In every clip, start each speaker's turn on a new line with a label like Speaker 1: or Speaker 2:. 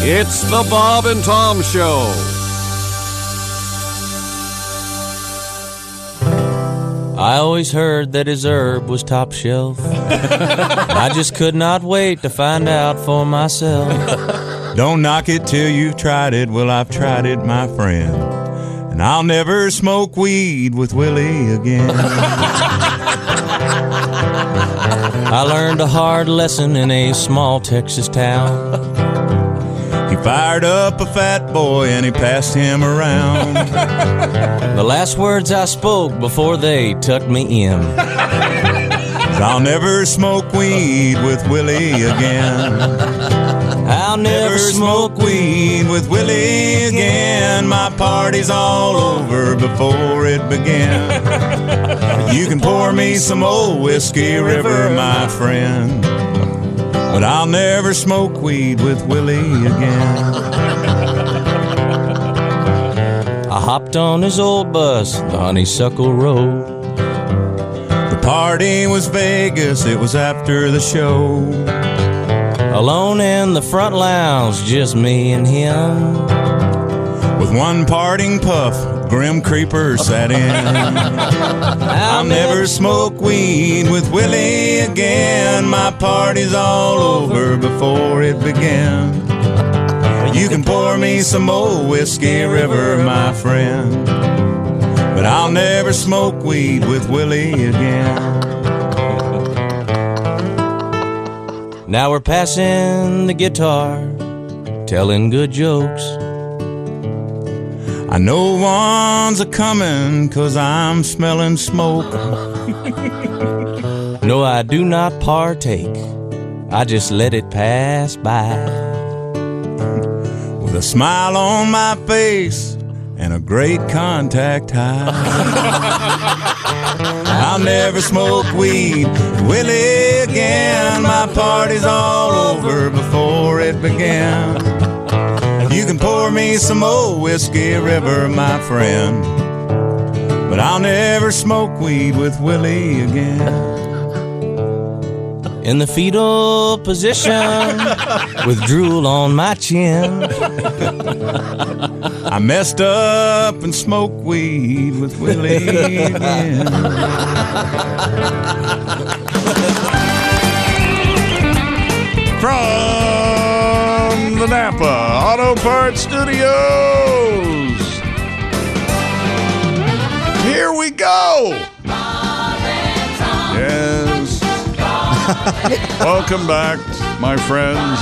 Speaker 1: It's the Bob and Tom Show.
Speaker 2: I always heard that his herb was top shelf. I just could not wait to find out for myself.
Speaker 3: Don't knock it till you've tried it. Well, I've tried it, my friend. And I'll never smoke weed with Willie again.
Speaker 2: I learned a hard lesson in a small Texas town.
Speaker 3: he fired up a fat boy and he passed him around.
Speaker 2: The last words I spoke before they tucked me in.
Speaker 3: I'll never smoke weed with Willie again.
Speaker 2: I'll never
Speaker 3: Never
Speaker 2: smoke
Speaker 3: smoke weed with Willie again. My party's all over before it began. You can pour me some old whiskey river, my friend. But I'll never smoke weed with Willie again.
Speaker 2: I hopped on his old bus, the honeysuckle road.
Speaker 3: The party was Vegas, it was after the show.
Speaker 2: Alone in the front lounge, just me and him.
Speaker 3: With one parting puff, Grim Creeper sat in. I'll never smoke weed with Willie again. My party's all over before it began. You can pour me some old whiskey river, my friend. But I'll never smoke weed with Willie again.
Speaker 2: Now we're passing the guitar, telling good jokes.
Speaker 3: I know one's a comin' cause I'm smelling smoke.
Speaker 2: No, I do not partake. I just let it pass by.
Speaker 3: With a smile on my face and a great contact high. I'll never smoke weed, Willie again. My party's all over before it began. You can pour me some old whiskey river, my friend. But I'll never smoke weed with Willie again.
Speaker 2: In the fetal position, with drool on my chin.
Speaker 3: I messed up and smoked weed with Willie again.
Speaker 4: From the Napa Auto Parts Studios. Here we go. Yes. Welcome back, my friends,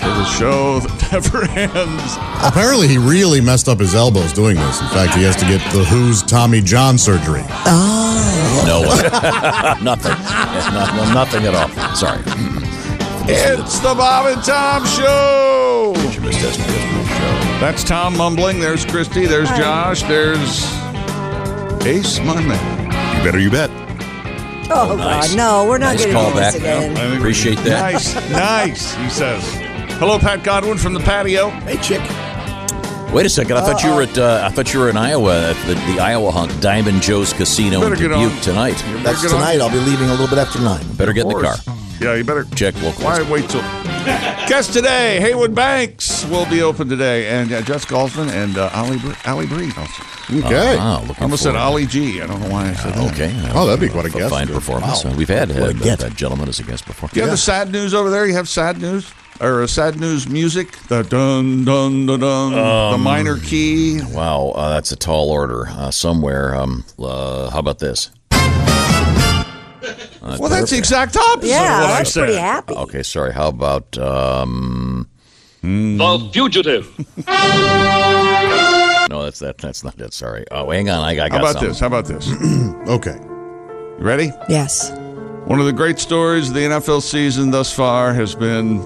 Speaker 4: to the show that never ends.
Speaker 5: Apparently, he really messed up his elbows doing this. In fact, he has to get the Who's Tommy John surgery.
Speaker 6: No way. nothing. It's not, no, nothing at all. Sorry.
Speaker 4: It's the Bob and Tom Show.
Speaker 6: You missed this show.
Speaker 4: That's Tom mumbling. There's Christy. There's Josh. There's Ace, my man.
Speaker 6: You better you bet.
Speaker 7: Oh,
Speaker 6: nice.
Speaker 7: God. No, we're not
Speaker 6: Nice
Speaker 7: getting into
Speaker 6: callback.
Speaker 7: this
Speaker 4: I
Speaker 7: again.
Speaker 4: think we-
Speaker 6: Appreciate that.
Speaker 4: Nice, nice, he says. Hello, Pat Godwin from the patio.
Speaker 6: Hey, chick. Wait a second. I thought you were at. Uh, I thought you were in Iowa at the, the Iowa Hunt Diamond Joe's Casino in
Speaker 4: Better get on.
Speaker 6: Dubuque tonight.
Speaker 4: You
Speaker 8: That's
Speaker 4: better get on-
Speaker 8: tonight. I'll be leaving a little bit after nine.
Speaker 6: Better get in the car.
Speaker 4: Yeah, you better.
Speaker 6: Check local.
Speaker 4: Why wait till? Guest today, Haywood Banks will be open today, and uh, Jess Golfman and uh, Ollie Bre- Ollie Breen. also.
Speaker 5: Okay.
Speaker 6: Wow,
Speaker 4: Oh, uh, I
Speaker 6: Ah, looking
Speaker 4: almost said
Speaker 6: forward.
Speaker 4: Ollie G. I don't know why I said that.
Speaker 6: Okay.
Speaker 5: Oh, that'd be quite a
Speaker 6: F-
Speaker 5: guest.
Speaker 6: Fine
Speaker 5: Wow.
Speaker 6: performance. Uh, We've had uh,
Speaker 8: What a
Speaker 6: that,
Speaker 8: get.
Speaker 6: that gentleman as a guest before.
Speaker 4: Do you have the sad news over there? You have sad news or uh, sad news music? The dun dun dun dun. um,
Speaker 6: Um,
Speaker 4: the minor key.
Speaker 6: Wow, uh, that's a tall order. Uh, somewhere. Um, uh, how about this?
Speaker 4: well, that's the exact opposite.
Speaker 7: Yeah,
Speaker 4: of what I
Speaker 7: that's
Speaker 4: said.
Speaker 7: pretty happy.
Speaker 6: Okay, sorry. How about um?
Speaker 4: Hmm.
Speaker 9: The fugitive.
Speaker 6: No, that's that. That's not it. Sorry. Oh, hang on. I, I got
Speaker 4: How about
Speaker 6: something.
Speaker 4: this? How about this? You
Speaker 5: Okay.
Speaker 4: ready?
Speaker 7: Yes.
Speaker 4: One of the great stories of the NFL season thus far has been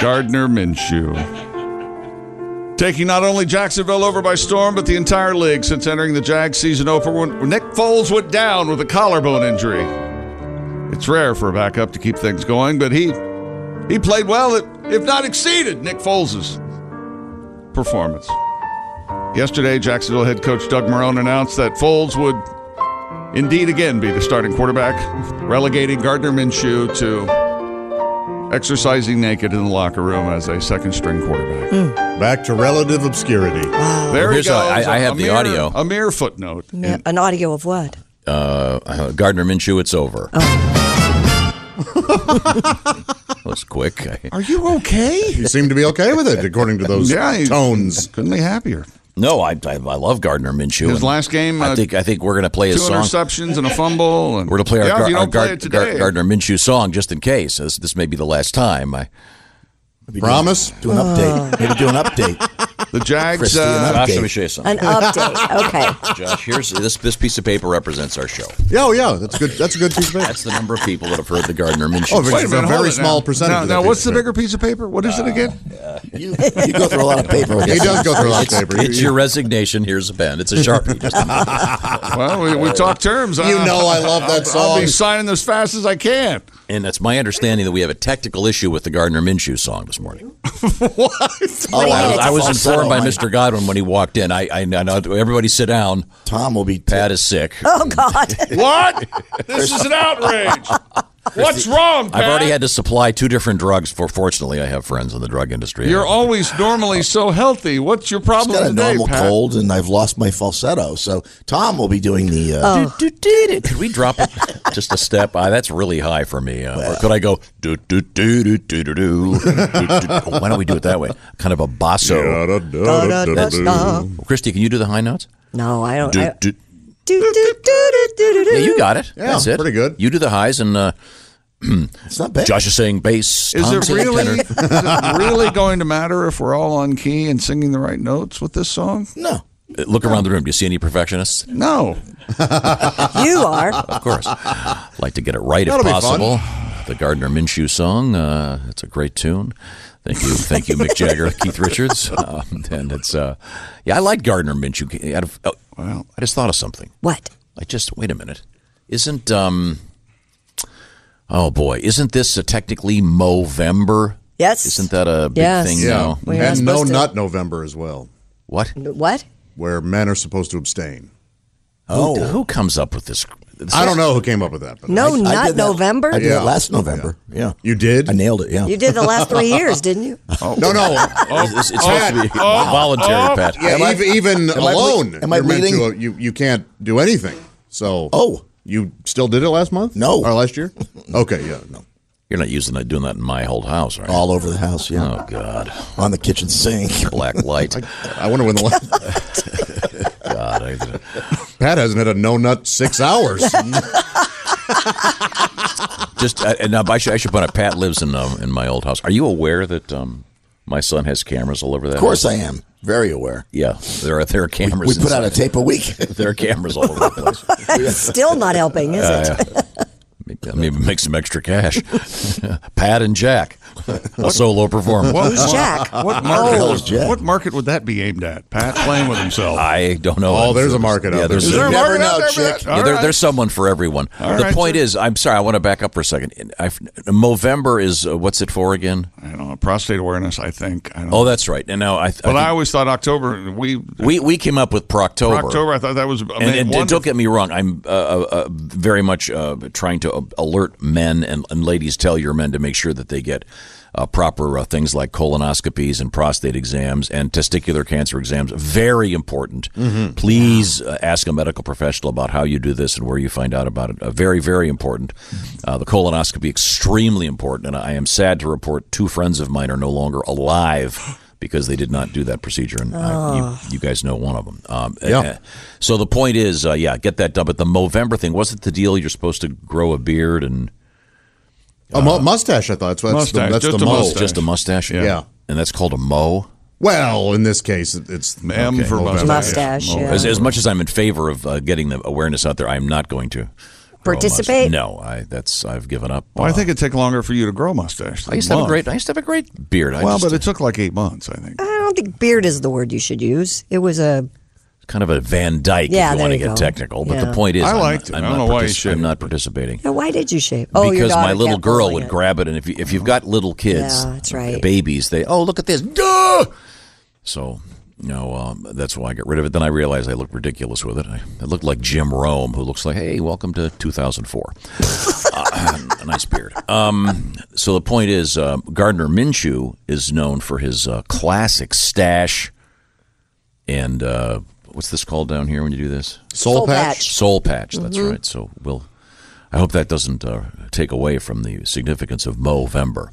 Speaker 4: Gardner Minshew. Taking not only Jacksonville over by storm, but the entire league since entering the Jag season opener when Nick Foles went down with a collarbone injury. It's rare for a backup to keep things going, but he he played well, if not exceeded Nick Foles' performance. Yesterday, Jacksonville head coach Doug Marone announced that Foles would indeed again be the starting quarterback, relegating Gardner Minshew to exercising naked in the locker room as a second string quarterback.
Speaker 5: Back to relative obscurity.
Speaker 4: There he
Speaker 6: Here's
Speaker 4: goes.
Speaker 6: a- I- I have
Speaker 4: a
Speaker 6: the
Speaker 4: mere-
Speaker 6: audio.
Speaker 4: A mere footnote.
Speaker 7: Yeah, An audio of what?
Speaker 6: Uh, Gardner Minshew, it's over. Oh. that was quick. I-
Speaker 4: Are you okay?
Speaker 5: You seem to be okay with it, according to those
Speaker 4: yeah, he-
Speaker 5: tones.
Speaker 4: Couldn't be happier.
Speaker 6: no, I, I I love Gardner Minshew.
Speaker 4: His
Speaker 6: and
Speaker 4: last game,
Speaker 6: I
Speaker 4: uh,
Speaker 6: think I think we're gonna play
Speaker 4: Two
Speaker 6: his song.
Speaker 4: interceptions and a fumble. And
Speaker 6: We're gonna play our,
Speaker 4: yeah,
Speaker 6: Gar-
Speaker 4: if you
Speaker 6: our
Speaker 4: don't play
Speaker 6: Gar-
Speaker 4: it today,
Speaker 6: Gar- Gardner Minshew song just in case. This, this may be the last time. I
Speaker 5: Promise?
Speaker 8: Do an
Speaker 7: Uh.
Speaker 8: update. Maybe do an update.
Speaker 4: the Jags.
Speaker 8: Christy,
Speaker 4: Uh,
Speaker 8: enough.
Speaker 6: Josh,
Speaker 8: Okay.
Speaker 6: let me show you something.
Speaker 7: An update. Okay.
Speaker 6: Josh, here's this this piece of paper represents our show.
Speaker 5: Yeah, oh, yeah. That's good. That's a good piece of paper.
Speaker 6: That's the number of people that have heard the Gardner Minshew.
Speaker 5: Oh,
Speaker 6: song.
Speaker 4: wait a
Speaker 5: It's a
Speaker 4: minute,
Speaker 5: very
Speaker 4: hold it
Speaker 5: small
Speaker 4: now.
Speaker 5: percentage
Speaker 4: Now,
Speaker 5: of that
Speaker 4: now
Speaker 5: piece
Speaker 4: what's
Speaker 5: of
Speaker 4: the
Speaker 5: paper.
Speaker 4: bigger piece of paper? What is it again?
Speaker 8: You, you go through a lot of paper. With
Speaker 5: He
Speaker 8: this.
Speaker 5: does go through a lot of paper.
Speaker 6: It's your resignation. Here's a pen. It's a sharpie. Just
Speaker 4: Well, we, we talked terms.
Speaker 5: You know I love that
Speaker 4: I'll
Speaker 5: song.
Speaker 4: be signing as fast as I can.
Speaker 6: And it's my understanding that we have a technical issue with the Gardner Minshew song this morning.
Speaker 7: What do
Speaker 6: I
Speaker 7: you mean
Speaker 6: was,
Speaker 7: it's Oh
Speaker 6: I was
Speaker 7: false?
Speaker 6: informed by
Speaker 8: Mike.
Speaker 6: Mr. Godwin when he walked in. I, I, I know everybody sit down.
Speaker 8: Tom will be.
Speaker 6: Pat is sick.
Speaker 7: Oh God.
Speaker 4: What? this is an outrage. What's wrong, Pat?
Speaker 6: I've already had to supply two different drugs. For fortunately, I have friends in the drug industry.
Speaker 4: You're always normally so healthy. What's your
Speaker 8: I've
Speaker 4: problem
Speaker 8: got a
Speaker 4: today,
Speaker 8: normal
Speaker 4: Pat?
Speaker 8: cold, and I've lost my falsetto. So Tom will be doing the. Uh,
Speaker 6: Oh. Could we drop it just a step? Uh, that's really high for me. Uh, or could I go do do do do do do do? do, do, do? Why don't we do it that way? Kind of a basso.
Speaker 7: Da-da-da-da.
Speaker 6: Christy, can you do the high notes?
Speaker 7: No, I don't.
Speaker 6: Do,
Speaker 7: I,
Speaker 6: do.
Speaker 7: do, do, do, do, do, do,
Speaker 6: Yeah, you
Speaker 7: do.
Speaker 6: got it. that's it.
Speaker 5: pretty good.
Speaker 6: You do the highs, and uh,
Speaker 8: it's not bad.
Speaker 6: Josh is saying bass.
Speaker 4: Is
Speaker 6: Tom's
Speaker 4: it
Speaker 6: saying
Speaker 4: really
Speaker 6: tenor.
Speaker 4: is it really going to matter if we're all on key and singing the right notes with this song?
Speaker 8: No.
Speaker 6: Uh, Look around the room. Do you see any perfectionists?
Speaker 4: No.
Speaker 7: You are.
Speaker 6: Of course. like to get it right
Speaker 5: That'll be
Speaker 6: if
Speaker 5: fun.
Speaker 6: possible. The Gardner Minshew song. Uh, it's a great tune. Thank you, thank you, Mick Jagger, Keith Richards, um, and it's uh, yeah. I like Gardner Minshew. Out of, oh, wow. I just thought of something.
Speaker 7: What?
Speaker 6: I just wait a minute. Isn't um, oh boy, isn't this a technically Movember?
Speaker 7: Yes.
Speaker 6: Isn't that a big
Speaker 7: Yes.
Speaker 6: thing
Speaker 5: Yeah.
Speaker 6: now?
Speaker 7: We are
Speaker 5: and no
Speaker 7: supposed to-
Speaker 5: nut November as well,
Speaker 6: What?
Speaker 7: What?
Speaker 5: where men are supposed to abstain.
Speaker 6: Oh, who, who comes up with this? this
Speaker 5: I don't know who came up with that. But
Speaker 7: No,
Speaker 8: I
Speaker 7: not
Speaker 8: did that-
Speaker 7: November.
Speaker 8: I did
Speaker 5: Yeah.
Speaker 8: it last November. Yeah.
Speaker 5: You did?
Speaker 8: I nailed it. Yeah. Oh.
Speaker 7: You did the last three years, didn't you?
Speaker 6: Oh.
Speaker 5: No, no.
Speaker 6: It's, it's supposed to be voluntary, Pat.
Speaker 5: Yeah,
Speaker 8: Am I-
Speaker 5: even, even
Speaker 8: am I ble-
Speaker 5: alone.
Speaker 8: am I
Speaker 5: you're meant to,
Speaker 8: bleeding?
Speaker 5: uh, you, you can't do anything. So.
Speaker 8: Oh.
Speaker 5: You still did it last month?
Speaker 8: No.
Speaker 5: Or last year? Okay, yeah. No.
Speaker 6: You're not using that, doing that in my old house, right?
Speaker 8: All over the house. Yeah.
Speaker 6: Oh God,
Speaker 8: On the kitchen sink.
Speaker 6: black light.
Speaker 5: I wonder when the last.
Speaker 6: God, I,
Speaker 5: Pat hasn't had a no nut six hours.
Speaker 6: just I, and now I should, I should point out. Pat lives in um, in my old house. Are you aware that um, my son has cameras all over that?
Speaker 8: Of course
Speaker 6: house?
Speaker 8: I am. Very aware.
Speaker 6: Yeah, there are there are cameras.
Speaker 8: We put out a
Speaker 6: inside.
Speaker 8: tape a week.
Speaker 6: There are cameras all over the place.
Speaker 7: Still not helping, is it?
Speaker 6: Maybe- Maybe make some extra cash. Pat and Jack, a solo performer.
Speaker 4: What,
Speaker 7: Who's Jack? Oh.
Speaker 4: What
Speaker 8: hell
Speaker 4: market,
Speaker 8: is Jack?
Speaker 4: what market would that be aimed at? Pat playing with himself.
Speaker 6: I don't know.
Speaker 5: Oh, there's a market
Speaker 6: Yeah,
Speaker 5: out
Speaker 6: there's
Speaker 5: there.
Speaker 6: a-
Speaker 5: Is there
Speaker 8: a market
Speaker 4: out there for
Speaker 8: chick.
Speaker 4: that?
Speaker 6: Yeah,
Speaker 4: All
Speaker 6: there,
Speaker 4: right.
Speaker 6: there's someone for everyone.
Speaker 4: All
Speaker 6: the
Speaker 4: right,
Speaker 6: point
Speaker 4: sir.
Speaker 6: is, I'm sorry, I want to back up for a second. I've, Movember is uh, what's it for again?
Speaker 4: I don't know. Prostate awareness, I think. I don't
Speaker 6: Oh, that's right. And now I, I
Speaker 4: But
Speaker 6: think
Speaker 4: I always thought October. We
Speaker 6: we we came up with Proctober.
Speaker 4: October. I thought that was. I mean,
Speaker 6: And, and
Speaker 4: one-
Speaker 6: don't get me wrong, I'm uh, uh, uh, very much uh, trying to uh, alert men and, and ladies. Tell your men to make sure that they get uh, proper uh, things like colonoscopies and prostate exams and testicular cancer exams. Very important. Please uh, ask a medical professional about how you do this and where you find out about it. Uh, very, very important. Uh, the colonoscopy extremely important, and I am sad to report two friends of mine are no longer alive. Because they did not do that procedure, and I, you, you guys know one of them. Um,
Speaker 5: Yeah.
Speaker 6: so the point is, uh, yeah, get that done. But the Movember thing wasn't the deal. You're supposed to grow a beard and
Speaker 5: a mu- mustache, I thought. That's, that's
Speaker 4: Mustache,
Speaker 5: the, that's
Speaker 4: just
Speaker 5: the
Speaker 4: a
Speaker 5: mo.
Speaker 4: mustache.
Speaker 6: just a mustache.
Speaker 5: Yeah.
Speaker 6: and that's called a mo.
Speaker 5: Well, in this case, it- it's
Speaker 4: M
Speaker 5: okay,
Speaker 4: for
Speaker 5: November.
Speaker 4: mustache.
Speaker 7: Mustache, yeah.
Speaker 6: As, as much as I'm in favor of uh, getting the awareness out there, I'm not going to grow a mustache.
Speaker 7: Participate?
Speaker 6: Oh, No, I that's I've given up.
Speaker 4: Well, I
Speaker 6: Uh,
Speaker 4: think it'd take longer for you to grow a mustache.
Speaker 6: I used to have a great. I used to have a great beard. I
Speaker 4: Well,
Speaker 6: just,
Speaker 4: but it took like eight months, I think.
Speaker 7: I don't think beard is the word you should use. It was a
Speaker 6: kind of a Van Dyke.
Speaker 7: Yeah,
Speaker 6: if you
Speaker 7: there
Speaker 6: want to
Speaker 7: you
Speaker 6: get
Speaker 7: go.
Speaker 6: technical, but
Speaker 7: Yeah.
Speaker 6: the point is,
Speaker 4: I
Speaker 6: I'm
Speaker 4: liked it.
Speaker 6: not, I'm
Speaker 4: I don't
Speaker 6: not
Speaker 4: know why you
Speaker 6: partici-
Speaker 4: shouldn't.
Speaker 6: I'm not participating.
Speaker 7: now, why did you shave? Oh, your
Speaker 6: because
Speaker 7: daughter
Speaker 6: my little
Speaker 7: kept
Speaker 6: girl
Speaker 7: pulling
Speaker 6: would
Speaker 7: it.
Speaker 6: grab it, and if you, if you've got little kids,
Speaker 7: Yeah, that's right.
Speaker 6: babies, they oh look at this, Duh! so No, um, that's why I got rid of it. Then I realized I looked ridiculous with it. I, I looked like Jim Rome, who looks like, hey, welcome to 2004. uh, a nice beard. Um, so the point is, uh, Gardner Minshew is known for his uh, classic stash and uh, what's this called down here when you do this?
Speaker 5: Soul Soul patch? patch.
Speaker 6: Soul patch. That's
Speaker 5: Mhm.
Speaker 6: right. So we'll. I hope that doesn't uh, take away from the significance of Movember.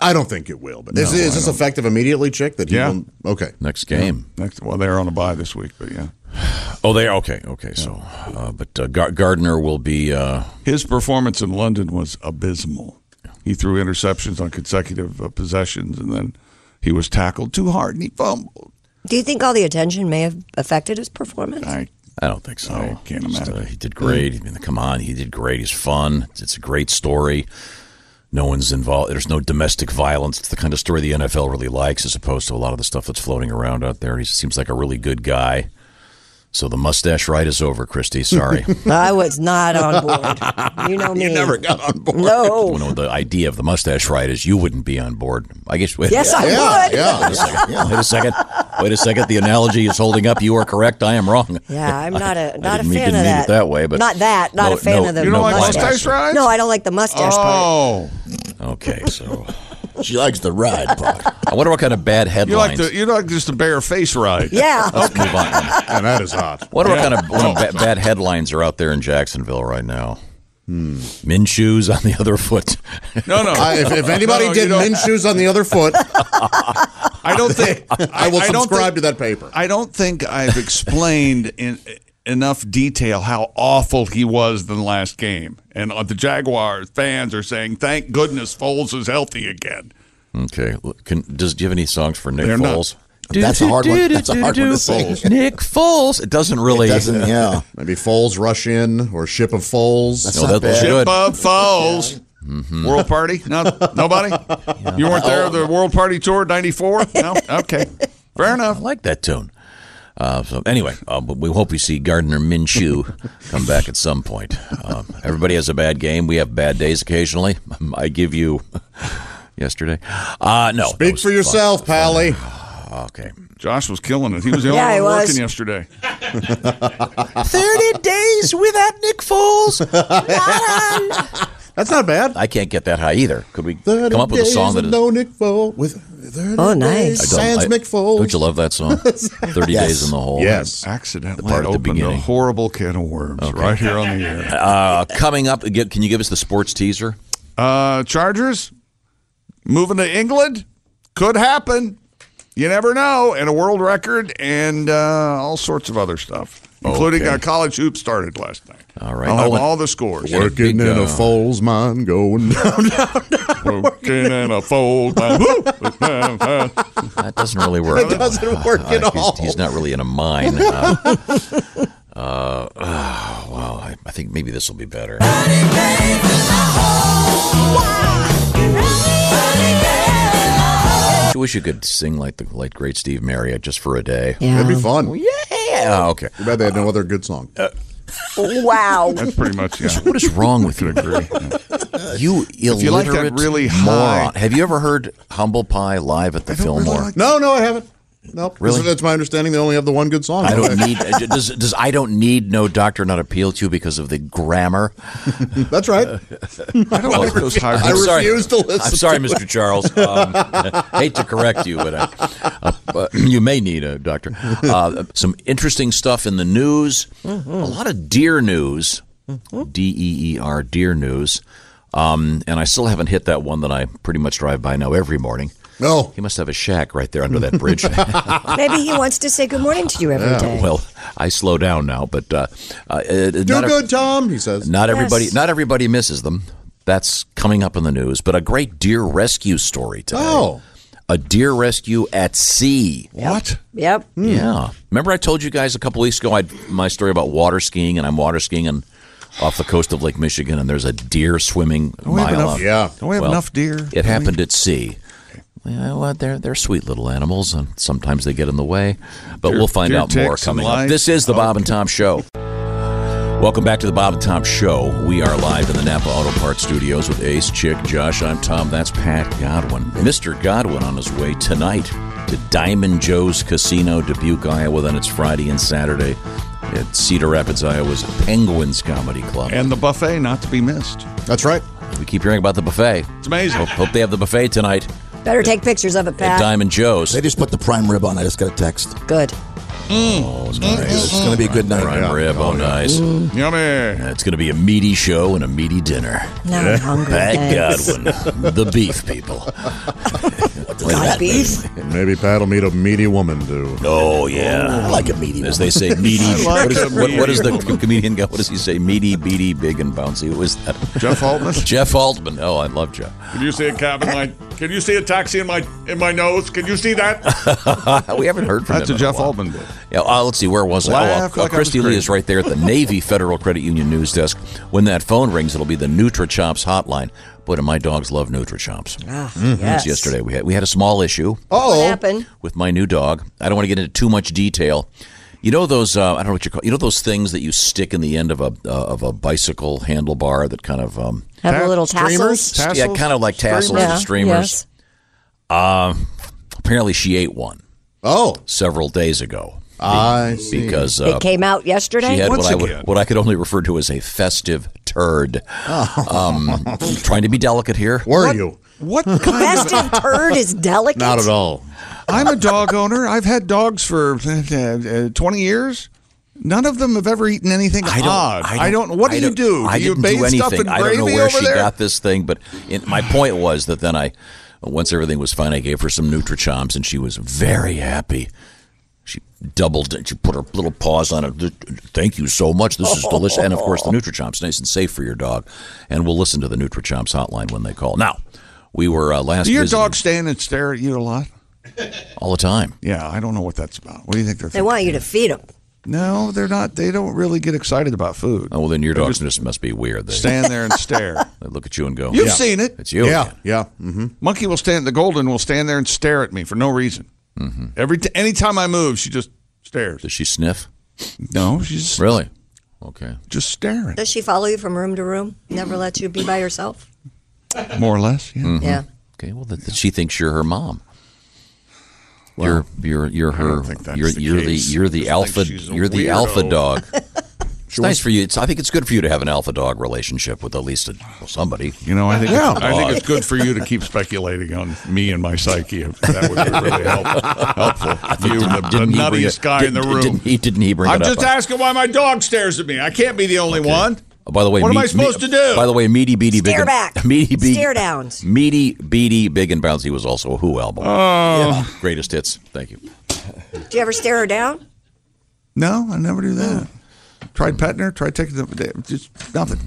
Speaker 5: I don't think it will. But is,
Speaker 6: No,
Speaker 5: is
Speaker 6: I
Speaker 5: this
Speaker 6: don't.
Speaker 5: effective immediately, Chick? That he
Speaker 6: Yeah.
Speaker 5: will, okay.
Speaker 6: Next game.
Speaker 4: Next, well, they're on a bye this week, but yeah.
Speaker 6: Oh, they okay, okay. So, uh, but uh, Gar- Gardner will be. Uh,
Speaker 4: His performance in London was abysmal. He threw interceptions on consecutive uh, possessions, and then he was tackled too hard and he fumbled.
Speaker 7: Do you think all the attention may have affected his performance?
Speaker 6: I don't think so. I can't imagine. he did great. I mean, come on, he did great. He's fun. It's a great story. No one's involved. There's no domestic violence. It's the kind of story the NFL really likes, as opposed to a lot of the stuff that's floating around out there. He seems like a really good guy. So the mustache ride is over, Christy. Sorry.
Speaker 7: I was not on board. You know me. Oh.
Speaker 6: You never got on board.
Speaker 7: No.
Speaker 6: Well, no, the idea of the mustache ride is you wouldn't be on board. I guess. Wait,
Speaker 7: Yes, I Yeah, would. yeah.
Speaker 6: Wait a second. Wait a second. Wait a second. The analogy is holding up. You are correct. I am wrong.
Speaker 7: Yeah, I'm not a
Speaker 6: I
Speaker 7: not a
Speaker 6: didn't mean- didn't
Speaker 7: fan
Speaker 6: mean
Speaker 7: of that.
Speaker 6: it that way, but-
Speaker 7: not that. Not
Speaker 6: No,
Speaker 7: a fan
Speaker 6: no,
Speaker 7: of the
Speaker 6: you don't like
Speaker 7: mustache.
Speaker 6: mustache rides?
Speaker 7: No, I don't like the mustache part.
Speaker 4: Oh.
Speaker 6: Okay, so
Speaker 8: she likes the ride part.
Speaker 6: I wonder what kind of bad
Speaker 4: You like
Speaker 6: headlines.
Speaker 4: the you like just a bare face ride.
Speaker 7: Yeah.
Speaker 6: Let's move on.
Speaker 5: And that is hot.
Speaker 6: What about kind of, what
Speaker 4: Oh.
Speaker 6: ba- bad headlines are out there in Jacksonville right now? Hmm. Minshew's on the other foot.
Speaker 4: No, no.
Speaker 5: I, Uh, if, if anybody
Speaker 4: No, no, you
Speaker 5: did
Speaker 4: don't.
Speaker 5: Minshew's on the other foot,
Speaker 4: I don't think
Speaker 5: I will
Speaker 4: don't
Speaker 5: subscribe
Speaker 4: think-
Speaker 5: to that paper.
Speaker 4: I don't think I've explained in enough detail how awful he was the last game. And uh, the Jaguars fans are saying, "Thank goodness Foles is healthy again."
Speaker 6: Okay. look, Can, does, do you have any songs for Nick
Speaker 4: They're not.
Speaker 6: Foles?
Speaker 8: That's a hard one. That's a hard one to sing.
Speaker 6: Nick Foles. It doesn't really.
Speaker 8: It doesn't, yeah.
Speaker 5: Maybe Foles rush in or ship of Foles.
Speaker 8: That's
Speaker 6: No,
Speaker 8: not
Speaker 6: that looks
Speaker 8: bad.
Speaker 6: good. Mm-hmm.
Speaker 4: Chip Bob Foles. World Party? No, nobody. You weren't
Speaker 8: Oh.
Speaker 4: there the World Party tour '94? No. Okay. Fair
Speaker 6: I
Speaker 4: enough.
Speaker 6: like that tune. Uh, so anyway, uh, but we hope we see Gardner Minshew come back at some point. Um, everybody has a bad game. We have bad days occasionally. I give you yesterday. Uh, no, that
Speaker 5: Speak
Speaker 6: was
Speaker 5: for
Speaker 6: fun.
Speaker 5: yourself, Pally.
Speaker 6: Okay,
Speaker 4: Josh was killing it. He was the only
Speaker 7: Yeah, he
Speaker 4: one
Speaker 7: was.
Speaker 4: working yesterday.
Speaker 6: thirty days without Nick Foles.
Speaker 5: That's not bad.
Speaker 6: I can't get that high either. Could we
Speaker 5: 30
Speaker 6: come up with a
Speaker 5: days
Speaker 6: song that
Speaker 5: of
Speaker 6: is?
Speaker 5: no Nick Foles with 30
Speaker 7: Oh, nice.
Speaker 6: I
Speaker 5: days,
Speaker 6: don't-
Speaker 5: Sans
Speaker 6: I-
Speaker 5: Mick Foles.
Speaker 6: Don't you love that song? Thirty
Speaker 8: Yes.
Speaker 6: days in the hole.
Speaker 5: Yes.
Speaker 4: Accidentally
Speaker 6: part at the
Speaker 4: opened a
Speaker 6: beginning.
Speaker 4: horrible can of worms right here on the air.
Speaker 6: Uh, coming up, gi- can you give us the sports teaser?
Speaker 4: Uh, Chargers moving to England could happen. You never know. And a world record and uh, all sorts of other stuff, including
Speaker 6: Okay.
Speaker 4: uh, college hoops started last night.
Speaker 6: All right.
Speaker 4: I'll have
Speaker 6: Oh, and-
Speaker 4: all the scores.
Speaker 6: Work-
Speaker 5: Working
Speaker 6: Big,
Speaker 5: in a
Speaker 6: uh,
Speaker 5: Foles mine going down.
Speaker 4: Working in a fold.
Speaker 6: That doesn't really work.
Speaker 5: It doesn't work at
Speaker 6: Uh, he's-
Speaker 5: all.
Speaker 6: He's, not really in a mine. Uh, uh, oh, wow, I, I think maybe this will be better. I wish you could sing like the late great Steve Marriott just for a day.
Speaker 7: Yeah.
Speaker 5: That'd be fun. Too
Speaker 6: Yeah, okay. Uh,
Speaker 5: bad they had no other good song.
Speaker 7: Wow.
Speaker 4: That's pretty much, yeah.
Speaker 6: What is wrong with you? You illiterate
Speaker 4: you like that really high-
Speaker 6: moron. Have you ever heard Humble Pie live at the Fillmore?
Speaker 5: no, no, I haven't. Nope.
Speaker 6: Really?
Speaker 5: That's- That's my understanding. They only have the one good song.
Speaker 6: I don't
Speaker 5: Okay.
Speaker 6: need uh, does does I don't need no doctor not appeal to you because of the grammar.
Speaker 5: That's right.
Speaker 4: I don't like those high
Speaker 5: I
Speaker 6: I'm sorry.
Speaker 5: refuse to listen.
Speaker 6: I'm sorry, Mr. Charles. Um, hate to correct you, but I, uh, uh, you may need a doctor. Uh, some interesting stuff in the news. A lot of deer news. D E E R deer news. Um, and I still haven't hit that one that I pretty much drive by now every morning.
Speaker 5: No.
Speaker 6: He must have a shack right there under that bridge.
Speaker 7: Maybe he wants to say good morning to you every day.
Speaker 6: well, I slow down now, but uh, uh, do
Speaker 5: Do good, Tom, he says.
Speaker 6: Not everybody,
Speaker 7: Yes.
Speaker 6: not everybody misses them. That's coming up in the news. But a great deer rescue story today.
Speaker 5: Oh.
Speaker 6: a deer rescue at sea.
Speaker 4: What?
Speaker 7: Yep.
Speaker 4: Hmm.
Speaker 6: Yeah. Remember, I told you guys a couple weeks ago I my story about water skiing, and I'm water skiing and off the coast of Lake Michigan, and there's a deer swimming a
Speaker 4: we have
Speaker 6: mile
Speaker 4: enough-
Speaker 6: up.
Speaker 5: Yeah.
Speaker 4: Don't we have
Speaker 6: Well,
Speaker 4: enough deer?
Speaker 6: It happened at sea. Yeah, well, they're they're sweet little animals, and sometimes they get in the way. But
Speaker 4: Deer-
Speaker 6: we'll find
Speaker 4: deer
Speaker 6: out more
Speaker 4: ticks and
Speaker 6: coming up.
Speaker 4: lice.
Speaker 6: This is the Bob and Tom Show. Welcome back to the Bob and Tom Show. We are live in the Napa Auto Parts Studios with Ace, Chick, Josh. I'm Tom. That's Pat Godwin. Mr. Godwin on his way tonight to Diamond Joe's Casino, Dubuque, Iowa. Then it's Friday and Saturday at Cedar Rapids, Iowa's Penguins Comedy Club.
Speaker 4: And the buffet, not to be missed.
Speaker 5: That's right.
Speaker 6: we keep hearing about the buffet.
Speaker 4: It's amazing.
Speaker 6: Hope, hope they have the buffet tonight
Speaker 7: Better take pictures of it,
Speaker 6: at
Speaker 7: Pat.
Speaker 6: Diamond Joe's.
Speaker 8: They just put the prime rib on. I just got a text. Oh,
Speaker 7: Good.
Speaker 4: Mm. Mm-hmm.
Speaker 8: It's going to be a good night.
Speaker 6: Prime rib, oh, nice.
Speaker 4: Mm. Yummy.
Speaker 6: It's going to be a meaty show and a meaty dinner.
Speaker 7: Now I'm hungry.
Speaker 6: Pat
Speaker 7: Thanks.
Speaker 6: Godwin, the beef people.
Speaker 7: God, beef.
Speaker 5: Maybe Pat will meet a meaty woman to
Speaker 6: Oh yeah,
Speaker 8: I like a meaty.
Speaker 6: as they say, meaty.
Speaker 4: like
Speaker 6: what, is,
Speaker 4: a
Speaker 6: what, what
Speaker 4: meaty
Speaker 6: is the comedian guy? What does he say? Meaty, beady, big, and bouncy. Who is that?
Speaker 4: Jeff Altman.
Speaker 6: Jeff Altman. Oh, I love Jeff.
Speaker 4: Can you see a cab in my? Can you see a taxi in my in my nose? Can you see that?
Speaker 6: We haven't heard from
Speaker 4: That's
Speaker 6: him.
Speaker 4: a
Speaker 6: in
Speaker 4: Jeff
Speaker 6: while.
Speaker 4: Altman bit.
Speaker 6: Yeah, uh, let's see, where was I?
Speaker 4: Laugh
Speaker 6: Oh, uh,
Speaker 4: like I was
Speaker 6: Christy Lee
Speaker 4: crazy.
Speaker 6: is right there at the Navy Federal Credit Union News Desk. When that phone rings, it'll be the NutriChops hotline. Boy, do my dogs love NutriChops.
Speaker 7: Ah,
Speaker 6: That's
Speaker 7: yes.
Speaker 6: Mm-hmm, Yesterday we had we had a small issue
Speaker 7: What happened?
Speaker 6: with my new dog. I don't want to get into too much detail. You know those uh, I don't know what you call you know those things that you stick in the end of a uh, of a bicycle handlebar that kind of um
Speaker 7: Have
Speaker 4: Pat-
Speaker 7: a little
Speaker 4: streamers?
Speaker 7: tassels.
Speaker 4: Tassels?
Speaker 6: yeah kind of like tassels
Speaker 4: Streamers?
Speaker 6: and streamers. Um,
Speaker 7: Yes.
Speaker 6: Apparently she ate one
Speaker 5: Oh,
Speaker 6: several days ago
Speaker 5: I see.
Speaker 6: because uh,
Speaker 7: It came out yesterday.
Speaker 6: She had what
Speaker 4: Once
Speaker 6: I, would,
Speaker 4: again.
Speaker 6: what I could only refer to as a festive turd. Um, trying to be delicate here.
Speaker 5: Oh. Were you?
Speaker 4: What kind?
Speaker 7: Festive turd is delicate.
Speaker 5: Not at all.
Speaker 4: I'm a dog owner. I've had dogs for uh, uh, 20 years. None of them have ever eaten anything odd. I don't. What do
Speaker 6: I
Speaker 4: you
Speaker 6: don't-
Speaker 4: do?
Speaker 6: I
Speaker 4: do you
Speaker 6: didn't
Speaker 4: bathe
Speaker 6: do anything.
Speaker 4: stuff in
Speaker 6: I don't know
Speaker 4: gravy
Speaker 6: where
Speaker 4: over
Speaker 6: she
Speaker 4: there?
Speaker 6: got this thing, but it, my point was that then I, once everything was fine, I gave her some NutriChoms, and she was very happy. She doubled it. She put her little paws on it. Thank you so much. This is delicious. And of course, the NutriChops, nice and safe for your dog. And we'll listen to the NutriChops hotline when they call. Now, we were uh, last
Speaker 4: Do your
Speaker 6: visiting-
Speaker 4: dogs stand and stare at you a lot?
Speaker 6: all the time.
Speaker 4: Yeah, I don't know what that's about. What do you think they're?
Speaker 7: They want you to feed them.
Speaker 4: No, they're not. They don't really get excited about food.
Speaker 6: Oh, well, then your dogs
Speaker 4: just-
Speaker 6: just must be weird. They,
Speaker 4: Stand there and stare.
Speaker 6: they look at you and go,
Speaker 4: You've
Speaker 6: "Yeah,
Speaker 4: seen it. mm-hmm.
Speaker 6: It's you.
Speaker 5: Yeah,
Speaker 6: again."
Speaker 5: yeah. hmm
Speaker 4: Monkey will stand. The golden will stand there and stare at me for no reason.
Speaker 6: Mm-hmm.
Speaker 4: Every t- anytime I move, she just stares.
Speaker 6: Does she sniff?
Speaker 4: No, she's
Speaker 6: Really? Okay.
Speaker 4: just staring.
Speaker 7: Does she follow you from room to room? Never lets you be by yourself?
Speaker 4: More or less. Yeah.
Speaker 7: Yeah.
Speaker 6: Mm-hmm. Okay. Well, that, that she thinks you're her mom. you're you're you're her.
Speaker 4: think that's
Speaker 6: you're
Speaker 4: the
Speaker 6: you're
Speaker 4: case.
Speaker 6: the you're the
Speaker 4: Just
Speaker 6: alpha.
Speaker 4: think she's a
Speaker 6: You're the
Speaker 4: weirdo.
Speaker 6: alpha dog. It's nice for you. It's, I think it's good for you to have an alpha dog relationship with at least a, well, somebody.
Speaker 4: You know, I think
Speaker 5: Yeah.
Speaker 4: it's, I think it's good for you to keep speculating on me and my psyche. If that would be really help, helpful. You, the, the
Speaker 6: Didn't he bring
Speaker 4: nuttiest
Speaker 6: it-
Speaker 4: guy in the
Speaker 6: didn't-
Speaker 4: room.
Speaker 6: Didn't he? Didn't he bring
Speaker 4: I'm
Speaker 6: it up?
Speaker 4: just asking why my dog stares at me. I can't be the only one.
Speaker 6: Oh, by the way,
Speaker 4: what am
Speaker 6: meat-
Speaker 4: I supposed
Speaker 6: meat-
Speaker 4: to do?
Speaker 6: By the way, meaty, beady, big,
Speaker 7: Stare
Speaker 6: and,
Speaker 7: back.
Speaker 6: meaty, beady,
Speaker 7: Stare downs.
Speaker 6: meaty, beady, big and bouncy was also a Who album. Oh, greatest hits. Thank you.
Speaker 7: Do you ever stare her down?
Speaker 4: no, I never do that. Tried petting her. Tried taking the just nothing.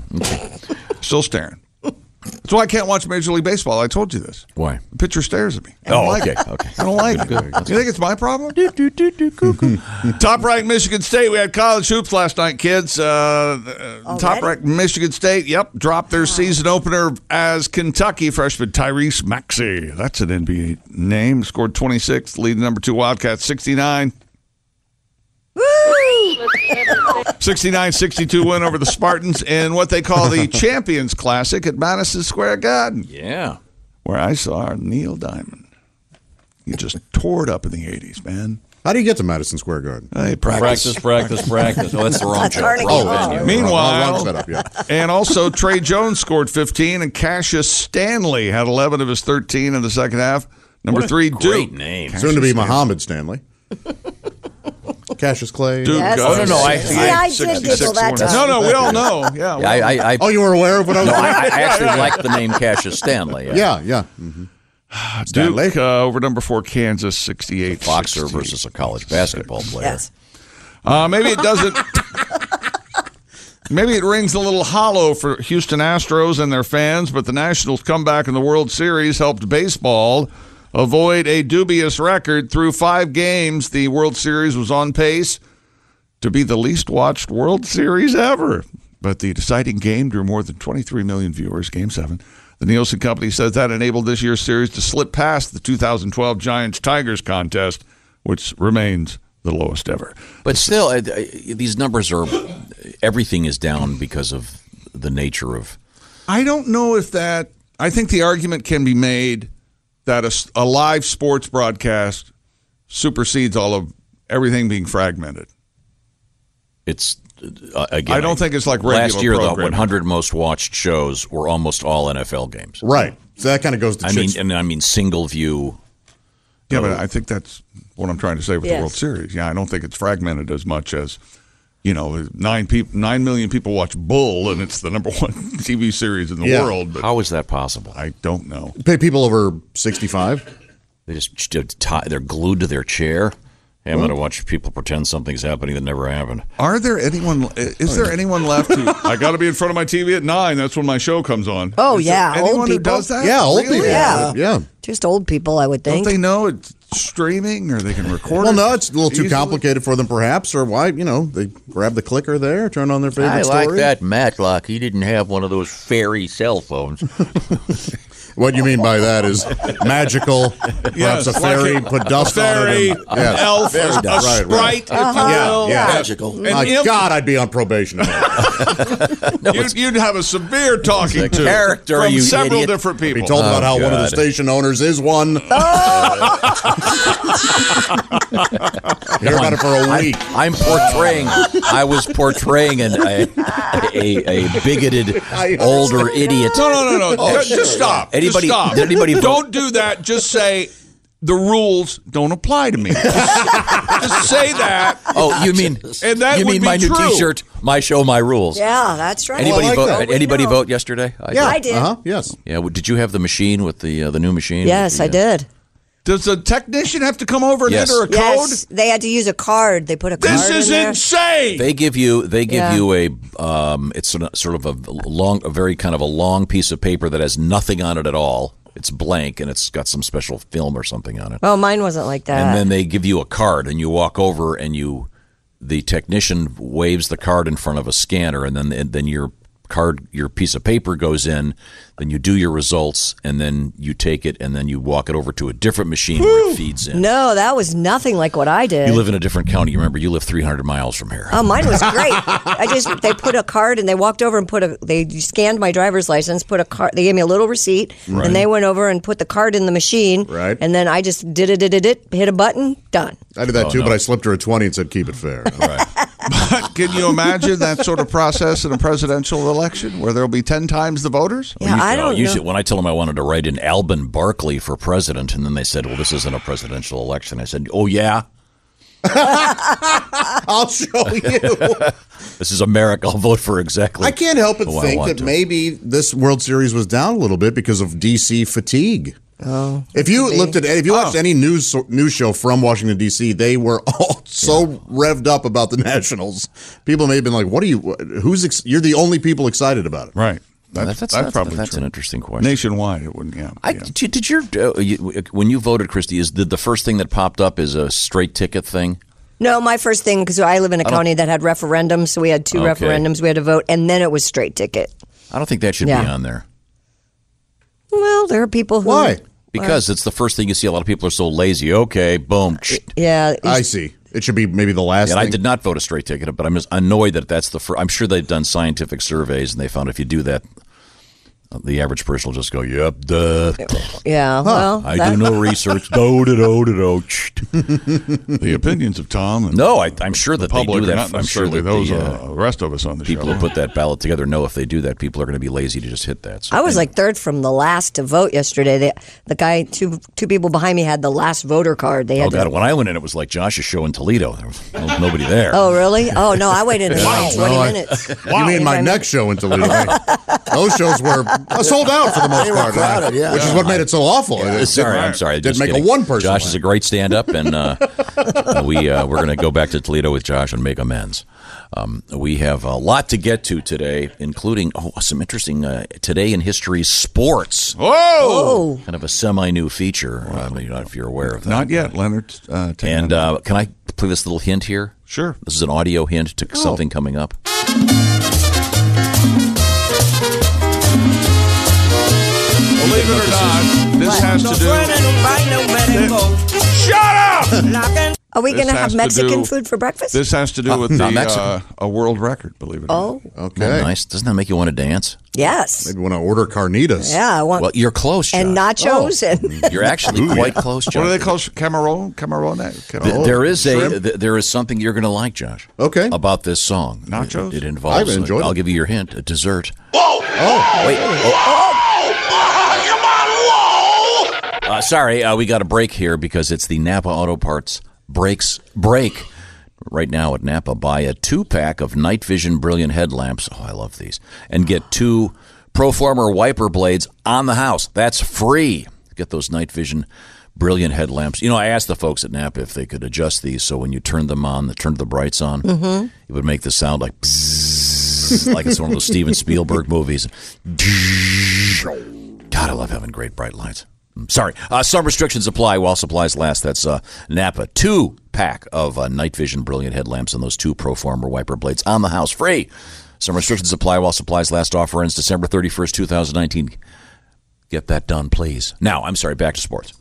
Speaker 4: Still staring. That's why I can't watch Major League Baseball. I told you this.
Speaker 6: Why?
Speaker 4: The pitcher stares at me. I don't
Speaker 6: Oh,
Speaker 4: like
Speaker 6: okay,
Speaker 4: it.
Speaker 6: okay.
Speaker 4: I don't like it. You think it's my problem? top ranked Michigan State. We had college hoops last night, kids. Uh,
Speaker 7: Already?
Speaker 4: top ranked Michigan State. Yep, dropped their season opener as Kentucky freshman Tyrese Maxey. That's an NBA name. Scored 26, leading number two Wildcats 69. 69-62 win over the Spartans in what they call the Champions Classic at Madison Square Garden
Speaker 6: Yeah.
Speaker 4: where I saw Neil Diamond. He just tore it up in the 80s, man.
Speaker 5: How do you get to Madison Square Garden?
Speaker 4: Hey, practice.
Speaker 6: Practice, practice, practice. Oh, that's the wrong joke.
Speaker 7: Carnegie
Speaker 6: Wrong
Speaker 7: Hall.
Speaker 6: venue.
Speaker 4: Meanwhile-
Speaker 5: Wrong- wrong setup, yeah.
Speaker 4: And also, Trey Jones scored 15, and Cassius Stanley had 11 of his 13 in the second half. Number three,
Speaker 6: Great
Speaker 4: Duke.
Speaker 6: name.
Speaker 5: Soon to be Mohammed Stanley. Cassius Clay.
Speaker 4: Duke
Speaker 7: Yes.
Speaker 4: goes
Speaker 6: Oh, no, no, I-
Speaker 7: See, I did
Speaker 4: 66
Speaker 7: giggle that
Speaker 4: win.
Speaker 7: time.
Speaker 4: No, no, we all know. Yeah.
Speaker 6: I, I, I,
Speaker 5: Oh, you were aware of what I was
Speaker 6: no,
Speaker 5: doing?
Speaker 6: I, I actually like the name Cassius Stanley.
Speaker 5: Yeah, yeah. Mm-hmm.
Speaker 4: Duke uh, over number four, Kansas, 68.
Speaker 6: Boxer versus a college basketball player.
Speaker 7: Yes.
Speaker 4: Uh, maybe it doesn't. Maybe it rings a little hollow for Houston Astros and their fans, but the Nationals' comeback in the World Series helped baseball avoid a dubious record through five games. The World Series was on pace to be the least watched World Series ever, but the deciding game drew more than 23 million viewers. Game seven. The Nielsen Company says that enabled this year's series to slip past the 2012 Giants Tigers contest, which remains the lowest ever.
Speaker 6: But still, I, I, these numbers are everything is down because of the nature of.
Speaker 4: I don't know if that. I think the argument can be made that a, s- a live sports broadcast supersedes all of everything being fragmented.
Speaker 6: It's uh, again.
Speaker 4: I don't think it's like
Speaker 6: last
Speaker 4: regular
Speaker 6: year. The
Speaker 4: programming.
Speaker 6: 100 most watched shows were almost all NFL games.
Speaker 5: Right. So that kind of goes to
Speaker 6: I mean,
Speaker 5: Chick's-
Speaker 6: and I mean single view.
Speaker 4: Yeah, but I think that's what I'm trying to say with the
Speaker 7: Yes.
Speaker 4: World Series. Yeah, I don't think it's fragmented as much as you know nine people, nine million people watch Bull, and it's the number one TV series in the
Speaker 5: Yeah.
Speaker 4: world. But
Speaker 6: How is that possible?
Speaker 4: I don't know.
Speaker 5: pay people over 65.
Speaker 6: They just, just tie, they're glued to their chair. Hey, I'm going to watch people pretend something's happening that never happened.
Speaker 4: Are there anyone? Is there anyone left? Who, I got to be in front of my TV at nine. That's when my show comes on.
Speaker 7: Oh,
Speaker 4: Is there
Speaker 7: yeah, old
Speaker 4: anyone who
Speaker 7: people.
Speaker 4: does that?
Speaker 5: Yeah, old
Speaker 4: Really?
Speaker 5: people.
Speaker 7: Yeah.
Speaker 5: Yeah.
Speaker 7: Just old people, I would
Speaker 4: Don't
Speaker 7: think.
Speaker 4: they know it's streaming or they can record?
Speaker 5: Well,
Speaker 4: it
Speaker 5: no, it's a little too
Speaker 4: easily?
Speaker 5: complicated for them, perhaps, or why, you know, they grab the clicker there, turn on their favorite story.
Speaker 6: Matlock. He didn't have one of those fairy cell phones.
Speaker 5: What you mean by that is magical, perhaps
Speaker 4: Yes,
Speaker 5: a fairy
Speaker 4: like a-
Speaker 5: put dust
Speaker 4: Fairy,
Speaker 5: on it. and-
Speaker 4: an elf,
Speaker 8: Fairy
Speaker 4: a
Speaker 8: does.
Speaker 5: Right,
Speaker 4: sprite.
Speaker 5: right.
Speaker 4: if you will.
Speaker 5: yeah.
Speaker 8: Magical.
Speaker 4: And
Speaker 5: My
Speaker 4: if-
Speaker 5: God, I'd be on probation. I'd
Speaker 4: You'd, you'd have a severe talking to
Speaker 6: character,
Speaker 4: from
Speaker 6: you
Speaker 4: several
Speaker 6: idiot. Oh,
Speaker 4: different
Speaker 5: be
Speaker 4: people.
Speaker 5: told about how one of the
Speaker 6: God. Oh.
Speaker 5: station owners is one. Hear about it for a week.
Speaker 6: I'm portraying. I was portraying an, a, a a bigoted
Speaker 5: I
Speaker 6: older idiot.
Speaker 4: No, no, no, no. just,
Speaker 6: sure,
Speaker 4: just stop. Just
Speaker 6: Anybody-
Speaker 4: stop.
Speaker 6: did anybody vote?
Speaker 4: Don't do that. Just say the rules don't apply to me. just, just say that.
Speaker 6: Oh, you mean
Speaker 4: And that
Speaker 6: you
Speaker 4: would
Speaker 6: mean
Speaker 4: be
Speaker 6: my
Speaker 4: true.
Speaker 6: new T-shirt? My show, my rules.
Speaker 7: Yeah, that's right.
Speaker 6: Anybody
Speaker 5: like
Speaker 6: vote?
Speaker 5: that.
Speaker 6: Anybody
Speaker 7: We know.
Speaker 6: vote yesterday? I did.
Speaker 7: Yeah, I did.
Speaker 5: Uh huh. Yes.
Speaker 6: Yeah. well, Did you have the machine with the uh, the new machine?
Speaker 7: Yes, I
Speaker 6: With the, uh,
Speaker 7: did.
Speaker 4: Does the technician have to come over and
Speaker 6: Yes.
Speaker 4: enter a code?
Speaker 7: Yes, they had to use a card. They put a
Speaker 4: This
Speaker 7: card
Speaker 4: is
Speaker 7: in there.
Speaker 4: insane.
Speaker 6: They give you they give
Speaker 7: Yeah.
Speaker 6: you a um, it's sort of- sort of a long a very kind of a long piece of paper that has nothing on it at all. It's blank and it's got some special film or something on it.
Speaker 7: Well, Oh, mine wasn't like that.
Speaker 6: and then they give you a card and you walk over and you the technician waves the card in front of a scanner and then and then your card your piece of paper goes in then you do your results and then you take it and then you walk it over to a different machine where it feeds in
Speaker 7: no, that was nothing like what I did.
Speaker 6: you live in a different county remember you live 300 miles from here
Speaker 7: Oh, mine was great. I just they put a card and they walked over and put a they scanned my driver's license, put a card. They gave me a little receipt, and they went over and put the card in the machine.
Speaker 5: Right.
Speaker 7: And then I just did it, did it, did it, hit a button, done.
Speaker 5: I
Speaker 6: Oh,
Speaker 5: did that too, but I slipped her a 20 and said, keep it fair.
Speaker 4: Can you imagine that sort of process in a presidential election where there'll be 10 times the voters?
Speaker 7: Yeah, I don't know.
Speaker 6: usually uh, when I told them I wanted to write in Alban Barkley for president and then they said well this isn't a presidential election I said oh yeah
Speaker 5: I'll show
Speaker 7: Oh,
Speaker 5: you.
Speaker 6: this is America I'll vote for exactly
Speaker 5: I can't help but
Speaker 6: who I
Speaker 5: think
Speaker 6: want
Speaker 5: that
Speaker 6: to.
Speaker 5: maybe this World Series was down a little bit because of DC fatigue. Oh, if you looked at if you
Speaker 4: Oh.
Speaker 5: watched any news news show from Washington D.C., they were all so revved up about the Nationals. People may have been like, "What are you? Who's ex- you're the only people excited about it?"
Speaker 4: Right.
Speaker 6: that's,
Speaker 4: That's, that's probably
Speaker 6: probably that's
Speaker 4: true.
Speaker 6: an interesting question
Speaker 4: Nationwide, it wouldn't. Yeah.
Speaker 6: I,
Speaker 4: yeah.
Speaker 6: did, did your uh, you, when you voted, Christy? Is did the first thing that popped up is a straight ticket thing?
Speaker 7: No, my first thing because I live in a county that had referendums, so we had two
Speaker 6: Oh. Okay.
Speaker 7: referendums we had to vote, and then it was straight ticket.
Speaker 6: I don't think that should be
Speaker 7: Yeah.
Speaker 6: on there
Speaker 7: Well, there are people who
Speaker 5: Why?
Speaker 6: because it's the first thing you see. A lot of people are so lazy. Okay, boom.
Speaker 7: Yeah,
Speaker 5: I see. It should be maybe the last.
Speaker 6: And I
Speaker 5: thing.
Speaker 6: did not vote a straight ticket, but I'm just annoyed that that's the first. I'm sure they've done scientific surveys and they found if you do that, uh, the average person will just go, "Yep, duh."
Speaker 7: yeah. Well,
Speaker 6: I
Speaker 7: Oh, that-
Speaker 6: do no research. do do do do do.
Speaker 4: the opinions of Tom and
Speaker 6: No, I, I'm sure that they
Speaker 4: public
Speaker 6: do
Speaker 4: are not
Speaker 6: that. I'm sure
Speaker 4: necessarily
Speaker 6: that
Speaker 4: those
Speaker 6: the,
Speaker 4: uh,
Speaker 6: uh,
Speaker 4: rest of us on the
Speaker 6: people
Speaker 4: show.
Speaker 6: who put that ballot together know if they do that, people are going to be lazy to just hit that. So
Speaker 7: I was like third from the last to vote yesterday. The, the guy, two two people behind me had the last voter card. They had
Speaker 6: Oh
Speaker 7: to
Speaker 6: God! When I went in, it was like Josh's show in Toledo. There was no- nobody there.
Speaker 7: Oh, really? Oh, no, I waited like 20
Speaker 5: No, I-
Speaker 7: minutes.
Speaker 5: You mean my
Speaker 7: Anybody-
Speaker 5: next show in Toledo? Those shows were sold out for the most
Speaker 8: They were
Speaker 5: part,
Speaker 8: crowded, yeah.
Speaker 5: which is what made it so awful. It-
Speaker 6: sorry, I'm sorry. I
Speaker 5: Did
Speaker 6: just
Speaker 5: make a
Speaker 6: kidding.
Speaker 5: one person.
Speaker 6: Josh is a great stand-up, and uh, we uh, we're going to go back to Toledo with Josh and make amends. Um, we have a lot to get to today, including oh some interesting uh, today in history sports.
Speaker 4: Whoa!
Speaker 7: Oh,
Speaker 6: Kind of a semi-new feature. I don't know if you're aware of that.
Speaker 4: Not yet, Leonard. Uh, take
Speaker 6: and
Speaker 4: that.
Speaker 6: uh, can I play this little hint here?
Speaker 4: sure.
Speaker 6: This is an audio hint to something coming up.
Speaker 4: Believe it or not, this has to do. Shut up!
Speaker 7: Are we
Speaker 4: This
Speaker 7: going to
Speaker 4: has
Speaker 7: have
Speaker 4: to
Speaker 7: Mexican
Speaker 4: do-
Speaker 7: food for breakfast?
Speaker 4: This has to do
Speaker 6: Uh,
Speaker 4: with the
Speaker 6: not Mexican.
Speaker 4: uh, a world record, believe it or
Speaker 7: oh,
Speaker 5: Okay.
Speaker 6: Oh, nice. Doesn't that make you want to dance?
Speaker 7: yes.
Speaker 5: Maybe want to order carnitas.
Speaker 7: Yeah, I want
Speaker 6: Well, you're close, John.
Speaker 7: and nachos and
Speaker 6: You're actually quite close,
Speaker 4: not. Oh.
Speaker 6: John.
Speaker 4: What do they call Oh, Cameron? Cameron?
Speaker 6: Th- there is a
Speaker 5: shrimp?
Speaker 6: th- there is something you're going to like, Josh.
Speaker 5: Okay.
Speaker 6: About this song,
Speaker 4: Nachos?
Speaker 6: It, it involves.
Speaker 5: I've enjoyed
Speaker 6: I'll
Speaker 5: it.
Speaker 6: give you your hint: a dessert.
Speaker 5: Oh,
Speaker 6: Wait. Uh, sorry, uh, we got a break here because it's the Napa Auto Parts breaks break. Right now at Napa, buy a two pack of night vision brilliant headlamps. Oh, I love these. And get two Proformer wiper blades on the house. That's free. Get those night vision brilliant headlamps. You know, I asked the folks at Napa if they could adjust these so when you turn them on, the turn the brights on,
Speaker 9: Mm-hmm.
Speaker 7: Mm-hmm.
Speaker 6: it would make the sound like bzzz, like it's one of those Steven Spielberg movies. God, I love having great bright lights. I'm sorry. Uh, some restrictions apply while supplies last. That's uh, Napa. Two pack of uh, night vision brilliant headlamps and those two Proformer wiper blades on the house. Free. Some restrictions apply while supplies last. Offer ends December 31st, 2019. Get that done, please. Now, I'm sorry, back to sports.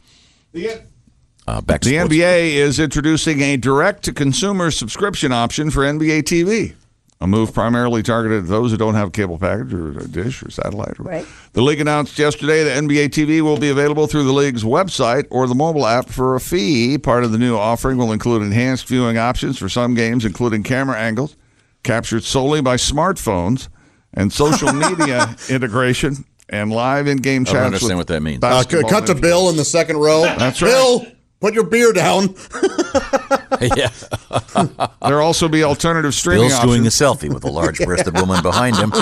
Speaker 6: Uh, back to
Speaker 4: The
Speaker 6: sports.
Speaker 4: NBA is introducing a direct-to-consumer subscription option for NBA TV. A move primarily targeted at those who don't have a cable package or a dish or satellite. or-
Speaker 7: Right.
Speaker 4: The league announced yesterday that NBA TV will be available through the league's website or the mobile app for a fee. Part of the new offering will include enhanced viewing options for some games, including camera angles captured solely by smartphones and social media integration and live in-game
Speaker 6: don't
Speaker 4: chats.
Speaker 6: understand
Speaker 4: with
Speaker 6: what that means.
Speaker 5: uh,
Speaker 4: basketball
Speaker 5: cut to
Speaker 4: and-
Speaker 5: Bill in the second row.
Speaker 4: That's right.
Speaker 5: Bill, put your beer down.
Speaker 6: yeah.
Speaker 4: There'll also be alternative streaming
Speaker 6: Bill's
Speaker 4: options. E
Speaker 6: doing a selfie with a large breasted woman behind him.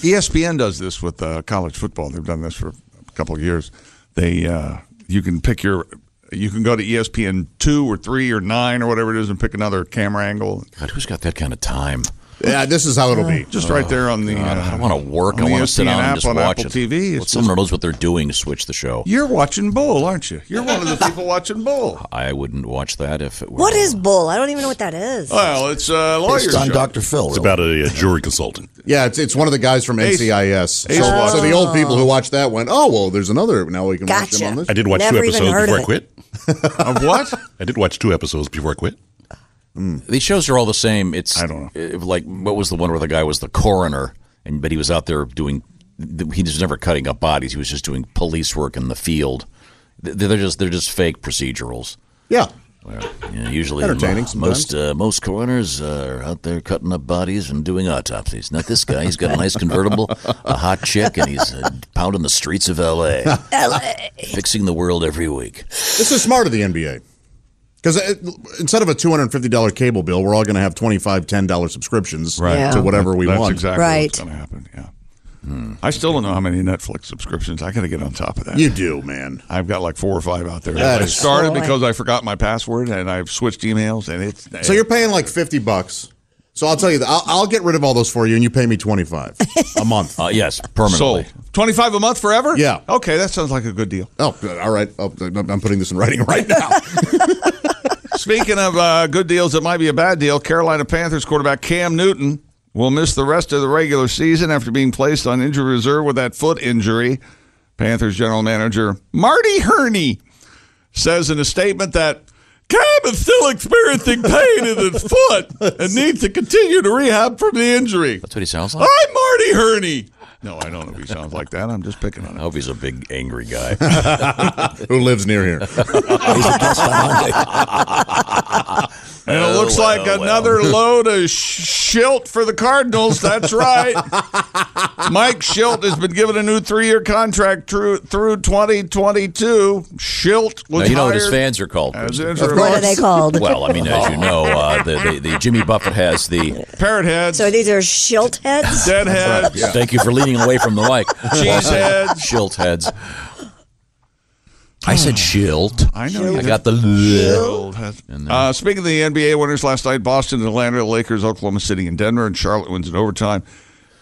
Speaker 4: ESPN does this with uh, college football. They've done this for a couple of years. They uh, you can pick your you can go to E ESPN two or three or nine or whatever it is and pick another camera angle.
Speaker 6: God, who's got that kind of time? Oh,
Speaker 5: yeah, this is how it'll be.
Speaker 4: Just right there on the.
Speaker 6: God, I
Speaker 4: uh,
Speaker 6: don't want to work.
Speaker 4: on
Speaker 6: I
Speaker 4: the E
Speaker 6: want to sit
Speaker 4: ESPN
Speaker 6: down and
Speaker 4: app
Speaker 6: just
Speaker 4: on
Speaker 6: watch
Speaker 4: Apple
Speaker 6: it.
Speaker 4: TV.
Speaker 6: Well,
Speaker 4: It's
Speaker 6: someone knows what they're doing to switch the show.
Speaker 4: You're watching Bull, aren't you? You're one of the people watching Bull.
Speaker 6: I wouldn't watch that if it were.
Speaker 7: what is bull? I don't even know what that is.
Speaker 4: Well, it's a lawyer
Speaker 8: Based on
Speaker 4: show.
Speaker 8: Dr. Phil.
Speaker 10: uh, It's about a, uh jury consultant.
Speaker 5: Yeah, it's, it's one of the guys from
Speaker 4: Ace-
Speaker 5: NCIS.
Speaker 4: Ace
Speaker 5: so,
Speaker 4: watched
Speaker 5: so the old people who watched that went, oh, well, there's another. Now we can watch
Speaker 7: Gotcha.
Speaker 5: them on this.
Speaker 10: I did watch
Speaker 7: Never
Speaker 10: two
Speaker 7: even
Speaker 10: episodes
Speaker 7: heard of
Speaker 10: before I
Speaker 7: it.
Speaker 10: quit.
Speaker 4: of what?
Speaker 10: I did watch two episodes before I quit.
Speaker 6: Mm. These shows are all the same. It's
Speaker 4: I don't
Speaker 6: know. Like what was the one where the guy was the coroner, and but he was out there doing. He was never cutting up bodies. He was just doing police work in the field. Th- They're just they're just fake procedurals.
Speaker 5: Yeah.
Speaker 6: Well, you know, usually
Speaker 5: Entertaining
Speaker 6: mo- most uh, most coroners are out there cutting up bodies and doing autopsies. Not this guy. He's got a nice convertible, a hot chick, and he's uh, pounding the streets of L.A., fixing the world every week.
Speaker 5: This is smart of the NBA. Because uh, instead of a $250 cable bill, we're all going to have $25, $10 subscriptions
Speaker 7: Right.
Speaker 5: to whatever we
Speaker 4: That's
Speaker 5: want.
Speaker 4: exactly
Speaker 7: Right.
Speaker 4: what's going to happen. Yeah. I still don't know how many Netflix subscriptions. I got to get on top of that.
Speaker 5: You do, man.
Speaker 4: I've got like four or five out there.
Speaker 5: That
Speaker 4: I
Speaker 5: is-
Speaker 4: started
Speaker 7: Boy.
Speaker 4: because I forgot my password and I've switched emails and it's
Speaker 5: So you're paying like 50 bucks. So I'll tell you, that I'll, I'll get rid of all those for you and you pay me 25 a month.
Speaker 6: Uh, yes, permanently.
Speaker 4: sold. Twenty five a month forever?
Speaker 5: Yeah.
Speaker 4: Okay, that sounds like a good deal.
Speaker 5: Oh, good. all right. Oh, I'm putting this in writing right now.
Speaker 4: Speaking of uh, good deals that might be a bad deal, Carolina Panthers quarterback Cam Newton will miss the rest of the regular season after being placed on injury reserve with that foot injury. Panthers general manager Marty Herney says in a statement that Cam is still experiencing pain in his foot and needs to continue to rehab from the injury.
Speaker 6: That's what he sounds like.
Speaker 4: I'm Marty Herney. No, I don't know if he sounds like that. I'm just picking on
Speaker 6: I
Speaker 4: him.
Speaker 6: hope he's a big angry guy.
Speaker 5: Who lives near here?
Speaker 4: And it looks
Speaker 6: Oh, well,
Speaker 4: like
Speaker 6: well.
Speaker 4: another load of sh- Schilt for the Cardinals. That's right. Mike Schilt has been given a new three-year contract through through 2022. Schilt was
Speaker 6: now, you know what his
Speaker 4: hired
Speaker 6: fans are called.
Speaker 4: as
Speaker 6: Kristen?
Speaker 4: interim-
Speaker 7: what are they called?
Speaker 6: Well, I mean, as you know, uh, the, the, the Jimmy Buffett has the.
Speaker 4: parrot heads,
Speaker 7: so these are shilt heads.
Speaker 4: dead heads,
Speaker 6: Thank you for leaning away from the mic.
Speaker 4: cheese heads.
Speaker 6: Shilt heads. I said shilt.
Speaker 4: I know.
Speaker 6: I
Speaker 4: you
Speaker 6: got the.
Speaker 4: Uh, speaking of the NBA winners last night, Boston, Atlanta, the Lakers, Oklahoma City, and Denver, and Charlotte wins in overtime.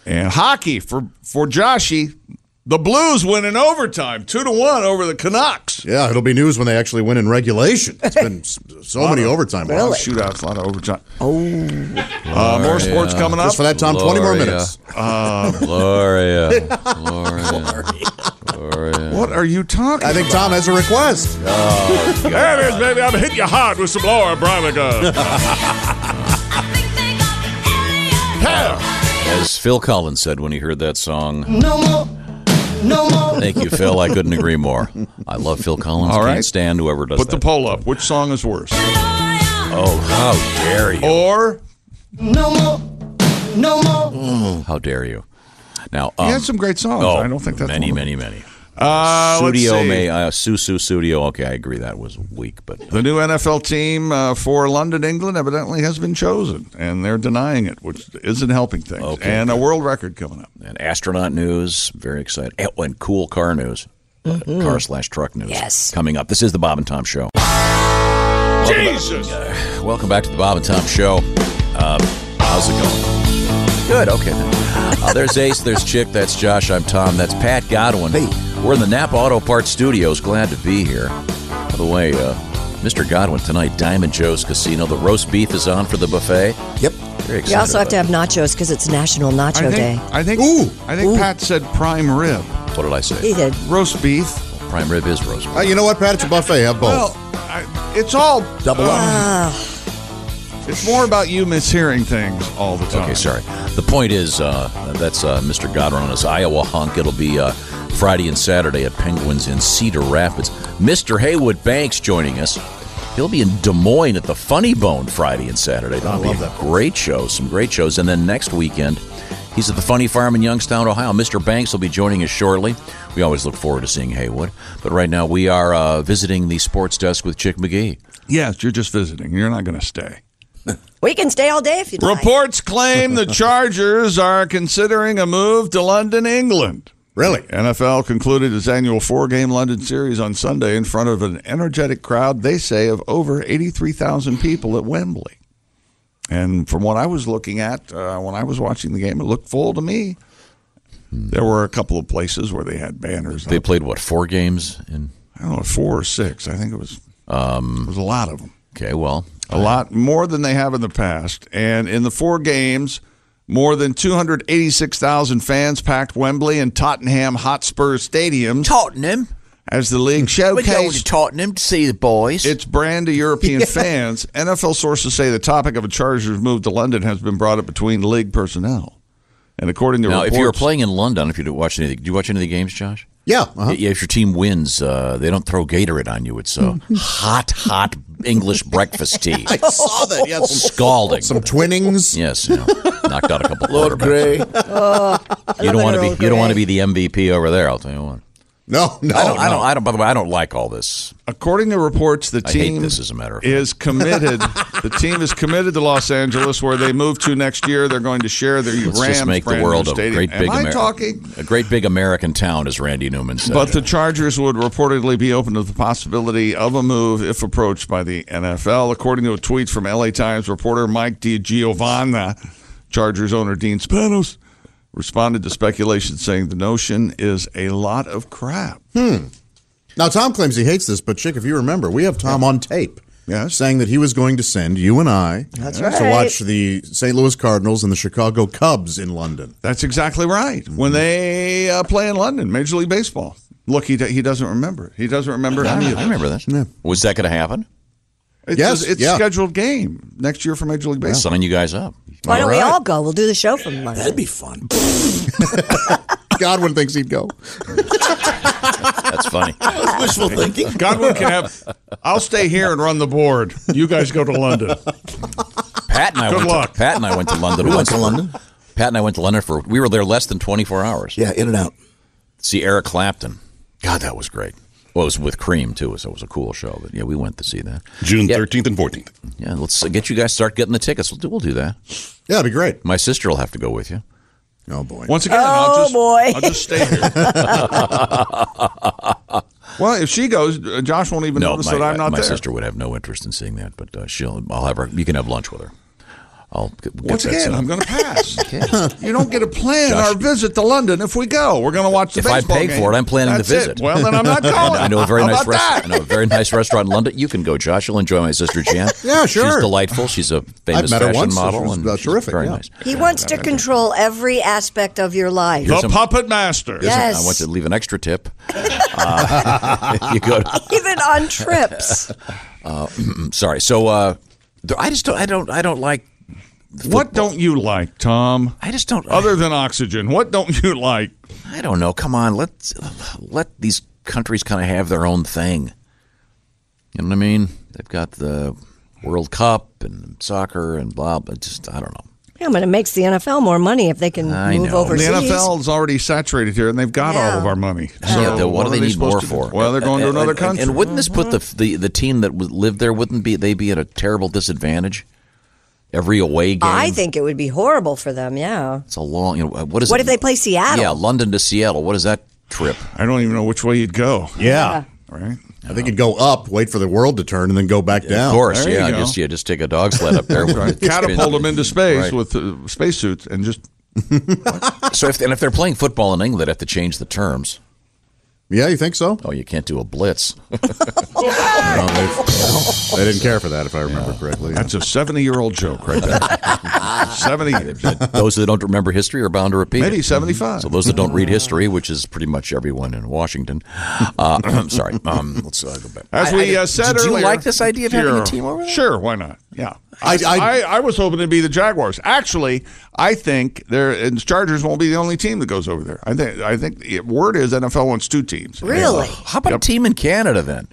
Speaker 4: And hockey for for Joshy, the Blues win in overtime, two to one over the Canucks.
Speaker 5: yeah, it'll be news when they actually win in regulation. It's been s- so many overtime.
Speaker 4: A lot
Speaker 5: Really?
Speaker 4: of shootouts, a lot of overtime. Oh, uh, more sports coming up. Uh, Um,
Speaker 5: Just for that, Tom, 20 more
Speaker 6: Gloria.
Speaker 5: minutes.
Speaker 6: Gloria. Gloria.
Speaker 4: What are you talking
Speaker 5: I think Tom has a
Speaker 6: Oh,
Speaker 5: request.
Speaker 4: There it is, baby. I'm hitting you hard with some Laura Branigan. yeah.
Speaker 6: As Phil Collins said when he heard that song,
Speaker 11: No more, no more.
Speaker 6: thank you, Phil. I couldn't agree more. I love Phil Collins.
Speaker 4: All
Speaker 6: Can't
Speaker 4: right.
Speaker 6: stand whoever does
Speaker 4: Put
Speaker 6: that.
Speaker 4: the poll up. Which song is worse?
Speaker 6: oh, how dare you!
Speaker 4: Or
Speaker 11: No more, no more.
Speaker 6: How dare you! Now,
Speaker 4: he
Speaker 6: um,
Speaker 4: Mm. had some great songs.
Speaker 6: oh,
Speaker 4: I don't think that's
Speaker 6: many,
Speaker 4: one of
Speaker 6: many, many.
Speaker 4: them. Uh, let's
Speaker 6: studio
Speaker 4: see.
Speaker 6: may uh, Susu Studio. Okay, I agree that was weak, but
Speaker 4: The new NFL team uh, for London, England, evidently has been chosen, and they're denying it, which isn't helping things.
Speaker 6: Okay.
Speaker 4: And a world record coming up.
Speaker 6: and astronaut news. Very excited. Oh, and cool car news. Uh,
Speaker 4: Mm.
Speaker 6: Car slash truck news.
Speaker 7: Yes.
Speaker 6: Coming up. This is the Bob and Tom Show.
Speaker 9: Jesus!
Speaker 6: Welcome back to the Bob and Tom Show. Um, how's it going? Good. Okay. then. Uh, there's Ace. There's Chick. That's Josh. I'm Tom. That's Pat Godwin. Hey, we're in the Napa Auto Parts Studios. Glad to be here. By the way, uh, Mr. Godwin tonight, Diamond Joe's Casino. The roast beef is on for the buffet.
Speaker 8: Yep.
Speaker 6: Very excited.
Speaker 7: You also have
Speaker 6: about
Speaker 7: to have nachos because it's National Nacho
Speaker 4: I think,
Speaker 7: Day.
Speaker 4: I think, I think Pat said prime rib,
Speaker 6: that. What did I say?
Speaker 7: He did.
Speaker 4: roast beef.
Speaker 6: Prime rib is roast beef.
Speaker 5: Uh, you know what, Pat? It's a buffet. Have both.
Speaker 4: Well, I, it's all.
Speaker 8: Double up.
Speaker 7: Ah,
Speaker 4: It's more about you mishearing things all the time.
Speaker 6: Okay, sorry. The point is, uh, that's uh, Mr. Godwin on his Iowa hunk. It'll be uh, Friday and Saturday at Penguins in Cedar Rapids. Mr. Haywood Banks joining us. He'll be in Des Moines at the Funny Bone Friday and Saturday. That'll be a great shows, some great shows. And then next weekend, he's at the Funny Farm in Youngstown, Ohio. Mr. Banks will be joining us shortly. We always look forward to seeing Haywood. But right now, we are uh, visiting the sports desk with Chick McGee.
Speaker 4: Yes, you're just visiting. You're not going to stay.
Speaker 7: we can stay all day if you like.
Speaker 4: Reports claim the Chargers are considering a move to London, England.
Speaker 5: Really?
Speaker 4: NFL concluded its annual four game London series on Sunday in front of an energetic crowd, they say, of over 83,000 people at Wembley. And from what I was looking at uh, when I was watching the game, it looked full to me. There were a couple of places where they had banners.
Speaker 6: They
Speaker 4: up.
Speaker 6: played, what, four games? In,
Speaker 4: I don't know, four or six. I think it was, um, it was a lot of them.
Speaker 6: okay, well,
Speaker 4: A lot more than they have in the past. And in the four games, more than 286,000 fans packed Wembley and Tottenham Hotspur stadiums
Speaker 6: Tottenham.
Speaker 4: as the league
Speaker 6: We go to
Speaker 4: showcased
Speaker 6: Tottenham to see the boys.
Speaker 4: its brand to European fans. NFL sources say the topic of a Chargers move to London has been brought up between league personnel. And according to
Speaker 6: now,
Speaker 4: reports,
Speaker 6: if you were playing in London, if you didn't watch any, do you watch any of the games, Josh?
Speaker 5: yeah. uh-huh.
Speaker 6: Yeah, if your team wins, uh, they don't throw Gatorade on you. It's uh, hot, hot English breakfast tea,
Speaker 5: I saw that. Yeah, some,
Speaker 6: scalding.
Speaker 5: some twinnings.
Speaker 6: yes, you know, knocked out a couple.
Speaker 8: Lord
Speaker 6: quarterbacks.
Speaker 8: Gray.
Speaker 6: You don't want to be.
Speaker 7: Lord
Speaker 6: You don't want to
Speaker 7: Gray.
Speaker 6: be the MVP over there. I'll tell you what.
Speaker 5: No, no.
Speaker 6: I don't. I
Speaker 5: no.
Speaker 6: don't. I don't. By the way, I don't like all this.
Speaker 4: according to reports, the
Speaker 6: I hate
Speaker 4: team
Speaker 6: this, as a matter of fact.
Speaker 4: is committed. the team is committed to Los Angeles, where they move to next year. They're going to share their
Speaker 6: Let's
Speaker 4: Rams
Speaker 6: just make the
Speaker 4: brand
Speaker 6: world
Speaker 4: new
Speaker 6: a
Speaker 4: stadium.
Speaker 6: great
Speaker 4: Am
Speaker 6: big.
Speaker 4: I
Speaker 6: Ameri-
Speaker 4: talking?
Speaker 6: A great big American town, as Randy Newman said.
Speaker 4: But the Chargers would reportedly be open to the possibility of a move if approached by the NFL. According to a tweet from LA Times reporter Mike DiGiovanna, Chargers owner Dean Spanos responded to speculation saying the notion is a lot of crap.
Speaker 5: Hmm. Now, Tom claims he hates this, but Chick, if you remember, we have Tom on tape
Speaker 4: Yes.
Speaker 5: saying that he was going to send you and I
Speaker 7: That's
Speaker 5: to
Speaker 7: right.
Speaker 5: watch the St. Louis Cardinals and the Chicago Cubs in London.
Speaker 4: That's exactly right. When they uh, play in London, Major League Baseball. Look, he, he doesn't remember. He doesn't remember
Speaker 6: I,
Speaker 4: any
Speaker 6: mean,
Speaker 4: of
Speaker 6: I
Speaker 4: it.
Speaker 6: remember that. Was that going to happen?
Speaker 4: It's,
Speaker 5: Yes,
Speaker 4: it's
Speaker 5: yeah.
Speaker 4: scheduled game next year for Major League Baseball.
Speaker 6: Sign you guys up.
Speaker 7: Why don't we
Speaker 5: Alright.
Speaker 7: all go? We'll do the show from London.
Speaker 8: That'd be fun.
Speaker 5: Godwin thinks he'd go.
Speaker 6: That's funny.
Speaker 8: Wishful thinking.
Speaker 4: Godwin can have. I'll stay here and run the board. You guys go to London.
Speaker 6: Pat and I
Speaker 4: Good
Speaker 6: went
Speaker 4: luck.
Speaker 6: To, Pat and I went to London.
Speaker 8: We went
Speaker 6: once.
Speaker 8: to London.
Speaker 6: Pat and I went to London for we were there less than 24 hours.
Speaker 8: Yeah, in and out.
Speaker 6: See Eric Clapton. God, that was great. Well, it was with Cream too, so it was a cool show. But yeah, we went to see that.
Speaker 10: June
Speaker 6: Yeah.
Speaker 10: 13th and 14th.
Speaker 6: Yeah, let's get you guys start getting the tickets. We'll do, we'll do that.
Speaker 5: Yeah, it'd be great.
Speaker 6: My sister will have to go with you.
Speaker 5: Oh, boy.
Speaker 4: Once again, I'll
Speaker 7: Oh,
Speaker 4: just,
Speaker 7: boy.
Speaker 4: I'll just stay here. well, if she goes, uh, Josh won't even
Speaker 6: No,
Speaker 4: notice
Speaker 6: my,
Speaker 4: that I'm not
Speaker 6: my
Speaker 4: there.
Speaker 6: sister would have no interest in seeing that, but uh, she'll. I'll have her. You can have lunch with her. I'll get get
Speaker 4: Once
Speaker 6: that
Speaker 4: again,
Speaker 6: set up.
Speaker 4: I'm going to pass. You don't get to plan our visit to London if we go. We're going to watch the
Speaker 6: if I
Speaker 4: baseball
Speaker 6: pay
Speaker 4: game.
Speaker 6: for it, I'm planning
Speaker 4: That's
Speaker 6: to
Speaker 4: it.
Speaker 6: visit.
Speaker 4: Well, then I'm not
Speaker 6: And
Speaker 4: going.
Speaker 6: I know a very
Speaker 4: How
Speaker 6: nice
Speaker 4: about that?
Speaker 6: restaurant. I know a very nice restaurant in London. You can go, Josh. You'll enjoy my sister Jan.
Speaker 7: Yeah,
Speaker 6: She's
Speaker 7: sure.
Speaker 6: delightful. She's a famous
Speaker 5: met her
Speaker 6: fashion
Speaker 5: once.
Speaker 6: model.
Speaker 5: She was,
Speaker 6: and
Speaker 5: uh,
Speaker 6: she's
Speaker 5: terrific,
Speaker 6: Very
Speaker 5: yeah.
Speaker 6: nice.
Speaker 7: He wants to control every aspect of your life.
Speaker 6: Here's some-
Speaker 4: master.
Speaker 6: here's some-
Speaker 7: Yes.
Speaker 6: I want to leave an extra tip. Uh, if you go to-
Speaker 7: Even on trips.
Speaker 6: uh, sorry. So uh, there- I just don't. I don't. I don't like.
Speaker 4: What don't you like, Tom?
Speaker 6: I just don't.
Speaker 4: Other than oxygen, what don't you like?
Speaker 6: I don't know. Come on. Let's let these countries kind of have their own thing. You know what I mean? They've got the World Cup and soccer and blah. But just I don't know.
Speaker 7: Yeah, but it makes the NFL more money if they can move overseas.
Speaker 4: The NFL's already saturated here, and they've got all of our money. So
Speaker 6: yeah, then what, do they, need
Speaker 4: supposed
Speaker 6: more
Speaker 4: to do?
Speaker 6: for?
Speaker 4: Well, they're going to
Speaker 6: And-
Speaker 4: another
Speaker 6: and-
Speaker 4: country.
Speaker 6: And, wouldn't this put the,
Speaker 7: Mm-hmm.
Speaker 6: the the team that would live there wouldn't be they be at a terrible disadvantage? Every away game.
Speaker 7: I think it would be horrible for them. Yeah.
Speaker 6: it's a long. You know what is?
Speaker 7: What
Speaker 6: it?
Speaker 7: if they play Seattle?
Speaker 6: Yeah, London to Seattle. What is that trip?
Speaker 4: I don't even know which way you'd go.
Speaker 5: Yeah.
Speaker 4: Right.
Speaker 5: I think you'd go up, wait for the world to turn, and then go back down.
Speaker 6: Of course,
Speaker 4: There you
Speaker 6: yeah.
Speaker 4: go.
Speaker 6: Just yeah, just take a dog sled up there.
Speaker 4: Right. Catapult them into space
Speaker 6: Right.
Speaker 4: with uh, spacesuits and just
Speaker 6: So if and if they're playing football in England, they have to change the terms.
Speaker 5: Yeah, you think so?
Speaker 6: Oh, you can't do a blitz.
Speaker 5: No, they- they didn't care for that, if I remember correctly.
Speaker 4: That's a 70 year old joke right there. 70 years.
Speaker 6: those that don't remember history are bound to repeat
Speaker 4: Maybe
Speaker 6: it.
Speaker 4: 75.
Speaker 6: So those that don't read history, which is pretty much everyone in Washington. Uh, I'm sorry. Um, let's uh, go back.
Speaker 4: As
Speaker 6: I-
Speaker 4: we
Speaker 6: I-
Speaker 4: uh, said
Speaker 6: do
Speaker 4: earlier.
Speaker 6: you like this idea of having
Speaker 4: Sure.
Speaker 6: a team over there?
Speaker 4: Sure, why not? Yeah. I,
Speaker 5: I-
Speaker 4: I,
Speaker 5: I-
Speaker 4: I, was hoping it'd be the Jaguars. Actually, I think there and the Chargers won't be the only team that goes over there. I think I think the word is NFL wants two teams. uh,
Speaker 7: Really?
Speaker 6: How about a team in Canada then?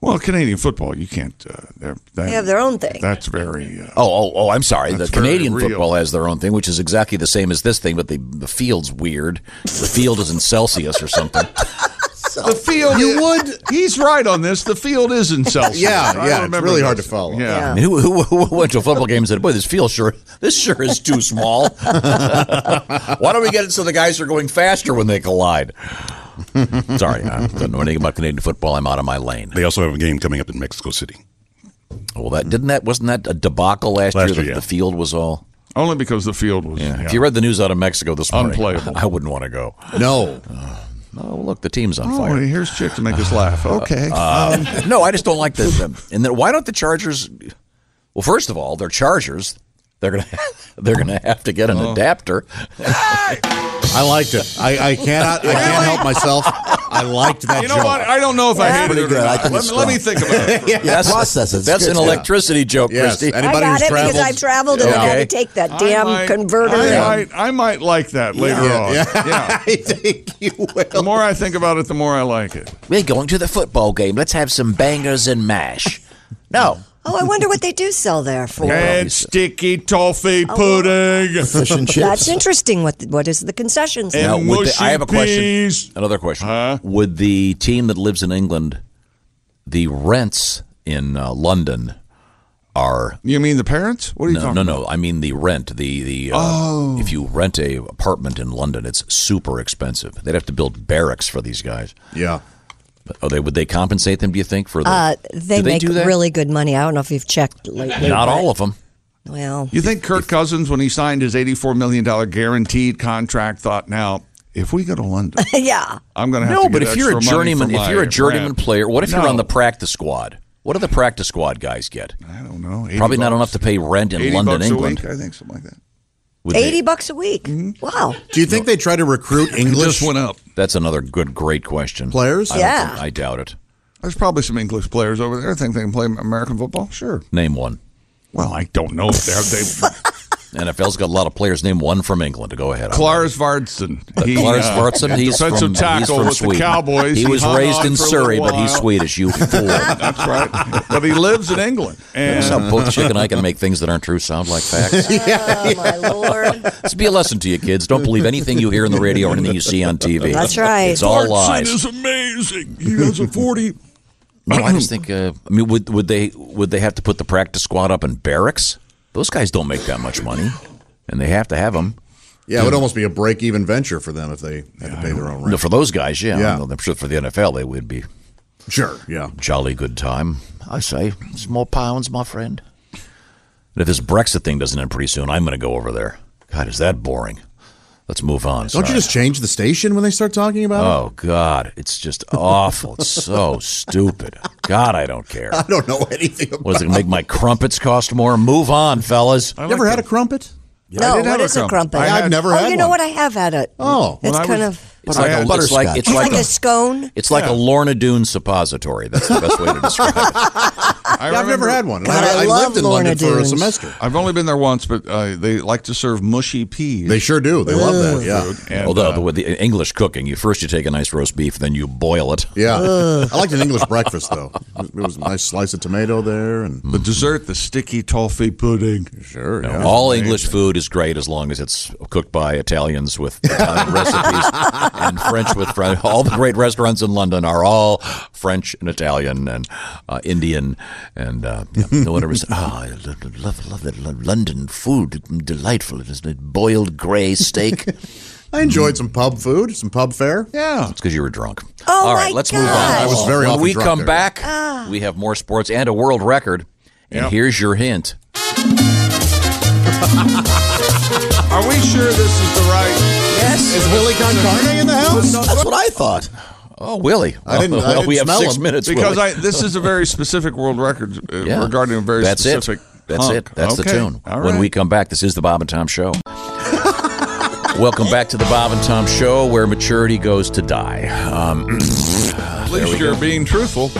Speaker 4: Well, Canadian football, you can't. Uh, they're, that,
Speaker 7: They have their own thing.
Speaker 4: That's very. Uh,
Speaker 6: Oh, oh, oh! I'm sorry.
Speaker 4: That's
Speaker 6: the
Speaker 4: very
Speaker 6: Canadian
Speaker 4: real.
Speaker 6: football has their own thing, which is exactly the same as this thing, but the the field's weird. The field is in Celsius or something.
Speaker 4: the field. You would. He's right on this. The field is in Celsius.
Speaker 5: Yeah,
Speaker 4: I
Speaker 5: yeah, it's
Speaker 4: remember
Speaker 5: really
Speaker 4: this.
Speaker 5: hard to follow.
Speaker 4: Yeah.
Speaker 6: I mean, who, who, who went to a football game and said, "Boy, this field sure this sure is too small." Why don't we get it so the guys are going faster when they collide? Sorry, I don't know anything about Canadian football. I'm out of my lane.
Speaker 10: They also have a game coming up in Mexico City.
Speaker 6: Well, that didn't that wasn't that a debacle last,
Speaker 10: Last
Speaker 6: year? that
Speaker 10: year, yeah.
Speaker 6: The field was all.
Speaker 4: Only because the field was.
Speaker 6: Yeah. If
Speaker 4: yeah.
Speaker 6: you read the news out of Mexico this morning,
Speaker 4: Unplayable.
Speaker 6: I wouldn't want to go.
Speaker 5: No.
Speaker 6: Oh, look, the team's on
Speaker 4: Oh,
Speaker 6: fire.
Speaker 4: here's Chick to make us laugh. Okay.
Speaker 6: uh,
Speaker 4: Um,
Speaker 6: no, I just don't like the, the and then why don't the Chargers? Well, first of all, they're Chargers. They're gonna they're gonna have to get an
Speaker 4: Oh.
Speaker 6: adapter.
Speaker 5: I liked it. I, I cannot I can't help myself. I liked that
Speaker 4: you know
Speaker 5: joke.
Speaker 4: what? I don't know if I hate it
Speaker 8: pretty
Speaker 4: or
Speaker 8: good. I
Speaker 4: not.
Speaker 8: think
Speaker 4: Let,
Speaker 8: it's
Speaker 4: me- let me
Speaker 8: strong.
Speaker 4: think about it.
Speaker 5: Yeah,
Speaker 6: That's
Speaker 8: Process it. It's
Speaker 6: That's
Speaker 8: good.
Speaker 6: an
Speaker 8: Yeah.
Speaker 6: electricity joke,
Speaker 5: Yes.
Speaker 6: Christy.
Speaker 5: Anybody
Speaker 7: I got
Speaker 5: who's
Speaker 7: it
Speaker 5: traveled,
Speaker 7: because I've traveled and
Speaker 6: Yeah.
Speaker 7: I had
Speaker 6: Okay.
Speaker 7: to take that
Speaker 4: I
Speaker 7: damn
Speaker 4: might-
Speaker 7: converter.
Speaker 4: I
Speaker 7: in.
Speaker 4: might, I might like that later on.
Speaker 5: Yeah.
Speaker 4: Yeah.
Speaker 5: I think you
Speaker 4: The
Speaker 5: will.
Speaker 4: more I think about it, the more I like it.
Speaker 6: We're going to the football game. Let's have some bangers and mash. No.
Speaker 7: Oh, I wonder what they do sell there for.
Speaker 4: And sticky toffee pudding.
Speaker 8: Fish and chips.
Speaker 7: Oh, That's interesting. What what is the concessions?
Speaker 4: And-
Speaker 6: Now, would the- I have a
Speaker 4: mushy
Speaker 6: question.
Speaker 4: peas.
Speaker 6: Another question. Would the team that lives in England, the rents in uh, London are
Speaker 4: You mean the parents? What are you
Speaker 6: no,
Speaker 4: talking
Speaker 6: no,
Speaker 4: about? Oh.
Speaker 6: no. I mean the rent. The the uh, if you rent a apartment in London, it's super expensive. They'd have to build barracks for these guys.
Speaker 5: Yeah.
Speaker 6: But are they would they compensate them? Do you think for the?
Speaker 7: Uh, they
Speaker 6: do they
Speaker 7: make
Speaker 6: do that?
Speaker 7: really good money. I don't know if you've checked lately.
Speaker 6: Not
Speaker 7: but-
Speaker 6: all of them.
Speaker 7: Well,
Speaker 4: You think Kirk Cousins, when he signed his $84 million guaranteed contract, thought, now, if we go to London,
Speaker 7: yeah.
Speaker 4: I'm going to have
Speaker 6: No,
Speaker 4: to get
Speaker 6: but if you're a
Speaker 4: extra money
Speaker 6: journeyman,
Speaker 4: for
Speaker 6: if
Speaker 4: my
Speaker 6: you're a journeyman
Speaker 4: rent."
Speaker 6: player, what if you're
Speaker 4: No.
Speaker 6: on the practice squad? What do the practice squad guys get?
Speaker 4: I don't know. 80
Speaker 6: Probably not
Speaker 4: bucks.
Speaker 6: enough to pay rent in
Speaker 4: 80
Speaker 6: London,
Speaker 4: bucks
Speaker 6: England.
Speaker 4: A week, I think something like that.
Speaker 6: Would they-
Speaker 7: Eighty bucks a week.
Speaker 5: Mm-hmm.
Speaker 7: Wow.
Speaker 5: Do you think they try to recruit English?
Speaker 4: Just went up.
Speaker 6: That's another good, great question.
Speaker 5: Players?
Speaker 6: I don't
Speaker 7: Yeah.
Speaker 6: think- I doubt it.
Speaker 4: There's probably some English players over there think they can play American football. Sure.
Speaker 6: Name one.
Speaker 4: Well, I don't know if they're. They,
Speaker 6: NFL's got a lot of players. Name one from England. Go ahead.
Speaker 4: Lars Vardson. He,
Speaker 6: Lars
Speaker 4: uh,
Speaker 6: Bartson, he's
Speaker 4: defensive
Speaker 6: from,
Speaker 4: tackle
Speaker 6: he's from
Speaker 4: with
Speaker 6: Sweden.
Speaker 4: the Cowboys.
Speaker 6: He was
Speaker 4: hung
Speaker 6: raised
Speaker 4: on
Speaker 6: in
Speaker 4: for a
Speaker 6: Surrey,
Speaker 4: little
Speaker 6: but he's
Speaker 4: while.
Speaker 6: Swedish. You fool!
Speaker 4: That's right. But he lives in England. And
Speaker 6: That's how both Chick and I can make things that aren't true sound like facts.
Speaker 7: Oh my lord.
Speaker 6: This be a lesson to you, kids. Don't believe anything you hear on the radio or anything you see on TV.
Speaker 7: That's right.
Speaker 6: It's all lies.
Speaker 4: is amazing. He has a 40.
Speaker 6: No, I just think. Uh, I mean, would would they would they have to put the practice squad up in barracks? Those guys don't make that much money, and they have to have them.
Speaker 5: Yeah, it would almost be a break even venture for them if they had to pay their own rent.
Speaker 6: No, for those guys, yeah.
Speaker 5: Yeah.
Speaker 6: I'm sure for the NFL, they would be
Speaker 5: Sure. Yeah.
Speaker 6: jolly good time. I say, small pounds, my friend. And if this Brexit thing doesn't end pretty soon, I'm going to go over there. God, is that boring? Let's move on.
Speaker 5: Don't you just change the station when they start talking about it?
Speaker 6: Oh God, it's just awful. It's so stupid. God, I don't care.
Speaker 5: I don't know anything about
Speaker 6: Was it gonna make my crumpets cost more? Move on, fellas.
Speaker 5: You ever had a crumpet?
Speaker 7: no, what is a crumpet?
Speaker 5: I, have never
Speaker 7: oh,
Speaker 5: had
Speaker 7: you
Speaker 5: one.
Speaker 7: know what? I have had it.
Speaker 5: Oh.
Speaker 7: it's
Speaker 6: When I
Speaker 7: kind
Speaker 6: was-
Speaker 7: of.
Speaker 6: It's like, a, it's like it's
Speaker 7: It's
Speaker 6: like
Speaker 7: a
Speaker 6: a,
Speaker 7: scone.
Speaker 6: it's like a Lorna Doone suppository. That's the best way to describe it.
Speaker 4: I
Speaker 5: I've never had one.
Speaker 7: God, I
Speaker 5: I,
Speaker 7: love
Speaker 5: lived in
Speaker 7: Lorna
Speaker 5: London for a
Speaker 7: Doones.
Speaker 5: semester.
Speaker 4: I've only been there once, but uh, they like to serve mushy peas.
Speaker 5: They sure do. They love that.
Speaker 4: with
Speaker 5: Yeah.
Speaker 4: food, and,
Speaker 6: Although
Speaker 4: uh,
Speaker 6: the, with the English cooking, you first you take a nice roast beef, then you boil it.
Speaker 5: Yeah. Uh, I liked an English breakfast, though. It was a nice slice of tomato there. and
Speaker 4: the dessert, the sticky toffee pudding.
Speaker 5: Sure.
Speaker 6: No,
Speaker 5: yeah.
Speaker 6: all English food is great as long as it's cooked by Italians with Italian recipes and French with French. All the great restaurants in London are all French and Italian and uh, Indian and uh, yeah, no one ever said, "Ah, I lo- lo- love love that Lo- London food, delightful." It is a boiled grey steak. it's
Speaker 5: I enjoyed some pub food, some pub fare.
Speaker 4: Yeah.
Speaker 6: because you were drunk.
Speaker 7: Oh,
Speaker 6: all right,
Speaker 7: my
Speaker 6: let's move on.
Speaker 7: gosh. Ah. I
Speaker 5: was very
Speaker 6: When
Speaker 5: often
Speaker 6: we
Speaker 5: drunk
Speaker 6: come
Speaker 5: there.
Speaker 6: back, we have more sports and a world record. And
Speaker 4: Yep.
Speaker 6: here's your hint.
Speaker 4: Are we sure this is the right?
Speaker 5: Is Willie Concarne in the house?
Speaker 8: That's what I thought.
Speaker 6: Oh, Willie.
Speaker 5: I didn't- I
Speaker 6: well,
Speaker 5: didn't
Speaker 6: we have
Speaker 5: smell
Speaker 6: six
Speaker 5: him.
Speaker 6: minutes.
Speaker 4: Because
Speaker 6: Willie.
Speaker 4: I this is a very specific world record uh,
Speaker 6: Yeah.
Speaker 4: regarding a very
Speaker 6: That's
Speaker 4: specific.
Speaker 6: It. That's
Speaker 4: hunk.
Speaker 6: it. That's
Speaker 4: Okay.
Speaker 6: the tune.
Speaker 4: All
Speaker 6: When
Speaker 4: right.
Speaker 6: we come back, this is the Bob and Tom Show. Welcome back to the Bob and Tom Show, where maturity goes to die. Um,
Speaker 4: At least you're being truthful.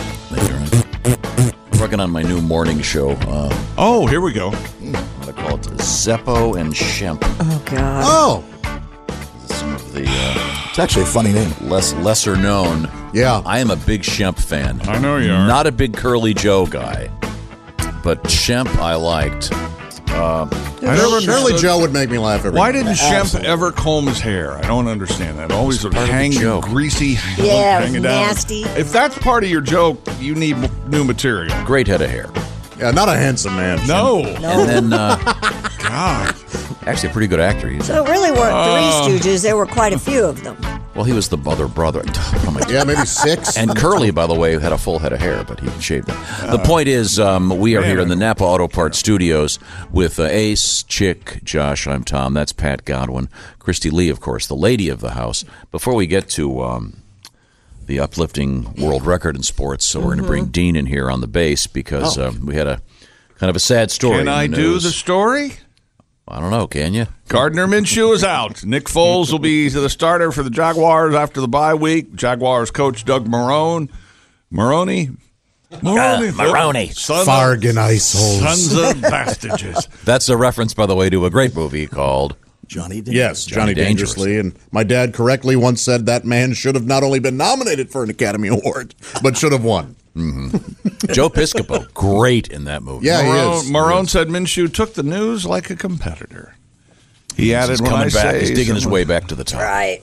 Speaker 6: working on my new morning show. Uh,
Speaker 4: Oh, here we go.
Speaker 6: I'm going to call it Zeppo and Shemp.
Speaker 7: Oh God.
Speaker 5: Oh.
Speaker 6: Some of the uh,
Speaker 8: It's actually a funny name.
Speaker 6: less lesser known.
Speaker 5: Yeah.
Speaker 6: I am a big Shemp fan.
Speaker 4: I know you are.
Speaker 6: Not a big Curly Joe guy, but Shemp I liked.
Speaker 4: I
Speaker 5: Surely
Speaker 4: never understood-
Speaker 5: Joe would make me laugh every
Speaker 4: Why
Speaker 5: night.
Speaker 4: didn't Shemp ever comb his hair? I don't understand that. Always would hang
Speaker 6: joke.
Speaker 4: greasy.
Speaker 7: Yeah, it was
Speaker 4: hanging
Speaker 7: nasty.
Speaker 4: Down. If that's part of your joke, you need new material.
Speaker 6: Great head of hair.
Speaker 5: Yeah, not a handsome man.
Speaker 4: No,
Speaker 6: And then, uh,
Speaker 4: God,
Speaker 6: actually, a pretty good actor. He's
Speaker 7: So it really weren't
Speaker 5: Oh.
Speaker 4: Um,
Speaker 7: three Stooges. There were quite a few of them.
Speaker 6: Well, he was the mother brother. Oh my
Speaker 5: Yeah, maybe six.
Speaker 6: And Curly, by the way, had a full head of hair, but he shaved it.
Speaker 4: Uh-huh.
Speaker 6: The point is, um, we are here in the Napa Auto Parts Studios with uh, Ace, Chick, Josh. I'm Tom. That's Pat Godwin, Christy Lee, of course, the lady of the house. Before we get to um, the uplifting world record in sports, so we're going to bring
Speaker 4: Mm-hmm.
Speaker 6: Dean in here on the bass because uh, we had a kind of a sad story.
Speaker 4: Oh. can
Speaker 6: in
Speaker 4: I
Speaker 6: the
Speaker 4: do
Speaker 6: news.
Speaker 4: the story?
Speaker 6: I don't know. Can you?
Speaker 4: Gardner Minshew is out. Nick Foles will be the starter for the Jaguars after the bye week. Jaguars coach Doug Marone, Maroney, Maroney,
Speaker 6: Uh, Maroney.
Speaker 4: son of,
Speaker 5: Fargan ice
Speaker 4: sons of bastages.
Speaker 6: That's a reference, by the way, to a great movie called.
Speaker 8: Johnny Depp.
Speaker 5: Yes, Johnny,
Speaker 6: Johnny
Speaker 5: Dangerously. And my dad correctly once said that man should have not only been nominated for an Academy Award, but should have won.
Speaker 6: Mm-hmm. Joe Piscopo, great in that movie.
Speaker 5: Yeah, he
Speaker 4: Marone,
Speaker 5: is.
Speaker 4: Marone said Minshew took the news like a competitor. He added,
Speaker 6: He's
Speaker 4: when I
Speaker 6: coming back.
Speaker 4: say
Speaker 6: He's digging his
Speaker 4: someone-
Speaker 6: way back to the top.
Speaker 7: Right.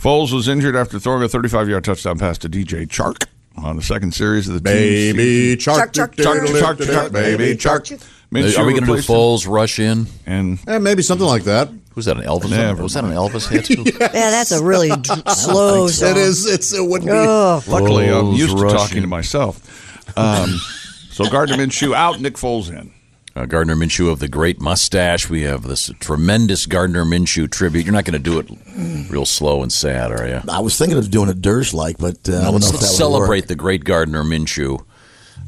Speaker 4: Foles was injured after throwing a 35-yard touchdown pass to DJ Chark on the second series of the team's
Speaker 5: Baby
Speaker 7: Shark,
Speaker 5: shark,
Speaker 7: shark,
Speaker 4: Chark,
Speaker 5: doodle-doo,
Speaker 4: Chark,
Speaker 5: doodle-doo,
Speaker 4: Chark,
Speaker 5: baby shark.
Speaker 4: Minshew
Speaker 6: Are we going to do
Speaker 4: replaced him.
Speaker 6: Foles rush in?
Speaker 4: And
Speaker 5: Eh, maybe something like that.
Speaker 6: Who's that? An Elvis?
Speaker 4: Never
Speaker 6: Was that an Elvis hit?
Speaker 7: Yeah, that's a really d- slow song. Oh,
Speaker 5: It is. It's. It would be.
Speaker 7: Ugh.
Speaker 4: Luckily, I'm
Speaker 6: Foles
Speaker 4: used to
Speaker 6: rushing.
Speaker 4: talking to myself. Um, so Gardner Minshew out, Nick Foles in.
Speaker 6: Uh, Gardner Minshew of the great mustache. We have this tremendous Gardner Minshew tribute. You're not going to do it real slow and sad, are you?
Speaker 8: I was thinking of doing a dirge like, but uh, I don't know if that would
Speaker 6: Let's
Speaker 8: work.
Speaker 6: celebrate the great Gardner Minshew.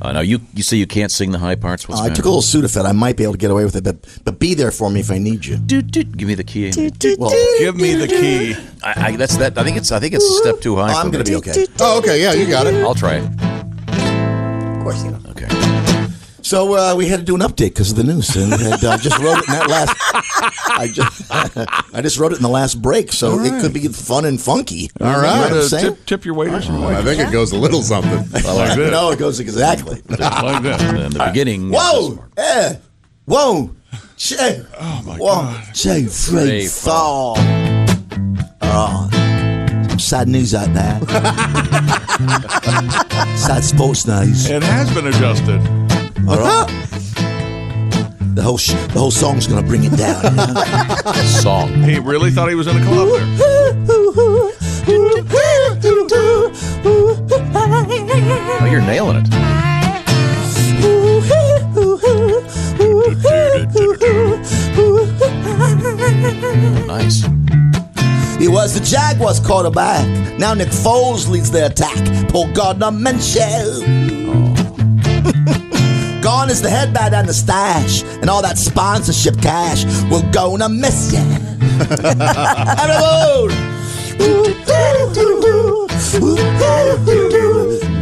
Speaker 6: Uh, now you you say you can't sing the high parts. What's
Speaker 8: Uh,
Speaker 6: the
Speaker 8: I
Speaker 6: matter?
Speaker 8: took a little Sudafed. I might be able to get away with it, but but be there for me if I need you.
Speaker 6: Doot, doot. Give me the key.
Speaker 8: Well,
Speaker 4: Give me the key.
Speaker 6: I, I, that's that. I think it's I think it's a step too high.
Speaker 8: I'm
Speaker 6: for
Speaker 8: going to
Speaker 6: me.
Speaker 8: be okay.
Speaker 5: Oh, okay. Yeah, you got it.
Speaker 6: I'll try. it.
Speaker 7: Of course you don't.
Speaker 6: Okay.
Speaker 8: So uh, we had to do an update because of the news, and, and uh, just wrote it in that last. I just I just wrote it in the last break, so it could be fun and funky. All
Speaker 5: right.
Speaker 8: you know what I'm
Speaker 4: Uh,
Speaker 8: saying?
Speaker 4: tip, tip your waiters and
Speaker 5: I
Speaker 4: wait.
Speaker 5: think it goes a little something.
Speaker 4: like that. Mm,
Speaker 8: no, it goes exactly.
Speaker 4: Like that.
Speaker 6: In the beginning.
Speaker 8: Whoa! Eh! Whoa! Che! Oh
Speaker 4: my God.
Speaker 8: Che! Free
Speaker 6: Free
Speaker 8: fall! Oh, Ah, some sad news out there. sad sports news.
Speaker 4: It has been adjusted.
Speaker 8: All right. The whole sh- the whole song's gonna bring it down. you know?
Speaker 6: this song.
Speaker 4: He really thought he was in a club there.
Speaker 6: Oh, you're nailing it.
Speaker 8: was the Jaguars quarterback. Now Nick Foles leads the attack. Paul Gardner Minshew. Gone is the headband and the stash, and all that sponsorship cash. We're gonna miss ya. Everyone!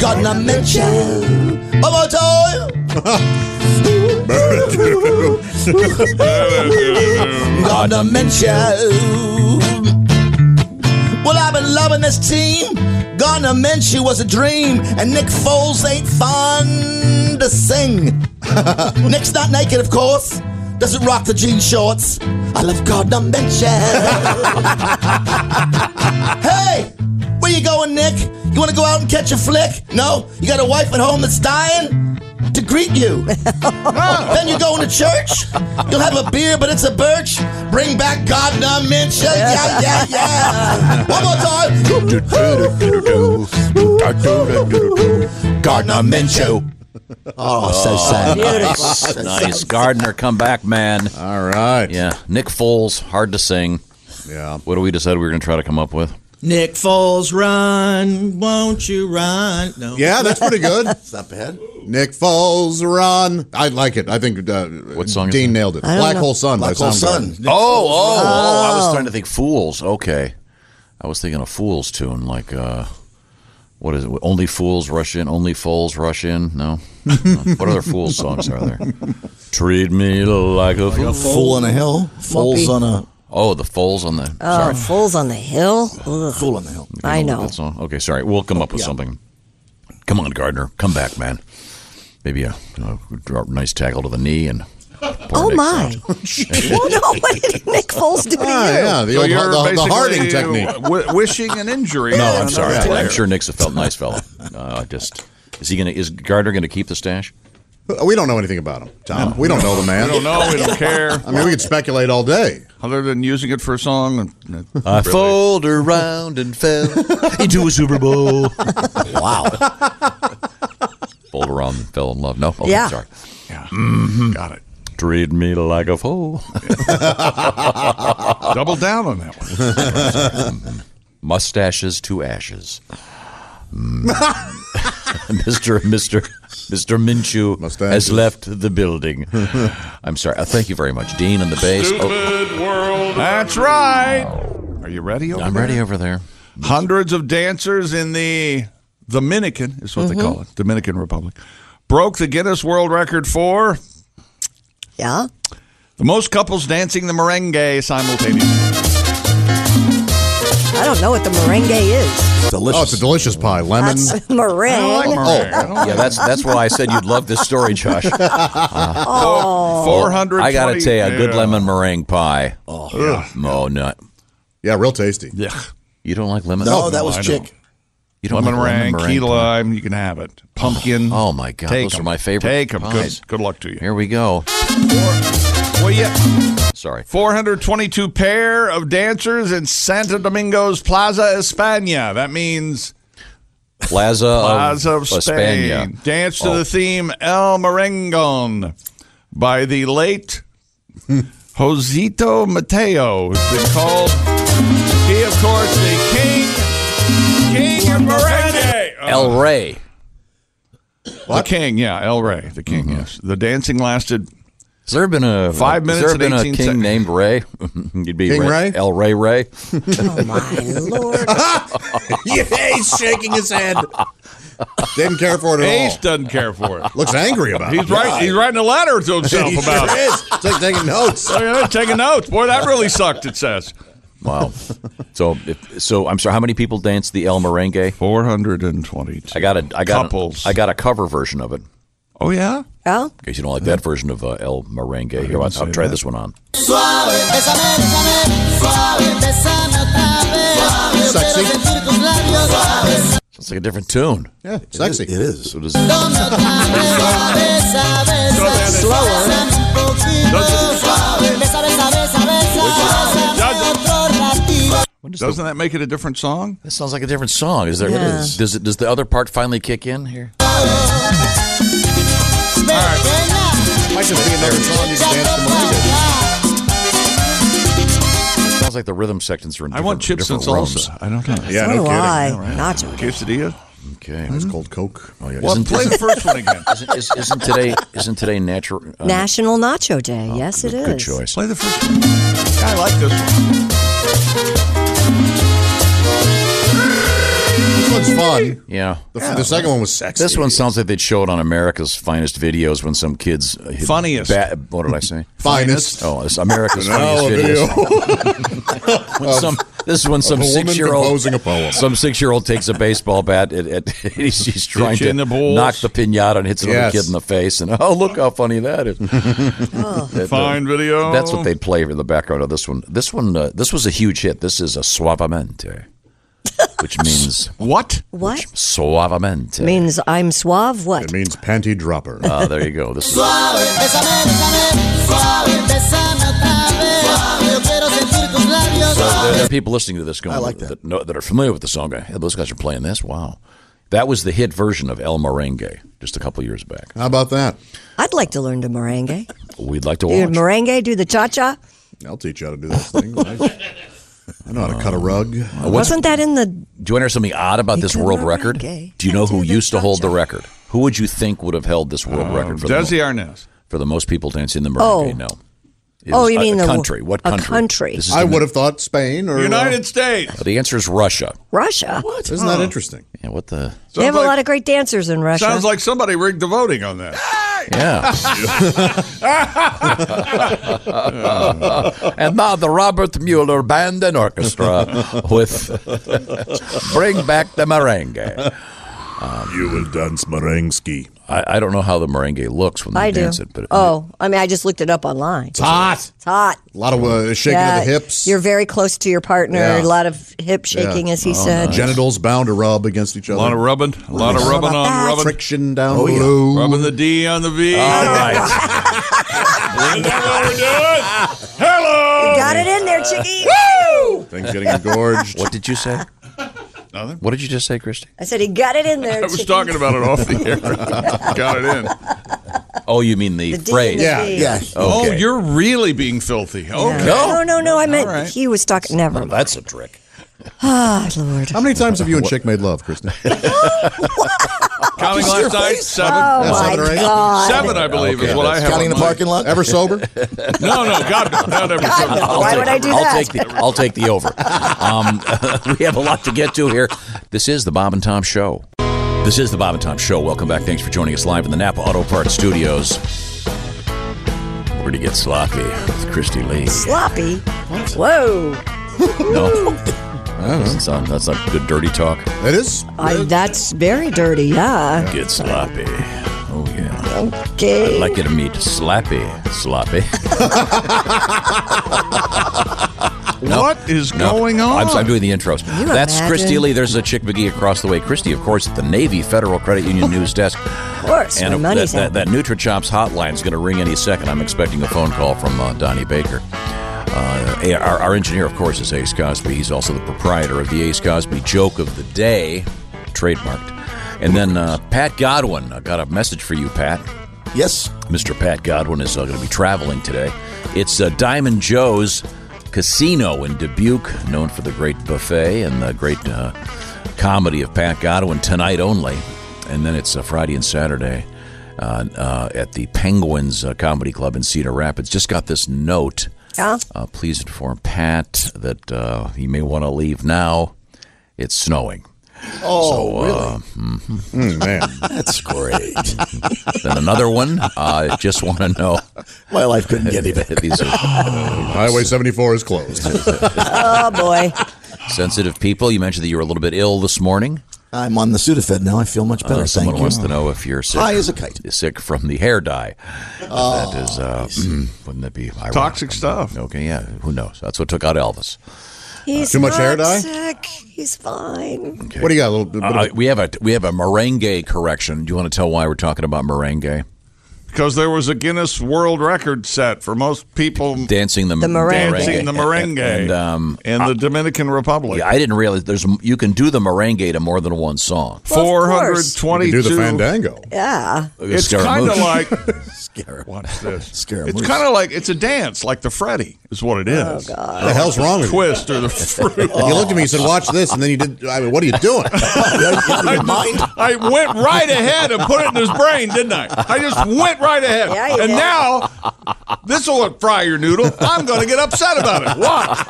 Speaker 8: Gardner Minshew. One more time. Gardner Minshew. Well, I've been loving this team. Gardner Minshew was a dream, and Nick Foles ain't fun to sing. Nick's not naked, of course. Doesn't rock the jean shorts. I love Gardner Minshew. hey, where you going, Nick? You want to go out and catch a flick? No, you got a wife at home that's dying to greet you. then you're going to church. You'll have a beer, but it's a birch. Bring back Gardner Minshew. Yeah, yeah, yeah. One more time. Gardner Minshew. Oh, so sad.
Speaker 6: Nice, nice. Gardner, come back, man.
Speaker 5: All right.
Speaker 6: Yeah. Nick Foles, hard to sing.
Speaker 5: Yeah.
Speaker 6: What do we decide we were going to try to come up with?
Speaker 12: Nick Foles, run, won't you run? No.
Speaker 5: Yeah, that's pretty good.
Speaker 8: It's not bad.
Speaker 5: Nick Foles, run. I like it. I think uh, what song Dean nailed it.
Speaker 8: I don't
Speaker 5: Black
Speaker 8: know.
Speaker 5: Hole Sun
Speaker 8: Black
Speaker 5: by
Speaker 8: Hole
Speaker 5: Soundgarden.
Speaker 8: Sun.
Speaker 6: Oh, oh, oh, I was trying to think Fools. Okay. I was thinking a Fools tune, like, uh, what is it? Only Fools Rush In, Only Fools Rush In. No? No. what other Fools songs are there? Treat me like a fool.
Speaker 8: Fool on a hill. Foals on a.
Speaker 6: Oh, the Foals on the.
Speaker 7: Oh,
Speaker 6: sorry.
Speaker 7: Fools on the Hill. Ugh.
Speaker 8: Fool on the hill.
Speaker 7: I know.
Speaker 6: That song. Okay, sorry. We'll come up with something. Come on, Gardner. Come back, man. Maybe a, you know, drop a nice tackle to the knee and.
Speaker 7: Oh my! oh no! What did Nick Foles do to
Speaker 5: Ah,
Speaker 7: you?
Speaker 5: yeah, the
Speaker 4: So
Speaker 5: old
Speaker 4: you're
Speaker 5: the, the
Speaker 4: basically
Speaker 5: Harding technique.
Speaker 4: W- wishing an injury.
Speaker 6: No,
Speaker 4: on
Speaker 6: I'm sorry.
Speaker 4: another
Speaker 6: I'm
Speaker 4: player.
Speaker 6: sure Nick's a felt nice fella. Uh, just is he gonna is Gardner gonna keep the stash?
Speaker 5: We don't know anything about him, Tom. we don't know the man.
Speaker 4: We don't know. We don't care.
Speaker 5: I mean, we could speculate all day.
Speaker 4: Other than using it for a song. and-
Speaker 6: I
Speaker 4: really.
Speaker 6: fold around and fell into a Super Bowl.
Speaker 8: Wow.
Speaker 6: fold around and fell in love. No, okay,
Speaker 7: Yeah.
Speaker 6: sorry.
Speaker 4: Got it.
Speaker 6: Treat me like a fool.
Speaker 4: Double down on that one.
Speaker 6: Mustaches to ashes. Mm. Mr. Mr. Mr. Minshew
Speaker 5: Mustaches.
Speaker 6: has left the building. I'm sorry. Uh, thank you very much, Dean, on the bass. Oh,
Speaker 4: That's right. Are you ready? Over
Speaker 6: I'm
Speaker 4: there?
Speaker 6: ready over there.
Speaker 4: Hundreds of dancers in the Dominican is what
Speaker 6: Mm-hmm.
Speaker 4: they call it, Dominican Republic, broke the Guinness World Record for
Speaker 7: Yeah.
Speaker 4: the most couples dancing the merengue simultaneously.
Speaker 7: I don't know what the merengue is.
Speaker 5: Oh, it's a
Speaker 8: Delicious.
Speaker 5: delicious pie. Lemon. Oh.
Speaker 7: That's
Speaker 4: I don't like
Speaker 7: meringue.
Speaker 4: merengue. I don't
Speaker 6: Yeah,
Speaker 4: like
Speaker 6: that's that's why I said you'd love this story, Josh. Oh.
Speaker 4: Four hundred.
Speaker 6: I gotta tell you, a good lemon meringue pie. Oh,
Speaker 5: Ugh.
Speaker 6: no, no,
Speaker 5: Yeah, real tasty.
Speaker 4: Yeah,
Speaker 6: you don't like lemon?
Speaker 8: No, that
Speaker 4: no,
Speaker 8: was
Speaker 4: I
Speaker 8: chick.
Speaker 4: don't.
Speaker 6: you don't
Speaker 4: lemon
Speaker 6: like
Speaker 4: meringue, key
Speaker 6: pie?
Speaker 4: lime. You can have it. Pumpkin.
Speaker 6: Oh, my God,
Speaker 4: Take
Speaker 6: those
Speaker 4: 'em.
Speaker 6: are my favorite
Speaker 4: Take 'em.
Speaker 6: pies.
Speaker 4: Good, good luck to you.
Speaker 6: Here we go.
Speaker 4: Well, yeah.
Speaker 6: Sorry.
Speaker 4: 422 pair of dancers in Santo Domingo's Plaza España. That means
Speaker 6: Plaza,
Speaker 4: Plaza
Speaker 6: of,
Speaker 4: of Spain.
Speaker 6: España.
Speaker 4: Dance to
Speaker 6: Oh.
Speaker 4: the theme El Merengon by the late Josito Mateo. It's been called, he, of course, the king, king of merengue. Oh,
Speaker 6: El Rey.
Speaker 4: the king, yeah, El Rey, the king,
Speaker 5: Mm-hmm.
Speaker 4: yes. The dancing lasted
Speaker 6: Has there been a
Speaker 4: Five
Speaker 6: has
Speaker 4: minutes
Speaker 6: there
Speaker 4: and
Speaker 6: been a
Speaker 4: 18
Speaker 6: king
Speaker 4: seconds.
Speaker 6: named Ray? You'd be
Speaker 5: King Ray?
Speaker 6: El Ray Ray.
Speaker 7: Oh my lord!
Speaker 5: yeah, he's shaking his head. Didn't care for it at
Speaker 4: Ace
Speaker 5: all.
Speaker 4: doesn't care for it.
Speaker 5: Looks angry about
Speaker 4: He's
Speaker 5: it.
Speaker 4: right. He's writing a letter to himself
Speaker 5: He
Speaker 4: about
Speaker 5: sure
Speaker 4: it.
Speaker 5: is. It's like taking notes.
Speaker 4: Look at that, taking notes. Boy, that really sucked, it says.
Speaker 6: Wow. So, if, so I'm sorry. How many people danced the El Merengue?
Speaker 4: 422.
Speaker 6: I got a I got
Speaker 4: Couples.
Speaker 6: A, I got a cover version of it.
Speaker 4: oh, yeah?
Speaker 7: Oh,
Speaker 6: In case you don't like that version of uh, El Merengue, here I'll, I'll try this one on.
Speaker 5: Sexy.
Speaker 6: It's like a different tune.
Speaker 5: Yeah, sexy.
Speaker 8: It is.
Speaker 6: So does
Speaker 4: ¿eh?
Speaker 6: when does the-
Speaker 4: Doesn't that make it a different song?
Speaker 6: that sounds like a different song? Is there?
Speaker 7: Yeah.
Speaker 6: Does it? Does the other part finally kick in here?
Speaker 5: Might just be in there. It's on these dance to Maria.
Speaker 6: sounds like the rhythm sections are in
Speaker 4: I
Speaker 6: different
Speaker 4: want chips and
Speaker 6: different
Speaker 4: salsa.
Speaker 6: rooms.
Speaker 4: I don't know.
Speaker 7: Yeah, So no do kidding. I. Nacho.
Speaker 4: Quesadilla.
Speaker 6: Okay.
Speaker 5: It's called Coke.
Speaker 6: Oh, yeah.
Speaker 4: Hmm? Well, play the first one again.
Speaker 6: Isn't, is- isn't today isn't today natural? uh,
Speaker 7: National Nacho Day. yes, it is.
Speaker 6: Good choice.
Speaker 4: Play the first. One. I like this one.
Speaker 5: This one's fun.
Speaker 6: Yeah.
Speaker 5: The, the second one was sexy.
Speaker 6: This one sounds like they'd show it on America's Finest Videos when some kids uh, hit
Speaker 4: Funniest.
Speaker 6: ba- what did I say?
Speaker 5: Finest.
Speaker 6: Oh, it's America's
Speaker 5: No, a
Speaker 6: Funniest
Speaker 5: video.
Speaker 6: Videos. when some, this is when some
Speaker 5: a woman
Speaker 6: six year old
Speaker 5: composing a poem.
Speaker 6: some six year old takes a baseball bat at, at he's, he's trying
Speaker 4: Hits you
Speaker 6: to
Speaker 4: in the balls.
Speaker 6: knock the pinata and hits another
Speaker 5: Yes.
Speaker 6: kid in the face and oh look how funny that is. That, uh,
Speaker 4: Fine video.
Speaker 6: That's what they'd play in the background of this one. This one, uh, this was a huge hit. This is a suavemente, which means
Speaker 4: What?
Speaker 7: What
Speaker 6: suavemente.
Speaker 7: means I'm suave? What?
Speaker 5: It means panty dropper.
Speaker 6: Ah, there you go. This is
Speaker 11: Suave, bésame, bésame, suave, bésame otra vez. Suave, yo quiero sentir tus labios.
Speaker 6: there, there are people listening to this going,
Speaker 8: I like that.
Speaker 6: That, know- that are familiar with the song. Going, hey, those guys are playing this. Wow, that was the hit version of El Merengue just a couple years back.
Speaker 5: How about that?
Speaker 7: I'd like to learn to merengue.
Speaker 6: We'd like to
Speaker 7: Do
Speaker 6: watch.
Speaker 7: merengue? Do the cha cha?
Speaker 5: I'll teach you how to do those things. I know how to cut a rug.
Speaker 7: Wasn't that in the?
Speaker 6: Uh, Do you want to hear something odd about this
Speaker 7: Because
Speaker 6: world
Speaker 7: we're
Speaker 6: record?
Speaker 7: gay.
Speaker 6: Do you know
Speaker 7: And
Speaker 6: who
Speaker 7: do the
Speaker 6: used to hold the
Speaker 7: cha-cha.
Speaker 6: record? Who would you think would have held this
Speaker 5: Uh,
Speaker 6: world record for the,
Speaker 4: Desi
Speaker 6: mo-
Speaker 4: Arnaz.
Speaker 6: for the most people dancing the
Speaker 7: Oh.
Speaker 6: merengue? No. It
Speaker 7: Oh,
Speaker 6: was
Speaker 7: you
Speaker 6: a-
Speaker 7: mean
Speaker 6: a
Speaker 7: the-
Speaker 6: country? What
Speaker 7: a
Speaker 6: country?
Speaker 7: country.
Speaker 6: This is
Speaker 5: I
Speaker 6: in the-
Speaker 5: would have thought Spain or uh,
Speaker 4: United Oh. States.
Speaker 6: The answer is Russia.
Speaker 7: Russia.
Speaker 5: Isn't that interesting?
Speaker 6: Yeah, what the?
Speaker 7: They have
Speaker 4: Sounds
Speaker 7: a
Speaker 4: like-
Speaker 7: lot of great dancers in Russia.
Speaker 4: Sounds like somebody rigged the voting on that.
Speaker 6: Yeah. Uh, and now the Robert Mueller Band and Orchestra with Bring Back the Merengue. Um,
Speaker 10: You will dance merengue.
Speaker 6: I, I don't know how the merengue looks when they
Speaker 7: I do.
Speaker 6: dance it, but
Speaker 7: oh, I mean, I just looked it up online. It's
Speaker 5: Hot.
Speaker 7: hot.
Speaker 5: A lot of uh, shaking of the hips.
Speaker 7: You're very close to your partner.
Speaker 5: Yeah. Oh,
Speaker 7: A lot of hip shaking, as
Speaker 6: Oh,
Speaker 7: he said.
Speaker 5: genitals bound to rub against each
Speaker 4: A
Speaker 5: other.
Speaker 4: lot of rubbing. A lot of rubbing on rubbing. Oh,
Speaker 5: friction down below.
Speaker 4: Rubbing the D on the V.
Speaker 6: all right.
Speaker 7: You got it in
Speaker 6: Uh,
Speaker 7: there, Chicky.
Speaker 5: Things getting engorged.
Speaker 6: What did you say?
Speaker 4: Nothing.
Speaker 6: What did you just say, Christy?
Speaker 7: I said he got it in there.
Speaker 4: I was
Speaker 7: Chicky.
Speaker 4: talking about it off the air. Got it in.
Speaker 6: Oh, you mean the,
Speaker 7: The D
Speaker 6: phrase?
Speaker 7: and
Speaker 5: Yeah,
Speaker 7: the V.
Speaker 5: yeah.
Speaker 6: Okay.
Speaker 4: Oh, you're really being filthy. Okay.
Speaker 6: No.
Speaker 7: No, no, no. I meant
Speaker 4: All right.
Speaker 7: he was talking. Never. mind.
Speaker 6: That's a trick.
Speaker 7: Ah, Lord.
Speaker 5: How many times have you and Chick made love, Kristen?
Speaker 4: Counting last night, seven.
Speaker 7: Oh
Speaker 5: Yeah,
Speaker 7: my
Speaker 5: seven or eight.
Speaker 7: God.
Speaker 4: Seven, I believe,
Speaker 6: Okay,
Speaker 4: is what I have.
Speaker 8: Counting in the
Speaker 4: on mine.
Speaker 8: parking lot.
Speaker 5: Ever sober?
Speaker 4: No, no, God, no, not every
Speaker 7: God,
Speaker 4: seven.
Speaker 7: no. Why would I do
Speaker 6: I'll
Speaker 7: that?
Speaker 6: Take the, I'll take the over. Um, we have a lot to get to here. This is the Bob and Tom Show. This is the Bob and Tom Show. Welcome back. Thanks for joining us live in the Napa Auto Parts Studios. We're going to get sloppy with Christy Lee.
Speaker 7: Sloppy. Whoa.
Speaker 6: No? That's not, that's not good dirty talk.
Speaker 5: It is.
Speaker 7: I, that's very dirty. Yeah.
Speaker 6: Get sloppy. Oh, yeah.
Speaker 7: Uh, Okay.
Speaker 6: I'd like you to meet Slappy. Sloppy.
Speaker 4: What is
Speaker 6: No,
Speaker 4: going
Speaker 6: I'm,
Speaker 4: on?
Speaker 6: I'm doing the intros.
Speaker 7: you
Speaker 6: That's
Speaker 7: imagine?
Speaker 6: Christy Lee. There's a Chick McGee across the way. Christy, of course, at the Navy Federal Credit Union News Desk.
Speaker 7: of course.
Speaker 6: And
Speaker 7: my
Speaker 6: uh, that,
Speaker 7: money's
Speaker 6: that,
Speaker 7: out.
Speaker 6: that NutriChops hotline is going to ring any second. I'm expecting a phone call from uh, Donnie Baker. Uh, our, our engineer, of course, is Ace Cosby. He's also the proprietor of the Ace Cosby Joke of the Day, trademarked. And then uh, Pat Godwin. I got a message for you, Pat.
Speaker 8: Yes.
Speaker 6: Mr. Pat Godwin is uh, going to be traveling today. It's uh, Diamond Joe's Casino in Dubuque, known for the great buffet and the great uh, comedy of Pat Godwin tonight only. And then it's uh, Friday and Saturday uh, uh, at the Penguins uh, Comedy Club in Cedar Rapids. Just got this note.
Speaker 7: Yeah.
Speaker 6: Uh, please inform Pat that uh, he may want to leave now. It's snowing. Oh, really?
Speaker 5: Hmm, Man,
Speaker 6: That's great. then another one. I just want to know.
Speaker 8: My life couldn't get any better.
Speaker 6: These are
Speaker 5: Highway 74 is closed.
Speaker 7: Oh boy.
Speaker 6: sensitive people. You mentioned that you were a little bit ill this morning.
Speaker 8: I'm on the Sudafed now. I feel much better.
Speaker 6: Uh, someone
Speaker 8: Thank
Speaker 6: wants
Speaker 8: you.
Speaker 6: to know if you're sick.
Speaker 8: High as a kite.
Speaker 6: Sick from the hair dye. that is, uh, wouldn't that be ironic?
Speaker 4: Toxic stuff.
Speaker 6: Okay, yeah. Who knows? That's what took out Elvis.
Speaker 7: He's
Speaker 5: Too much hair
Speaker 7: not
Speaker 5: dye?
Speaker 7: Sick. He's fine.
Speaker 5: What do you got? A little bit
Speaker 6: Uh,
Speaker 5: of
Speaker 6: we have a we have a merengue correction. Do you want to tell why we're talking about merengue?
Speaker 4: because there was a Guinness World Record set for most people
Speaker 6: dancing the,
Speaker 4: The merengue. Dancing the merengue.
Speaker 6: and, and, um,
Speaker 4: in the Dominican Republic.
Speaker 6: Yeah, I didn't realize there's you can do the merengue to more than one song.
Speaker 7: Well, of course.
Speaker 4: 422
Speaker 7: You can do the fandango. Yeah.
Speaker 4: It's
Speaker 6: Scaramouche.
Speaker 4: kind of like
Speaker 6: Scaramouche.
Speaker 4: Watch this.
Speaker 6: Scaramouche.
Speaker 4: It's kind of like it's a dance, like the Freddy is what it is. Oh God!
Speaker 5: The hell's wrong with you?
Speaker 4: twist or the fruit?
Speaker 5: You looked at me and said, "Watch this," and then you did. I mean, what are you doing?
Speaker 4: I went right ahead and put it in his brain, didn't I? I just went right ahead.
Speaker 7: Yeah, you
Speaker 4: and
Speaker 7: did.
Speaker 4: now this will fry your noodle. I'm going to get upset about it. Watch.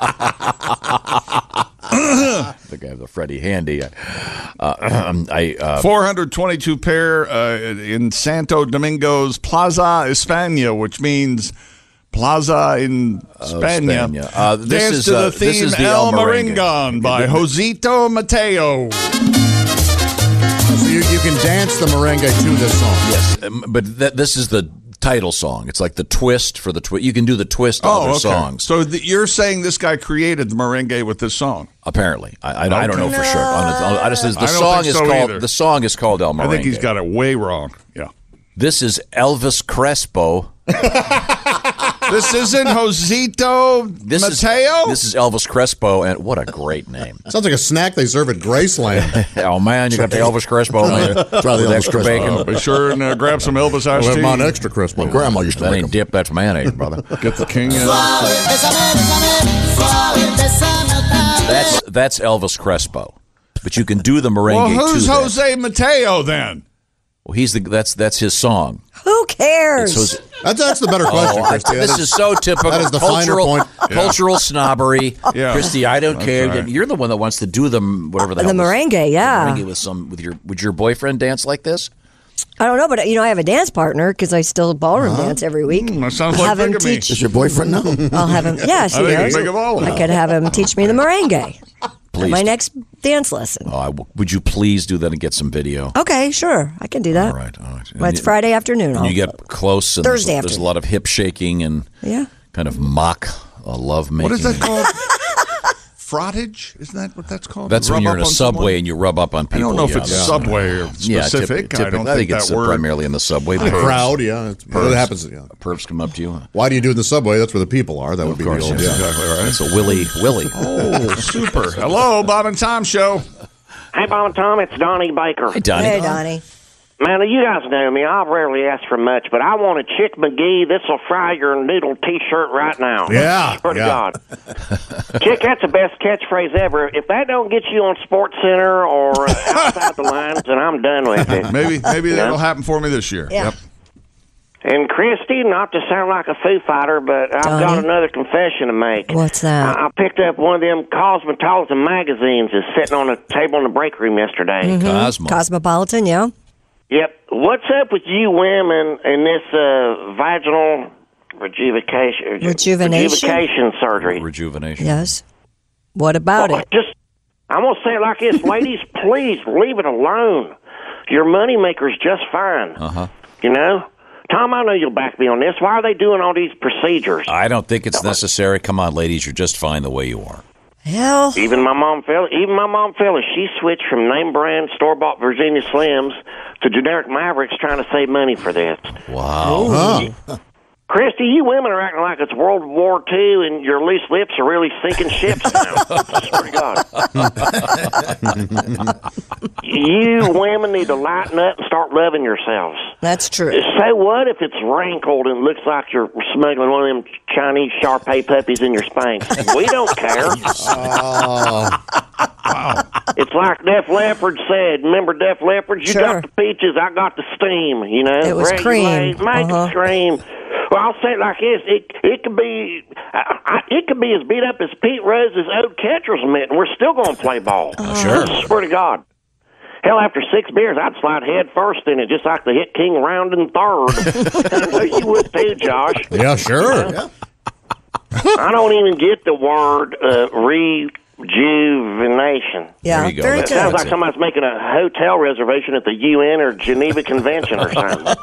Speaker 6: I think I have the Freddie handy. Uh, I uh,
Speaker 4: 422 pair uh, in Santo Domingo's Plaza España, which means Plaza in España.
Speaker 6: España. Uh, this
Speaker 4: Dance
Speaker 6: is,
Speaker 4: to the
Speaker 6: uh,
Speaker 4: theme
Speaker 6: this is the
Speaker 4: El
Speaker 6: El Merengue.
Speaker 4: Merengon by Josito Mateo.
Speaker 5: So you, you can dance the merengue to this song.
Speaker 6: Yes, um, but th- this is the title song. It's like the twist for the twist. You can do the twist on
Speaker 4: Oh,
Speaker 6: other
Speaker 4: okay.
Speaker 6: songs.
Speaker 4: So th- you're saying this guy created the merengue with this song?
Speaker 6: Apparently, I, I, I don't know for sure. Honest- I just, the
Speaker 4: I don't
Speaker 6: song
Speaker 4: think
Speaker 6: is
Speaker 4: so
Speaker 6: called
Speaker 4: either.
Speaker 6: the song is called El Merengue.
Speaker 4: I think he's got it way wrong. Yeah.
Speaker 6: This is Elvis Crespo.
Speaker 4: This isn't Josito
Speaker 6: This
Speaker 4: Mateo.
Speaker 6: is this is Elvis Crespo, and what a great name!
Speaker 5: Sounds like a snack they serve at Graceland.
Speaker 6: oh man, you got the Elvis Crespo man
Speaker 5: Try the
Speaker 6: with
Speaker 5: Elvis
Speaker 6: extra
Speaker 5: Crespo.
Speaker 6: bacon.
Speaker 4: Oh, be sure and uh, grab some Elvis iced
Speaker 5: Well,
Speaker 4: tea.
Speaker 5: mine extra crisp. My grandma used to
Speaker 6: That
Speaker 5: make
Speaker 6: ain't dip. That's mayonnaise, brother.
Speaker 4: Get the king out.
Speaker 11: Suave, bésame, bésame, suave, bésame otra vez.
Speaker 6: That's that's Elvis Crespo. But you can do the
Speaker 4: Well,
Speaker 6: merengue
Speaker 4: who's
Speaker 6: too. then.
Speaker 4: Jose Mateo then?
Speaker 6: Well, he's the that's that's his song.
Speaker 7: Who cares?
Speaker 6: So it's-
Speaker 5: That's, that's the better question,
Speaker 6: oh, I-
Speaker 5: Christy. That
Speaker 6: this is so typical.
Speaker 5: that is the finer
Speaker 6: cultural,
Speaker 5: point.
Speaker 6: cultural snobbery.
Speaker 4: Yeah.
Speaker 6: Christy, I don't care.
Speaker 4: right.
Speaker 6: You're the one that wants to do them whatever the,
Speaker 7: the
Speaker 6: hell this-
Speaker 7: merengue, yeah.
Speaker 6: merengue with some with your would your boyfriend dance like this?
Speaker 7: I don't know, but you know, I have a dance partner because I still ballroom dance every week.
Speaker 4: That sounds
Speaker 7: I'll
Speaker 4: like
Speaker 7: have him
Speaker 4: bigamy.
Speaker 7: teach.
Speaker 8: Does your boyfriend know?
Speaker 7: I'll have him. Yeah, she
Speaker 4: Uh, I think
Speaker 7: knows.
Speaker 4: it's big of all of
Speaker 7: I
Speaker 4: them.
Speaker 7: could have him teach me the merengue. at
Speaker 6: Please.
Speaker 7: my next dance lesson.
Speaker 6: Oh, I w- would you please do that and get some video?
Speaker 7: Okay, sure, I can do that.
Speaker 6: All right, all right.
Speaker 7: Well,
Speaker 6: And
Speaker 7: it's
Speaker 6: you-
Speaker 7: Friday afternoon.
Speaker 6: And you
Speaker 7: I'll-
Speaker 6: get close. And
Speaker 7: Thursday
Speaker 6: there's, there's a
Speaker 7: afternoon.
Speaker 6: lot of hip shaking and
Speaker 7: yeah.
Speaker 6: kind of mock uh, love making.
Speaker 4: What is that called? Frottage? Isn't that what that's called?
Speaker 6: That's
Speaker 4: You
Speaker 6: when
Speaker 4: rub
Speaker 6: you're in
Speaker 4: up
Speaker 6: a
Speaker 4: on someone?
Speaker 6: subway and you rub up on
Speaker 4: I
Speaker 6: people.
Speaker 4: don't know if
Speaker 6: yeah,
Speaker 4: it's
Speaker 6: that's-
Speaker 4: subway or
Speaker 6: Yeah, typ-
Speaker 4: specific. I
Speaker 6: typic-
Speaker 4: don't
Speaker 6: I
Speaker 4: think,
Speaker 6: it's
Speaker 4: that word.
Speaker 6: primarily in the subway.
Speaker 5: the crowd. Yeah, it's, that happens. Yeah.
Speaker 6: Perps come up to you.
Speaker 5: Why do you do it in the subway? That's where the people are. That would be the
Speaker 6: course,
Speaker 5: old.
Speaker 6: yes,
Speaker 5: Yeah.
Speaker 4: Exactly right.
Speaker 6: That's a Willie. Willie.
Speaker 4: Oh, super. Hello, Bob and Tom Show.
Speaker 13: Hey, Bob and Tom, it's Donnie Baker.
Speaker 6: Hey, Donnie.
Speaker 7: Hey, Donnie.
Speaker 13: Man, you guys know me. I rarely ask for much, but I want a Chick McGee. This will fry your noodle T-shirt right now.
Speaker 5: Yeah,
Speaker 13: swear to
Speaker 5: yeah.
Speaker 13: God, Chick, that's the best catchphrase ever. If that don't get you on Sports Center or uh, outside the lines, then I'm done with it.
Speaker 4: Maybe maybe that'll happen for me this year.
Speaker 7: Yeah.
Speaker 4: Yep.
Speaker 13: And Christy, not to sound like a Foo Fighter, but I've got
Speaker 7: Donnie?
Speaker 13: another confession to make.
Speaker 7: What's that?
Speaker 13: I, I picked up one of them Cosmopolitan magazines that's sitting on a table in the break room yesterday.
Speaker 6: Cosmo.
Speaker 7: Mm-hmm. Cosmopolitan, yeah.
Speaker 13: Yep. What's up with you women in this uh, vaginal rejuvenation,
Speaker 7: Rejuvenation?
Speaker 13: rejuvenation surgery?
Speaker 6: Rejuvenation.
Speaker 7: Yes. What about it?
Speaker 13: Just, I'm gonna say it like this, ladies. Please leave it alone. Your moneymaker's just fine. Uh-huh. You know, Tom. I know you'll back me on this. Why are they doing all these procedures?
Speaker 6: I don't think it's necessary. Come on, ladies. You're just fine the way you are.
Speaker 7: Hell,
Speaker 13: Even my mom fella, even my mom fella, she switched from name brand store bought Virginia Slims to generic Mavericks, trying to save money for this.
Speaker 6: Wow.
Speaker 13: Christy, you women are acting like it's World War II and your loose lips are really sinking ships now. I swear to God. you women need to lighten up and start loving yourselves.
Speaker 7: that's true.
Speaker 13: So what if it's wrinkled and looks like you're smuggling one of them Chinese Shar Pei puppies in your spank? We don't care. It's like Def Leppard said. Remember Def Leppard? You
Speaker 7: Sure.
Speaker 13: got the peaches, I got the steam. You know,
Speaker 7: It was
Speaker 13: Regulate,
Speaker 7: cream.
Speaker 13: Make
Speaker 7: Uh-huh.
Speaker 13: it cream. Well, I'll say it like this: it it could be I, I, it could be as beat up as Pete Rose's old catcher's mitt, and we're still going to play ball.
Speaker 7: Uh-huh.
Speaker 6: sure.
Speaker 13: I swear to God. Hell, after six beers, I'd slide head first in it, just like the hit king rounding third. I know you would too, Josh.
Speaker 5: Yeah, sure. Yeah.
Speaker 13: I don't even get the word uh, rejuvenation.
Speaker 7: Yeah,
Speaker 6: you go.
Speaker 7: very
Speaker 13: It
Speaker 6: That's-
Speaker 13: sounds
Speaker 7: good.
Speaker 13: like somebody's making a hotel reservation at the UN or Geneva Convention or something.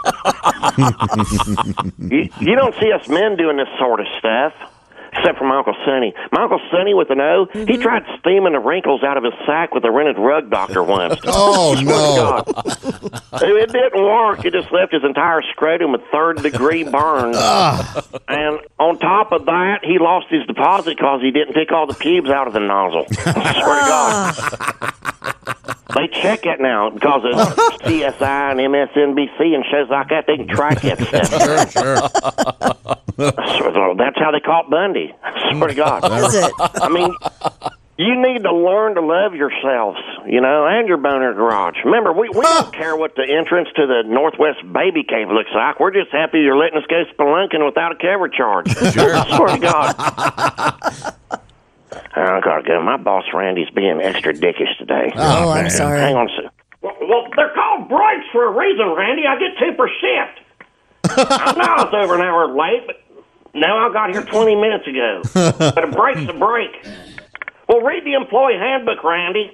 Speaker 13: you, you don't see us men doing this sort of stuff. except for my Uncle Sonny. My Uncle Sonny with an O,
Speaker 7: Mm-hmm.
Speaker 13: he tried steaming the wrinkles out of his sack with a rented rug doctor once.
Speaker 5: Oh, no.
Speaker 13: it didn't work. It just left his entire scrotum with third degree burns. and on top of that, he lost his deposit because he didn't pick all the pubes out of the nozzle. I swear to God. They check it now because of CSI and MSNBC and shows like that. They can track that stuff. I swear to God, That's how they caught Bundy. I swear to God.
Speaker 11: Is it?
Speaker 13: I mean, you need to learn to love yourselves, you know, and your boner garage. Remember, we, we don't care what the entrance to the Northwest Baby Cave looks like. We're just happy you're letting us go spelunking without a cover charge. I swear to God. I gotta go. My boss Randy's being extra dickish today.
Speaker 11: Oh, I'm Man. sorry.
Speaker 13: Hang on a sec. Well, well, they're called breaks for a reason, Randy. I get two per shift. I know I was over an hour late, but now I got here 20 minutes ago. But a break's a break. Well, read the employee handbook, Randy.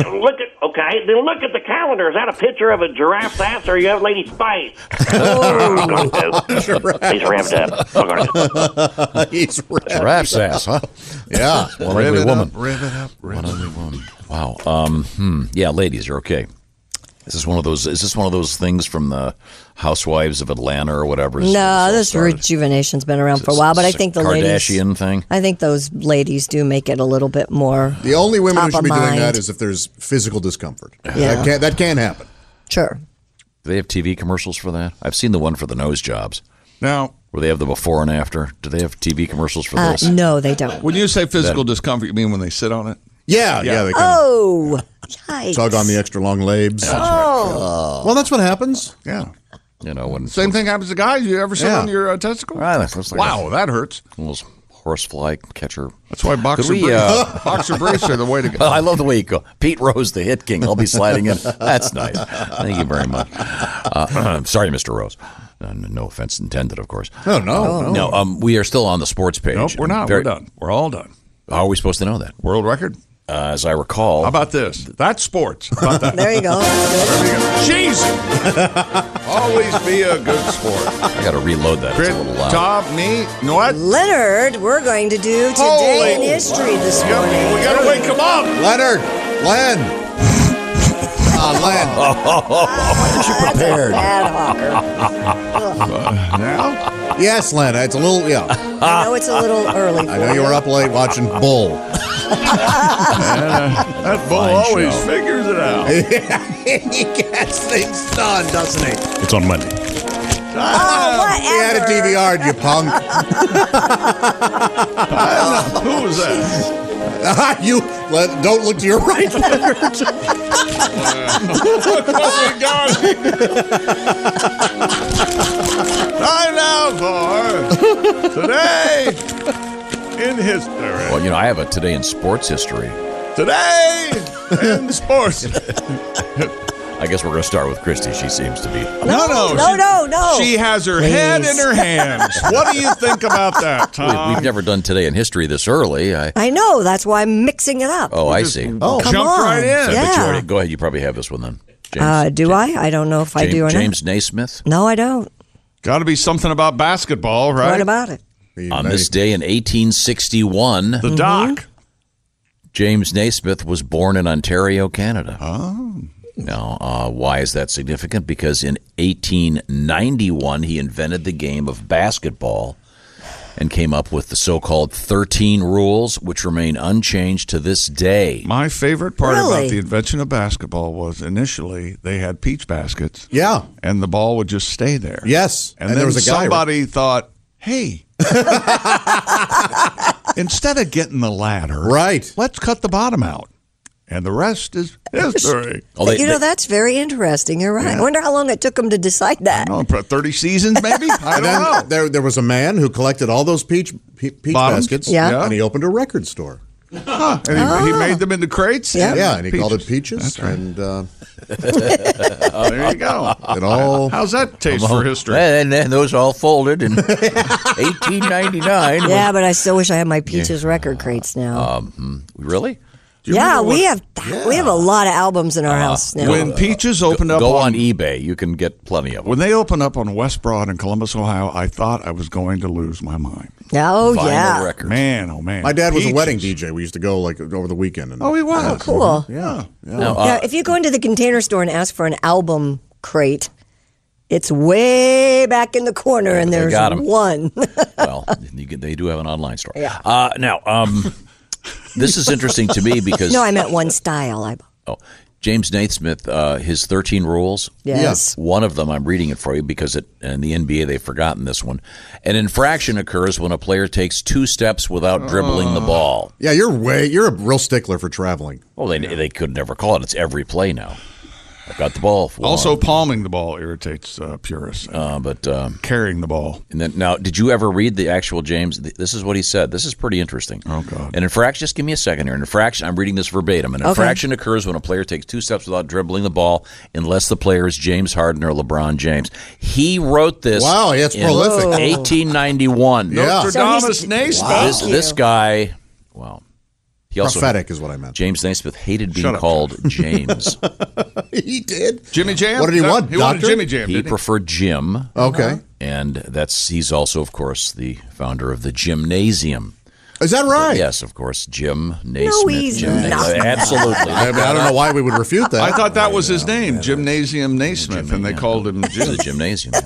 Speaker 13: And look at okay. Then look at the calendar. Is that a picture of a giraffe's ass or a young lady's face? I'm
Speaker 7: Oh.
Speaker 13: gonna go. He's ramped up. Oh, I'm gonna go.
Speaker 5: He's
Speaker 6: Giraffe's ass, huh?
Speaker 5: Yeah.
Speaker 6: One
Speaker 5: Rev
Speaker 6: ugly
Speaker 5: it
Speaker 6: woman.
Speaker 5: up, rev it up, rev
Speaker 6: One ugly woman. Wow. Um, hmm. Yeah, ladies, you're okay. Is this one of those? Is this one of those things from the Housewives of Atlanta or whatever? Is-
Speaker 7: No, this rejuvenation's been around for a while, but I think the ladies.
Speaker 6: Kardashian thing.
Speaker 7: I think those ladies do make it a little bit more.
Speaker 5: The only women who
Speaker 7: top
Speaker 5: should
Speaker 7: of
Speaker 5: be doing
Speaker 7: mind.
Speaker 5: that is if there's physical discomfort.
Speaker 7: Yeah.
Speaker 5: That, can, that can happen.
Speaker 7: Sure.
Speaker 6: Do they have TV commercials for that? I've seen the one for the nose jobs.
Speaker 4: Now,
Speaker 6: where they have the before and after. Do they have TV commercials for
Speaker 7: Uh,
Speaker 6: this?
Speaker 7: no, they don't.
Speaker 4: When you say physical discomfort, you mean when they sit on it?
Speaker 5: Yeah, yeah, they can
Speaker 7: Oh, yikes.
Speaker 5: tug on the extra long labes.
Speaker 7: Oh.
Speaker 5: Well, that's what happens. Yeah.
Speaker 6: You know, when
Speaker 4: Same thing happens to guys. You ever sit
Speaker 5: Yeah.
Speaker 4: on your uh, testicle?
Speaker 6: Ah, that looks like
Speaker 4: Wow, that hurts.
Speaker 6: a- one of those horsefly catcher.
Speaker 4: That's why boxer
Speaker 6: Could we,
Speaker 4: briefs,
Speaker 6: uh,
Speaker 4: boxer briefs are the way to go.
Speaker 6: Well, I love the way you go. Pete Rose, the hit king. I'll be sliding in. That's nice. Thank you very much. Uh, I'm sorry, Mr. Rose. Uh, no offense intended, of course.
Speaker 5: No, no,
Speaker 6: Uh,
Speaker 5: no.
Speaker 6: no. Um, we are still on the sports page.
Speaker 4: Nope, we're not.
Speaker 6: Very-
Speaker 4: We're done. We're all done.
Speaker 6: How are we supposed to know that?
Speaker 4: World record.
Speaker 6: Uh, as I recall,
Speaker 4: How about this? That's sports. How about that?
Speaker 7: There you go.
Speaker 4: Jeez. Always be a good sport.
Speaker 6: I got to reload that. It's a little loud.
Speaker 4: Top, knee, you know what?
Speaker 7: Leonard, we're going to do Today
Speaker 4: Holy-
Speaker 7: in History this
Speaker 4: We gotta-
Speaker 7: morning.
Speaker 4: we gotta wake him up.
Speaker 5: Leonard, Len. Ah, Len.
Speaker 7: Prepared. Bad hawker.
Speaker 4: Now,
Speaker 5: Uh, Yes, Len. It's a little, yeah.
Speaker 7: I know it's a little early.
Speaker 5: I know you were up late watching Bull.
Speaker 4: that bull
Speaker 6: Fine
Speaker 4: always
Speaker 6: show.
Speaker 4: figures it out.
Speaker 5: he gets things done, doesn't he?
Speaker 10: It's on Monday.
Speaker 7: Oh, whatever.
Speaker 5: He had a DVR, you punk.
Speaker 4: Who was that?
Speaker 5: you let, don't look to your right.
Speaker 4: Oh my God! Time now for today in history.
Speaker 6: Well, you know, I have a today in sports history.
Speaker 4: Today in sports.
Speaker 6: I guess we're going to start with Christy. She seems to be.
Speaker 4: No, no,
Speaker 7: No,
Speaker 4: she-
Speaker 7: no, no.
Speaker 4: She has her head in her hands. What do you think about that,
Speaker 6: We,
Speaker 4: Tom?
Speaker 6: we've never done today in history this early. I.
Speaker 7: I know. That's why I'm mixing it up.
Speaker 6: Oh, I see.
Speaker 7: Oh, come
Speaker 4: Jumped
Speaker 7: on.
Speaker 4: right in.
Speaker 6: I bet you already-
Speaker 7: Yeah.
Speaker 6: go ahead. You probably have this one then. James,
Speaker 7: Uh, do I? I don't know if I
Speaker 6: James,
Speaker 7: do or
Speaker 6: James Naismith.
Speaker 7: not. No, I don't.
Speaker 4: Got to be something about basketball, right?
Speaker 7: What about it?
Speaker 6: On this day in 1861,
Speaker 4: the dock?
Speaker 6: James Naismith was born in Ontario, Canada. Oh. Now, uh, why is that significant? Because in 1891, he invented the game of basketball and came up with the so called 13 rules, which remain unchanged to this day.
Speaker 4: My favorite part
Speaker 7: Really?
Speaker 4: about the invention of basketball was initially they had peach baskets.
Speaker 5: yeah.
Speaker 4: and the ball would just stay there.
Speaker 5: Yes.
Speaker 4: And,
Speaker 5: And
Speaker 4: then
Speaker 5: there was a guy-
Speaker 4: somebody thought, hey, instead of getting the ladder,
Speaker 5: Right.
Speaker 4: let's cut the bottom out. And the rest is history.
Speaker 6: Oh, they-
Speaker 7: you know,
Speaker 6: they-
Speaker 7: that's very interesting. You're right. I wonder how long it took them to decide that.
Speaker 4: Oh, for 30 seasons, maybe? I
Speaker 5: And then
Speaker 4: don't know.
Speaker 5: there, there was a man who collected all those peach pe- peach
Speaker 4: Bottoms?
Speaker 5: baskets,
Speaker 7: Yeah.
Speaker 5: and he opened a record store.
Speaker 4: Huh. And he, he made them into crates?
Speaker 7: Ah. Yeah.
Speaker 5: Yeah, and he called it
Speaker 4: Peaches. Oh,
Speaker 5: peaches, and uh,
Speaker 4: There you go.
Speaker 5: it all.
Speaker 4: How's that taste for history?
Speaker 6: And then those all folded in 1899. Um,
Speaker 7: Yeah, but I still wish I had my peaches record crates now.
Speaker 6: Really?
Speaker 7: yeah, we have we have a lot of albums in our
Speaker 6: Uh-huh.
Speaker 7: house now.
Speaker 4: When Peaches opened up
Speaker 6: Uh, go
Speaker 4: on,
Speaker 6: eBay, you can get plenty of them.
Speaker 4: When they opened up on West Broad in Columbus, Ohio, I thought I was going to lose my mind.
Speaker 7: oh
Speaker 4: Vinyl
Speaker 7: yeah,
Speaker 4: records. Man, oh man.
Speaker 5: My dad was
Speaker 4: Peaches.
Speaker 5: a wedding DJ. We used to go like over the weekend. And
Speaker 4: Oh, he was.
Speaker 7: Oh, cool.
Speaker 5: Yeah. yeah.
Speaker 6: Now,
Speaker 7: Now,
Speaker 6: uh,
Speaker 7: if you go into the container store and ask for an album crate, it's way back in the corner, and
Speaker 6: they
Speaker 7: there's
Speaker 6: got 'em.
Speaker 7: one.
Speaker 6: well, you can, they do have an online store. Yeah. Uh, now, um, this is interesting to me because
Speaker 7: no, I meant one style. I
Speaker 6: Oh, James Naismith, uh, his 13 rules.
Speaker 7: Yes. Yes.
Speaker 6: One of them, I'm reading it for you because it, in the NBA, they've forgotten this one. An infraction occurs when a player takes two steps without dribbling the ball.
Speaker 5: Yeah, you're way you're a real stickler for traveling.
Speaker 6: Well, they, they could never call it. It's every play now. I've got the ball. for
Speaker 4: Also,
Speaker 6: one.
Speaker 4: palming the ball irritates uh, purists.
Speaker 6: Uh, but um,
Speaker 4: carrying the ball.
Speaker 6: And then now, did you ever read the actual James? Th- This is what he said. This is pretty interesting. Oh God! An infraction. Just give me a second here. An infraction. I'm reading this verbatim. An
Speaker 14: Okay.
Speaker 6: infraction occurs when a player takes two steps without dribbling the ball, unless the player is James Harden or LeBron James. He wrote this.
Speaker 5: Wow, yeah, it's
Speaker 6: in
Speaker 5: prolific. Whoa.
Speaker 6: 1891.
Speaker 5: Yeah.
Speaker 4: Nostradamus Naismith.
Speaker 6: This, this guy. Wow. He also,
Speaker 5: Prophetic is what I meant.
Speaker 6: James Naismith hated being
Speaker 5: Shut up.
Speaker 6: called James.
Speaker 5: he did.
Speaker 4: Jimmy Jam.
Speaker 5: What did he
Speaker 4: That-
Speaker 5: want?
Speaker 4: He wanted
Speaker 5: doctor? Uh-huh.
Speaker 4: Jimmy Jam.
Speaker 6: He
Speaker 4: didn't
Speaker 6: preferred Jim.
Speaker 5: Okay.
Speaker 6: And that's he's also, of course, the founder of the gymnasium.
Speaker 5: Is that right?
Speaker 6: Yes, of course, Jim Naismith.
Speaker 7: he's
Speaker 6: Gym-
Speaker 7: not.
Speaker 6: Absolutely.
Speaker 5: I, mean, I don't know why we would refute that.
Speaker 4: I thought that was his name, Gymnasium Naismith, and they called him
Speaker 6: He's
Speaker 4: Jim.
Speaker 6: a gymnasium.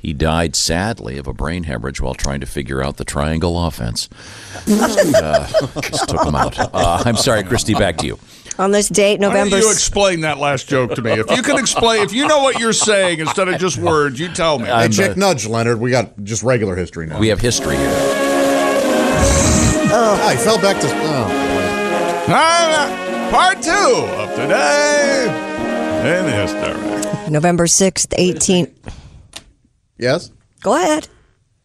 Speaker 6: He died sadly of a brain hemorrhage while trying to figure out the triangle offense. Uh, just took him out. Uh, I'm sorry, Christy. Back to you.
Speaker 7: on this date,
Speaker 4: Why don't
Speaker 7: November.
Speaker 4: you explain that last joke to me? If you can explain, if you know what you're saying instead of just words, you tell me.
Speaker 5: Hey, check nudge, Leonard. We got just regular history now.
Speaker 6: We have history here.
Speaker 5: Oh, he fell back to. Oh.
Speaker 4: Ah, Part two of today in history.
Speaker 7: November 6th, 18.
Speaker 5: Yes?
Speaker 7: Go ahead.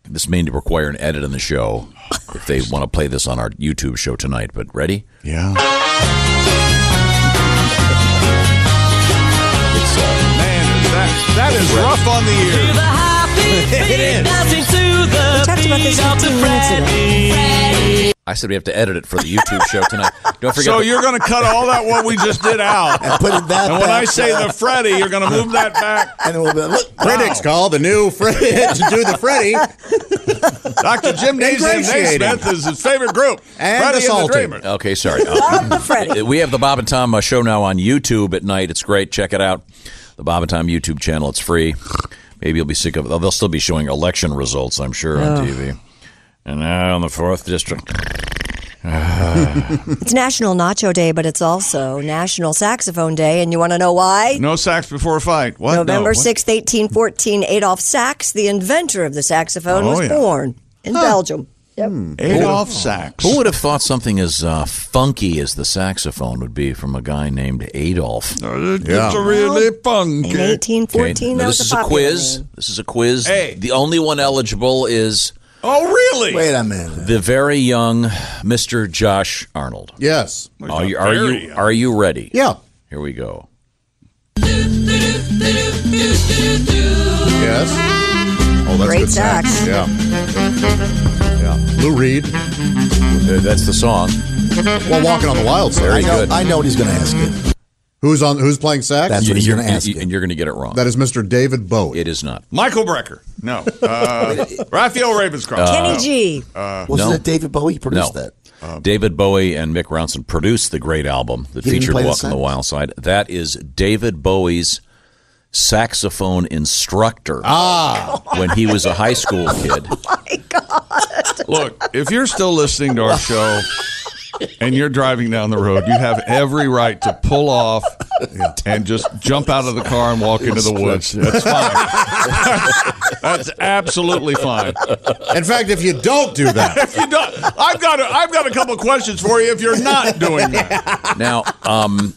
Speaker 6: This may require an edit in the show if they want to play this on our YouTube show tonight. But ready?
Speaker 4: Yeah.
Speaker 6: It's uh,
Speaker 4: Man, that, that is rough on the ear.
Speaker 7: We talked about this 15 minutes ago.
Speaker 6: I said we have to edit it for the YouTube show tonight. Don't forget.
Speaker 4: So
Speaker 6: the-
Speaker 4: you're going to cut all that what we just did out.
Speaker 8: And put it back.
Speaker 4: And when I
Speaker 8: back.
Speaker 4: say the Freddy, you're going to move that back.
Speaker 8: and we'll be like, look,
Speaker 5: Critics call the new Freddy to do the Freddy
Speaker 4: Dr. Gymnasium
Speaker 5: Ingratiating.
Speaker 4: Naismith is his favorite group.
Speaker 5: and
Speaker 4: Freddy and the
Speaker 5: assaulting.
Speaker 4: Dreamer.
Speaker 6: Okay, sorry. Uh, we have the Bob and Tom uh, show now on YouTube at night. It's great. Check it out. The Bob and Tom YouTube channel. It's free. Maybe you'll be sick of it. They'll still be showing election results, I'm sure,
Speaker 7: Ugh.
Speaker 6: on TV. And now on the 4th District.
Speaker 7: It's National Nacho Day, but it's also National Saxophone Day. And you want to know why?
Speaker 4: No sacks before a fight. What? No,
Speaker 7: November
Speaker 4: what?
Speaker 7: 6th, 1814, Adolf Sachs, the inventor of the saxophone,
Speaker 6: Oh,
Speaker 7: was
Speaker 6: yeah.
Speaker 7: born in Belgium. Yep.
Speaker 4: Hmm. Adolf Sachs.
Speaker 6: Who would have thought something as uh, funky as the saxophone would be from a guy named Adolf?
Speaker 4: Uh, It's really
Speaker 7: In
Speaker 4: funky.
Speaker 7: 1814,
Speaker 6: Okay,
Speaker 7: that
Speaker 6: now
Speaker 7: was
Speaker 6: this is
Speaker 7: a
Speaker 6: a
Speaker 7: popular
Speaker 6: quiz.
Speaker 7: name.
Speaker 6: This is a quiz.
Speaker 4: Hey.
Speaker 6: The only one eligible is
Speaker 4: Oh, really?
Speaker 8: wait a minute.
Speaker 6: the very young Mr. Josh Arnold.
Speaker 5: Yes.
Speaker 6: Are you are
Speaker 4: Very
Speaker 6: you are you ready?
Speaker 5: Yeah.
Speaker 6: Here we go.
Speaker 5: Yes. Oh, that's
Speaker 7: Great
Speaker 5: good sax.
Speaker 7: sax.
Speaker 5: Yeah. Yeah. Lou Reed.
Speaker 6: Uh, That's the song.
Speaker 5: Well, Walking on the Wild
Speaker 8: I
Speaker 5: Side.
Speaker 8: know,
Speaker 6: good.
Speaker 8: I know what he's going to ask you.
Speaker 5: Who's on? Who's playing sax?
Speaker 8: That's what he's
Speaker 6: You're-
Speaker 8: going to ask
Speaker 6: you-
Speaker 8: you.
Speaker 6: and you're going to get it wrong.
Speaker 5: that is Mr. David Bowie.
Speaker 6: It is not.
Speaker 4: Michael Brecker. No. Uh, Raphael Ravenscroft.
Speaker 7: Kenny G.
Speaker 4: Uh,
Speaker 8: Wasn't
Speaker 6: Uh, No.
Speaker 8: it David Bowie? He
Speaker 6: No.
Speaker 8: produced that.
Speaker 4: Um,
Speaker 6: David Bowie and Mick Ronson produced the great album that
Speaker 8: He didn't
Speaker 6: featured
Speaker 8: play the
Speaker 6: Walk on the
Speaker 8: sax?
Speaker 6: Wild Side. That is David Bowie's saxophone instructor
Speaker 5: Ah.
Speaker 6: when he was a high school kid.
Speaker 4: Look, if you're still listening to our show and you're driving down the road, you have every right to pull off and just jump out of the car and walk into the woods. That's fine. That's absolutely fine.
Speaker 5: In fact, if you don't do that,
Speaker 4: If you don't, I've got a, I've got a couple questions for you. If you're not doing that,
Speaker 6: Now, um,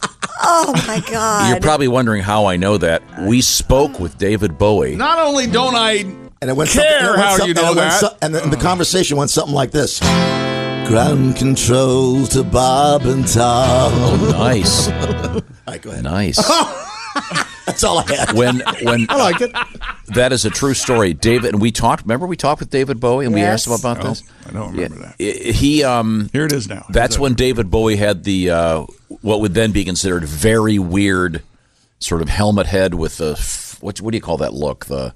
Speaker 7: Oh, my
Speaker 6: you're
Speaker 7: God.
Speaker 6: probably wondering how I know that.
Speaker 4: Uh,
Speaker 6: We spoke with David Bowie.
Speaker 4: not only don't I
Speaker 8: And it went
Speaker 4: care
Speaker 8: something- and it went
Speaker 4: how
Speaker 8: some-
Speaker 4: you
Speaker 8: and it
Speaker 4: know
Speaker 8: went
Speaker 4: that,
Speaker 8: so- and, the, and the conversation went something like this. Ground control to Bob and Tom.
Speaker 6: Oh, Nice.
Speaker 8: All right, go ahead.
Speaker 6: Nice.
Speaker 8: That's all I had.
Speaker 6: When when
Speaker 8: I liked it.
Speaker 6: That is a true story, David. And we talked. Remember, we talked with David Bowie, and we asked
Speaker 4: Yes.
Speaker 6: him about
Speaker 4: No,
Speaker 6: this.
Speaker 4: I don't remember
Speaker 6: that. He um.
Speaker 4: Here it is now.
Speaker 6: That's when David Bowie had the uh, what would then be considered very weird, sort of helmet head with the f- what? What do you call that look? The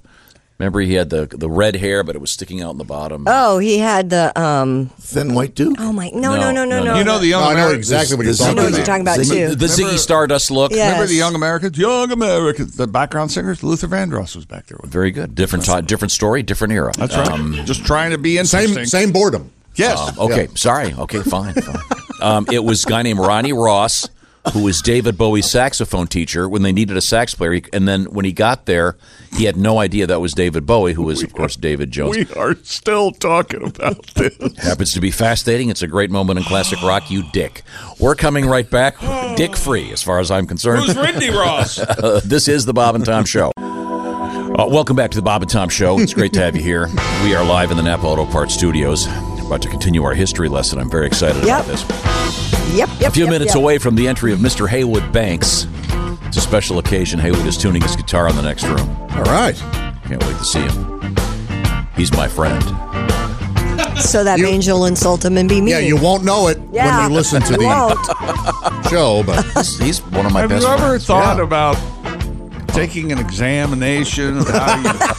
Speaker 6: remember he had the the red hair, but it was sticking out in the bottom.
Speaker 7: Oh, he had the um
Speaker 8: thin white duke.
Speaker 7: Oh my! No, no, no, no, no.
Speaker 4: You know the young. Americans-
Speaker 7: I know what you're talking about too.
Speaker 6: The Ziggy Stardust look.
Speaker 7: Yes.
Speaker 4: Remember the young Americans? Young Americans. The background singers. Luther Vandross was back there. With
Speaker 6: Very good. Different time, different story, different era.
Speaker 4: That's right. Just trying to be interesting.
Speaker 5: Same, same boredom.
Speaker 4: Yes.
Speaker 6: Um, okay. Sorry. Okay. Fine. fine. um, it was a guy named Ronnie Ross, who was David Bowie's saxophone teacher when they needed a sax player. He- And then when he got there, he had no idea that was David Bowie, who was, of course, David Jones.
Speaker 4: We are still talking about this.
Speaker 6: Happens to be fascinating. It's a great moment in classic rock. You dick. We're coming right back, dick free, as far as I'm concerned.
Speaker 9: Who's Randy Ross?
Speaker 6: this is the Bob and Tom Show. Uh, welcome back to the Bob and Tom Show. It's great to have you here. We are live in the Napa Auto Parts Studios. About to continue our history lesson. I'm very excited
Speaker 7: Yep.
Speaker 6: about this.
Speaker 7: Yep, yep.
Speaker 6: a few
Speaker 7: yep,
Speaker 6: minutes
Speaker 7: yep.
Speaker 6: away from the entry of Mr. Haywood Banks. It's a special occasion. Haywood is tuning his guitar in the next room.
Speaker 5: All right.
Speaker 6: Can't wait to see him. He's my friend.
Speaker 7: So that angel insult him and be mean.
Speaker 5: Yeah, you won't know it
Speaker 7: Yeah,
Speaker 5: when you listen to
Speaker 7: you
Speaker 5: the
Speaker 7: won't.
Speaker 5: show, but
Speaker 6: he's one of my
Speaker 4: Have
Speaker 6: best
Speaker 4: you ever
Speaker 6: friends.
Speaker 4: thought
Speaker 6: Yeah.
Speaker 4: about taking an examination of how you,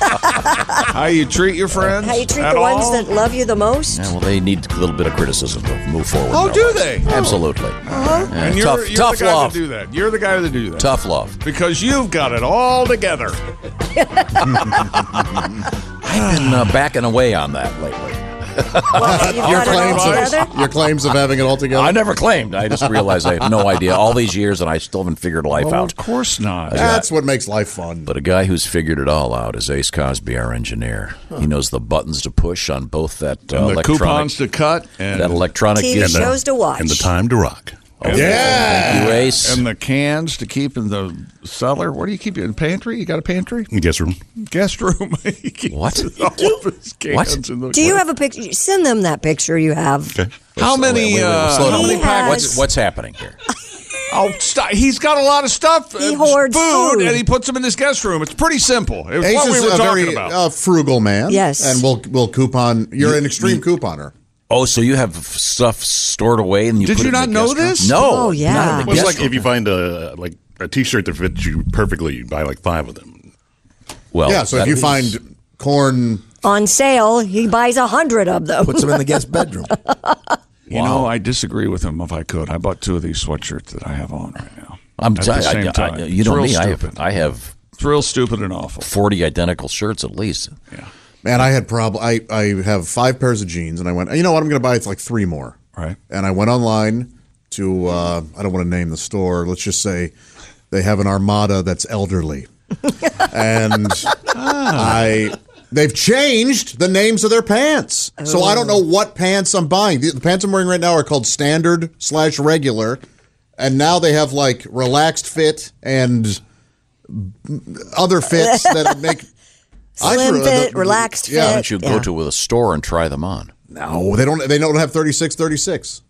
Speaker 4: how you treat your friends?
Speaker 7: How you treat
Speaker 4: at
Speaker 7: the ones
Speaker 4: all?
Speaker 7: that love you the most?
Speaker 6: Yeah, well, they need a little bit of criticism to move forward. in
Speaker 4: Oh,
Speaker 6: their
Speaker 4: do
Speaker 6: lives.
Speaker 4: they?
Speaker 6: Absolutely. Yeah,
Speaker 4: And you're,
Speaker 6: tough,
Speaker 4: you're
Speaker 6: tough
Speaker 4: the guy
Speaker 6: love.
Speaker 4: to do that. You're the guy to do that.
Speaker 6: Tough love.
Speaker 4: Because you've got it all together.
Speaker 6: I've been uh, backing away on that lately.
Speaker 7: you've Your got it all claims of- together?
Speaker 5: your claims of having it all together.
Speaker 6: I never claimed. I just realized I have no idea. All these years, and I still haven't figured life
Speaker 5: Well,
Speaker 6: out.
Speaker 5: of
Speaker 4: course not.
Speaker 5: That's what makes life fun.
Speaker 6: But a guy who's figured it all out is Ace Cosby, our engineer. He knows the buttons to push on both that uh,
Speaker 4: And the
Speaker 6: electronic,
Speaker 4: coupons to cut. And
Speaker 6: that electronic
Speaker 7: TV
Speaker 6: gift-
Speaker 7: shows to watch.
Speaker 10: time to rock.
Speaker 6: Oh, Thank you, Ace.
Speaker 4: And the cans to keep in the cellar. What do you keep in the pantry? You got a pantry?
Speaker 10: Guest room.
Speaker 4: Guest room. He keeps
Speaker 6: What?
Speaker 4: All of his cans
Speaker 6: What?
Speaker 4: in the
Speaker 7: Do you have a picture? Send them that picture you have.
Speaker 4: How
Speaker 6: Wait,
Speaker 4: many?
Speaker 6: wait, wait,
Speaker 4: uh,
Speaker 6: slow down.
Speaker 4: how many
Speaker 7: He has-
Speaker 6: What's, what's happening here?
Speaker 4: Oh, stop. he's got a lot of stuff.
Speaker 7: He
Speaker 4: uh,
Speaker 7: hoards food.
Speaker 4: and he puts them in his guest room. It's pretty simple. It's
Speaker 5: Ace
Speaker 4: what
Speaker 5: is
Speaker 4: we were
Speaker 5: a
Speaker 4: talking
Speaker 5: very
Speaker 4: about.
Speaker 5: uh, frugal man.
Speaker 7: Yes.
Speaker 5: and we'll we'll coupon. You're an extreme couponer.
Speaker 6: Oh, so you have stuff stored away, and you
Speaker 4: Did
Speaker 6: put
Speaker 4: you
Speaker 6: it
Speaker 4: not
Speaker 6: in the guest
Speaker 4: know
Speaker 6: room?
Speaker 4: this?
Speaker 6: No.
Speaker 7: Oh,
Speaker 6: not in
Speaker 7: yeah.
Speaker 6: the
Speaker 10: Well, it's
Speaker 6: guest
Speaker 10: like
Speaker 6: room.
Speaker 10: if you find a like a T-shirt that fits you perfectly, you buy like five of them.
Speaker 6: well,
Speaker 5: yeah, so if
Speaker 6: that
Speaker 5: you
Speaker 6: is-
Speaker 5: find corn,
Speaker 7: On sale, he buys a hundred of them.
Speaker 8: Puts them in the guest bedroom.
Speaker 4: You know, I disagree with him. If I could, I bought two of these sweatshirts that I have on right now.
Speaker 6: I'm
Speaker 4: At
Speaker 6: sorry,
Speaker 4: the same
Speaker 6: I,
Speaker 4: time,
Speaker 6: I, you know
Speaker 4: Thrill
Speaker 6: me. I have,
Speaker 4: stupid.
Speaker 6: I have
Speaker 4: It's real stupid and awful.
Speaker 6: forty identical shirts at least.
Speaker 5: man, I had problem. I I have five pairs of jeans, and I went. You know what? I'm going to buy it's like three more.
Speaker 4: Right.
Speaker 5: And I went online to uh, I don't want to name the store. Let's just say they have an armada that's elderly, and I they've changed the names of their pants. So I don't know what pants I'm buying. The, the pants I'm wearing right now are called standard slash regular, and now they have like relaxed fit and other fits that make. I
Speaker 7: Slim
Speaker 5: threw-
Speaker 7: fit,
Speaker 5: the-
Speaker 7: relaxed
Speaker 5: yeah.
Speaker 7: fit.
Speaker 6: Why don't you
Speaker 7: yeah.
Speaker 6: go to a store and try them on?
Speaker 5: No, they don't. They don't have thirty six thirty six.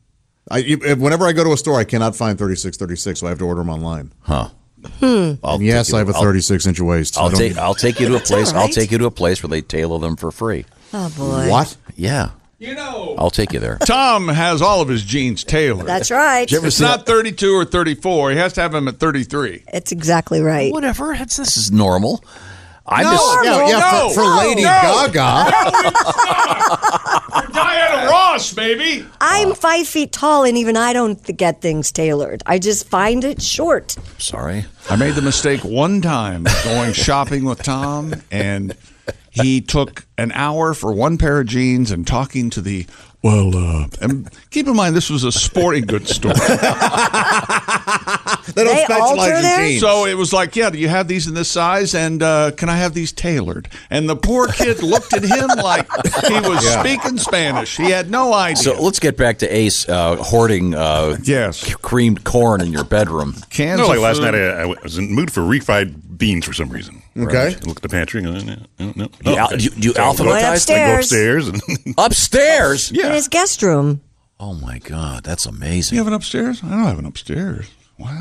Speaker 5: I you- whenever I go to a store, I cannot find thirty six thirty six, so I have to order them online.
Speaker 6: Huh?
Speaker 7: Hmm.
Speaker 6: I'll
Speaker 5: And yes,
Speaker 6: take you-
Speaker 5: I have a
Speaker 6: I'll-
Speaker 5: thirty six inch waist. I
Speaker 6: I'll
Speaker 5: don't-
Speaker 6: take I'll take you to a place.
Speaker 7: all
Speaker 6: I'll
Speaker 7: right.
Speaker 6: take you to a place where they tailor them for free.
Speaker 7: Oh boy.
Speaker 5: what?
Speaker 6: Yeah. You know. I'll take you there.
Speaker 4: Tom has all of his jeans tailored.
Speaker 7: That's right.
Speaker 4: it's not 32 or 34. He has to have them at 33.
Speaker 7: It's exactly right.
Speaker 6: Whatever. It's, this is normal. I
Speaker 4: No,
Speaker 6: just
Speaker 5: Yeah,
Speaker 4: No,
Speaker 5: yeah.
Speaker 4: no,
Speaker 5: for, for
Speaker 4: no,
Speaker 5: Lady
Speaker 4: no.
Speaker 5: Gaga,
Speaker 4: Diana Ross, baby.
Speaker 7: I'm five feet tall, and even I don't th- get things tailored. I just find it short.
Speaker 6: sorry.
Speaker 4: I made the mistake one time of going shopping with Tom, and he took an hour for one pair of jeans and talking to the. Well, uh, and keep in mind this was a sporting goods store,
Speaker 5: they don't
Speaker 7: They alter
Speaker 5: specialize in
Speaker 7: their-
Speaker 5: jeans.
Speaker 4: so it was like, yeah, do you have these in this size, and uh, can I have these tailored? And the poor kid looked at him like he was speaking Spanish. He had no idea.
Speaker 6: So let's get back to Ace uh, hoarding uh,
Speaker 4: yes,
Speaker 6: creamed corn in your bedroom.
Speaker 4: cans.
Speaker 10: No,
Speaker 4: of
Speaker 10: like last
Speaker 4: food.
Speaker 10: night, I, I was in the mood for refried beans for some reason.
Speaker 5: Okay.
Speaker 10: I look at the pantry and uh, no, no,
Speaker 6: You,
Speaker 10: no.
Speaker 6: al- you, you
Speaker 7: Went
Speaker 6: alphabetized
Speaker 10: I go
Speaker 7: upstairs
Speaker 10: upstairs and
Speaker 6: upstairs.
Speaker 7: in
Speaker 10: yeah.
Speaker 7: his guest room.
Speaker 6: Oh my God, that's
Speaker 4: You
Speaker 6: amazing.
Speaker 4: have an upstairs? I don't have an upstairs.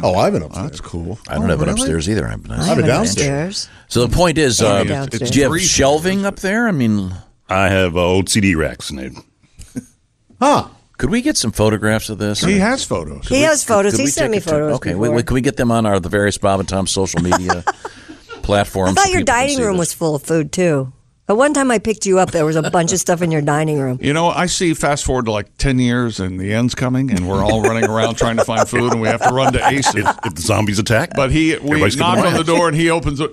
Speaker 5: Oh, I've been upstairs. That's
Speaker 4: cool. Oh,
Speaker 6: I don't have an upstairs either. I'm
Speaker 7: I have
Speaker 6: I'm
Speaker 7: it downstairs.
Speaker 6: So the point is,
Speaker 7: I
Speaker 6: uh,
Speaker 7: have it downstairs.
Speaker 6: do you have shelving up there? I mean,
Speaker 10: I have uh, old CD racks, Nate.
Speaker 5: huh?
Speaker 6: Could we get some photographs of this?
Speaker 4: He has photos.
Speaker 7: He has photos. He sent me photos
Speaker 6: Okay,
Speaker 7: before.
Speaker 6: wait, wait, can we get them on our the various Bob and Tom social media
Speaker 7: I
Speaker 6: platforms?
Speaker 7: thought
Speaker 6: so
Speaker 7: your
Speaker 6: people can
Speaker 7: dining
Speaker 6: see
Speaker 7: room was full of food too. At one time I picked you up, there was a bunch of stuff in your dining room.
Speaker 4: You know, I see fast forward to like 10 years and the end's coming and we're all running around trying to find food and we have to run to Ace. If,
Speaker 10: the zombies attack.
Speaker 4: But he, we
Speaker 10: Everybody's
Speaker 4: knock
Speaker 10: gonna
Speaker 4: on the
Speaker 10: laugh.
Speaker 4: door and he opens it.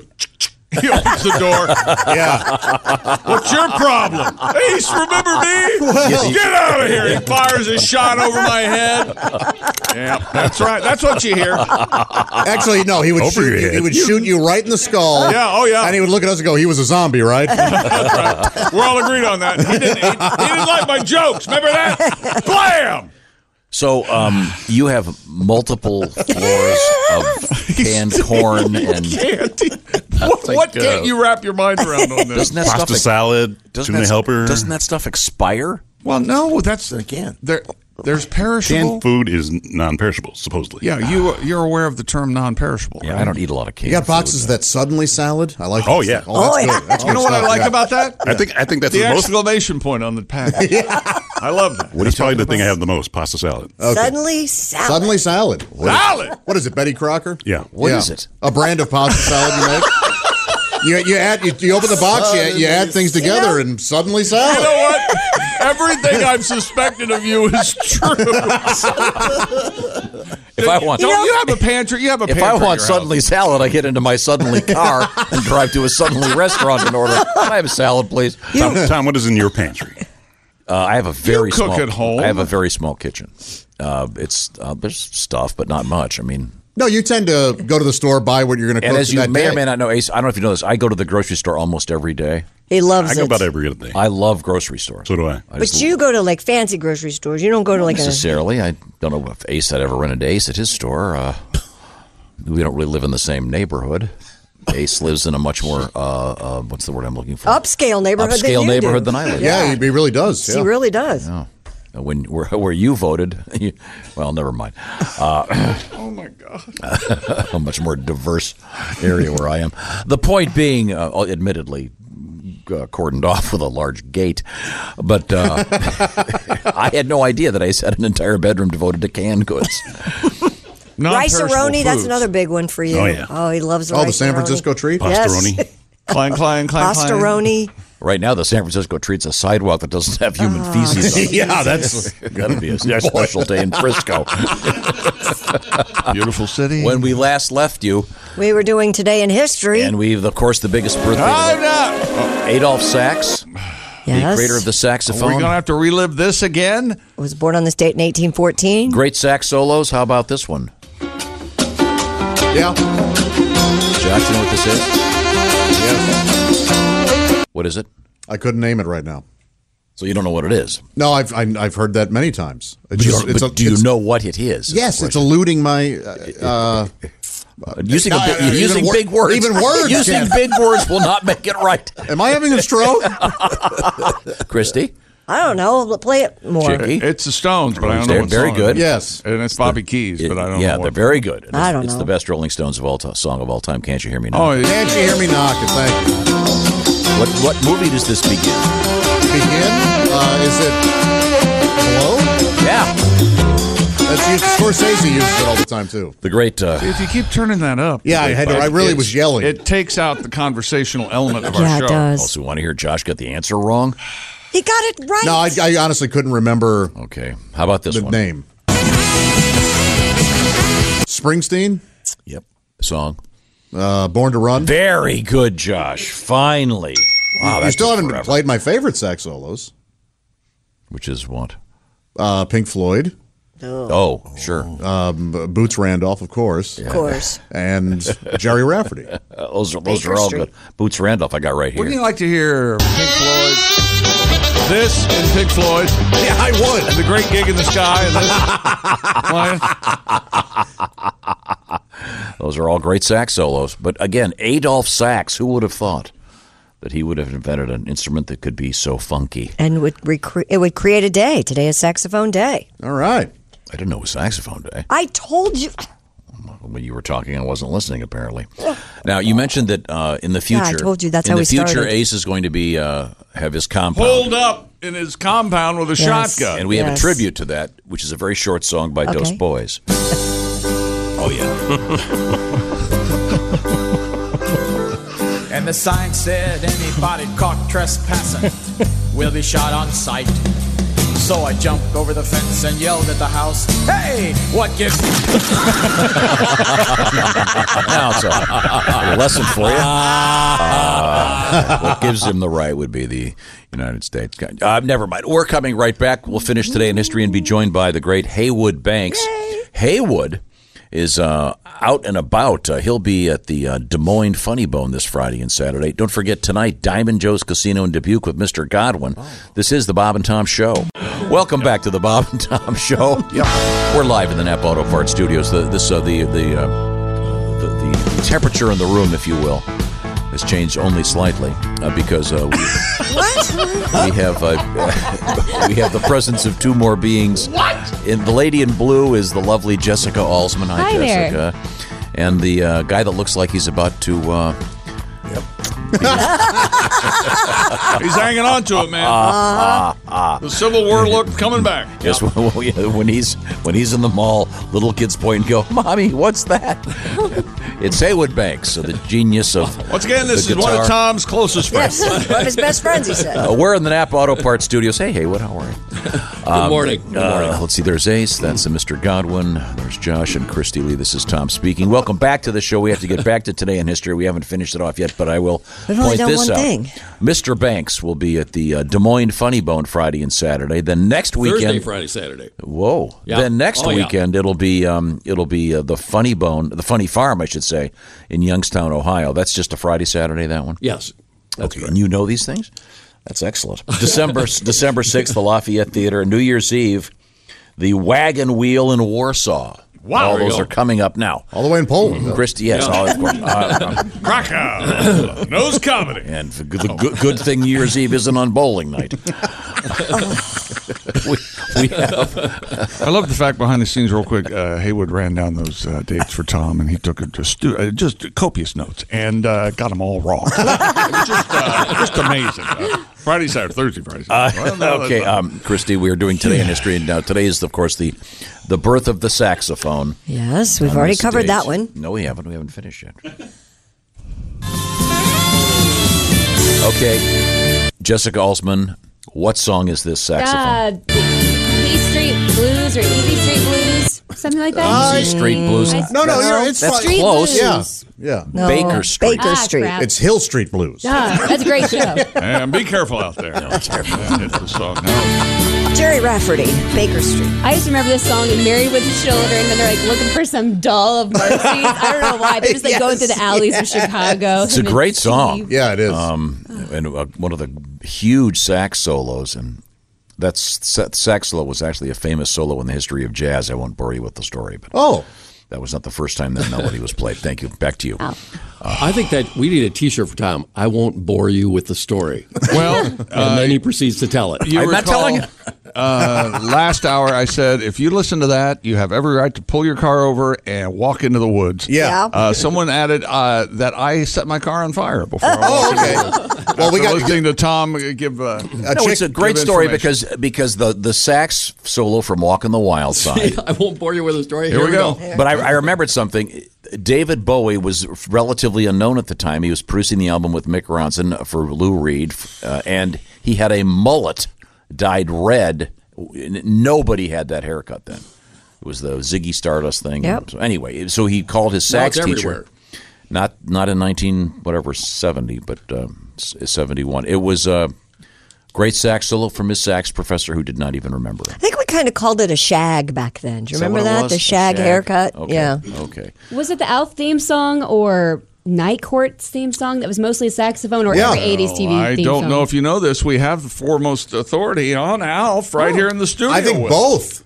Speaker 4: He opens the door.
Speaker 5: Yeah.
Speaker 4: What's your problem? Ace, remember me?
Speaker 5: Well-
Speaker 4: Get out of here. He fires a shot over my head. Yeah, that's right. That's what you hear.
Speaker 5: Actually, no. He would
Speaker 4: Over your
Speaker 5: shoot you. He
Speaker 4: head.
Speaker 5: would shoot you right in the skull.
Speaker 4: Yeah, oh, yeah.
Speaker 5: And he would look at us and go, "He was a zombie, right?"
Speaker 4: We're all agreed on that. He didn't, he, he didn't like my jokes. Remember that? Blam!
Speaker 6: So um, you have multiple floors of canned corn and
Speaker 4: e-, What, what
Speaker 10: uh,
Speaker 4: can't you wrap your mind around on this?
Speaker 6: Doesn't that stuff ex- doesn't that,
Speaker 10: helper.
Speaker 6: Doesn't that stuff expire?
Speaker 4: Well, no, that's again. There, there's perishable.
Speaker 10: Canned food is non-perishable, supposedly.
Speaker 4: yeah, you you're aware of the term non-perishable.
Speaker 10: Yeah,
Speaker 4: right?
Speaker 10: I don't eat a lot of
Speaker 5: You got boxes that suddenly salad. I like.
Speaker 10: Oh,
Speaker 5: that
Speaker 10: yeah.
Speaker 5: stuff. Oh, that's
Speaker 4: Oh, yeah.
Speaker 5: good. That's
Speaker 4: You know
Speaker 5: good
Speaker 4: what I
Speaker 5: stuff,
Speaker 4: like
Speaker 5: yeah.
Speaker 4: about that?
Speaker 10: I think I think that's
Speaker 4: the
Speaker 10: the, most.
Speaker 4: exclamation point on the package. I love that.
Speaker 10: What is probably the thing I have the most? Pasta salad.
Speaker 7: Suddenly salad.
Speaker 5: Suddenly salad. What is-
Speaker 4: Salad!
Speaker 5: what is it, Betty Crocker?
Speaker 10: Yeah.
Speaker 5: What
Speaker 10: What
Speaker 5: is
Speaker 10: is it?
Speaker 5: A brand of pasta salad you make. You, you add you, you open the box, you, you add things together, and suddenly
Speaker 4: You
Speaker 5: salad.
Speaker 4: know what? Everything I've suspected of you is true.
Speaker 6: If I want,
Speaker 4: Don't you have a pantry? You have a
Speaker 6: if
Speaker 4: pantry.
Speaker 6: I
Speaker 4: at your
Speaker 6: want
Speaker 4: house.
Speaker 6: suddenly salad, I get into my suddenly car and drive to a suddenly restaurant and order. Can I have a salad, please?
Speaker 10: Tom, Tom, what is in your pantry?
Speaker 6: Uh, I have a very
Speaker 4: cook
Speaker 6: small,
Speaker 4: at home?
Speaker 6: I have a very small kitchen. Uh, it's uh, there's stuff, but not much. I mean,
Speaker 5: No, you tend to go to the store, buy what you're going to cook
Speaker 6: and as you
Speaker 5: that
Speaker 6: may
Speaker 5: day.
Speaker 6: or may not know, Ace, I don't know if you know this. I go to the grocery store almost every day.
Speaker 7: He loves
Speaker 10: I go
Speaker 7: it.
Speaker 10: about every other day.
Speaker 6: I love grocery stores.
Speaker 10: So do I.
Speaker 6: I
Speaker 7: but
Speaker 6: just-
Speaker 7: you go to like fancy grocery stores. You don't go to like a
Speaker 6: necessarily. I don't know if Ace had ever rented Ace at his store. Uh, we don't really live in the same neighborhood. Ace lives in a much more uh, uh, what's the word I'm looking for?
Speaker 7: upscale neighborhood. than
Speaker 6: Upscale
Speaker 7: you do.
Speaker 6: neighborhood than I live in.
Speaker 5: yeah, he, he really does.
Speaker 7: He
Speaker 5: yeah.
Speaker 7: really does.
Speaker 6: Oh. Uh, When where, where you voted, you- well, never mind. Uh,
Speaker 4: Oh my god.
Speaker 6: a much more diverse area where I am. The point being, uh, admittedly, uh, cordoned off with a large gate, but uh, I had no idea that I had an entire bedroom devoted to canned goods.
Speaker 7: Rice
Speaker 4: Non-perishable
Speaker 7: aroni. That's
Speaker 4: foods.
Speaker 7: another big one for you.
Speaker 6: Oh, yeah.
Speaker 7: Oh, he loves.
Speaker 5: Oh, the
Speaker 7: rice
Speaker 5: San
Speaker 7: aroni.
Speaker 5: Francisco treat?
Speaker 7: Yes.
Speaker 10: Pastaroni.
Speaker 4: Klein, Klein, Klein, Klein.
Speaker 7: Pastaroni.
Speaker 6: Right now, the San Francisco treats a sidewalk that doesn't have human feces. on it.
Speaker 5: Ah. yeah, that's
Speaker 6: Got to be a special day in Frisco.
Speaker 4: Beautiful city.
Speaker 6: when we last left you,
Speaker 7: We were doing today in history.
Speaker 6: and we've of course the biggest birthday.
Speaker 4: Time out.
Speaker 6: Adolf Sax, the
Speaker 7: yes.
Speaker 6: creator of the
Speaker 4: Are we
Speaker 6: saxophone.
Speaker 4: going to have to relive this again?
Speaker 7: was born on this date in 1814.
Speaker 6: Great sax solos. How about this one?
Speaker 5: yeah.
Speaker 6: Josh, you know what this is? What is it?
Speaker 5: I couldn't name it right now.
Speaker 6: So you don't know what it is.
Speaker 5: No, I've I, I've heard that many times. It's
Speaker 6: But you
Speaker 5: just-
Speaker 6: don't-
Speaker 5: it's
Speaker 6: but
Speaker 5: a-
Speaker 6: do you
Speaker 5: it's-
Speaker 6: know what it is? is
Speaker 5: Yes,
Speaker 6: the
Speaker 5: it's eluding my. Uh, uh,
Speaker 6: question. using, a
Speaker 5: No,
Speaker 6: bit-
Speaker 5: no, no,
Speaker 6: using
Speaker 5: even wor-
Speaker 6: big words.
Speaker 5: even words,
Speaker 6: using
Speaker 5: Ken.
Speaker 6: big words will not make it right.
Speaker 5: am I having a stroke?
Speaker 6: Christy,
Speaker 7: I don't know. Play it more.
Speaker 6: Chicky,
Speaker 4: It's the Stones, but I don't know
Speaker 6: They're
Speaker 4: what
Speaker 6: very
Speaker 4: song
Speaker 6: good.
Speaker 4: It is.
Speaker 5: yes.
Speaker 4: And it's Bobby Keys, but I don't
Speaker 6: yeah,
Speaker 4: know.
Speaker 6: they're
Speaker 4: what-
Speaker 6: very good. It
Speaker 7: I
Speaker 6: is-
Speaker 7: don't
Speaker 6: It's
Speaker 7: know.
Speaker 6: the best Rolling Stones of all ti- song of all time. Can't you hear me now?
Speaker 4: Oh, yeah.
Speaker 5: Can't you hear me knocking? Thank you.
Speaker 6: What what movie does this begin?
Speaker 5: Begin. Uh, is it? Hello.
Speaker 6: Yeah,
Speaker 5: That's used, Scorsese uses it all the time too.
Speaker 6: the great. Uh,
Speaker 4: if you keep turning that up,
Speaker 5: Yeah, I had. To, I really was yelling.
Speaker 4: it takes out the conversational element of our
Speaker 7: Yeah,
Speaker 4: show.
Speaker 7: it does.
Speaker 6: also, want to hear Josh get the answer wrong?
Speaker 7: He got it right.
Speaker 5: no, I, I honestly couldn't remember
Speaker 6: Okay, how about this
Speaker 5: the
Speaker 6: one?
Speaker 5: name. Springsteen,
Speaker 6: Yep, song.
Speaker 5: uh, Born to Run.
Speaker 6: Very good, Josh. Finally, wow,
Speaker 5: you
Speaker 6: that
Speaker 5: still
Speaker 6: took
Speaker 5: haven't
Speaker 6: forever.
Speaker 5: played my favorite sax solos.
Speaker 6: Which is what?
Speaker 5: Uh, Pink Floyd,
Speaker 6: Oh, sure.
Speaker 5: B- Boots Randolph, of course,
Speaker 7: Of course.
Speaker 5: and Jerry Rafferty.
Speaker 6: Uh, those are those
Speaker 7: Baker
Speaker 6: are all
Speaker 7: Street.
Speaker 6: good. Boots Randolph, I got right
Speaker 4: Wouldn't you
Speaker 6: here.
Speaker 4: like to hear Pink Floyd? This and Pink Floyd.
Speaker 5: yeah, I would.
Speaker 4: The great gig in the sky. And this. Lion.
Speaker 6: Those are all great sax solos. But again, Adolf Sax. Who would have thought that he would have invented an instrument that could be so funky?
Speaker 7: And would recre- it would create a day. Today is saxophone day.
Speaker 5: All right.
Speaker 6: I didn't know it was saxophone eh? day.
Speaker 7: I told you.
Speaker 6: When you were talking, I wasn't listening. Apparently, now you mentioned that uh, in the
Speaker 7: Yeah,
Speaker 6: future,
Speaker 7: I told you, that's
Speaker 6: in
Speaker 7: how
Speaker 6: the
Speaker 7: we
Speaker 6: future,
Speaker 7: started.
Speaker 6: Ace is going to be uh, have his compound,
Speaker 4: Pulled up in his compound with a shotgun.
Speaker 6: and we have a tribute to that, which is a very short song by Dos
Speaker 4: Okay.
Speaker 6: Boys. oh
Speaker 14: And the sign said anybody caught trespassing will be shot on sight. So I jumped over the fence and yelled at the house, Hey, what gives?
Speaker 6: yeah, now it's a lesson for you. Uh, what gives him the right would be the United States. Uh, never mind. We're coming right back. We'll finish today in history and be joined by the great Haywood Banks. Haywood is uh, out and about. Uh, he'll be at the uh, Des Moines Funny Bone this Friday and Saturday. Don't forget tonight, Diamond Joe's Casino in Dubuque with Mr. Godwin. This is the Bob and Tom Show. Welcome back to the Bob and Tom Show. We're live in the Nap Auto Parts Studios. The, this uh, the the. Uh, the, the temperature in the room, if you will, has changed only slightly uh, because uh, we, we have uh, we have the presence of two more beings.
Speaker 15: What?
Speaker 6: In the lady in blue is the lovely Jessica Alsman. Hi,
Speaker 15: Hi there.
Speaker 6: Jessica. And the uh, guy that looks like he's about to. Uh,
Speaker 4: He's hanging on to it, man. Uh-huh.
Speaker 6: Ah, ah, ah.
Speaker 4: The Civil War look coming back.
Speaker 6: Yes, when when he's when he's in the mall, little kids point and go, "Mommy, what's that?" it's Haywood Banks, so the genius of
Speaker 4: Once again, this
Speaker 6: the
Speaker 4: is one of
Speaker 6: guitar.
Speaker 4: Tom's closest friends.
Speaker 7: Yes, one of his best friends, he said.
Speaker 6: Uh, we're in the Napa Auto Parts Studios. Hey, Haywood, how are you? Good
Speaker 7: morning. Good
Speaker 6: Uh, let's see. There's Ace. That's a Mr. Godwin. There's Josh and Christy Lee. This is Tom speaking. Welcome back to the show. We have to get back to today in history. We haven't finished it off yet, but I will
Speaker 7: We've only
Speaker 6: point
Speaker 7: done
Speaker 6: this
Speaker 7: one
Speaker 6: out.
Speaker 7: thing.
Speaker 6: Mr. Banks will be at the uh, Des Moines Funny Bone Friday and Saturday. Then next weekend,
Speaker 15: Thursday, Friday, Saturday.
Speaker 6: Whoa!
Speaker 15: Yeah.
Speaker 6: Then next
Speaker 15: Oh, yeah.
Speaker 6: weekend it'll be um, it'll be uh, the Funny Bone, the Funny Farm, I should say, in Youngstown, Ohio. That's just a Friday, Saturday. That one.
Speaker 15: Yes.
Speaker 6: okay. And you know these things. That's excellent. December December sixth, the Lafayette Theater, and New Year's Eve, the Wagon Wheel in Warsaw.
Speaker 15: Wow.
Speaker 6: All
Speaker 15: There you
Speaker 6: those
Speaker 15: go.
Speaker 6: are coming up now.
Speaker 5: All the way in Poland.
Speaker 6: Christy, yes,
Speaker 15: Yeah.
Speaker 6: all, of course. Uh,
Speaker 4: Krakow knows comedy,
Speaker 6: and the, the good, good thing New Year's Eve isn't on bowling night. we, we have
Speaker 4: I love the fact behind the scenes, real quick. Uh, Haywood ran down those uh, dates for Tom, and he took a, just uh, just copious notes and uh, got them all wrong. It was just, uh, just amazing. Uh, Friday, Saturday, Thursday, Friday.
Speaker 6: Uh,
Speaker 4: Saturday. Well, no, that's
Speaker 6: okay,
Speaker 4: not-
Speaker 6: um, Christy, we are doing today in history, and now today is, of course, the the birth of the saxophone.
Speaker 7: Yes, we've
Speaker 6: On
Speaker 7: already
Speaker 6: this
Speaker 7: covered
Speaker 6: date-
Speaker 7: that one.
Speaker 6: No, we haven't. We haven't finished yet. Okay, Jessica Alsman, what song is this saxophone?
Speaker 16: God. B Uh, Street Blues or E B Street Blues, something like that.
Speaker 6: Easy Street
Speaker 7: Mm.
Speaker 6: Blues.
Speaker 16: I-
Speaker 5: No, no, you're, it's
Speaker 6: That's
Speaker 5: fine.
Speaker 6: close.
Speaker 5: Yeah, yeah.
Speaker 16: No. Baker Street.
Speaker 5: Baker
Speaker 16: Ah,
Speaker 5: Street.
Speaker 16: crap.
Speaker 5: It's Hill Street Blues.
Speaker 16: Yeah, that's a great show.
Speaker 4: Man, be careful out there. Yeah, it's the song. No.
Speaker 7: Jerry Rafferty, Baker Street.
Speaker 16: I just remember this song in Married with Children when they're like looking for some doll of mercy. I don't know why, but just like going through the alleys of Chicago.
Speaker 6: It's a great song. Yeah, it is. Um, and uh, one of the huge sax solos, and that's sa- sax solo was actually a famous solo in the history of jazz. I won't bore you with the story, but
Speaker 5: oh,
Speaker 6: that was not the first time that melody was played. Thank you. Back to you.
Speaker 15: I think that we need a T-shirt for Tom. I won't bore you with the story.
Speaker 4: Well,
Speaker 15: and
Speaker 4: uh,
Speaker 15: then he proceeds to tell it.
Speaker 4: You recall, uh, last hour, I said if you listen to that, you have every right to pull your car over and walk into the woods.
Speaker 5: Yeah. Yeah.
Speaker 4: Uh, someone added uh, that I set my car on fire before. I
Speaker 5: Oh,
Speaker 4: walked in.
Speaker 5: okay. Well, we
Speaker 4: After
Speaker 5: got-
Speaker 4: listening to Tom uh, give uh,
Speaker 6: no, it's a great story
Speaker 4: give information.
Speaker 6: because because the the sax solo from Walking the Wild Side.
Speaker 15: I won't bore you with the story.
Speaker 6: Here, we, go. But I, I remembered something. David Bowie was relatively unknown at the time. He was producing the album with Mick Ronson for Lou Reed, uh, and he had a mullet dyed red. N- Nobody had that haircut then. It was the Ziggy Stardust thing.
Speaker 15: Yep.
Speaker 6: So anyway, so he called his
Speaker 15: Now
Speaker 6: sax
Speaker 15: it's everywhere.
Speaker 6: teacher. Not not in nineteen whatever seventy, but um, seventy one. It was a great sax solo from his sax professor, who did not even remember. it.
Speaker 7: I think we kind of called it a shag back then. Do you
Speaker 6: Is that
Speaker 7: remember
Speaker 6: what it
Speaker 7: that?
Speaker 6: was?
Speaker 7: The shag,
Speaker 6: Shag.
Speaker 7: haircut.
Speaker 6: Okay.
Speaker 7: Yeah.
Speaker 6: Okay.
Speaker 16: Was it the Elf theme song or Night Court's theme song that was mostly saxophone or every 80s TV
Speaker 4: I
Speaker 16: theme
Speaker 4: don't
Speaker 16: song?
Speaker 4: know if you know this. We have the foremost authority on Alf right here in the studio.
Speaker 5: Oh. I think
Speaker 4: with
Speaker 5: both.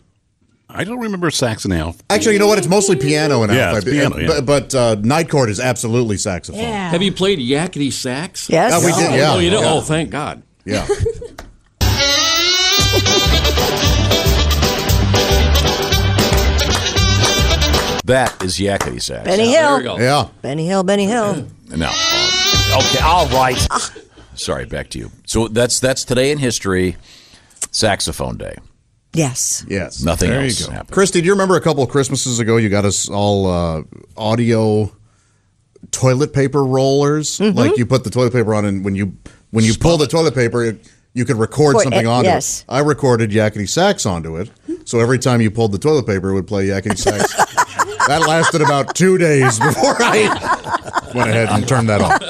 Speaker 10: I don't remember sax and Alf.
Speaker 5: Actually, you know what? It's mostly piano and
Speaker 10: Yeah,
Speaker 5: Alf.
Speaker 10: it's piano, yeah.
Speaker 5: But, but uh, Night Court is absolutely saxophone.
Speaker 15: Have you played Yakety Sax?
Speaker 5: Yes. Oh, we did, yeah.
Speaker 15: Oh, you know,
Speaker 5: Yeah.
Speaker 15: oh thank God.
Speaker 5: Yeah.
Speaker 6: That is yakety sax.
Speaker 7: Benny Hill. Benny Hill, Benny Hill.
Speaker 6: No. Uh, Okay. All right. Sorry. Back to you. So that's that's today in history, saxophone day.
Speaker 7: Yes.
Speaker 5: Yes.
Speaker 6: Nothing else happened.
Speaker 5: Christy, do you remember a couple of Christmases ago you got us all uh, audio toilet paper rollers? Like you put the toilet paper on and when you when you pull the toilet paper, it, you could record
Speaker 7: Record
Speaker 5: something
Speaker 7: it,
Speaker 5: onto
Speaker 7: yes.
Speaker 5: it. I recorded Yakety Sax onto it. So every time you pulled the toilet paper, it would play Yakety Sax. that lasted about two days before I went ahead and turned that off.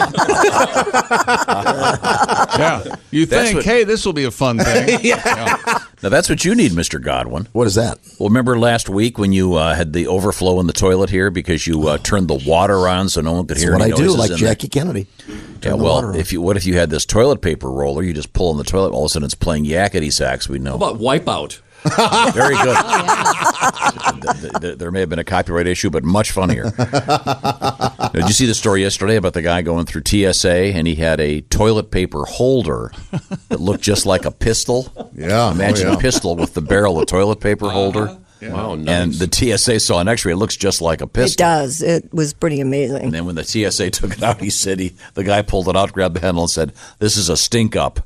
Speaker 4: yeah. You
Speaker 6: That's
Speaker 4: think,
Speaker 6: what-
Speaker 4: hey, this will be a fun thing. yeah.
Speaker 6: Now that's what you need, Mr. Godwin. What is that? Well, remember last week when you uh, had the overflow in the toilet here because you uh, turned the water on so no one could
Speaker 17: Oh. That's
Speaker 6: hear
Speaker 17: what I
Speaker 6: any
Speaker 17: do,
Speaker 6: noises
Speaker 17: like
Speaker 6: in
Speaker 17: Jackie
Speaker 6: there.
Speaker 17: Kennedy.
Speaker 6: Yeah,
Speaker 17: Turn the water on.
Speaker 6: well, if you what if you had this toilet paper roller, you just pull in the toilet, all of a sudden it's playing yakety sax. We know.
Speaker 15: How about wipeout?
Speaker 6: Very good. Th- th- There may have been a copyright issue, but much funnier. Now, Did you see the story yesterday about the guy going through TSA and he had a toilet paper holder that looked just like a pistol?
Speaker 5: Yeah,
Speaker 6: imagine
Speaker 5: oh, yeah.
Speaker 6: a pistol with the barrel of toilet paper holder. Wow, And the TSA saw an X-ray; it looks just like a
Speaker 7: It
Speaker 6: pistol.
Speaker 7: does. It was pretty amazing.
Speaker 6: And then when the TSA took it out, he said he the guy pulled it out, grabbed the handle, and said, "This is a stink up."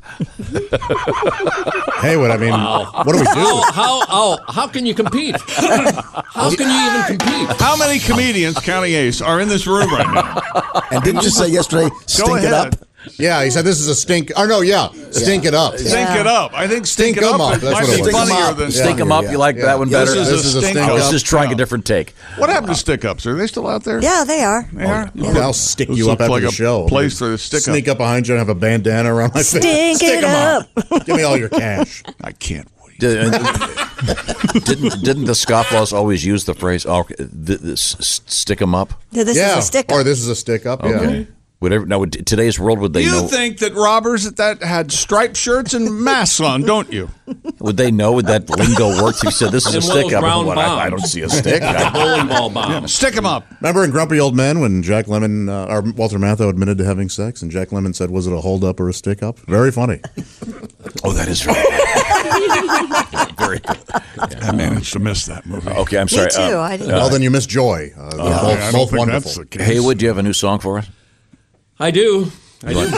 Speaker 5: hey, what I mean, what do we do?
Speaker 15: How, how, how, how can you compete? How can you even compete?
Speaker 4: How many comedians, counting Ace, are in this room right now?
Speaker 5: And didn't you say yesterday,
Speaker 4: stink it ahead. up?
Speaker 5: Yeah, he said this is a stink. Oh no, yeah, stink it up.
Speaker 4: Stink it up. I think stink, it
Speaker 5: 'em
Speaker 4: up,
Speaker 5: up,
Speaker 4: is
Speaker 5: that's
Speaker 4: might
Speaker 5: what it
Speaker 4: be
Speaker 5: was. Stink 'em
Speaker 4: funnier
Speaker 5: up.
Speaker 4: than
Speaker 6: Stink 'em up. You like that one better?
Speaker 4: This is, a stink
Speaker 6: I
Speaker 4: up.
Speaker 6: was just trying a different take.
Speaker 4: What happened to stick ups? Are they still out there?
Speaker 7: Yeah, they are.
Speaker 4: They are.
Speaker 5: I'll stick
Speaker 4: This
Speaker 5: you up
Speaker 4: looks
Speaker 5: after
Speaker 4: like
Speaker 5: the
Speaker 4: a
Speaker 5: show.
Speaker 4: place for the stick up.
Speaker 5: Sneak up behind you and have a bandana around my face.
Speaker 7: Stink it
Speaker 5: 'em
Speaker 7: up.
Speaker 5: Give me all your cash.
Speaker 4: I can't wait.
Speaker 6: didn't didn't the scofflaws always use the phrase oh, th- th- s- stick them up?
Speaker 7: Yeah, this
Speaker 5: yeah.
Speaker 7: is a stick.
Speaker 5: Or this is a stick up. Yeah.
Speaker 6: Okay. Whatever. Now, would- today's world would they
Speaker 4: you
Speaker 6: know?
Speaker 4: think that robbers at that had striped shirts and masks on, don't you?
Speaker 6: would they know? Would that lingo work? You said this is a
Speaker 4: And one of
Speaker 6: stick
Speaker 4: those
Speaker 6: up.
Speaker 4: round
Speaker 6: What, I, I
Speaker 4: bombs.
Speaker 6: don't see a stick. I-
Speaker 15: Bowling ball bomb.
Speaker 4: Stick them up.
Speaker 5: Remember in Grumpy Old Men when Jack Lemon uh, or Walter Matthau admitted to having sex, and Jack Lemon said, "Was it a hold up or a stick up?" Very funny.
Speaker 6: oh, that is right. Very good.
Speaker 4: I managed to miss that movie.
Speaker 6: Okay, I'm sorry. uh,
Speaker 5: well,
Speaker 6: uh,
Speaker 5: then you miss Joy. Uh, they're
Speaker 6: uh,
Speaker 5: both, both wonderful.
Speaker 6: Haywood, do you have a new song for us?
Speaker 15: I do. I
Speaker 6: You
Speaker 15: do.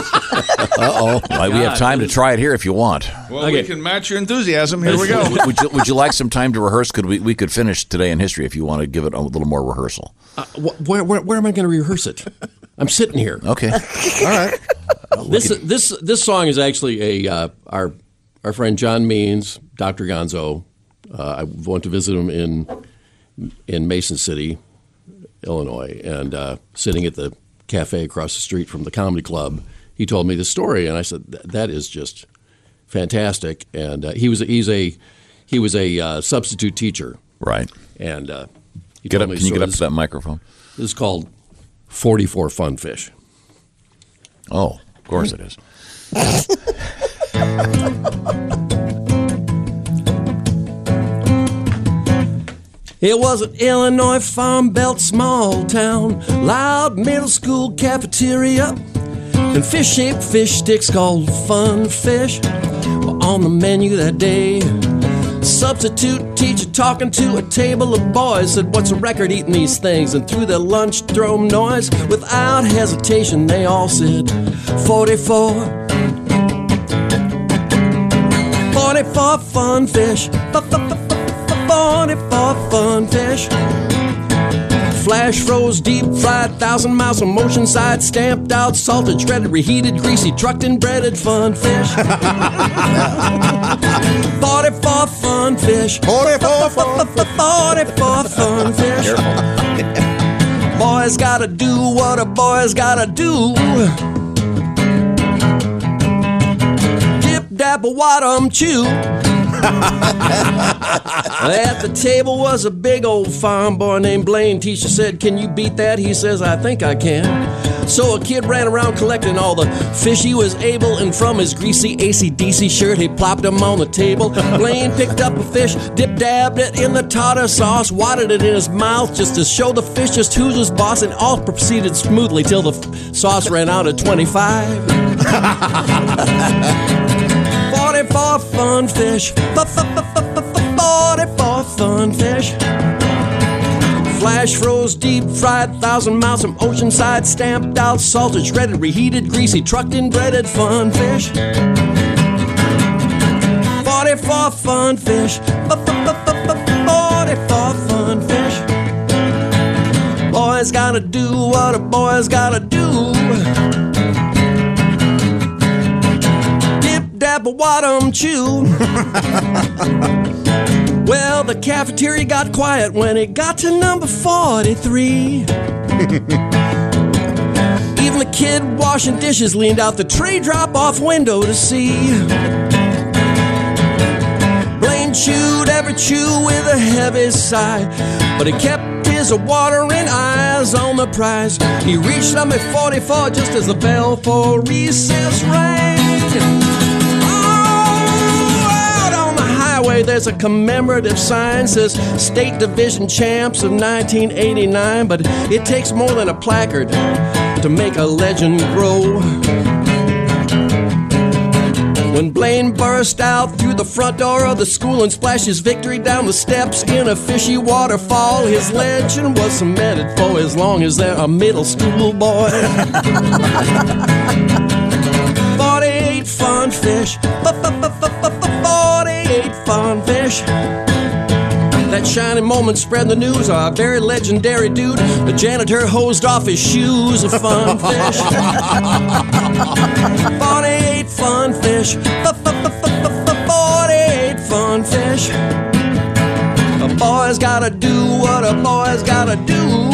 Speaker 6: Uh oh. we have time to try it here if you want.
Speaker 4: Well, we can match your enthusiasm. Here we go.
Speaker 6: would, would you, would you like some time to rehearse? Could we we could finish today in history if you want to give it a little more rehearsal?
Speaker 15: Uh, wh- where, where, where am I going to rehearse it? I'm sitting here.
Speaker 6: Okay.
Speaker 5: All right.
Speaker 15: this this this song is actually a uh, our our friend John Means, Dr. Gonzo. Uh, I went to visit him in in Mason City, Illinois, and uh, sitting at the cafe across the street from the comedy club, he told me the story, and I said "That- that is just fantastic. And uh, he was he's a he was a uh, substitute teacher,
Speaker 6: right?
Speaker 15: And uh, he
Speaker 6: Get
Speaker 15: told
Speaker 6: up.
Speaker 15: me,
Speaker 6: Can you
Speaker 15: so
Speaker 6: get up
Speaker 15: this-
Speaker 6: to that microphone?
Speaker 15: This is called forty four fun fish.
Speaker 6: Oh, of course it is.
Speaker 12: It was an Illinois farm belt small town, loud middle school cafeteria, and fish shaped fish sticks called fun fish were on the menu that day. Substitute teacher talking to a table of boys said, What's a record eating these things? And through their lunch drum noise, without hesitation, they all said, 44. 44 fun fish. F- f- f- f- f- 44 fun fish. Flash froze, deep fried, thousand miles of motion side, stamped out, salted, shredded, reheated, greasy, trucked, and breaded fun fish. 44 fun fish. 44 fun fish. Boys gotta do what a boy's gotta do. dip, dap, a wadum, chew. At the table was a big old farm boy named Blaine. Teacher said, Can you beat that? He says, I think I can. So a kid ran around collecting all the fish he was able, and from his greasy ACDC shirt, he plopped them on the table. Blaine picked up a fish, dip dabbed it in the tartar sauce, wadded it in his mouth just to show the fish just who's his boss, and all proceeded smoothly till the f- sauce ran out at 25. 44 fun fish. F- f- f- f- f- f- 44 fun fish. Flash froze, deep fried, thousand miles from oceanside, stamped out, salted, shredded, reheated, greasy, trucked and breaded, fun fish. 44 fun fish. F- f- f- f- f- 44 fun fish. Boy's gotta do what a boy's gotta do. Dip, dap, wadum, chew. well, the cafeteria got quiet when it got to number 43. Even the kid washing dishes leaned out the tray drop off window to see. Blaine chewed every chew with a heavy sigh, but he kept his watering eyes on the prize. He reached number 44 just as the bell for recess rang. Oh, out on the highway, there's a commemorative sign says State Division Champs of 1989, but it takes more than a placard to make a legend grow. When Blaine burst out through the front door of the school and splashed his victory down the steps in a fishy waterfall, his legend was cemented for as long as they're a middle school boy. 48 fun fish, F-f-f-f-f-f- 48 fun fish. That shining moment spread the news. A very legendary dude, the janitor hosed off his shoes. A fun fish. 48 fun fish. F-f-f-f-f-f- 48 fun fish. A boy's gotta do what a boy's gotta do.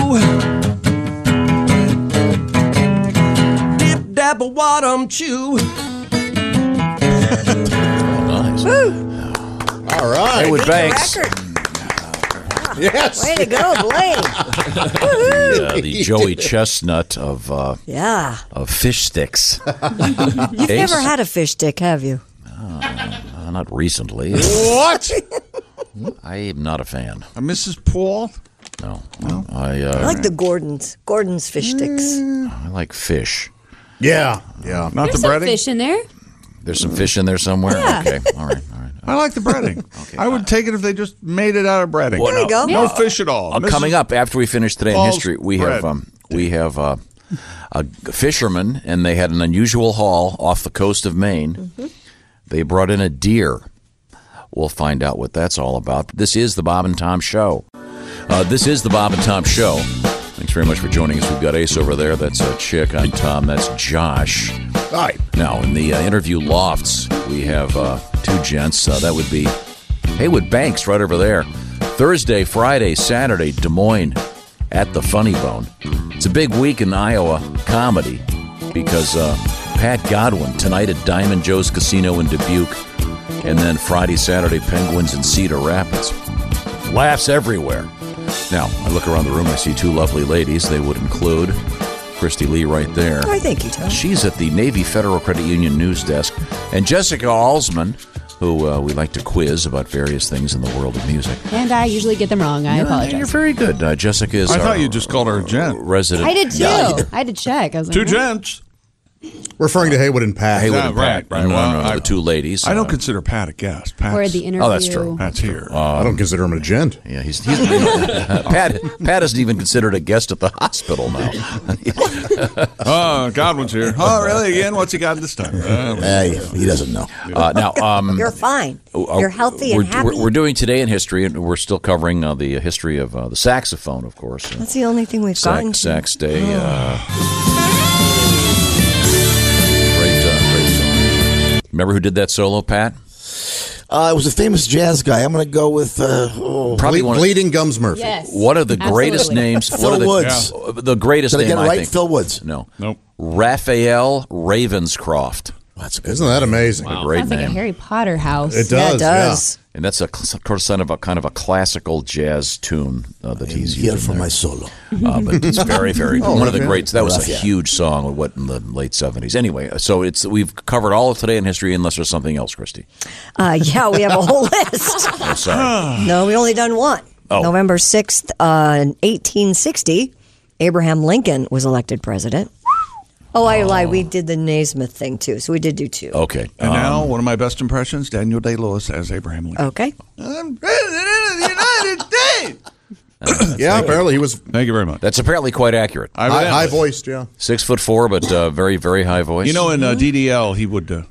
Speaker 12: Dip, dab, a wadum, chew.
Speaker 7: Woo!
Speaker 5: All right.
Speaker 6: Hey, with
Speaker 7: Banks.
Speaker 5: Yes.
Speaker 7: Way to go, Blaine. Woohoo.
Speaker 6: Uh, the Joey Chestnut of uh,
Speaker 7: Yeah.
Speaker 6: of fish sticks.
Speaker 7: You've never had a fish stick, have you?
Speaker 6: Uh, not recently.
Speaker 7: What?
Speaker 6: I am not a fan.
Speaker 4: Mrs. Paul?
Speaker 6: No. I, uh,
Speaker 7: I like the Gordons. Gordons fish sticks.
Speaker 6: I like fish.
Speaker 5: Yeah. Yeah.
Speaker 6: Not
Speaker 16: There's
Speaker 6: the
Speaker 16: some
Speaker 6: breading.
Speaker 16: fish in there.
Speaker 6: There's some fish in there somewhere.
Speaker 16: Yeah.
Speaker 6: Okay. All right. All right.
Speaker 4: I like the breading. I would take it if they just made it out of breading.
Speaker 6: Well, There you no, go.
Speaker 4: No
Speaker 6: no.
Speaker 4: fish at all.
Speaker 6: Uh,
Speaker 4: Mrs.
Speaker 6: coming up after we finish today in
Speaker 4: Paul's
Speaker 6: history, we
Speaker 4: bread.
Speaker 6: have um, we have uh, a g- fisherman, and they had an unusual haul off the coast of Maine. They brought in a deer. We'll find out what that's all about. This is the Bob and Tom Show. Uh, this is the Bob and Tom Show. Thanks very much for joining us. We've got Ace over there. That's a chick. I'm Tom. That's Josh.
Speaker 5: Hi.
Speaker 6: Now, in the uh, interview lofts, we have uh, two gents. Uh, that would be Haywood Banks right over there. Thursday, Friday, Saturday, Des Moines at the Funny Bone. It's a big week in Iowa comedy because uh, Pat Godwin tonight at Diamond Joe's Casino in Dubuque, and then Friday, Saturday, Penguins in Cedar Rapids. Laughs everywhere. Now, I look around the room, I see two lovely ladies. They would include Christy Lee right there.
Speaker 7: Why, thank you, Tom.
Speaker 6: She's at the Navy Federal Credit Union News Desk. And Jessica Alsman, who uh, we like to quiz about various things in the world of music.
Speaker 16: And I usually get them wrong. I
Speaker 6: You're-
Speaker 16: apologize.
Speaker 6: You're very good. Uh, Jessica is
Speaker 4: I thought
Speaker 6: you just called her Jen. Resident.
Speaker 16: I did too.
Speaker 6: Yeah.
Speaker 16: I had to check. I was like, what?
Speaker 4: gents.
Speaker 5: Referring to Haywood and Pat.
Speaker 4: Ah,
Speaker 6: Haywood and Pat.
Speaker 5: right,
Speaker 6: No,
Speaker 5: right.
Speaker 6: no, no, the two ladies.
Speaker 5: I don't
Speaker 4: consider Pat a guest. Pat.
Speaker 16: Or the
Speaker 6: Oh, that's
Speaker 16: interview.
Speaker 6: true.
Speaker 4: Pat's here.
Speaker 5: I don't consider him a gent.
Speaker 6: Uh, Yeah, he's, he's Pat. Pat isn't even considered a guest at the hospital now.
Speaker 4: Oh, Godwin's here. Oh, really? Again? What's he got this time?
Speaker 6: he doesn't know. Uh, now, um,
Speaker 7: You're fine.
Speaker 6: Uh,
Speaker 7: You're healthy
Speaker 6: we're,
Speaker 7: and happy.
Speaker 6: We're, we're doing today in history, and we're still covering uh, the history of uh, the saxophone, of course. Uh,
Speaker 7: That's the only thing we've gotten.
Speaker 6: sax, sax day.
Speaker 7: Oh.
Speaker 6: Uh, great, uh, great song. Remember who did that solo, Pat?
Speaker 8: Uh, it was a famous jazz guy. I'm going to go with uh, oh.
Speaker 6: Probably one of- Bleeding
Speaker 5: Gums Murphy.
Speaker 6: Yes. One of the greatest names.
Speaker 8: Phil
Speaker 6: one of the,
Speaker 8: Woods.
Speaker 6: uh, the greatest
Speaker 8: Did I get
Speaker 6: name,
Speaker 8: it right?
Speaker 6: think.
Speaker 8: Phil Woods.
Speaker 6: No. Nope. Raphael Ravenscroft.
Speaker 8: That's good.
Speaker 5: Isn't that amazing?
Speaker 6: A great
Speaker 16: Sounds
Speaker 6: name.
Speaker 16: like a Harry Potter house.
Speaker 6: And that's a cl- of course, son of a kind of a classical jazz tune uh, that he's here for my
Speaker 8: solo.
Speaker 6: Uh, but it's very, very
Speaker 8: Oh,
Speaker 6: one of the
Speaker 8: okay.
Speaker 6: greats. That was a
Speaker 8: Raphael.
Speaker 6: huge song. What in the late seventies? Anyway, uh, so it's we've covered all of today in history, unless there's something else, Christy.
Speaker 7: Uh, yeah, we have a whole list.
Speaker 6: I'm sorry.
Speaker 7: no, we only done one.
Speaker 6: Oh.
Speaker 7: November 6th, uh, in 1860, Abraham Lincoln was elected president. Oh, I lie. We did the Naismith thing too, so we did do two.
Speaker 6: Okay. Um,
Speaker 4: And now, one of my best impressions Daniel Day Lewis as Abraham Lincoln.
Speaker 7: Okay.
Speaker 4: I'm president of the United States.
Speaker 5: yeah, apparently he was.
Speaker 4: Thank you very much.
Speaker 6: That's apparently quite accurate.
Speaker 5: High, high voiced, yeah.
Speaker 6: Six foot four, but uh, very, very high voice.
Speaker 4: You know, in uh, DDL, he would. Uh,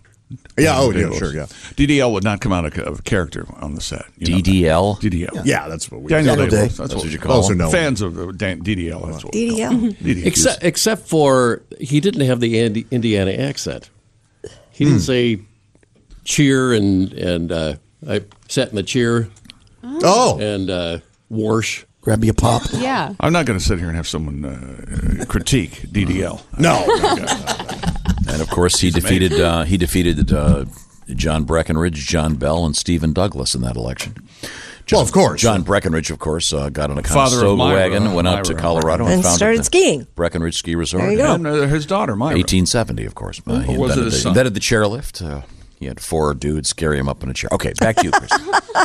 Speaker 5: Yeah, oh,
Speaker 4: he
Speaker 5: yeah,
Speaker 4: was.
Speaker 5: sure, yeah.
Speaker 4: DDL would not come out of, of character on the set. you know that.
Speaker 6: DDL?
Speaker 4: DDL.
Speaker 5: Yeah, that's what we-
Speaker 4: Daniel
Speaker 5: Daniel
Speaker 4: Day.
Speaker 5: Day.
Speaker 4: That's,
Speaker 5: That's
Speaker 4: what,
Speaker 5: what you
Speaker 4: call
Speaker 5: call Also
Speaker 4: him.
Speaker 5: him. known.
Speaker 4: Fans of the Dan, DDL. That's what we call him. DDL.
Speaker 15: Except, except for he didn't have the Indi- Indiana accent. He
Speaker 4: Hmm.
Speaker 15: didn't say cheer and and uh, I sat in the cheer.
Speaker 5: Oh,
Speaker 15: and uh, warsh.
Speaker 4: Grab me a pop.
Speaker 16: Yeah.
Speaker 4: I'm not going to sit here and have someone uh, uh, critique DDL.
Speaker 5: No. Oh.
Speaker 6: And of course, he defeated uh, he defeated uh, John Breckinridge, John Bell, and Stephen Douglas in that election. John, well, of course, John Breckinridge, of course, uh, got on a
Speaker 4: Father of
Speaker 6: Conestoga
Speaker 4: Myra,
Speaker 6: wagon, went out to
Speaker 4: Myra.
Speaker 6: Colorado,
Speaker 7: And
Speaker 6: founded
Speaker 7: started
Speaker 6: the
Speaker 7: skiing.
Speaker 6: Breckinridge Ski Resort.
Speaker 7: There you go.
Speaker 4: And, uh, his daughter, Myra.
Speaker 6: 1870, of course. Uh, he
Speaker 4: Or was it
Speaker 6: invented,
Speaker 4: his
Speaker 6: the,
Speaker 4: son?
Speaker 6: invented the chairlift. Uh, he had four dudes carry him up in a chair. Okay, back to you, Chris.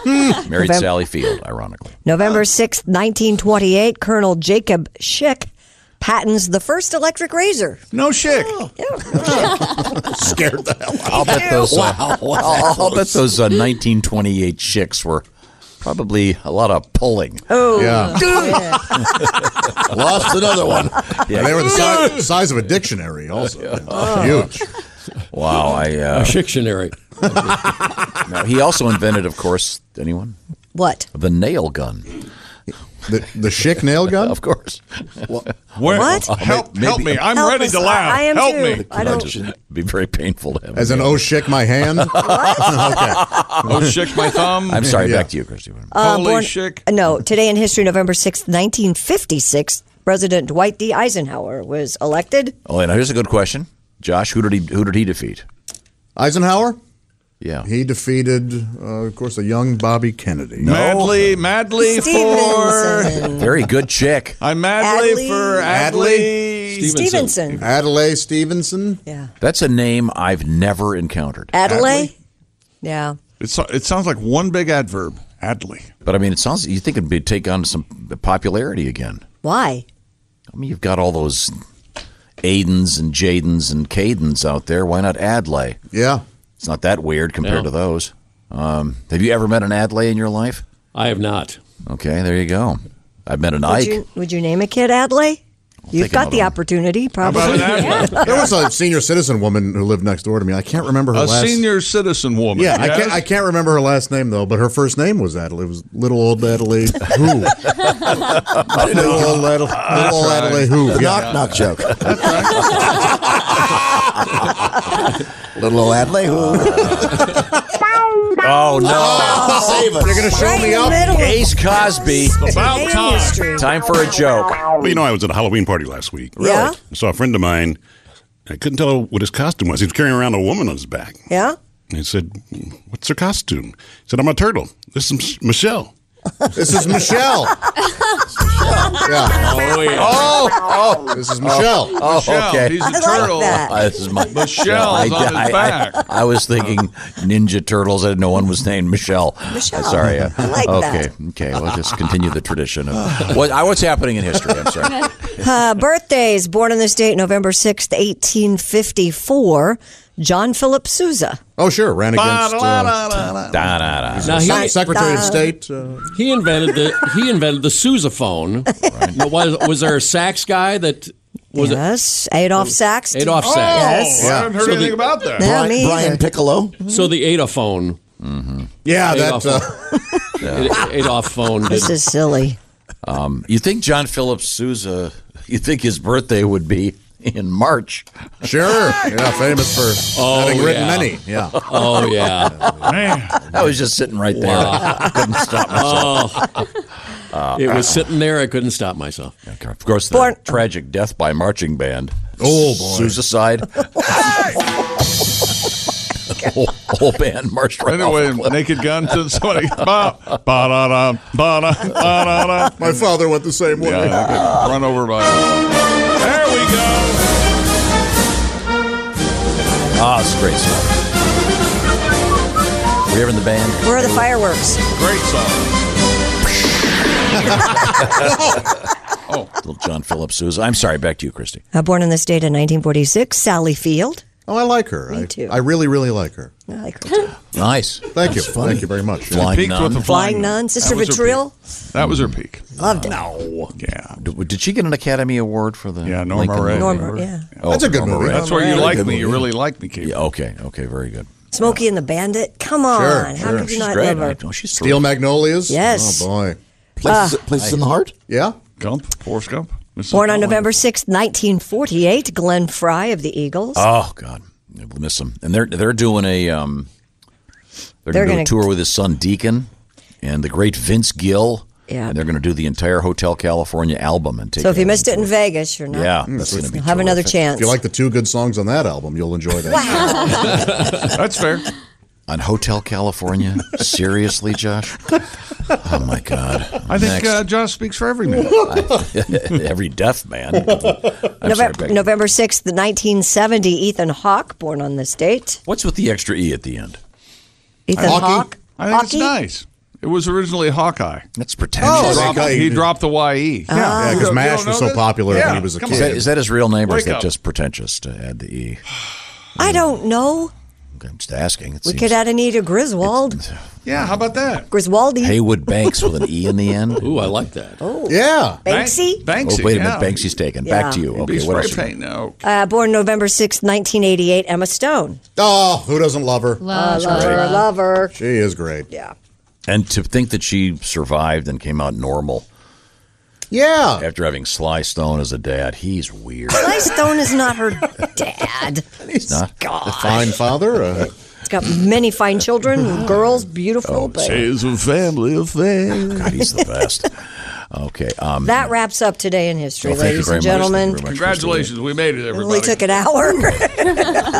Speaker 6: Married
Speaker 7: November-
Speaker 6: Sally Field, ironically.
Speaker 7: November sixth, 1928, Colonel Jacob Schick patents the first electric razor.
Speaker 4: No Schick.
Speaker 5: Scared the hell
Speaker 6: I'll bet those. Uh, I'll, I'll bet those uh, 1928 chicks were probably a lot of pulling.
Speaker 7: Oh,
Speaker 5: Yeah. Lost another one. Yeah, they were the size, size of a dictionary, also. Huge.
Speaker 6: Wow, I uh,
Speaker 15: a dictionary.
Speaker 6: no, he also invented, of course, anyone
Speaker 7: What?
Speaker 6: the nail gun.
Speaker 5: The, the Schick nail gun?
Speaker 6: of course.
Speaker 4: Where?
Speaker 7: What?
Speaker 4: Help, help me. I'm
Speaker 7: Help
Speaker 4: ready
Speaker 7: us.
Speaker 4: to laugh.
Speaker 7: I- I am
Speaker 4: help
Speaker 7: too.
Speaker 4: me.
Speaker 7: I don't-
Speaker 6: It'd be very painful to have.
Speaker 5: As an
Speaker 6: a
Speaker 5: oh, shake my hand? okay.
Speaker 4: Oh, Schick, my thumb.
Speaker 6: I'm sorry,
Speaker 5: Yeah.
Speaker 6: back to you, Christy.
Speaker 7: Uh,
Speaker 4: Holy
Speaker 7: born-
Speaker 4: Schick.
Speaker 7: No, today in history, November sixth, 1956, President Dwight D. Eisenhower was elected.
Speaker 6: Oh, and here's a good question, Josh. Who did he Who did he defeat?
Speaker 5: Eisenhower?
Speaker 6: Yeah.
Speaker 5: He defeated, uh, of course, a young Bobby Kennedy.
Speaker 4: Madly, madly for.
Speaker 7: Stevenson.
Speaker 6: Very good chick.
Speaker 4: I'm madly
Speaker 7: Adley.
Speaker 4: for Adley.
Speaker 7: Stevenson.
Speaker 5: Adelaide Stevenson?
Speaker 7: Yeah.
Speaker 6: That's a name I've never encountered.
Speaker 7: Adelaide? Yeah.
Speaker 4: It's, it sounds like one big adverb. Adley.
Speaker 6: But I mean, it sounds you think it'd be take on some popularity again.
Speaker 7: Why?
Speaker 6: I mean, you've got all those Aidens and Jadens and Cadens out there. Why not Adlay?
Speaker 5: Yeah.
Speaker 6: It's not that weird compared
Speaker 15: No.
Speaker 6: to those. Um, have you ever met an Adlay in your life?
Speaker 15: I have not.
Speaker 6: Okay, there you go. I've met an
Speaker 7: Would
Speaker 6: Ike.
Speaker 7: you, would you name a kid Adley? You've
Speaker 6: think
Speaker 7: got
Speaker 6: about
Speaker 7: the
Speaker 6: it.
Speaker 7: opportunity, probably.
Speaker 4: about an Adley?
Speaker 5: There was a senior citizen woman who lived next door to me. I can't remember her
Speaker 4: A
Speaker 5: last
Speaker 4: senior citizen woman.
Speaker 5: Yeah, I can't,
Speaker 4: yes?
Speaker 5: I can't remember her last name, though, but her first name was Adelaide. It was Little Old Adelaide Who. little Old Adelaide, little old
Speaker 4: right.
Speaker 5: Adelaide Who. Yeah.
Speaker 17: Knock knock joke. Little old Adley who
Speaker 6: oh no!
Speaker 17: save us.
Speaker 5: You're going to show
Speaker 7: Right in
Speaker 5: me
Speaker 7: the
Speaker 5: up?
Speaker 7: middle of
Speaker 6: Ace Cosby.
Speaker 4: About
Speaker 7: Canadian
Speaker 4: time.
Speaker 7: history.
Speaker 6: Time for a joke.
Speaker 10: Well, you know, I was at a Halloween party last week.
Speaker 7: Yeah?
Speaker 10: I saw a friend of mine. I couldn't tell what his costume was. He was carrying around a woman on his back.
Speaker 7: Yeah?
Speaker 10: And I said, "What's her costume?" He said, "I'm a turtle." This is Michelle.
Speaker 5: This is Michelle. yeah.
Speaker 6: Oh, oh,
Speaker 5: This is Michelle.
Speaker 6: oh,
Speaker 4: Michelle,
Speaker 6: okay.
Speaker 4: He's a
Speaker 7: I like
Speaker 4: turtle.
Speaker 7: that.
Speaker 6: Uh, this is my
Speaker 4: Michelle's on his back.
Speaker 6: I, was thinking Ninja Turtles. I didn't know one was named Michelle.
Speaker 7: Michelle.
Speaker 6: Sorry. uh,
Speaker 7: I like
Speaker 6: okay.
Speaker 7: that.
Speaker 6: Okay. Well, just continue the tradition of what, I- what's happening in history. I'm sorry.
Speaker 7: Uh, birthdays. Born on this date, November 6th, 1854, John Philip Sousa.
Speaker 5: Oh, sure. Ran against uh,
Speaker 4: Ba-da-da-da-da.
Speaker 6: Da, da, da.
Speaker 15: Now he,
Speaker 5: Secretary of State. Uh,
Speaker 15: he invented the he invented the sousaphone. Now, was, was there a sax guy that was it?
Speaker 7: yes. Adolph Sachs.
Speaker 15: Adolph
Speaker 4: Oh,
Speaker 15: Sachs.
Speaker 7: Yes.
Speaker 4: I haven't heard
Speaker 15: So
Speaker 4: anything
Speaker 15: the-
Speaker 4: about that.
Speaker 7: No,
Speaker 17: Brian,
Speaker 7: me
Speaker 17: Brian
Speaker 7: either.
Speaker 17: Piccolo.
Speaker 15: So the Adaphone.
Speaker 4: Mm-hmm.
Speaker 5: yeah, that.
Speaker 15: Adolph.
Speaker 5: Uh,
Speaker 15: Ad- Adolph phone. did-
Speaker 7: This is silly.
Speaker 6: Um, You think John Philip Sousa? You think his birthday would be in March?
Speaker 5: Sure. Yeah, famous for
Speaker 15: Oh,
Speaker 5: having written
Speaker 15: yeah.
Speaker 5: many. Yeah.
Speaker 15: Oh yeah.
Speaker 4: uh, Man.
Speaker 6: I was just sitting right there. Couldn't stop myself. Uh,
Speaker 15: Oh. It was sitting there. I couldn't stop myself.
Speaker 6: Of course, the
Speaker 7: Born-
Speaker 6: tragic death by marching band.
Speaker 5: Oh, boy.
Speaker 6: Suicide. whole, whole band marched right off.
Speaker 4: Anyway, naked gun to somebody. Ba ba da da ba da da da.
Speaker 5: uh, My father went the same way.
Speaker 4: Yeah, I got run over by. There we go.
Speaker 6: Ah, it's a great song. We're in the band.
Speaker 7: Where are the fireworks?
Speaker 4: Great song.
Speaker 6: Little John Philip Sousa. I'm sorry. Back to you, Christy.
Speaker 7: Uh, born on this date in 1946, Sally Field.
Speaker 5: Oh, I like her. Me I, too. I really, really like her.
Speaker 7: I like her. too.
Speaker 6: Nice.
Speaker 5: Thank you.
Speaker 7: That's funny.
Speaker 5: Thank you very much.
Speaker 6: Flying Peaked nun. with the
Speaker 7: Flying Nun, Sister
Speaker 6: That was her
Speaker 7: Vitriol.
Speaker 4: That was her peak.
Speaker 7: Loved it.
Speaker 6: No. Yeah. Did, did she get an Academy Award for the? Oh, Yeah,
Speaker 4: Norma Ray. Norma, yeah.
Speaker 7: That's a good movie.
Speaker 4: That's where you like me. You really like me, Kate.
Speaker 6: Yeah, okay. Okay. Very good.
Speaker 7: Smokey and the Bandit. Come on. How could you
Speaker 6: She's
Speaker 7: not
Speaker 6: great.
Speaker 7: love her?
Speaker 6: I know she's
Speaker 5: Steel Magnolias.
Speaker 7: Yes.
Speaker 5: Oh boy.
Speaker 7: Places- Ah. Places in the Heart?
Speaker 5: Yeah.
Speaker 4: Gump. Forrest Gump. Mrs.
Speaker 7: Born on
Speaker 4: Dolan.
Speaker 7: November sixth, 1948, Glenn Fry of the Eagles.
Speaker 6: Oh God, I miss them. And they're they're doing a um, they're,
Speaker 7: They're
Speaker 6: going to
Speaker 7: gonna-
Speaker 6: tour with his son Deacon and the great Vince Gill.
Speaker 7: Yeah.
Speaker 6: And they're going to do the entire Hotel California album and take.
Speaker 7: so if
Speaker 6: it
Speaker 7: you missed it in Vegas, you're not. Mm,
Speaker 6: Yeah, that's
Speaker 7: you'll
Speaker 6: gonna be
Speaker 7: have another chance.
Speaker 5: If you like the two good songs on that album, you'll enjoy that.
Speaker 4: That's fair.
Speaker 6: On Hotel California, seriously, Josh? Oh my God!
Speaker 4: I think uh, Josh speaks for every man.
Speaker 6: Next. every deaf man. I'm sorry,
Speaker 7: November,
Speaker 6: Becky.
Speaker 7: November 6th, 1970, Ethan Hawke, born on this date.
Speaker 6: What's with the extra e at the end?
Speaker 7: Ethan Hawke.
Speaker 4: I think it's nice. It was originally Hawkeye.
Speaker 6: That's pretentious.
Speaker 4: he,
Speaker 6: Oh,
Speaker 4: dropped,
Speaker 6: okay.
Speaker 4: he dropped the YE.
Speaker 6: Yeah, 'cause
Speaker 4: You don't- you
Speaker 6: MASH was
Speaker 4: don't know
Speaker 6: so
Speaker 4: this?
Speaker 6: popular
Speaker 4: yeah,
Speaker 6: when he was
Speaker 5: a
Speaker 4: come
Speaker 6: Is
Speaker 4: on.
Speaker 6: that, is that his real name, or is
Speaker 4: Wake
Speaker 6: that
Speaker 4: up.
Speaker 6: just pretentious to add the e?
Speaker 7: I don't know.
Speaker 6: I'm just asking. It
Speaker 7: We
Speaker 6: seems- uh,
Speaker 7: could add Anita Griswold.
Speaker 4: Yeah, how about that?
Speaker 7: Griswoldi.
Speaker 6: Haywood Banks with an E in the end. Ooh, I like that.
Speaker 7: E. Oh.
Speaker 6: Yeah.
Speaker 7: Banksy?
Speaker 6: oh, wait a minute. Banksy's taken.
Speaker 7: Yeah.
Speaker 6: Back to you.
Speaker 7: It'd
Speaker 4: be
Speaker 6: Okay, what
Speaker 4: spray
Speaker 6: else?
Speaker 4: paint, no.
Speaker 7: Uh, born November 6th, 1988, Emma Stone.
Speaker 5: Oh, who doesn't love her?
Speaker 7: Love her, love her.
Speaker 5: She is great.
Speaker 7: Yeah.
Speaker 6: And to think that she survived and came out normal.
Speaker 5: Yeah.
Speaker 6: After having Sly Stone as a dad, he's weird.
Speaker 7: Sly Stone is not her dad.
Speaker 6: He's not.
Speaker 7: The
Speaker 5: fine father. Uh,
Speaker 7: It's got many fine
Speaker 6: Oh,
Speaker 7: children, girls, beautiful. but
Speaker 4: It's a family affair.
Speaker 5: Oh,
Speaker 6: God, he's the best. Okay. Um,
Speaker 7: that wraps up today in history,
Speaker 6: Oh, thank you
Speaker 7: ladies
Speaker 6: very
Speaker 7: and
Speaker 6: much. Thank you
Speaker 7: gentlemen.
Speaker 6: very much.
Speaker 4: Congratulations, we made it,
Speaker 7: It
Speaker 4: everybody.
Speaker 7: only took an hour.
Speaker 4: Good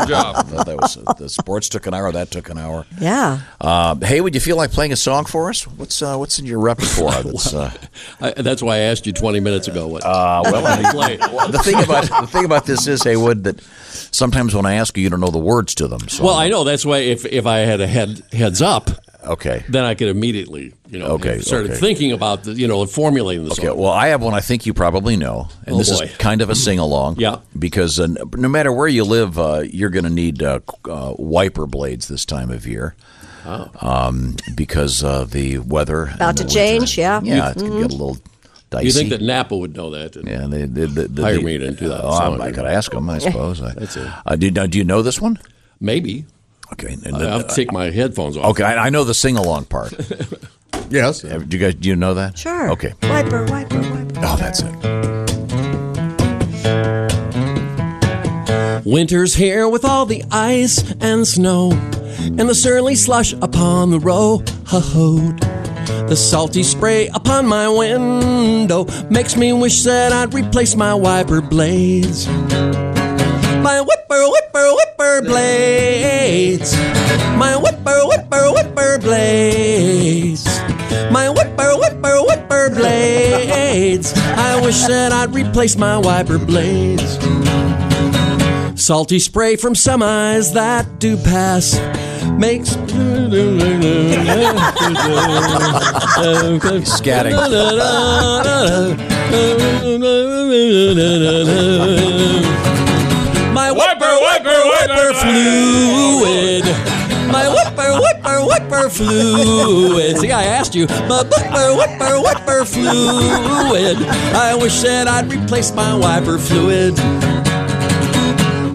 Speaker 4: job.
Speaker 6: no, that was the sports took an hour. That took an hour.
Speaker 7: yeah.
Speaker 6: Uh, hey, would you feel like playing a song for us? What's uh, what's in your repertoire? That's uh,
Speaker 15: I, that's why I asked you 20 minutes ago what.
Speaker 6: Uh, well,
Speaker 15: what
Speaker 6: I-
Speaker 15: you play.
Speaker 6: the thing about the thing about this is, Haywood, that sometimes when I ask you, you don't know the words to them. So
Speaker 15: well, I know that's why if, if I had a head heads up,
Speaker 6: okay,
Speaker 15: then I could immediately you know
Speaker 6: Okay,
Speaker 15: have started
Speaker 6: okay.
Speaker 15: thinking about the you know and formulating the
Speaker 6: Okay,
Speaker 15: song.
Speaker 6: well, I have one I think you probably know, and
Speaker 15: Oh,
Speaker 6: this
Speaker 15: boy.
Speaker 6: is kind of a sing along. yeah, because uh, n- no matter where you live, uh, you're going to need uh, c- uh, wiper blades this time of year.
Speaker 7: Oh.
Speaker 6: Um, because uh, the weather in
Speaker 7: About
Speaker 6: the
Speaker 7: to
Speaker 6: winter-
Speaker 7: change, yeah.
Speaker 6: yeah, it's it
Speaker 7: Mhm.
Speaker 6: can get a little dicey.
Speaker 15: You think that Napa would know that?
Speaker 6: Yeah, they, they, they, they,
Speaker 15: Hire me to do that
Speaker 6: Oh,
Speaker 15: song.
Speaker 6: I, I could ask them, I suppose. I,
Speaker 15: That's it.
Speaker 6: Uh, do, now, do you know this one?
Speaker 15: Maybe.
Speaker 6: Okay, and uh,
Speaker 15: I- I'll take my headphones off.
Speaker 6: Okay, I, I know the sing along part.
Speaker 5: yes.
Speaker 6: Do you guys? Do you know that?
Speaker 7: Sure.
Speaker 6: Okay.
Speaker 7: Wiper, wiper, wiper.
Speaker 6: Oh, that's it.
Speaker 12: Winter's here with all the ice and snow, and the surly slush upon the road. The salty spray upon my window makes me wish that I'd replace my wiper blades. My whipper, whipper, whipper blades. My whipper, whipper, whipper blades. My whipper, whipper, whipper blades. I wish that I'd replace my wiper blades. Salty spray from some eyes that do pass makes. My whipper, whipper, whipper fluid. My whipper, whipper, whipper fluid. See, I asked you. My whipper, whipper, whipper fluid. I wish that I'd replace my wiper fluid.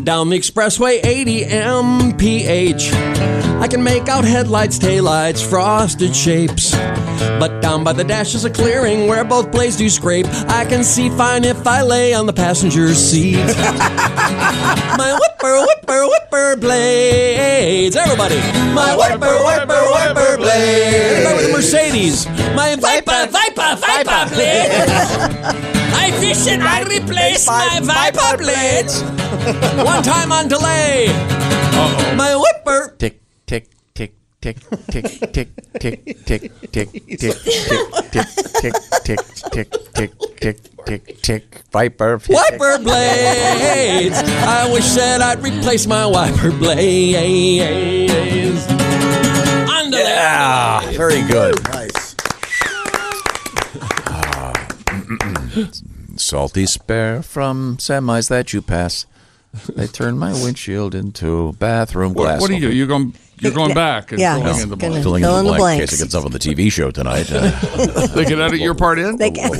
Speaker 12: Down the expressway, 80 mph. I can make out headlights, taillights, frosted shapes. But down by the dash is a clearing where both blades do scrape. I can see fine if I lay on the passenger seat. My whipper, whipper, whipper blades. Everybody. My whipper, whipper, whipper blades. Everybody with the Mercedes. My viper, viper, viper blades. I wish that I replace my viper blades. One time on delay. My whipper.
Speaker 6: Tick, tick, tick, tick, tick, tick, tick, tick, tick, tick, tick, tick, tick, tick, tick, tick, tick, tick, tick, viper.
Speaker 12: Wiper blades. I wish that I'd replace my wiper blades. Under
Speaker 6: Yeah, very good. Nice. Salty spare from semis that you pass They turned my windshield into a bathroom
Speaker 4: What-
Speaker 6: glass.
Speaker 4: what do you do?
Speaker 6: Okay.
Speaker 4: You're going- you're going Yeah. back and Yeah, filling in the blanks.
Speaker 6: Filling in
Speaker 4: fill in
Speaker 6: the
Speaker 4: the
Speaker 6: blank in case
Speaker 4: blanks.
Speaker 6: it gets up on the TV show tonight. Uh,
Speaker 4: they can edit your part in. They can.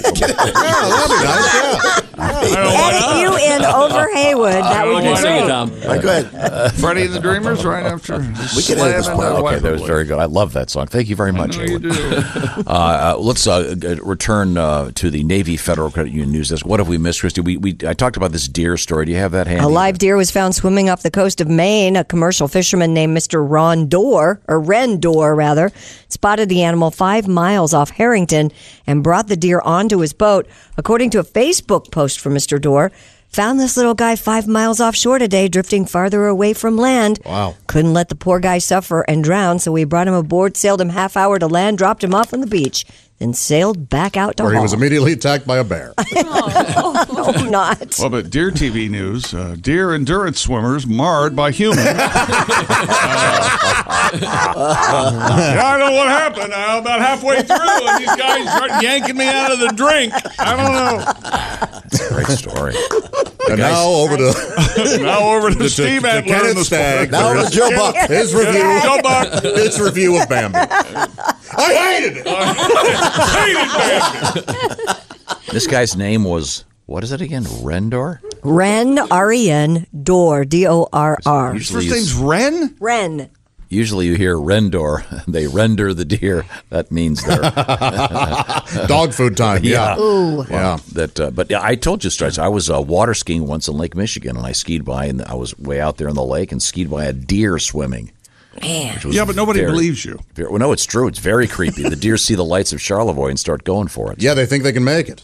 Speaker 7: Edit you in Oh, over Haywood. That would be great.
Speaker 4: go ahead. Freddie and the Dreamers, right after.
Speaker 6: we can
Speaker 4: Slam
Speaker 6: edit this
Speaker 4: and
Speaker 6: part.
Speaker 4: the
Speaker 6: Okay,
Speaker 4: Wiper
Speaker 6: that was
Speaker 4: Blade.
Speaker 6: very good. I love that song. Thank you very much.
Speaker 4: know you
Speaker 6: Haywood. uh, uh, let's uh, g- return uh, to the Navy Federal Credit Union News Desk. What have we missed, Christy? We, we I talked about this deer story. Do you have that handy?
Speaker 7: A live deer was found swimming off the coast of Maine. A commercial fisherman named Mr. Ron Dorr, or Ren Dorr rather, spotted the animal five miles off Harrington and brought the deer onto his boat. According to a Facebook post from Mr. Dorr, found this little guy five miles offshore today, drifting farther away from land. Wow. Couldn't let the poor guy suffer and drown, so we brought him aboard, sailed him half hour to land, dropped him off on the beach, then sailed back out to
Speaker 5: Where he
Speaker 7: haul. Oh,
Speaker 5: was immediately attacked by a bear.
Speaker 7: I'm not.
Speaker 4: Well, but deer TV news: uh, deer endurance swimmers marred by human.
Speaker 9: Yeah, I don't know what happened. I'm about halfway through, and these guys start yanking me out of the drink. I don't know.
Speaker 6: Great story.
Speaker 5: and now over to
Speaker 4: now over to,
Speaker 9: Steve Adler in
Speaker 5: Kenneth
Speaker 9: the
Speaker 5: Stagg.
Speaker 9: sport. Now
Speaker 5: for
Speaker 9: over to Joe Buck.
Speaker 5: His review.
Speaker 9: Joe Buck.
Speaker 5: His review of Bambi. I hated it.
Speaker 6: This guy's name was what is it again? Rendor.
Speaker 7: Ren, R E N, Dor, D O R R.
Speaker 6: His first name's
Speaker 4: Ren?
Speaker 7: Ren.
Speaker 6: Usually you hear rendor, they render the deer. That means they're
Speaker 5: Dog food time, yeah. Ooh.
Speaker 6: Well,
Speaker 5: Yeah.
Speaker 6: That, uh, but yeah, I told you, Stretch, I was uh, water skiing once in Lake Michigan, and I skied by, and I was way out there in the lake and skied by a deer swimming.
Speaker 7: Man.
Speaker 6: which was
Speaker 4: Yeah, but nobody believes you.
Speaker 6: very- well, no, it's true. It's very creepy. the deer see the lights of Charlevoix and start going for it.
Speaker 5: Yeah, they think they can make it.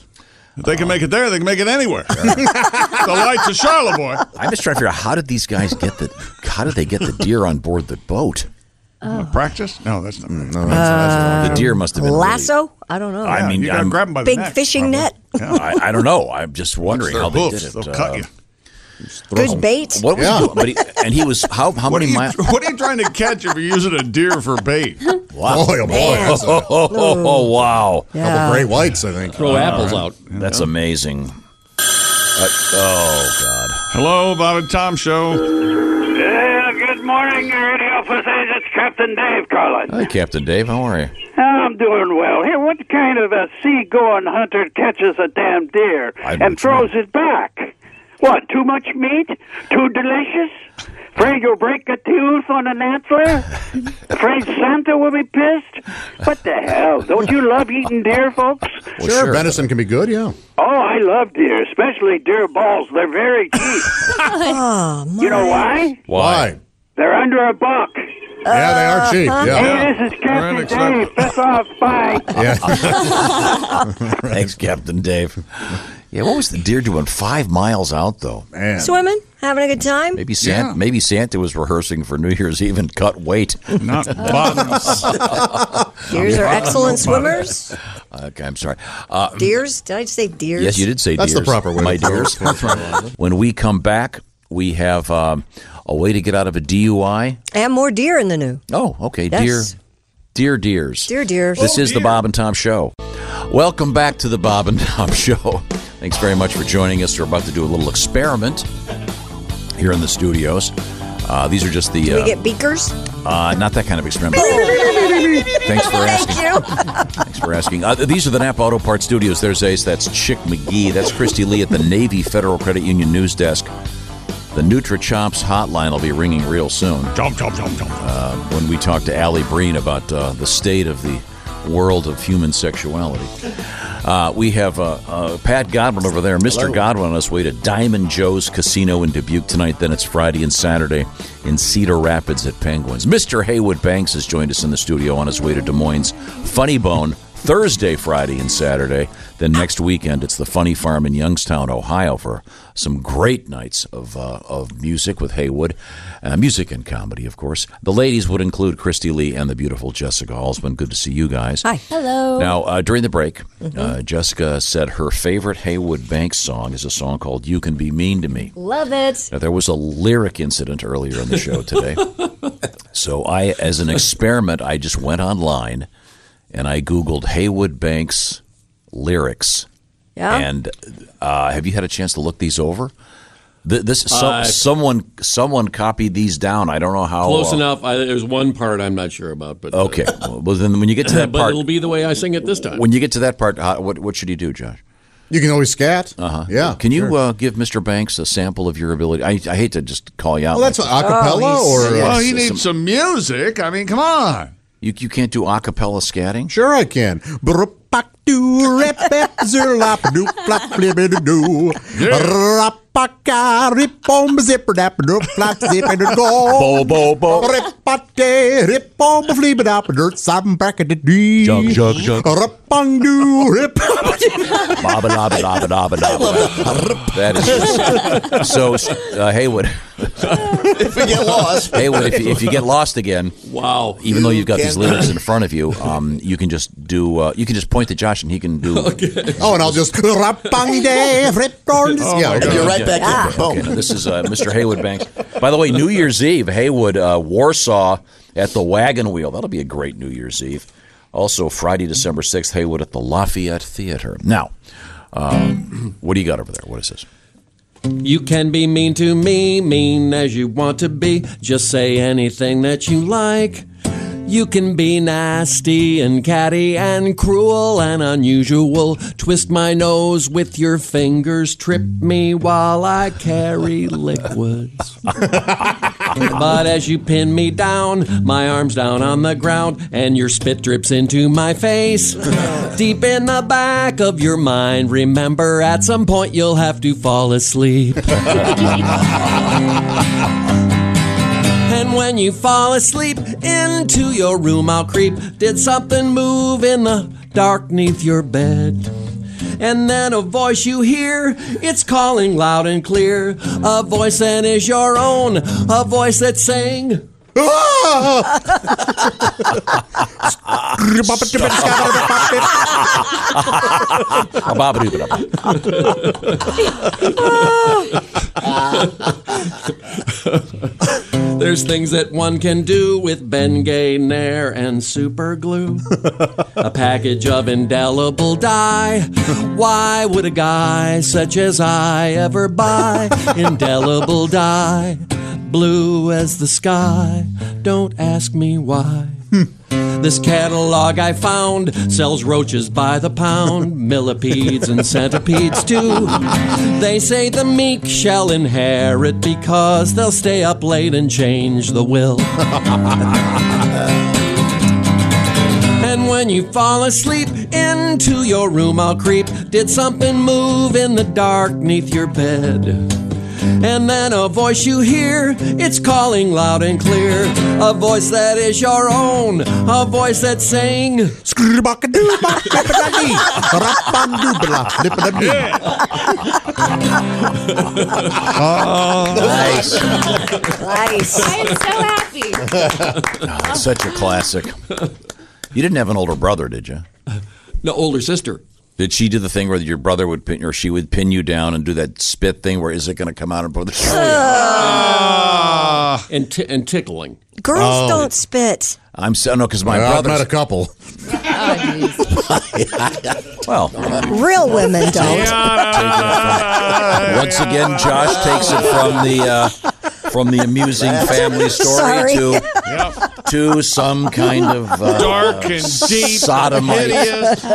Speaker 4: If they can make it there, they can make it anywhere. the lights of Charlevoix.
Speaker 5: Uh.
Speaker 6: I'm just trying to figure out how did these guys get the how did they get the deer on board the boat?
Speaker 4: Practice? No, that's not.
Speaker 6: No, that's- the deer must have been really-
Speaker 7: Lasso? I don't know.
Speaker 6: I mean, I'm-
Speaker 7: Big fishing net.
Speaker 6: I, I don't know. I'm just wondering
Speaker 4: their
Speaker 6: how they did
Speaker 4: hoofs.
Speaker 6: it. uh,
Speaker 4: They'll cut you.
Speaker 7: Good bait.
Speaker 6: What was
Speaker 7: Yeah.
Speaker 6: he doing? But he, and he was how how
Speaker 4: What are,
Speaker 6: many
Speaker 4: you,
Speaker 6: miles?
Speaker 4: what are you trying to catch if you're using a deer for bait?
Speaker 6: Wow.
Speaker 4: Boy, oh, boy. Man.
Speaker 6: Oh, oh, oh,
Speaker 7: Hmm.
Speaker 6: oh, wow.
Speaker 5: Yeah. Couple great whites, I think. Throw apples out.
Speaker 6: That's amazing. Uh, oh, God.
Speaker 4: Hello, Bob and Tom Show.
Speaker 18: Yeah, good morning, radio officers. It's Captain Dave calling.
Speaker 6: Hi, Captain Dave. How are you?
Speaker 18: I'm doing well. Hey, what kind of a seagoing hunter catches a damn deer
Speaker 6: I
Speaker 18: and
Speaker 6: don't know.
Speaker 18: throws it back? What, too much meat? Too delicious? Afraid you'll break a tooth on an antler? Afraid Santa will be pissed? What the hell? Don't you love eating deer, folks?
Speaker 5: sure, venison can be good, yeah.
Speaker 18: Oh, I love deer, especially deer balls. They're very cheap. you know why?
Speaker 5: Why?
Speaker 18: They're under a buck.
Speaker 5: Yeah, they
Speaker 6: Uh-huh.
Speaker 5: are cheap. Yeah.
Speaker 18: Hey, this is Captain Dave. Piss off. Bye.
Speaker 6: Thanks, Captain Dave. Yeah, what was the deer doing five miles out, though? Man.
Speaker 7: Swimming, having a good time.
Speaker 6: Maybe Santa, maybe Santa was rehearsing for New Year's Eve and cut weight.
Speaker 4: Not
Speaker 7: Deers are excellent swimmers.
Speaker 6: Okay, I'm sorry. Uh,
Speaker 7: Deers? Did I say deers?
Speaker 6: Yes, you did say deers. My deers. when we come back, we have um, a way to get out of a DUI.
Speaker 7: And more deer in the new.
Speaker 6: Oh, okay,
Speaker 7: Yes.
Speaker 6: dear, dear dears,
Speaker 7: Dear dears.
Speaker 6: This
Speaker 7: Oh,
Speaker 6: is the Bob and Tom Show. Welcome back to the Bob and Tom Show. Thanks very much for joining us. We're about to do a little experiment here in the studios. Uh, these are just the
Speaker 7: Do we
Speaker 6: uh,
Speaker 7: get beakers?
Speaker 6: uh, not that kind of experiment.
Speaker 7: Thanks
Speaker 6: for asking.
Speaker 7: Thank you.
Speaker 6: Thanks for asking. Uh, these are the Napa Auto Parts Studios. There's Ace. That's Chick McGee. That's Christy Lee at the Navy Federal Credit Union News Desk. The Nutra Chops hotline will be ringing real soon.
Speaker 4: Chomp, chomp, chomp, chomp.
Speaker 6: Uh, when we talk to Allie Breen about uh, the state of the world of human sexuality. Uh, we have uh, uh, Pat Godwin over there, Mr. Godwin, on his way to Diamond Joe's Casino in Dubuque tonight. Then it's Friday and Saturday in Cedar Rapids at Penguins. Mr. Haywood Banks has joined us in the studio on his way to Des Moines. Funny Bone Thursday, Friday, and Saturday. Then next weekend, it's the Funny Farm in Youngstown, Ohio, for some great nights of uh, of music with Haywood, uh, music and comedy, of course. The ladies would include Christy Lee and the beautiful Jessica Halsman. Good to see you guys.
Speaker 7: Hi. Hello.
Speaker 6: Now, uh, during the break,
Speaker 5: Mm-hmm.
Speaker 6: uh, Jessica said her favorite Haywood Banks song is a song called "You Can Be Mean to Me."
Speaker 16: Love it.
Speaker 6: Now, there was a lyric incident earlier in the show today, so I, as an experiment, I just went online and I googled Haywood Banks lyrics.
Speaker 7: Yeah.
Speaker 6: And uh, have you had a chance to look these over? Th- This some,
Speaker 12: Uh,
Speaker 6: someone someone copied these down. I don't know how.
Speaker 12: Close
Speaker 6: uh,
Speaker 12: enough. I, there's one part I'm not sure about, but uh,
Speaker 6: Okay. well, then when you Oh, get to that
Speaker 12: but
Speaker 6: part,
Speaker 12: it'll be the way I sing it this time.
Speaker 6: when you get to that part, how, what what should you do, Josh?
Speaker 5: You can always scat.
Speaker 6: Uh huh.
Speaker 5: Yeah,
Speaker 6: Can you
Speaker 5: sure.
Speaker 6: uh, give Mr. Banks a sample of your ability? I, I hate to just call you out.
Speaker 4: Well, that's
Speaker 6: like
Speaker 4: a
Speaker 6: that.
Speaker 4: cappella Oh, he's- or, uh, Well, he needs some music. I mean, come on.
Speaker 6: You you can't do a cappella scatting.
Speaker 5: Sure, I can.
Speaker 19: Bo,
Speaker 5: bo bo repate ripom flibadap dirt sam back at the d jug jug jug rapandu rip
Speaker 6: Baba laba laba laba laba. That is just, so. Uh, Haywood,
Speaker 15: if we get lost.
Speaker 6: Haywood, if you, if you get lost again,
Speaker 12: wow!
Speaker 6: Even though
Speaker 15: You
Speaker 6: you've got these
Speaker 15: can-
Speaker 6: lyrics in front of you, um, you can just do. Uh, you can just point to Josh, and he can do.
Speaker 5: oh and i'll just rapande ripom
Speaker 6: Oh,
Speaker 5: yeah okay.
Speaker 6: Okay, okay, now this is uh, Mr. Haywood Banks. By the way, New Year's Eve, Haywood, uh, Warsaw at the Wagon Wheel. That'll be a great New Year's Eve. Also, Friday, December 6th, Haywood at the Lafayette Theater. Now, um, what do you got over there? What is this?
Speaker 12: You can be mean to me, mean as you want to be. Just say anything that you like. You can be nasty and catty and cruel and unusual. Twist my nose with your fingers, trip me while I carry liquids. but as you pin me down, my arms down on the ground, and your spit drips into my face. Deep in the back of your mind, remember at some point you'll have to fall asleep. And when you fall asleep into your room, I'll creep. Did something move in the dark neath your bed? And then a voice you hear, it's calling loud and clear. A voice that is your own, a voice that's saying, There's things that one can do with Bengay Nair and super glue. a package of indelible dye. Why would a guy such as I ever buy indelible dye? Blue as the sky. Don't ask me why. This catalog I found sells roaches by the pound, millipedes and centipedes too. They say the meek shall inherit because they'll stay up late and change the will. And when you fall asleep into your room, I'll creep. Did something move in the dark neath your bed? And then a voice you hear, it's calling loud and clear. A voice that is your own, a voice that's saying,
Speaker 6: Nice.
Speaker 7: Nice.
Speaker 16: I am so happy.
Speaker 6: Oh, such a classic. You didn't have an older brother, did you?
Speaker 12: No, older sister.
Speaker 6: Did she do the thing where your brother would pin, or she would pin you down and do that spit thing? Where is it going to come out and put Ah.
Speaker 12: and t- and tickling?
Speaker 7: Girls
Speaker 4: Oh.
Speaker 7: don't spit.
Speaker 6: Oh.
Speaker 7: Oh,
Speaker 6: I'm so no because my
Speaker 5: Well, I've
Speaker 6: brother's
Speaker 5: met a couple.
Speaker 6: well,
Speaker 7: Real women don't.
Speaker 6: once again, Josh takes it from the uh, from the amusing family story
Speaker 19: Sorry.
Speaker 6: to to some kind of uh,
Speaker 9: Dark and deep,
Speaker 6: sodomite.
Speaker 9: hideous.
Speaker 16: She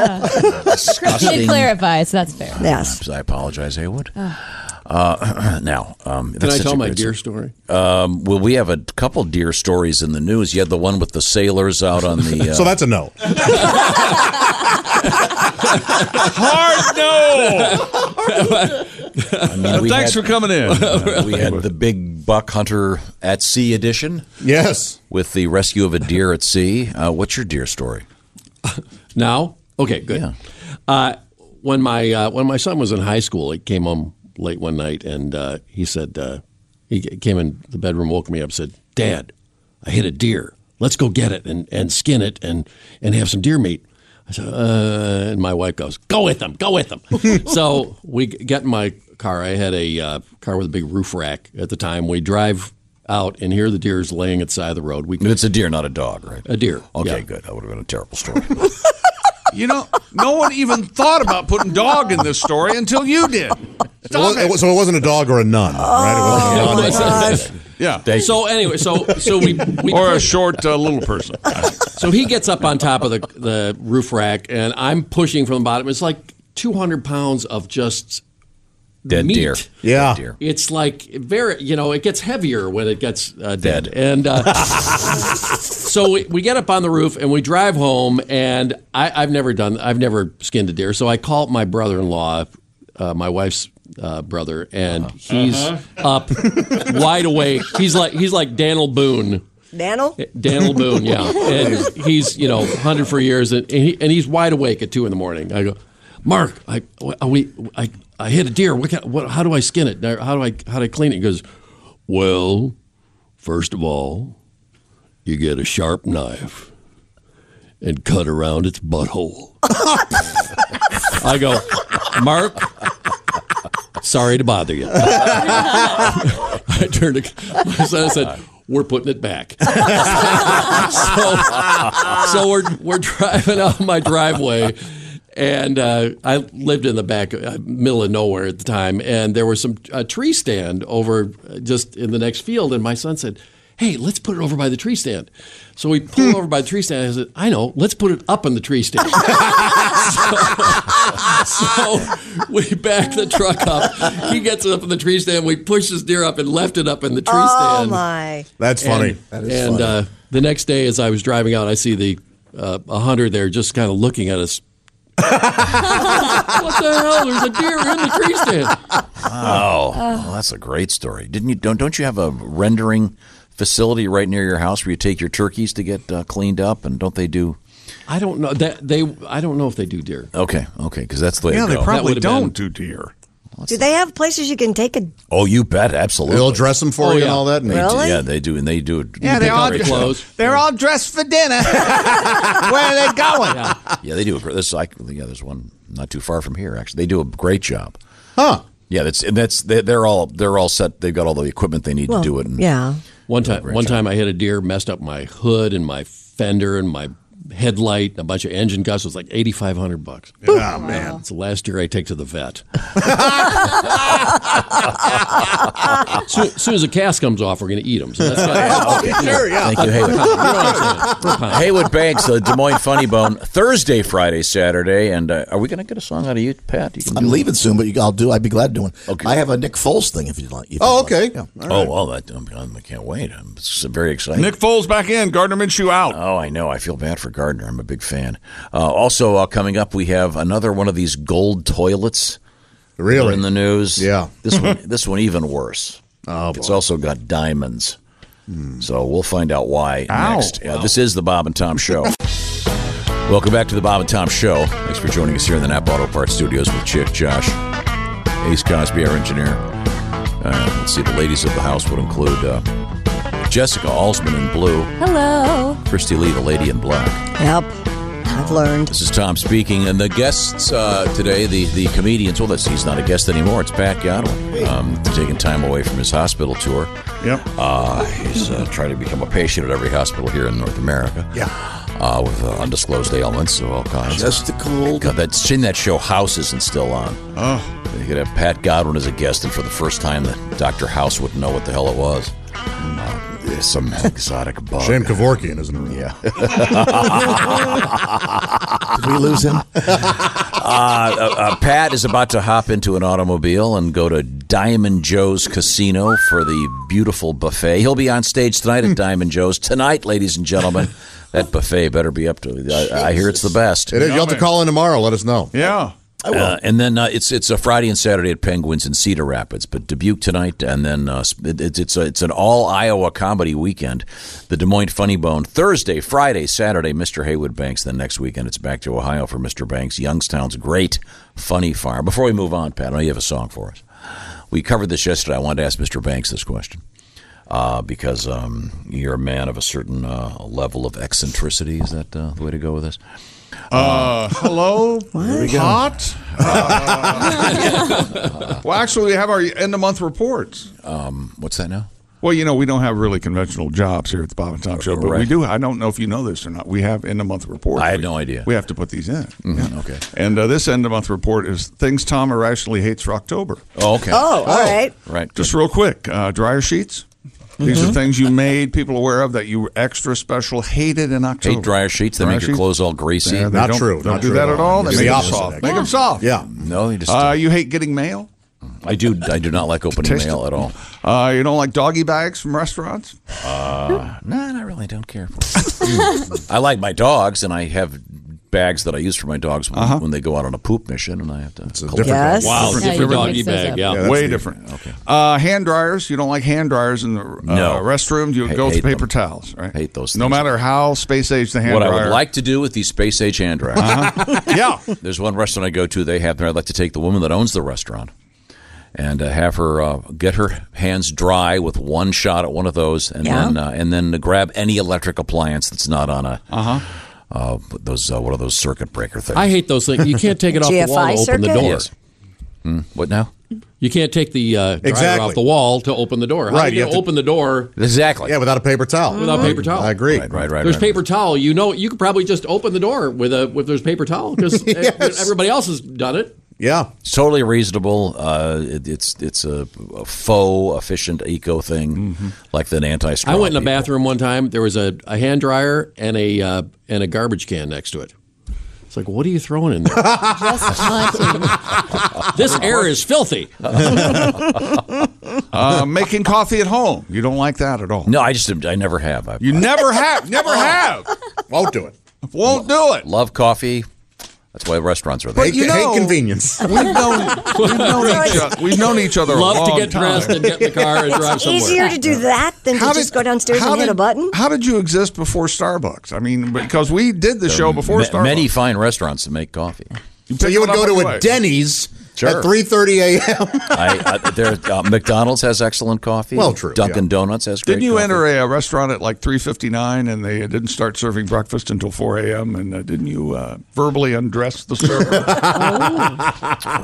Speaker 6: Disgusting.
Speaker 16: did clarify, so that's fair.
Speaker 7: Yes.
Speaker 6: I apologize, Haywood.
Speaker 16: Ah.
Speaker 6: Uh, now, um,
Speaker 12: Can
Speaker 6: that's
Speaker 12: I
Speaker 6: such
Speaker 12: tell
Speaker 6: a
Speaker 12: my
Speaker 6: great
Speaker 12: deer
Speaker 6: story.
Speaker 12: story?
Speaker 6: Um, well, we have a couple deer stories in the news. You had the one with the sailors out on the. Uh,
Speaker 5: so that's a no
Speaker 9: Hard no.
Speaker 6: I mean, we
Speaker 4: Thanks
Speaker 6: had-
Speaker 4: for coming in.
Speaker 6: uh, we had the big buck hunter at sea edition.
Speaker 5: Yes,
Speaker 6: with the rescue of a deer at sea. Uh, what's your deer story?
Speaker 12: Now, okay, good.
Speaker 6: Yeah.
Speaker 12: Uh, when my uh, when my son was in high school, he came home late one night and uh, he said uh, he c- came in the bedroom, woke me up, said, "Dad, I hit a deer. Let's go get it and, and skin it and and have some deer meat." I said, uh, and my wife goes, "Go with them, go with them." so we g- get in my car. I had a uh, car with a big roof rack at the time. We drive out and here the deer is laying at the side of the road. We
Speaker 6: it's a deer, not a dog, right?
Speaker 12: A deer.
Speaker 6: Okay,
Speaker 12: yeah.
Speaker 6: good. That would have been a terrible story.
Speaker 4: You know, no one even thought about putting dog in this story until you did.
Speaker 5: wa- it wa- so it wasn't a dog or a nun, right? It wasn't a
Speaker 15: Oh,
Speaker 5: nun.
Speaker 15: my gosh.
Speaker 4: Yeah.
Speaker 15: So anyway, so so we, we
Speaker 4: Or a
Speaker 15: short uh, little person. so he gets up on top of the the roof rack, and I'm pushing from the bottom. It's like 200 pounds of just
Speaker 6: Dead
Speaker 15: meat.
Speaker 6: deer.
Speaker 5: Yeah. Dead
Speaker 6: deer.
Speaker 15: It's like very, you know, it gets heavier when it gets uh, dead. And uh, so we, we get up on the roof and we drive home. And I, I've never done, I've never skinned a deer. So I called my brother in law, uh, my wife's. Uh, brother, and he's
Speaker 11: Uh-huh.
Speaker 15: up, wide awake. He's like he's like Daniel Boone.
Speaker 7: Daniel?
Speaker 15: Daniel Boone, yeah, and he's you know hunted for years, and and, he, and he's wide awake at two in the morning. I go, Mark, I wh- we I, I hit a deer. What, can, what how do I skin it? How do I how do I clean it? He goes, well, first of all, you get a sharp knife and cut around its butthole. I go, Mark, sorry to bother you. I turned to my son and said, "We're putting it back." so, so we're we're driving out my driveway, and uh, I lived in the back uh, middle of nowhere at the time, and there was some a tree stand over uh, just in the next field, and my son said. Hey, let's put it over by the tree stand. So we pull over by the tree stand. I said, I know, let's put it up in the tree stand. so we back the truck up. He gets it up in the tree stand. We push his deer up and left it up in the tree
Speaker 7: oh,
Speaker 15: stand.
Speaker 7: my.
Speaker 5: That's funny.
Speaker 15: And,
Speaker 5: That is
Speaker 15: and, Uh,
Speaker 5: funny.
Speaker 15: the next day, as I was driving out, I see the uh, a hunter there just kind of looking at us. what the hell? There's a deer in the tree stand.
Speaker 9: Oh.
Speaker 6: Wow, Oh, well, that's a great story. Didn't you? Don't don't you have a rendering facility right near your house where you take your turkeys to get uh, cleaned up? And don't they do?
Speaker 15: I don't know that they. I don't know if they do deer.
Speaker 6: Okay, okay, because that's the way.
Speaker 15: Yeah,
Speaker 6: to
Speaker 15: they
Speaker 6: go.
Speaker 15: probably That would've don't
Speaker 6: do deer.
Speaker 7: Do they have places you can take a.
Speaker 6: Oh, you bet, absolutely.
Speaker 5: They'll dress them for Oh, you and yeah. all that, and
Speaker 6: They
Speaker 5: they-
Speaker 6: do.
Speaker 5: Really?
Speaker 6: Yeah, they do, and they do it.
Speaker 20: Yeah, they're all, they're all dressed for dinner. Where are they going?
Speaker 6: Yeah, they do. A, gr- this, I, yeah, there's one not too far from here. Actually, they do a great job.
Speaker 5: Huh?
Speaker 6: Yeah, that's and that's they- they're all they're all set. They've got all the equipment they need
Speaker 7: Well,
Speaker 6: to do it. And
Speaker 7: yeah.
Speaker 15: One time, one time I hit a deer, messed up my hood and my fender and my headlight, and a bunch of engine gusts. It was like eighty five hundred bucks.
Speaker 5: Oh man!
Speaker 15: It's the last deer I take to the vet. soon, soon as the cast comes off, we're going to eat them. So that's gotta-
Speaker 6: Okay, sure, yeah. Thank you, Haywood.
Speaker 15: You know what I'm saying?
Speaker 6: Haywood Banks, the Des Moines Funny Bone, Thursday, Friday, Saturday, and uh, are we going to get a song out of you,
Speaker 8: Oh,
Speaker 6: Pat? You can
Speaker 17: I'm
Speaker 6: do-
Speaker 17: leaving soon, but you, I'll do. I'd be glad to do one. I have a Nick Foles thing if you'd like. if
Speaker 4: Oh,
Speaker 17: you'd like.
Speaker 4: okay.
Speaker 17: Yeah.
Speaker 6: Oh well, that, I'm, I'm, I can't wait. I'm s- very excited.
Speaker 4: Nick Foles back in. Gardner Minshew out.
Speaker 6: Oh, I know. I feel bad for Gardner. I'm a big fan. Uh, also, uh, coming up, we have another one of these gold toilets.
Speaker 5: Really?
Speaker 6: in the news?
Speaker 5: Yeah.
Speaker 6: This one, this one, even worse. Oh, it's also got diamonds. So we'll find out why
Speaker 11: Ow.
Speaker 6: next. Yeah, This is the Bob and Tom Show. Welcome back to the Bob and Tom Show. Thanks for joining us here in the Nap Auto Parts Studios with Chick Josh, Ace Cosby, our engineer. Uh, let's see, the ladies of the house would include uh, Jessica Alsman in blue,
Speaker 16: Hello.
Speaker 6: Christy Lee, the lady in black.
Speaker 7: Yep. I've learned.
Speaker 6: This is Tom speaking, and the guests uh, today, the, the comedians. Well, that's, he's not a guest anymore. It's Pat Godwin, um, taking time away from his hospital tour.
Speaker 4: Yep.
Speaker 6: Uh, he's uh, trying to become a patient at every hospital here in North America.
Speaker 17: Yeah.
Speaker 6: Uh, with uh, undisclosed ailments of all kinds.
Speaker 17: Just the cold.
Speaker 6: God, that's seen that show House isn't still on.
Speaker 4: Oh.
Speaker 6: They could have Pat Godwin as a guest, and for the first time, that Doctor House wouldn't know what the hell it was.
Speaker 17: Mm.
Speaker 6: Uh, it's some exotic bug.
Speaker 5: Shane Kevorkian, isn't it?
Speaker 6: Yeah.
Speaker 17: Did we lose him?
Speaker 6: uh, uh, uh, Pat is about to hop into an automobile and go to Diamond Joe's Casino for the beautiful buffet. He'll be on stage tonight
Speaker 5: Hmm.
Speaker 6: at Diamond Joe's. Tonight, ladies and gentlemen, that buffet better be up to. I, I hear it's the best.
Speaker 5: It is. You'll have to call in tomorrow. Let us know.
Speaker 4: Yeah.
Speaker 6: Uh, and then uh, it's it's a Friday and Saturday at Penguins in Cedar Rapids, but Dubuque tonight, and then uh, sp- it, it's it's a, it's an all Iowa comedy weekend. The Des Moines Funny Bone Thursday, Friday, Saturday. Mr. Haywood Banks. Then next weekend it's back to Ohio for Mr. Banks. Youngstown's great funny farm. Before we move on, Pat, I know you have a song for us. We covered this yesterday. I wanted to ask Mr. Banks this question uh, because um, you're a man of a certain uh, level of eccentricity. Is that uh, the way to go with this?
Speaker 4: Uh, hello?
Speaker 6: Here we go.
Speaker 4: Hot? Uh, well, actually, we have our end of month reports.
Speaker 6: Um, what's that now?
Speaker 4: Well, you know, we don't have really conventional jobs here at the Bob and Tom Show, but we
Speaker 6: Right.
Speaker 4: do. I don't know if you know this or not. We have end of month report. I had no idea. We have to put these in. Yeah.
Speaker 6: Okay.
Speaker 4: And uh, this end of month report is things Tom irrationally hates for October.
Speaker 6: Oh, okay.
Speaker 7: Oh, all right.
Speaker 6: Right.
Speaker 4: Just real quick uh, dryer sheets. These are
Speaker 6: Mhm.
Speaker 4: things you made people aware of that you were extra special hated in October.
Speaker 6: Hate dryer sheets that
Speaker 4: Dryer
Speaker 6: make your
Speaker 4: sheets?
Speaker 6: clothes all greasy.
Speaker 4: Yeah, they Not don't- true. don't Not do true that at at all. all. They It's make the them opposite, soft. actually. Make them soft.
Speaker 6: Yeah. No, you just.
Speaker 4: Uh, you hate getting mail?
Speaker 6: I do. I do not like opening
Speaker 4: Taste
Speaker 6: mail at all.
Speaker 4: Uh, you don't like doggy bags from restaurants?
Speaker 6: Uh, no, I really don't care. I like my dogs, and I have bags that I use for my dogs when, when they go out on a poop mission, and I have to. It's a
Speaker 4: Uh-huh. different Yes. bag. Wow, different doggy bag, yeah. Yeah, that's Way different.
Speaker 6: Okay.
Speaker 4: Uh, hand dryers. You don't like hand dryers in the uh,
Speaker 6: No.
Speaker 4: restrooms. You
Speaker 6: Ha-
Speaker 4: go with
Speaker 6: hate
Speaker 4: paper
Speaker 6: them.
Speaker 4: towels, right?
Speaker 6: Hate those.
Speaker 4: No
Speaker 6: things.
Speaker 4: matter how space age the hand
Speaker 6: what
Speaker 4: dryer.
Speaker 6: I would like to do with these space age hand dryers.
Speaker 15: Uh-huh.
Speaker 4: yeah.
Speaker 6: There's one restaurant I go to. They have there. I'd like to take the woman that owns the restaurant and uh, have her uh, get her hands dry with one shot at one of those, and
Speaker 2: Yeah.
Speaker 6: then uh, and then grab any electric appliance that's not on a.
Speaker 4: Uh-huh.
Speaker 6: Uh, those uh, what are those circuit breaker things?
Speaker 15: I hate those things. You can't take it off the wall to open the door.
Speaker 6: Yes. Hmm, What now?
Speaker 15: You can't take the uh, dryer
Speaker 6: Exactly.
Speaker 15: off the wall to open the door. How
Speaker 6: Right,
Speaker 15: You
Speaker 6: you
Speaker 15: gonna
Speaker 6: have to-
Speaker 15: open the door
Speaker 6: exactly.
Speaker 5: Yeah, without a paper towel.
Speaker 15: Without paper towel.
Speaker 5: I agree.
Speaker 6: Right, right, right.
Speaker 15: there's
Speaker 6: right.
Speaker 15: paper towel. You know, you could probably just open the door with a with there's paper towel because everybody else has done it.
Speaker 5: Yeah,
Speaker 6: it's totally reasonable. Uh, it, it's it's a, a faux efficient eco thing, like that anti.
Speaker 15: Mm-hmm. I went in a bathroom one time. There was a, a hand dryer and a uh, and a garbage can next to it. It's like, what are you throwing in there?
Speaker 16: Just
Speaker 15: this air is filthy.
Speaker 4: uh, making coffee at home. You don't like that at all.
Speaker 6: No, I just I never have. I
Speaker 4: You never have. Never have.
Speaker 5: Won't do it.
Speaker 4: Won't do it.
Speaker 6: Love coffee. That's why restaurants are there.
Speaker 4: But you Hate- hate know-
Speaker 5: convenience.
Speaker 4: We've known, we've known each other. We've known each other. a
Speaker 6: Love to
Speaker 4: long
Speaker 6: get dressed
Speaker 4: time.
Speaker 6: and get in the car and It's drive somewhere.
Speaker 7: easier to do that than to just go downstairs
Speaker 4: how
Speaker 7: and hit
Speaker 4: did-
Speaker 7: a button?
Speaker 4: How did you exist before Starbucks? I mean, because we did the
Speaker 6: There are
Speaker 4: show before
Speaker 6: ma-
Speaker 4: Starbucks.
Speaker 6: Many fine restaurants that make coffee.
Speaker 5: So you would go to a Denny's
Speaker 6: Sure.
Speaker 5: at 3:30 a.m.
Speaker 6: I, I, there, uh, McDonald's has excellent coffee.
Speaker 5: Well, true,
Speaker 6: Dunkin' Donuts has great
Speaker 4: Didn't you
Speaker 6: coffee.
Speaker 4: enter a, uh restaurant at like 3:59 and they didn't start serving breakfast until 4 a.m. and uh, didn't you uh, verbally undress the server?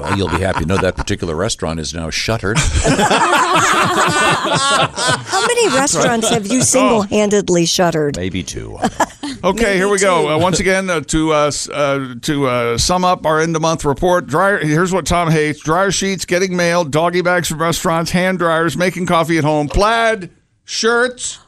Speaker 6: Well, you'll be happy to know that particular restaurant is now shuttered.
Speaker 7: How many restaurants have
Speaker 9: Oh.
Speaker 7: you single handedly shuttered?
Speaker 6: Maybe two.
Speaker 4: okay, here we go. Uh, once again, uh, to uh, s- uh, to uh, sum up our end of month report, dryer, here's what Tom hates: dryer sheets, getting mail, doggy bags from restaurants, hand dryers, making coffee at home, plaid shirts.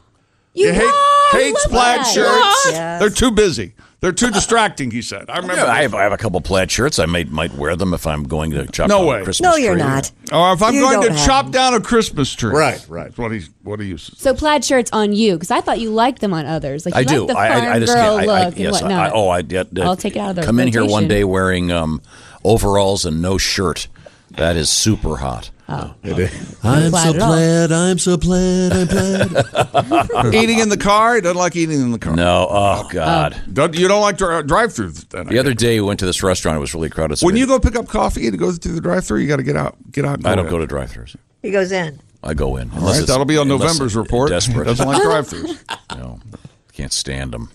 Speaker 11: You
Speaker 4: hate
Speaker 11: what?
Speaker 4: hates
Speaker 11: Love
Speaker 4: plaid
Speaker 11: that.
Speaker 4: shirts.
Speaker 11: What? Yes.
Speaker 4: They're too busy. They're too distracting. He said. I remember.
Speaker 6: Yeah, I, have, I have a couple plaid shirts. I may, might wear them if I'm going to chop
Speaker 4: No
Speaker 6: down a
Speaker 4: way.
Speaker 6: Christmas
Speaker 4: No, you're
Speaker 6: tree.
Speaker 4: not. Or if I'm
Speaker 6: You
Speaker 4: going
Speaker 6: don't
Speaker 4: to
Speaker 6: have
Speaker 4: chop down a Christmas tree.
Speaker 6: Right,
Speaker 4: right. That's what he what he uses.
Speaker 16: So plaid shirts on you because I thought you liked them on others. Like you
Speaker 6: I do.
Speaker 16: Like the
Speaker 6: I,
Speaker 16: farm
Speaker 6: I, I just
Speaker 16: girl
Speaker 6: can't.
Speaker 16: look
Speaker 6: I, I,
Speaker 16: and
Speaker 6: yes. I,
Speaker 16: whatnot.
Speaker 6: I, oh, I, I,
Speaker 16: I'll take it out of the
Speaker 6: Come in here one
Speaker 16: rotation.
Speaker 6: day wearing um, overalls and no shirt. That is super hot.
Speaker 16: Oh.
Speaker 6: It is.
Speaker 15: I'm
Speaker 6: Plaid
Speaker 15: so
Speaker 6: at all.
Speaker 15: glad. I'm so glad. I'm glad.
Speaker 4: eating in the car. He doesn't like eating in the car.
Speaker 6: No. Oh God.
Speaker 4: Don't, you don't like dri- drive-through. Then
Speaker 6: The other day we went to this restaurant. It was really crowded. So
Speaker 4: when
Speaker 6: we-
Speaker 4: you go pick up coffee and go through the drive-through, you got to get out. Get out. And
Speaker 6: I don't
Speaker 4: in.
Speaker 6: go to drive-throughs.
Speaker 7: He goes in.
Speaker 6: I go in.
Speaker 4: All right,
Speaker 6: it's-
Speaker 4: that'll be on
Speaker 6: unless
Speaker 4: November's
Speaker 6: it's
Speaker 4: report.
Speaker 6: Desperate.
Speaker 4: Doesn't like drive-throughs.
Speaker 6: No, can't stand them.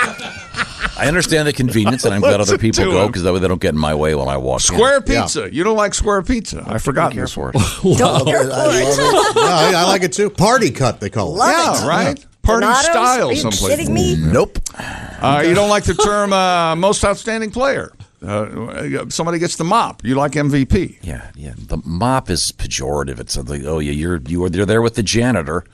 Speaker 6: I understand the convenience, and I'm glad other
Speaker 4: Listen
Speaker 6: people
Speaker 4: to
Speaker 6: go
Speaker 4: him.
Speaker 6: because that way they don't get in my way when I walk.
Speaker 4: Square
Speaker 6: in.
Speaker 4: pizza. You don't like square pizza. I forgot this word.
Speaker 5: Wow. Yeah, I, I like it too. Party cut, they call it.
Speaker 4: Love Yeah, it. right? Party Donatos? style Are you someplace. kidding me?
Speaker 5: Nope.
Speaker 4: Uh, you don't like the term uh, most outstanding player. Uh, somebody gets the mop. You like MVP.
Speaker 6: Yeah, yeah. The mop is pejorative. It's like, oh yeah, you're you are you're there with the janitor.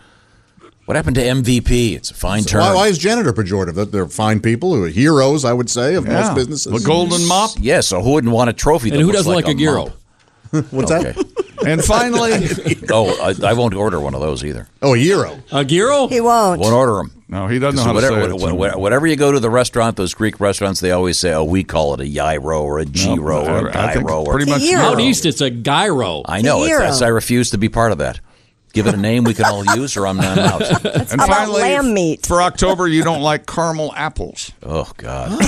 Speaker 6: What happened to MVP? It's a fine term.
Speaker 5: Why, why is janitor pejorative? That They're fine people who are heroes, I would say, of
Speaker 6: Yeah.
Speaker 5: most businesses.
Speaker 6: The golden mop? Yeah, so who wouldn't want a trophy? that
Speaker 5: And who
Speaker 6: looks
Speaker 5: doesn't like a gyro?
Speaker 6: mop?
Speaker 5: What's that?
Speaker 4: And finally,
Speaker 6: oh, I, I won't order one of those either.
Speaker 5: Oh, a gyro.
Speaker 15: A gyro?
Speaker 7: He won't.
Speaker 6: Won't order them.
Speaker 4: No, he doesn't know how to
Speaker 6: whatever,
Speaker 4: say it,
Speaker 6: what-
Speaker 4: so-
Speaker 6: what- whatever you go to the restaurant, those Greek restaurants, they always say, "Oh, we call it a gyro or a gyro or a
Speaker 15: I- I think
Speaker 6: gyro."
Speaker 15: pretty
Speaker 6: or
Speaker 15: much Gyro. out east,
Speaker 6: it's a gyro. I
Speaker 15: It's a
Speaker 6: know. It's,
Speaker 15: gyro.
Speaker 6: it's- I refuse to be part of that. Give it a name we can all use, or I'm not out.
Speaker 4: and
Speaker 7: How about
Speaker 4: finally,
Speaker 7: lamb meat?
Speaker 4: for October, you don't like caramel apples.
Speaker 6: Oh God.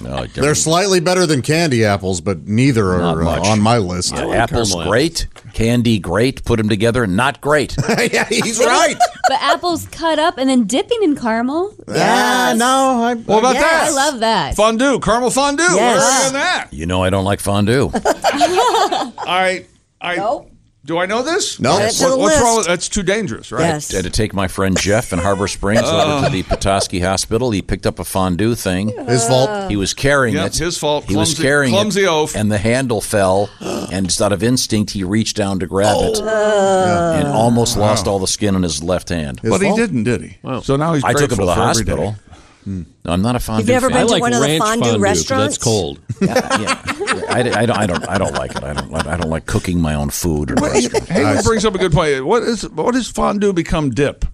Speaker 6: No,
Speaker 5: They're slightly better than candy apples, but neither
Speaker 6: Not
Speaker 5: are uh,
Speaker 6: much.
Speaker 5: on my list.
Speaker 6: Yeah, apples great, candy great. Put them together, not great.
Speaker 5: yeah, he's
Speaker 16: right. but apples cut up and then dipping in caramel.
Speaker 5: Yeah, no. I,
Speaker 4: What about
Speaker 16: Yeah,
Speaker 4: that?
Speaker 16: I love that.
Speaker 4: Fondue, caramel fondue. Where are you in that?
Speaker 6: You know I don't like fondue.
Speaker 4: I I Do I know this?
Speaker 6: No.
Speaker 7: Uh,
Speaker 6: Add it to the
Speaker 4: What- what's
Speaker 6: list.
Speaker 4: wrong with That's too dangerous, right?
Speaker 6: I had to take my friend Jeff in Harbor Springs over
Speaker 4: Oh.
Speaker 6: to the Petoskey Hospital. He picked up a fondue thing.
Speaker 4: His fault.
Speaker 6: He was carrying
Speaker 4: Yeah,
Speaker 6: it.
Speaker 4: his fault.
Speaker 6: He was
Speaker 4: Clumsy-
Speaker 6: carrying
Speaker 4: clumsy
Speaker 6: it, and the handle fell. And just out of instinct, he reached down to grab it
Speaker 4: Oh.
Speaker 6: and almost
Speaker 4: Wow.
Speaker 6: lost all the skin in his left hand.
Speaker 4: But he didn't, did he? So now he's
Speaker 6: I took him to
Speaker 4: grateful
Speaker 6: the
Speaker 4: for every
Speaker 6: hospital. No, I'm not a fondue.
Speaker 7: never
Speaker 6: fan.
Speaker 7: been to I like one of the ranch fondue fondue, 'cause that's restaurants?
Speaker 6: cold. Yeah, yeah. I, I don't. I don't. I don't like it. I don't. I don't like cooking my own food. Or restaurant.
Speaker 4: Haywood brings up a good point. What is what does fondue become dip?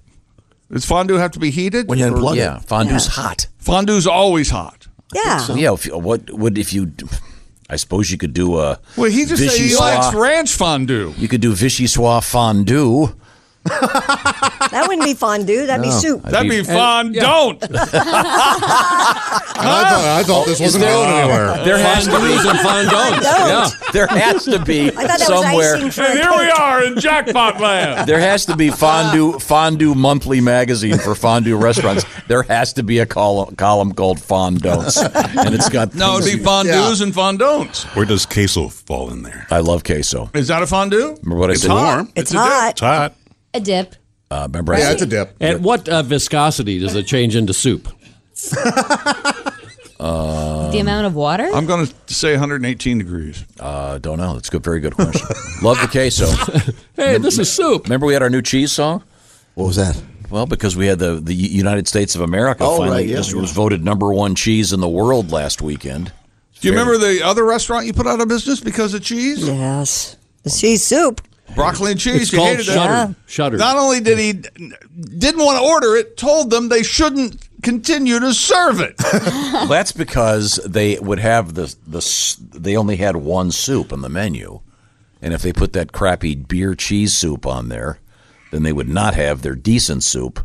Speaker 4: Does fondue have to be heated? When
Speaker 6: you unplug it. Yeah, fondue's Yeah. hot.
Speaker 4: Fondue's always hot.
Speaker 7: Yeah.
Speaker 6: So, yeah. If, you- what would if you? I suppose you could do a.
Speaker 4: Well, he just said he
Speaker 6: vichyssoise-
Speaker 4: likes ranch fondue.
Speaker 6: You could do vichyssoise fondue.
Speaker 7: That wouldn't be fondue. That'd be
Speaker 6: No.
Speaker 7: soup.
Speaker 6: That'd be And- fond- yeah.
Speaker 4: Don't.
Speaker 5: I thought this wasn't going anywhere.
Speaker 6: There has to be
Speaker 5: Fondues and fondues.
Speaker 6: Yeah. There has to be
Speaker 5: I thought that was
Speaker 6: somewhere.
Speaker 5: icing for
Speaker 4: And here we are in jackpot land.
Speaker 6: There has to be fondue fondue monthly magazine for fondue restaurants. There has to be a column column called fondants, and it's got
Speaker 4: No, it'd be fondues and fondons.
Speaker 10: Where does queso fall in there?
Speaker 6: I love queso.
Speaker 4: Is that a fondue?
Speaker 6: Remember what
Speaker 4: It's
Speaker 6: I said?
Speaker 4: hot. It's It's a dip. hot.
Speaker 15: It's hot.
Speaker 16: A dip.
Speaker 6: Uh, remember I
Speaker 15: Yeah,
Speaker 6: said-
Speaker 15: it's a
Speaker 5: dip.
Speaker 15: At what uh, viscosity does it change into soup? Uh,
Speaker 6: Um,
Speaker 16: The amount of water?
Speaker 4: I'm going to say 118 degrees.
Speaker 6: Uh, don't know. That's a good, very good question. Love the queso.
Speaker 15: hey, this is soup.
Speaker 6: Remember we had our new cheese song?
Speaker 8: What was that?
Speaker 6: Well, because we had the, the United States of America
Speaker 8: Oh,
Speaker 6: finally
Speaker 8: right, yeah,
Speaker 6: just was voted number one cheese in the world last weekend.
Speaker 4: Do you remember the other restaurant you put out of business because of cheese?
Speaker 7: Yes. The cheese soup.
Speaker 4: Broccoli and cheese.
Speaker 7: It's
Speaker 4: you
Speaker 7: called
Speaker 4: hated
Speaker 7: Shudder.
Speaker 4: That.
Speaker 7: Shudder.
Speaker 4: Not only did he didn't want to order it, told them they shouldn't continue to serve it.
Speaker 6: Well, that's because they would have the the s- they only had one soup on the menu, and if they put that crappy beer cheese soup on there, then they would not have their decent soup.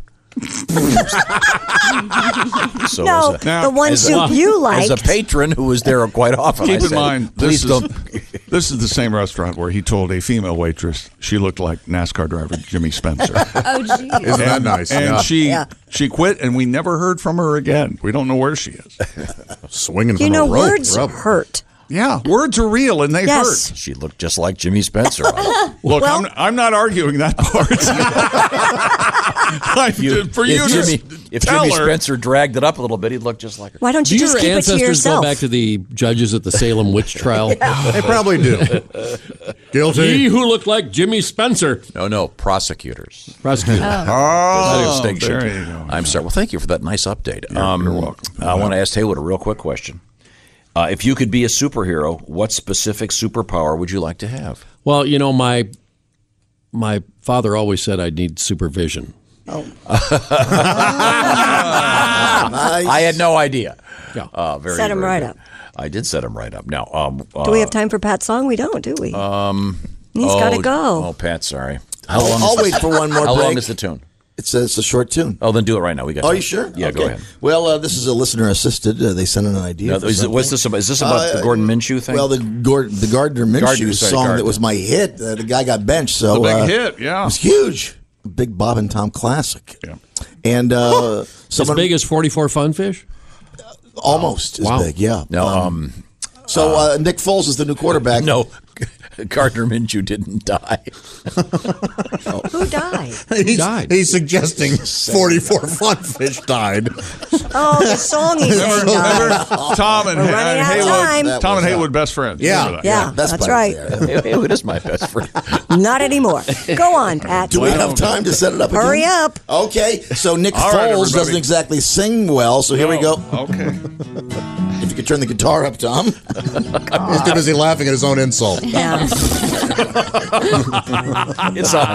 Speaker 6: So
Speaker 7: no,
Speaker 6: as a-
Speaker 7: the one
Speaker 6: as a-
Speaker 7: soup you like.
Speaker 6: as a patron who is there quite often. I
Speaker 4: Keep in
Speaker 6: said,
Speaker 4: mind,
Speaker 6: please
Speaker 4: this
Speaker 6: don't.
Speaker 4: is, this is the same restaurant where he told a female waitress she looked like NASCAR driver Jimmy Spencer.
Speaker 16: Oh, geez.
Speaker 5: Isn't that nice?
Speaker 4: And
Speaker 5: Yeah.
Speaker 4: she
Speaker 5: Yeah.
Speaker 4: she quit, and we never heard from her again. We don't know where she is.
Speaker 5: Swinging
Speaker 7: You know, words hurt.
Speaker 4: Yeah, words are real and they
Speaker 7: Yes.
Speaker 4: hurt.
Speaker 6: She looked just like Jimmy Spencer.
Speaker 4: Look, I'm, I'm not arguing that part. Like, for you
Speaker 6: if
Speaker 4: to
Speaker 6: Jimmy, if
Speaker 4: tell
Speaker 6: Jimmy
Speaker 4: her-
Speaker 6: Spencer dragged it up a little bit, he'd look just like her.
Speaker 7: Why don't you
Speaker 15: do
Speaker 7: just
Speaker 15: your
Speaker 7: keep it
Speaker 15: ancestors
Speaker 7: to yourself?
Speaker 15: go back to the judges at the Salem witch trial?
Speaker 5: They probably do. Guilty.
Speaker 15: He who looked like Jimmy Spencer.
Speaker 6: No, no, prosecutors.
Speaker 15: Prosecutors.
Speaker 4: Oh,
Speaker 6: There's a distinction.
Speaker 4: there you go.
Speaker 6: I'm sorry. Well, thank you for that nice update. You're, welcome. I want to ask Haywood a real quick question. Uh, if you could be a superhero, what specific superpower would you like to have?
Speaker 15: Well, you know my my father always said I need supervision.
Speaker 7: Oh,
Speaker 6: I had no idea.
Speaker 15: Yeah.
Speaker 6: Uh, very,
Speaker 7: Set 'em
Speaker 6: very
Speaker 7: right
Speaker 6: good.
Speaker 7: up.
Speaker 6: I did set him right up. Now, um,
Speaker 7: Do we have time for Pat's song? We don't, do we?
Speaker 6: Um,
Speaker 7: He's
Speaker 6: oh,
Speaker 7: gotta go.
Speaker 6: Oh, Pat, sorry.
Speaker 8: I'll- I'll wait for one more
Speaker 6: How long
Speaker 8: break.
Speaker 6: is the tune?
Speaker 8: It's a, it's a short tune.
Speaker 6: Oh, then do it right now. We got.
Speaker 8: Are
Speaker 6: time.
Speaker 8: you sure?
Speaker 6: Yeah, go
Speaker 8: Okay.
Speaker 6: ahead.
Speaker 8: Well, uh, this is a listener assisted. Uh, they sent in an idea.
Speaker 6: Now,
Speaker 8: for
Speaker 6: is, it- what's
Speaker 8: something.
Speaker 6: this about? Is this about
Speaker 8: Uh,
Speaker 6: the Gordon Minshew thing?
Speaker 8: Well, the Gord, the Gardner Minshew
Speaker 6: Gardner, sorry,
Speaker 8: song
Speaker 6: Gardner.
Speaker 8: that was my hit. Uh, the guy got benched, so
Speaker 4: The big
Speaker 8: uh,
Speaker 4: hit, yeah.
Speaker 8: it was huge. Big Bob and Tom classic. Yeah, and uh, someone
Speaker 15: as big as forty four funfish.
Speaker 8: almost as
Speaker 15: Wow.
Speaker 8: big. Yeah.
Speaker 6: no, um,
Speaker 8: So uh, Nick Foles is the new quarterback.
Speaker 6: no. Gardner Minshew didn't die.
Speaker 7: Who died?
Speaker 5: He's, he's suggesting 44 funfish died.
Speaker 7: Oh, the song he sang
Speaker 4: Remember, remember
Speaker 7: died.
Speaker 4: Tom and
Speaker 7: We're
Speaker 4: Ha-
Speaker 7: running out of time.
Speaker 4: Haywood.
Speaker 7: That
Speaker 4: Tom
Speaker 7: was
Speaker 4: and
Speaker 7: a-
Speaker 4: Haywood, best friends.
Speaker 5: Yeah.
Speaker 4: Remember that.
Speaker 7: Yeah, that's right.
Speaker 6: Haywood is my best friend.
Speaker 7: Not anymore. Go on, Pat.
Speaker 8: Do we have time to set it up? again?
Speaker 7: Hurry up.
Speaker 8: Okay. So Nick
Speaker 4: All
Speaker 8: Foles
Speaker 4: right, everybody.
Speaker 8: doesn't exactly sing well. So here we
Speaker 4: No.
Speaker 8: go.
Speaker 4: Okay.
Speaker 8: If you could turn the guitar up, Tom.
Speaker 5: He's too busy laughing at his own insult.
Speaker 7: Yeah.
Speaker 6: It's on.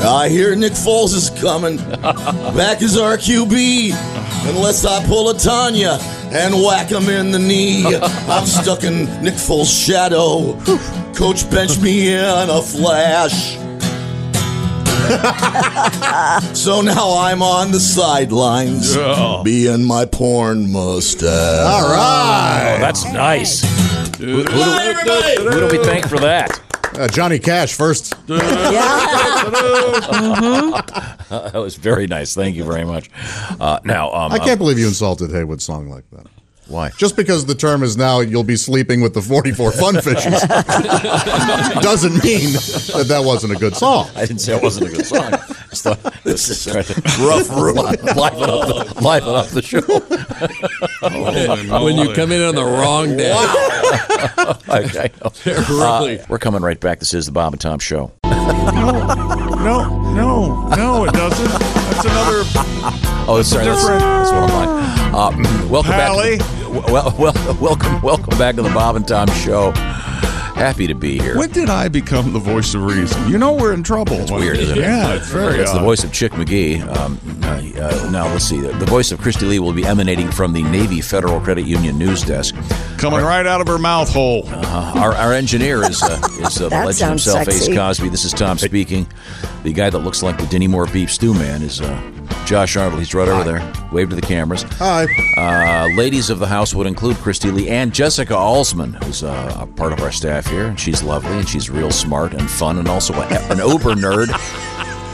Speaker 8: Ah, I hear Nick Foles is coming. Back is our QB. Unless I pull a Tanya and whack him in the knee. I'm stuck in Nick Foles' shadow. Coach bench me in a flash. so now I'm on the sidelines,
Speaker 4: Yeah.
Speaker 8: being my porn mustache.
Speaker 5: All right.
Speaker 6: Oh, that's nice. Who, who do,
Speaker 8: Bye, everybody.
Speaker 6: who do we thank for that?
Speaker 5: Uh, Johnny Cash first.
Speaker 6: That was very nice. Thank you very much. Uh, now, um,
Speaker 5: I can't believe you insulted Haywood's song like that.
Speaker 6: Why?
Speaker 5: Just because the term is now you'll be sleeping with the 44 fun fishes doesn't mean that that wasn't a good song.
Speaker 6: I didn't say it wasn't a good song. Just thought- this is trying to rough room. Liven up the, liven up the show.
Speaker 15: When you come in on the wrong day.
Speaker 6: okay.
Speaker 15: Really?
Speaker 6: Uh, we're coming right back. This is the Bob and Tom Show.
Speaker 9: No, no, no, it doesn't. That's another.
Speaker 6: Oh, sorry, that's,
Speaker 9: different.
Speaker 6: that's one of mine. Uh, welcome
Speaker 9: Pally.
Speaker 6: back. w- Well, well, welcome, welcome back to the Bob and Tom Show. Happy to be here.
Speaker 4: When did I become the voice of reason? You know we're in trouble. That's
Speaker 6: Weird, isn't it?
Speaker 4: Yeah, it's very
Speaker 6: That's the
Speaker 4: odd.
Speaker 6: voice of Chick McGee. Um, uh, uh, now, let's see. The, the voice of Christy Lee will be emanating from the Navy Federal Credit Union news desk.
Speaker 4: Coming right out of her mouth hole.
Speaker 6: Uh-huh. Our, our engineer is, uh, is uh, the
Speaker 4: That
Speaker 6: legend
Speaker 4: sounds
Speaker 6: himself,
Speaker 4: sexy.
Speaker 6: Ace Cosby. This is Tom speaking. The guy that looks like the Denny Moore Beef Stew Man is uh, Josh Arnold. He's right over there. Wave to the cameras.
Speaker 5: Hi.
Speaker 6: Uh, ladies of the house would include Christy Lee and Jessica Alsman, who's uh, a part of our staff here. And she's lovely, and she's real smart and fun, and also a, an Uber nerd.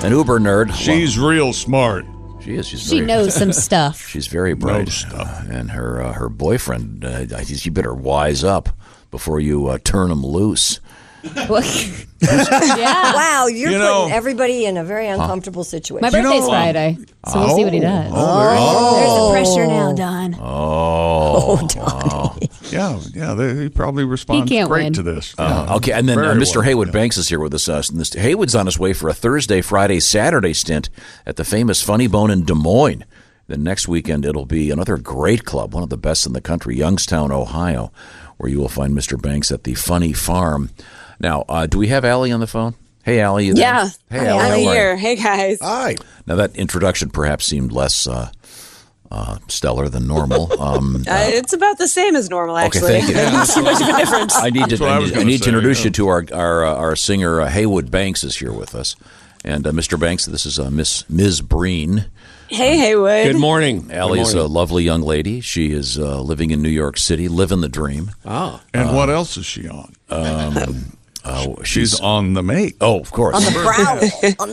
Speaker 6: An Uber nerd. She's
Speaker 4: real smart.
Speaker 6: She is. She's
Speaker 16: She
Speaker 6: very-
Speaker 16: knows some stuff.
Speaker 6: She's very bright, uh, and her uh, her boyfriend. Uh, I think you better wise up before you uh, turn him loose.
Speaker 16: yeah.
Speaker 7: Wow, you're
Speaker 6: You know-
Speaker 7: putting everybody in a very uncomfortable situation.
Speaker 16: My birthday's Friday, so we'll see what he does.
Speaker 7: um, Oh.
Speaker 16: There's the pressure now, Don.
Speaker 6: Oh, wow.
Speaker 4: Yeah, yeah, they, he probably responds
Speaker 16: He can't
Speaker 4: great
Speaker 16: win.
Speaker 4: to this.
Speaker 6: Uh,
Speaker 4: Yeah,
Speaker 6: okay, and then uh,
Speaker 4: Uh-huh. very
Speaker 6: Mr.
Speaker 4: well.
Speaker 6: Haywood Banks is here with us. Uh, and this- Haywood's on his way for a Thursday, Friday, Saturday stint at the famous Funny Bone in Des Moines. Then next weekend it'll be another great club, one of the best in the country, Youngstown, Ohio, where you will find Mr. Banks at the Funny Farm. Now, uh, do we have Allie on the phone? Hey, Allie. You there?
Speaker 21: Yeah.
Speaker 6: Hey, Allie.
Speaker 21: I'm
Speaker 6: how are you?
Speaker 21: here. Hey, guys. Uh,
Speaker 5: Hi.
Speaker 6: Now that introduction perhaps seemed less uh, uh, stellar than normal. Um,
Speaker 21: Uh, it's about the same as normal,
Speaker 6: Okay,
Speaker 21: actually.
Speaker 6: thank you.
Speaker 21: I didn't see much of a difference.
Speaker 6: I need
Speaker 21: That's
Speaker 6: to.
Speaker 21: what
Speaker 6: I,
Speaker 21: I
Speaker 6: need,
Speaker 21: was
Speaker 6: I need
Speaker 21: gonna
Speaker 6: to
Speaker 21: say,
Speaker 6: introduce
Speaker 21: yeah.
Speaker 6: you to our our, uh, our singer uh, Haywood Banks is here with us, and uh, Mr. Banks. This is uh, Miss Ms. Breen.
Speaker 21: Hey, Haywood.
Speaker 6: morning. Allie
Speaker 15: Good
Speaker 6: is a
Speaker 15: morning.
Speaker 6: lovely young lady. She is uh, living in New York City, living the dream.
Speaker 15: Ah.
Speaker 4: And what else is she on?
Speaker 6: Um, uh,
Speaker 4: She's on the make.
Speaker 6: Oh, of course.
Speaker 7: prowl, on the hunt.
Speaker 21: On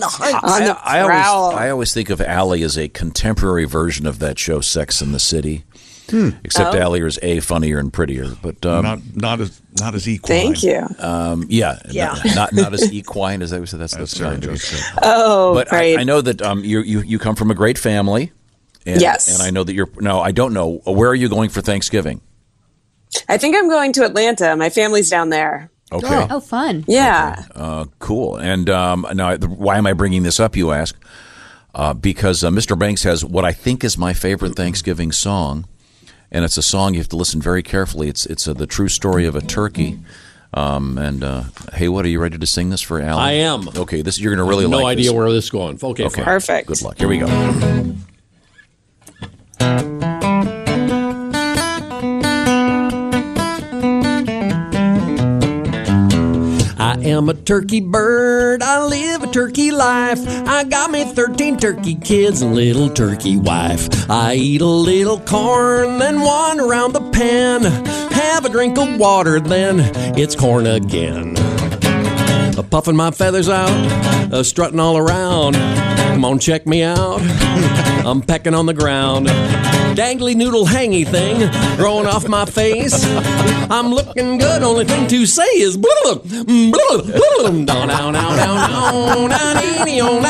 Speaker 21: the
Speaker 6: I
Speaker 21: prowl.
Speaker 6: always, I always think of Allie as a contemporary version of that show, Sex in the City. Except
Speaker 21: Oh.
Speaker 6: Allie is a funnier and prettier, but um,
Speaker 4: not not as not as E equal.
Speaker 21: Thank you.
Speaker 6: Um, yeah,
Speaker 21: Yeah.
Speaker 6: Not, not not as equine as I would say. That's that's, not good.
Speaker 21: Oh,
Speaker 6: but I,
Speaker 21: right.
Speaker 6: I know that um, you you you come from a great family. And,
Speaker 21: Yes.
Speaker 6: and I know that you're. No, I don't know. Where are you going for Thanksgiving?
Speaker 21: I think I'm going to Atlanta. My family's down there.
Speaker 6: Okay. Oh. Oh,
Speaker 21: fun. Yeah.
Speaker 6: Uh, cool. And um, now, the, why am I bringing this up? You ask. Uh, because uh, Mr. Banks has what I think is my favorite Thanksgiving song, and it's a song you have to listen very carefully. It's it's uh, the true story of a turkey. Um, and uh, hey, what are you ready to sing this for, Alan?
Speaker 15: I am.
Speaker 6: Okay, this you're going to really
Speaker 15: no
Speaker 6: like.
Speaker 15: idea
Speaker 6: this.
Speaker 15: where this is going. Okay, fine.
Speaker 21: Perfect.
Speaker 6: Good luck. Here we go.
Speaker 12: I am a turkey bird. I live a turkey life. I got me 13 turkey kids and little turkey wife. I eat a little corn, then wander around the pen. Have a drink of water, then it's corn again. A puffing my feathers out, a strutting all around. Come on, check me out. I'm pecking on the ground. Dangly noodle hangy thing growing off my face. I'm looking good. Only thing to say is blah blah blah blah blah. Down down down down down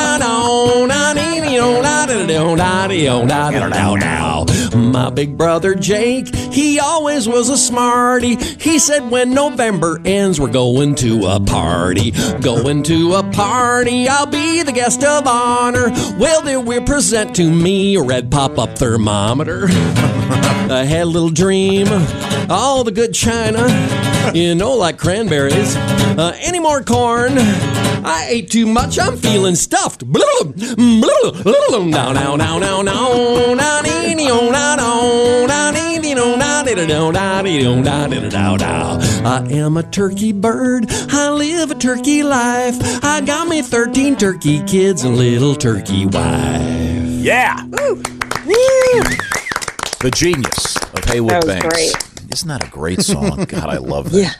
Speaker 12: my big brother Jake, he always was a smarty. He said, When November ends, we're going to a party. Going to a party, I'll be the guest of honor. Well, they will present to me a red pop up thermometer. I had a little dream, all the good china, you know, like cranberries. Uh, any more corn? I ate too much, I'm feeling stuffed. Blah, blah, blah, blah, now, now, now, now, now, now, nee, nee, oh, now, now, now, nee, nee, oh, now, dee, dee, dow, dow, dee, dow, dow, dee, dow, dow. I am a turkey bird. I live a turkey life. I got me 13 turkey kids and little turkey wife.
Speaker 6: Yeah. The genius of Haywood
Speaker 21: That was
Speaker 6: Banks.
Speaker 21: great.
Speaker 6: Isn't that a great song? God, I love that.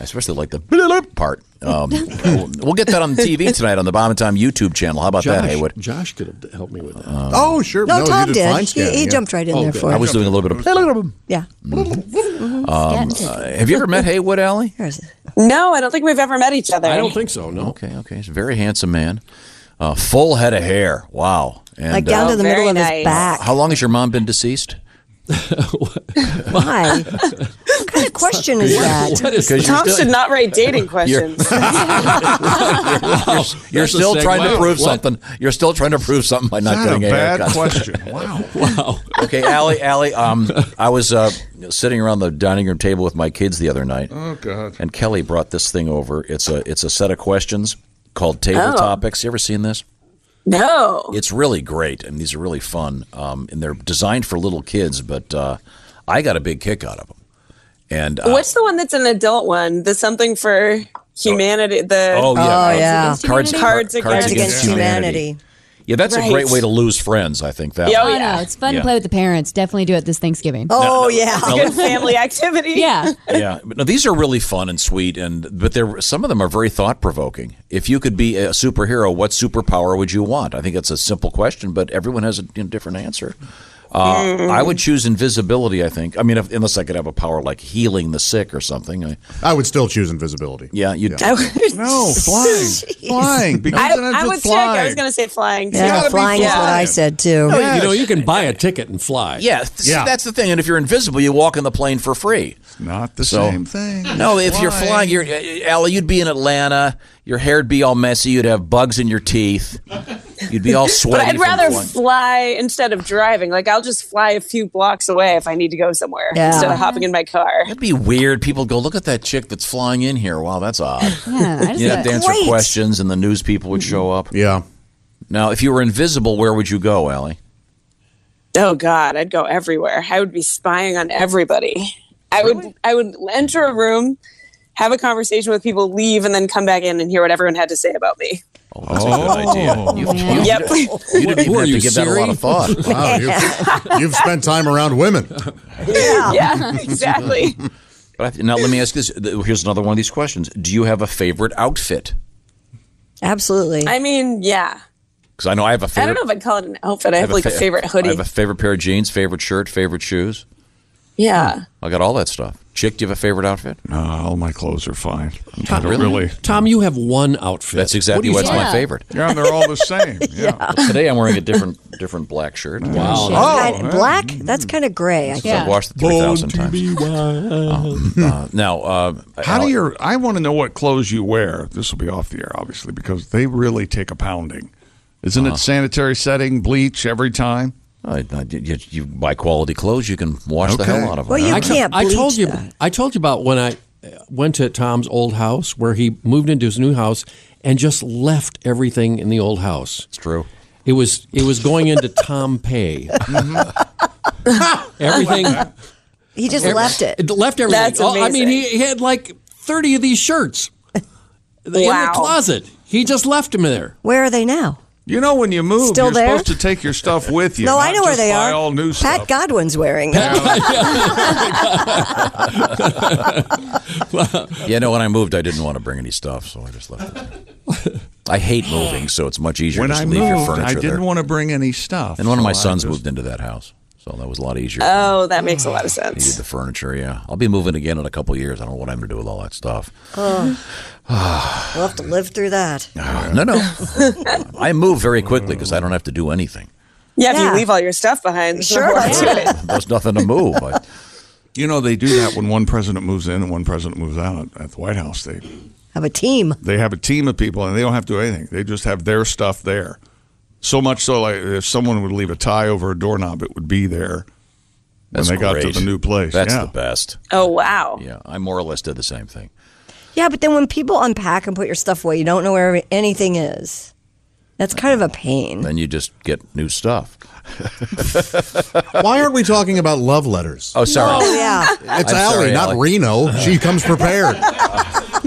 Speaker 6: I especially like the bloop part. Um, we'll, we'll get that on TV tonight on the Bomb and Tom YouTube channel. How about that,
Speaker 15: Josh-
Speaker 6: Haywood? Um,
Speaker 15: Josh could have helped me with that.
Speaker 5: oh, sure.
Speaker 7: No, No, you Tom did did. fine, He- Stan, Oh, he yeah. jumped right in there for
Speaker 6: I
Speaker 7: it.
Speaker 6: was doing a little bit of. Mm-hmm.
Speaker 7: Yeah.
Speaker 6: Um,
Speaker 7: Mm-hmm.
Speaker 6: uh, have you ever met Haywood Alley?
Speaker 21: No, I don't think we've ever met each other.
Speaker 6: think
Speaker 15: Oh,
Speaker 6: so. No. Okay. Okay. He's a very handsome man. Uh, full head of hair. Wow. And, uh,
Speaker 7: Like down to the middle of his Very nice. back.
Speaker 6: How long has your mom been deceased?
Speaker 7: Why? what kind of question is
Speaker 6: Because
Speaker 7: that?
Speaker 6: you're- what is- because you're
Speaker 21: Tom
Speaker 6: still-
Speaker 21: should not write dating questions.
Speaker 6: You're, you're
Speaker 15: that's a
Speaker 6: still trying to
Speaker 15: segue.
Speaker 6: prove
Speaker 15: What?
Speaker 6: something. You're still trying to prove something by not
Speaker 15: Is that
Speaker 6: getting
Speaker 15: a
Speaker 6: a
Speaker 15: bad
Speaker 6: haircut.
Speaker 15: question?
Speaker 6: Wow. wow. Okay, Allie. Allie. Um, I was uh, sitting around the dining room table with my kids the other night.
Speaker 9: Oh, God.
Speaker 6: And Kelly brought this thing over. It's a it's a set of questions called table
Speaker 21: Oh.
Speaker 6: topics. You ever seen this?
Speaker 21: no.
Speaker 6: It's really great, and these are really fun. Um, and they're designed for little kids, but uh, I got a big kick out of them. And uh,
Speaker 21: What's the one that's an adult one? The something for humanity. The
Speaker 6: Oh, yeah. Cards Against Cards-
Speaker 21: cards,
Speaker 6: Humanity?
Speaker 21: cards, against,
Speaker 6: Cards Against Humanity. Humanity. yeah, that's a great
Speaker 16: Right.
Speaker 6: way to lose friends. I think that.
Speaker 16: Yeah,
Speaker 6: one.
Speaker 16: oh, yeah. it's fun to play with the parents. Definitely do it this Thanksgiving.
Speaker 6: Oh, No, no, yeah. no. Good
Speaker 21: family activity.
Speaker 16: Yeah.
Speaker 6: yeah, but no, these are really fun and sweet, and but there some of them are very thought provoking. If you could be a superhero, what superpower would you want? I think that's a simple question, but everyone has a you know, different answer. Uh,
Speaker 3: Mm.
Speaker 6: I would choose invisibility. I think. I mean, if, unless I could have a power like healing the sick or something. I,
Speaker 5: I would still choose invisibility.
Speaker 6: Yeah, you. would
Speaker 5: no, flying. flying. Because
Speaker 21: I,
Speaker 5: then it's
Speaker 21: I
Speaker 5: just
Speaker 21: would check. I was
Speaker 5: flying.
Speaker 21: going to say flying.
Speaker 7: Yeah,
Speaker 21: too.
Speaker 7: flying is what I said too.
Speaker 15: No, You know, you can buy a ticket and fly.
Speaker 6: Oh, Yeah, th- see, that's the thing. And if you're invisible, you walk in the plane for free.
Speaker 4: Not the same thing.
Speaker 6: No, if you're flying, you're uh, Allie. You'd be in Atlanta. Your hair'd be all messy. You'd have bugs in your teeth. You'd be all
Speaker 21: But
Speaker 6: sweaty.
Speaker 21: I'd
Speaker 6: from
Speaker 21: rather
Speaker 6: flying.
Speaker 21: fly instead of driving. Like I'll just fly a few blocks away if I need to go somewhere
Speaker 6: Yeah.
Speaker 21: instead of hopping in my car.
Speaker 6: That'd be weird. People go, look at that chick that's flying in here. Wow, that's odd.
Speaker 21: Yeah, I just
Speaker 6: You'd have to
Speaker 21: got-
Speaker 6: answer
Speaker 21: Great.
Speaker 6: questions, and the news people would show up.
Speaker 5: Yeah.
Speaker 6: Now, if you were invisible, where would you go, Allie?
Speaker 21: Oh God, I'd go everywhere. I would be spying on everybody. I would I would enter a room, have a conversation with people, leave, and then come back in and hear what everyone had to say about me.
Speaker 6: Oh, that's a good idea. You, you,
Speaker 21: Yep.
Speaker 6: you didn't even
Speaker 5: Who are
Speaker 6: have to
Speaker 5: you,
Speaker 6: give that a lot of
Speaker 5: Siri?
Speaker 6: thought.
Speaker 5: Wow, you've, you've spent time around women.
Speaker 21: Yeah, exactly.
Speaker 6: But I th- now let me ask this. th- Here's another one of these questions. Do you have a favorite outfit?
Speaker 7: Absolutely.
Speaker 21: I mean, yeah.
Speaker 6: Because I know I have a
Speaker 21: I
Speaker 6: favorite.
Speaker 21: don't know if I'd call it an outfit. I have, like a,
Speaker 6: fa-
Speaker 21: favorite
Speaker 6: I
Speaker 21: hoodie.
Speaker 6: have a favorite pair of jeans, favorite shirt, favorite shoes.
Speaker 21: yeah.
Speaker 6: I got all that stuff. Chick, do you have a favorite outfit?
Speaker 4: No, all my clothes are fine.
Speaker 6: Not really.
Speaker 15: Tom, you have one outfit.
Speaker 6: That's exactly
Speaker 15: What do
Speaker 6: what's
Speaker 15: you
Speaker 6: my
Speaker 15: think?
Speaker 6: favorite.
Speaker 4: Yeah, and they're all the same. Yeah.
Speaker 21: Oh.
Speaker 6: Well, today I'm wearing a different different black shirt.
Speaker 4: Oh,
Speaker 7: That's kind of- black? That's kind of gray. I
Speaker 6: So I've washed it three thousand times. Uh, now, uh,
Speaker 4: How do your? I want to know what clothes you wear. This will be off the air, obviously, because they really take a pounding. Isn't
Speaker 6: Uh-huh.
Speaker 4: it sanitary setting, bleach every time?
Speaker 6: I, I, you, you buy quality clothes, you can wash the hell out of them.
Speaker 15: I, I told you. I told you about when I uh, went to Tom's old house, where he moved into his new house and just left everything in the old house. It's
Speaker 6: true.
Speaker 15: It was it was going into Tom Pay. everything.
Speaker 7: He just
Speaker 15: every-
Speaker 7: left it.
Speaker 15: Left everything.
Speaker 7: That's
Speaker 15: Oh, I mean,
Speaker 7: amazing.
Speaker 15: he, he had like thirty of these shirts in the
Speaker 7: Wow.
Speaker 15: closet. He just left them there.
Speaker 7: Where are they now?
Speaker 4: You know, when you move,
Speaker 7: Still
Speaker 4: you're
Speaker 7: there?
Speaker 4: supposed to take your stuff with you.
Speaker 7: no, I
Speaker 4: not
Speaker 7: know where
Speaker 4: just
Speaker 7: they
Speaker 4: buy
Speaker 7: are.
Speaker 4: All new
Speaker 7: Pat
Speaker 4: stuff.
Speaker 7: Godwin's wearing them.
Speaker 6: yeah, no. When I moved, I didn't want to bring any stuff, so I just left it. I hate moving, so it's much easier
Speaker 4: When
Speaker 6: to just
Speaker 4: I
Speaker 6: leave your
Speaker 4: moved,
Speaker 6: furniture
Speaker 4: I didn't
Speaker 6: there.
Speaker 4: want to bring any stuff.
Speaker 6: And one of
Speaker 4: so
Speaker 6: my
Speaker 4: I
Speaker 6: sons
Speaker 4: just-
Speaker 6: moved into that house, so that was a lot easier.
Speaker 21: Oh, that makes a lot of sense.
Speaker 6: Needed the furniture, yeah. I'll be moving again in a couple of years. I don't know what I'm going to do with all that stuff.
Speaker 7: Oh, we'll have to live through that.
Speaker 6: no, no. I move very quickly because I don't have to do anything.
Speaker 21: Yeah, if
Speaker 7: Yeah.
Speaker 21: you leave all your stuff behind, there's no
Speaker 7: Sure.
Speaker 21: more to it.
Speaker 6: There's nothing to move. I,
Speaker 4: You know, they do that when one president moves in and one president moves out at the White House. They
Speaker 7: Have a team.
Speaker 4: they have a team of people and they don't have to do anything. They just have their stuff there. So much so, like if someone would leave a tie over a doorknob, it would be there when
Speaker 6: That's
Speaker 4: they got to
Speaker 6: great.
Speaker 4: the new place.
Speaker 6: That's
Speaker 4: yeah.
Speaker 6: the best.
Speaker 21: Oh wow.
Speaker 6: Yeah, I more or less did the same thing.
Speaker 7: Yeah, but then when people unpack and put your stuff away, you don't know where anything is. That's kind of a pain.
Speaker 6: Then you just get new stuff.
Speaker 5: Why aren't we talking about love letters?
Speaker 6: Oh, sorry.
Speaker 7: Oh, yeah.
Speaker 5: It's
Speaker 6: I'm
Speaker 5: Allie,
Speaker 6: sorry,
Speaker 5: not
Speaker 6: Allie.
Speaker 5: Reno. She comes prepared.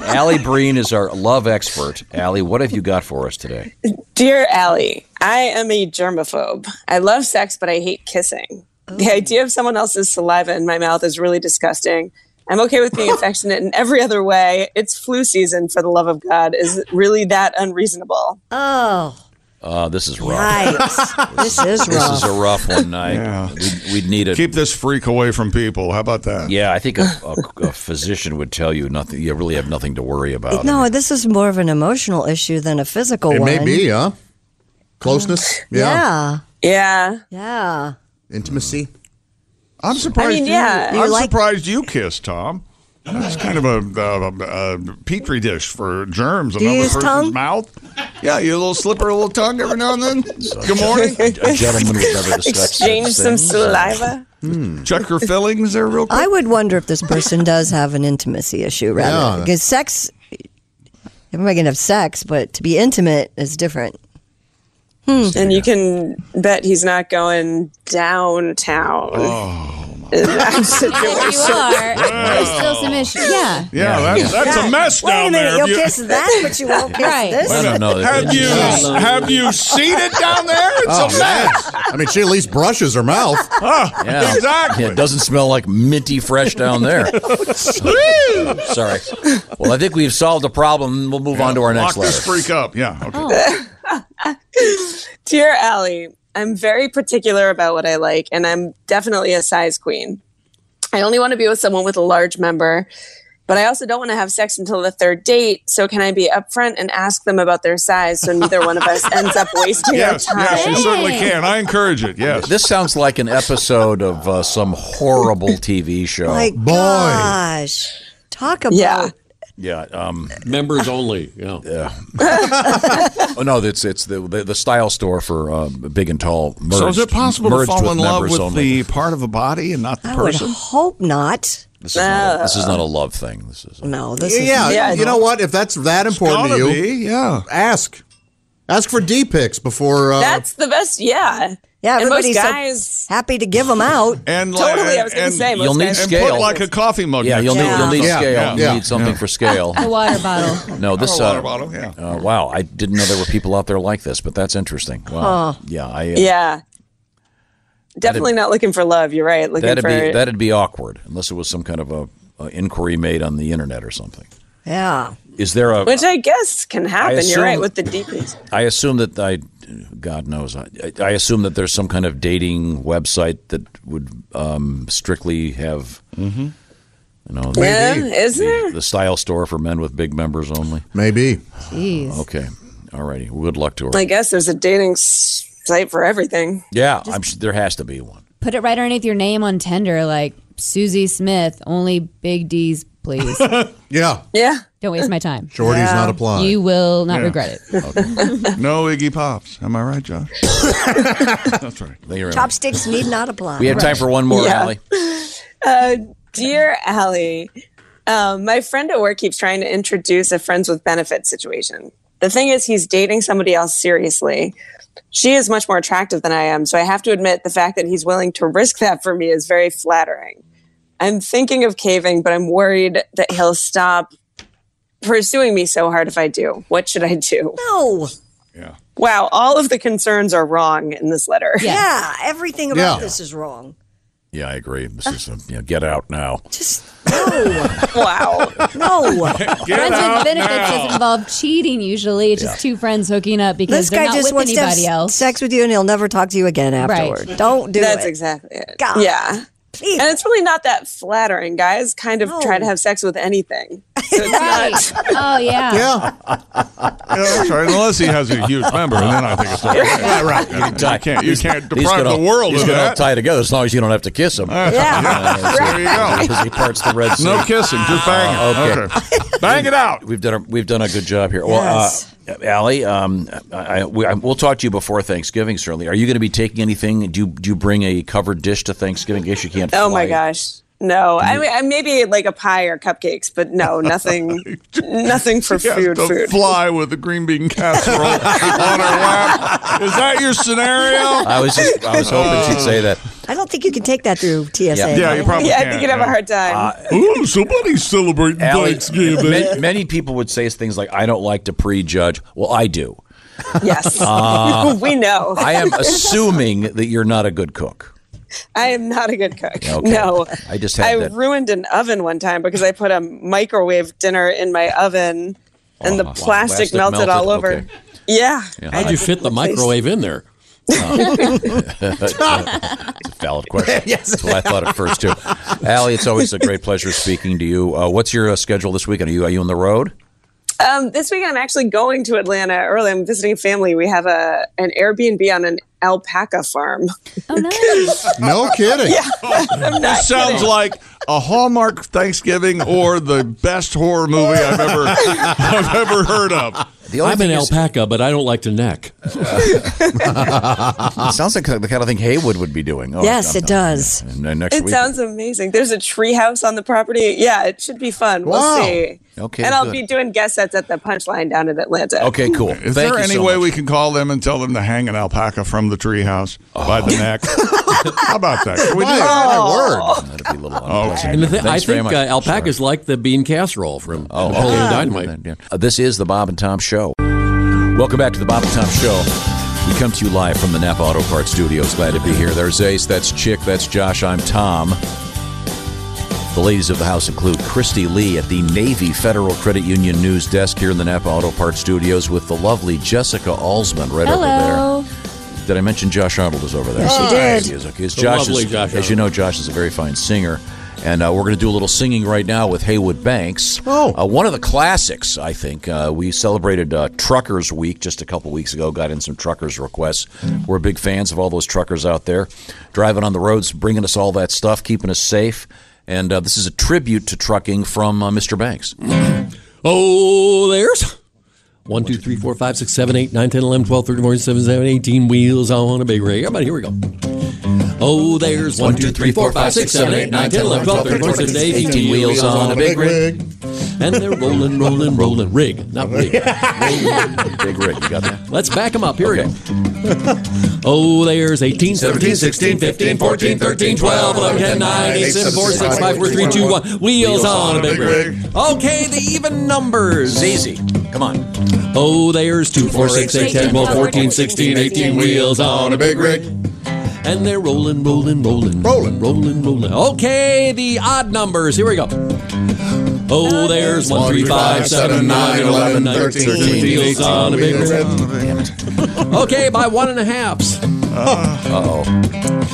Speaker 6: Allie Breen is our love expert. Allie, what have you got for us today?
Speaker 21: Dear Allie, I am a germaphobe. I love sex, but I hate kissing. The idea of someone else's saliva in my mouth is really disgusting. I'm okay with being affectionate in every other way. It's flu season, for the love of God. Is it really that unreasonable?
Speaker 7: Oh.
Speaker 6: Uh, this is rough.
Speaker 7: Yikes. this is
Speaker 6: This
Speaker 7: rough.
Speaker 6: is a rough one night. we'd, we'd need a
Speaker 4: Keep this freak away from people. How about that?
Speaker 6: Yeah, I think a, a, a physician would tell you nothing. You really have nothing to worry about.
Speaker 7: No, this is more of an emotional issue than a physical
Speaker 5: It
Speaker 7: one. Um,
Speaker 5: may be, huh? Closeness? Yeah.
Speaker 21: Yeah.
Speaker 7: Yeah. Yeah.
Speaker 5: Intimacy?
Speaker 4: I'm surprised.
Speaker 7: mean, yeah,
Speaker 4: you,
Speaker 7: you're
Speaker 4: I'm
Speaker 7: like-
Speaker 4: surprised you kissed Tom. That's kind of a, uh a petri dish for germs.
Speaker 7: Do you
Speaker 4: another
Speaker 7: use
Speaker 4: person's
Speaker 7: tongue?
Speaker 4: mouth. Yeah, you little slipper, a little tongue every now and then. Good morning.
Speaker 6: A gentleman would never discuss such
Speaker 21: Exchange some
Speaker 6: things.
Speaker 21: saliva.
Speaker 4: Hmm. Check your fillings there real quick.
Speaker 7: I would wonder if this person does have an intimacy issue rather.
Speaker 4: Yeah.
Speaker 7: Because sex, everybody can have sex, but to be intimate is different.
Speaker 21: Hmm.
Speaker 16: Hmm.
Speaker 21: And you can bet he's not going downtown. Oh. In that
Speaker 16: If you
Speaker 21: situation.
Speaker 16: are, there's still some issues. Yeah.
Speaker 4: Yeah, that's, that's a mess
Speaker 16: Wait a
Speaker 4: down
Speaker 16: minute,
Speaker 4: there.
Speaker 16: you'll
Speaker 4: Have you-
Speaker 16: kiss that, but you won't kiss Right. this?
Speaker 4: Wait a
Speaker 6: No, no,
Speaker 4: minute.
Speaker 6: no,
Speaker 4: have
Speaker 6: it's-
Speaker 4: you
Speaker 6: Yeah.
Speaker 4: have you seen it down there? It's
Speaker 5: Oh,
Speaker 4: a mess.
Speaker 5: I mean, she at least brushes her mouth.
Speaker 4: Ah,
Speaker 6: Yeah.
Speaker 4: Exactly.
Speaker 6: Yeah, it doesn't smell like minty fresh down there. Sorry. Well, I think we've solved the problem. We'll move on to our next
Speaker 4: Lock this
Speaker 6: letter.
Speaker 4: freak up. Yeah. Okay.
Speaker 21: Dear Allie, I'm very particular about what I like, and I'm definitely a size queen. I only want to be with someone with a large member, but I also don't want to have sex until the third date. So, can I be upfront and ask them about their size so neither one of us ends up wasting
Speaker 4: Yes,
Speaker 21: our time?
Speaker 4: yes, you certainly can. I encourage it. Yes.
Speaker 6: This sounds like an episode of uh, some horrible TV show.
Speaker 7: My gosh. Talk about.
Speaker 21: Yeah.
Speaker 6: Yeah, um,
Speaker 15: members only. Yeah.
Speaker 6: oh no, it's it's the the, the style store for uh, big and tall. Merged,
Speaker 4: so is it possible to
Speaker 6: merged
Speaker 4: fall in love
Speaker 6: members
Speaker 4: with
Speaker 6: only.
Speaker 4: the part of the body and not the
Speaker 7: I would
Speaker 4: person?
Speaker 7: hope not. Uh.
Speaker 6: This is, not, a- this is not a love thing. This is
Speaker 7: No, this is.
Speaker 5: Yeah, you know what? If that's that important to
Speaker 4: gotta
Speaker 5: you,
Speaker 4: be, yeah.
Speaker 5: ask. Ask for D pics before. Uh,
Speaker 21: That's the best. Yeah.
Speaker 7: Yeah,
Speaker 21: And most
Speaker 7: everybody's so
Speaker 21: guys.
Speaker 7: happy to give them out.
Speaker 4: And
Speaker 21: Totally,
Speaker 4: like-
Speaker 21: I was gonna
Speaker 4: and-
Speaker 21: say, most
Speaker 6: You'll need
Speaker 21: guys-
Speaker 4: and
Speaker 6: scale.
Speaker 4: put like a coffee mug.
Speaker 6: yeah,
Speaker 4: next
Speaker 6: you'll
Speaker 4: to
Speaker 6: need
Speaker 4: it.
Speaker 6: you'll need
Speaker 4: Yeah,
Speaker 6: scale.
Speaker 4: yeah,
Speaker 6: you
Speaker 4: yeah.
Speaker 6: need something for scale.
Speaker 16: The water bottle.
Speaker 6: No, this
Speaker 4: Or a water
Speaker 6: uh,
Speaker 4: bottle, yeah.
Speaker 6: uh, wow, I didn't know there were people out there like this, but that's interesting. Wow,
Speaker 21: Huh.
Speaker 6: yeah, I, uh,
Speaker 21: Yeah. Definitely not looking for love. You're right. Looking
Speaker 6: that'd
Speaker 21: for.
Speaker 6: be that'd be awkward unless it was some kind of a, a inquiry made on the internet or something.
Speaker 7: Yeah.
Speaker 6: Is there a
Speaker 21: which I guess can happen.
Speaker 6: Oh. assume-
Speaker 21: You're right with the DPs.
Speaker 6: I assume that I, God knows, I, I assume that there's some kind of dating website that would um, strictly have, you know, the,
Speaker 21: Yeah, is there?
Speaker 6: the style store for men with big members only.
Speaker 5: Maybe.
Speaker 7: Jeez.
Speaker 6: Okay, all righty. Well, good luck to her.
Speaker 21: I guess there's a dating s- site for everything.
Speaker 6: yeah, I'm, su- there has to be one.
Speaker 16: Put it right underneath your name on Tinder, like Susie Smith. Only big D's, please.
Speaker 5: Yeah.
Speaker 21: Yeah.
Speaker 16: Don't waste my time.
Speaker 5: Shorty's not applying.
Speaker 16: You will not
Speaker 4: Yeah.
Speaker 16: regret it.
Speaker 4: No Iggy Pops. Am I right, Josh? That's right.
Speaker 6: Thank you very much.
Speaker 7: Chopsticks need not apply.
Speaker 6: We have time for one more,
Speaker 21: Yeah.
Speaker 6: Allie.
Speaker 21: Uh, dear Allie, um, my friend at work keeps trying to introduce a friends with benefits situation. The thing is, he's dating somebody else seriously. She is much more attractive than I am, so I have to admit the fact that he's willing to risk that for me is very flattering. I'm thinking of caving, but I'm worried that he'll stop pursuing me so hard if I do. What should I do?
Speaker 7: No.
Speaker 21: Wow, all of the concerns are wrong in this letter.
Speaker 7: Yeah. Everything about
Speaker 6: Yeah.
Speaker 7: this is wrong.
Speaker 6: Yeah, I agree. This is a, you know, get out now.
Speaker 7: Just no.
Speaker 21: wow.
Speaker 7: No.
Speaker 16: friends with benefits doesn't involve cheating usually. It's just two friends hooking up because
Speaker 7: This
Speaker 16: they're
Speaker 7: guy
Speaker 16: not
Speaker 7: just
Speaker 16: with
Speaker 7: wants to have
Speaker 16: anybody else.
Speaker 7: sex with you and he'll never talk to you again afterward. Don't do
Speaker 21: That's
Speaker 7: it.
Speaker 21: exactly it.
Speaker 7: God.
Speaker 21: Yeah. And it's really not that flattering, guys. Kind of try to have sex with anything. So it's
Speaker 16: Right.
Speaker 21: not.
Speaker 16: Oh yeah.
Speaker 5: Yeah.
Speaker 4: Yeah, that's right. Unless he has a huge member, and then I think it's not right. right. You, can't. You can't
Speaker 6: He's
Speaker 4: deprive
Speaker 6: gonna-
Speaker 4: the world
Speaker 6: He's
Speaker 4: of
Speaker 6: gonna
Speaker 4: that.
Speaker 6: tie together as long as you don't have to kiss him.
Speaker 4: Yeah. There you go.
Speaker 6: Because he parts the red sea.
Speaker 4: No kissing, just banging.
Speaker 6: Uh,
Speaker 4: okay. Bang it out.
Speaker 6: We've done a, we've done a good job here. Well,
Speaker 7: Yes.
Speaker 6: uh, Allie, um, I, I, we, I, we'll talk to you before Thanksgiving. Certainly, are you going to be taking anything? Do you, do you bring a covered dish to Thanksgiving in case you can't?
Speaker 21: Oh my
Speaker 6: fly?
Speaker 21: gosh. No. I mean, I maybe like a pie or cupcakes, but no, nothing. nothing for
Speaker 4: She has
Speaker 21: food.
Speaker 4: to
Speaker 21: Food.
Speaker 4: fly with a green bean casserole on her lap. Is that your scenario?
Speaker 6: I was just I was hoping she'd say that.
Speaker 7: I don't think you can take that through TSA.
Speaker 6: Yeah.
Speaker 4: Yeah, you probably
Speaker 21: yeah, I
Speaker 4: can't,
Speaker 21: think you'd have
Speaker 4: yeah.
Speaker 21: a hard time.
Speaker 4: Ooh, somebody's celebrating
Speaker 6: Allie,
Speaker 4: Thanksgiving.
Speaker 6: ma- many people would say things like, "I don't like to prejudge." Well, I do.
Speaker 21: yes.
Speaker 6: Uh,
Speaker 21: we know.
Speaker 6: I am assuming that you're not a good cook.
Speaker 21: I am not a good cook.
Speaker 6: Okay.
Speaker 21: No.
Speaker 6: I just had
Speaker 21: I
Speaker 6: that-
Speaker 21: ruined an oven one time because I put a microwave dinner in my oven and the
Speaker 15: wow.
Speaker 21: plastic,
Speaker 15: Plastic
Speaker 21: melted,
Speaker 15: melted,
Speaker 21: all over.
Speaker 15: okay.
Speaker 21: Yeah.
Speaker 15: How'd you fit the microwave in there?
Speaker 6: it's a valid question.
Speaker 15: Yes.
Speaker 6: That's what I thought at first too. Allie, it's always a great pleasure speaking to you. Uh, what's your uh, schedule this weekend? Are you are you on the road?
Speaker 21: Um, this weekend, I'm actually going to Atlanta early. I'm visiting family. We have a an Airbnb on an alpaca farm. Oh, nice.
Speaker 4: No kidding.
Speaker 21: I'm not
Speaker 4: This sounds
Speaker 21: kidding.
Speaker 4: like a Hallmark Thanksgiving or the best horror movie I've ever I've ever heard of.
Speaker 15: I'm an alpaca, but I don't like to neck.
Speaker 6: It sounds like the kind of thing Haywood would be doing. Oh,
Speaker 7: yes,
Speaker 6: I'm-
Speaker 7: it does.
Speaker 6: And then next
Speaker 21: it
Speaker 6: week.
Speaker 21: sounds amazing. There's a tree house on the property. Yeah, it should be fun.
Speaker 6: Wow.
Speaker 21: We'll see.
Speaker 6: Okay,
Speaker 21: And I'll
Speaker 6: good.
Speaker 21: be doing guest sets at the Punchline down in Atlanta.
Speaker 6: Okay, cool.
Speaker 4: Is
Speaker 6: Thank
Speaker 4: there
Speaker 6: you
Speaker 4: any
Speaker 6: so
Speaker 4: way
Speaker 6: much.
Speaker 4: we can call them and tell them to hang an alpaca from the treehouse by
Speaker 6: Oh.
Speaker 4: the neck? How about that? Can we do
Speaker 15: My-
Speaker 4: that?
Speaker 15: my
Speaker 7: Oh,
Speaker 6: word. That'd be a little unpleasant.
Speaker 15: And the thi- I
Speaker 6: Thanks very
Speaker 15: think uh,
Speaker 6: much. Oh,
Speaker 15: alpacas like the bean casserole from Napoleon Oh, Dynamite.
Speaker 6: Yeah. Uh, This is the Bob and Tom Show. Welcome back to the Bob and Tom Show. We come to you live from the Napa Auto Parts Studios. Glad to be here. There's Ace, that's Chick, that's Josh, I'm Tom. The ladies of the house include Christy Lee at the Navy Federal Credit Union News Desk here in the Napa Auto Parts Studios with the lovely Jessica Alsman right over
Speaker 16: Hello.
Speaker 6: there. Did I mention Josh Arnold is over there?
Speaker 16: Yes, you did.
Speaker 6: He is, okay. It's
Speaker 15: The
Speaker 6: Josh
Speaker 15: lovely
Speaker 6: is-
Speaker 15: Josh
Speaker 6: as you know, Josh is a very fine singer. And uh, we're going to do a little singing right now with Haywood Banks. Oh. Uh, one of the classics, I think. Uh, we celebrated uh, Truckers Week just a couple weeks ago, got in some truckers' requests.
Speaker 16: Mm-hmm.
Speaker 6: We're big fans of all those truckers out there driving on the roads, bringing us all that stuff, keeping us safe. And uh, this is a tribute to trucking from uh, Mr. Banks.
Speaker 15: Oh, there's one, two, three, four, five, six, seven, eight, nine, ten, eleven, twelve, thirteen, fourteen, seventeen, seventeen, eighteen wheels on a big rig. Everybody, here we go. Oh, there's one, two, three, four, five, six, seven, eight, nine, ten, eleven, twelve, thirteen, fourteen, seventeen, eighteen wheels on a big rig. And they're rolling, rolling, rolling. Rig, not rig.
Speaker 6: Big rig, you got that?
Speaker 15: Let's back them up. Here we go. Oh, there's 18, 17, 16, 15, 14, 13, 12, 11, 10, 9, 8, 7, 4, 6, 5, 4, 3, 2, 1. Wheels on a big rig. Okay, the even numbers.
Speaker 6: Easy. Come on.
Speaker 15: Oh, there's 2, 4, 6, 8, 10, 12, 14, 16, 18 wheels on a big rig. And they're rolling, rolling, rolling, rolling, rolling, rolling. Okay, the odd numbers. Here we go. Oh, there's 1, 3, 5, 7, 9, 11, 13 wheels on a big rig.
Speaker 6: Damn it.
Speaker 15: Okay, by one and a halfs.
Speaker 6: Uh-oh.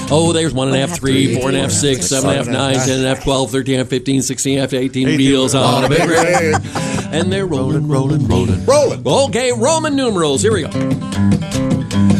Speaker 15: Oh, there's one and a half, three, four and a half, six, seven and a half, nine, ten and a half, twelve, thirteen and a half, fifteen, sixteen and a half, eighteen wheels on a big rig. And they're rolling, rolling, rolling, rolling. Okay, Roman numerals. Here we go.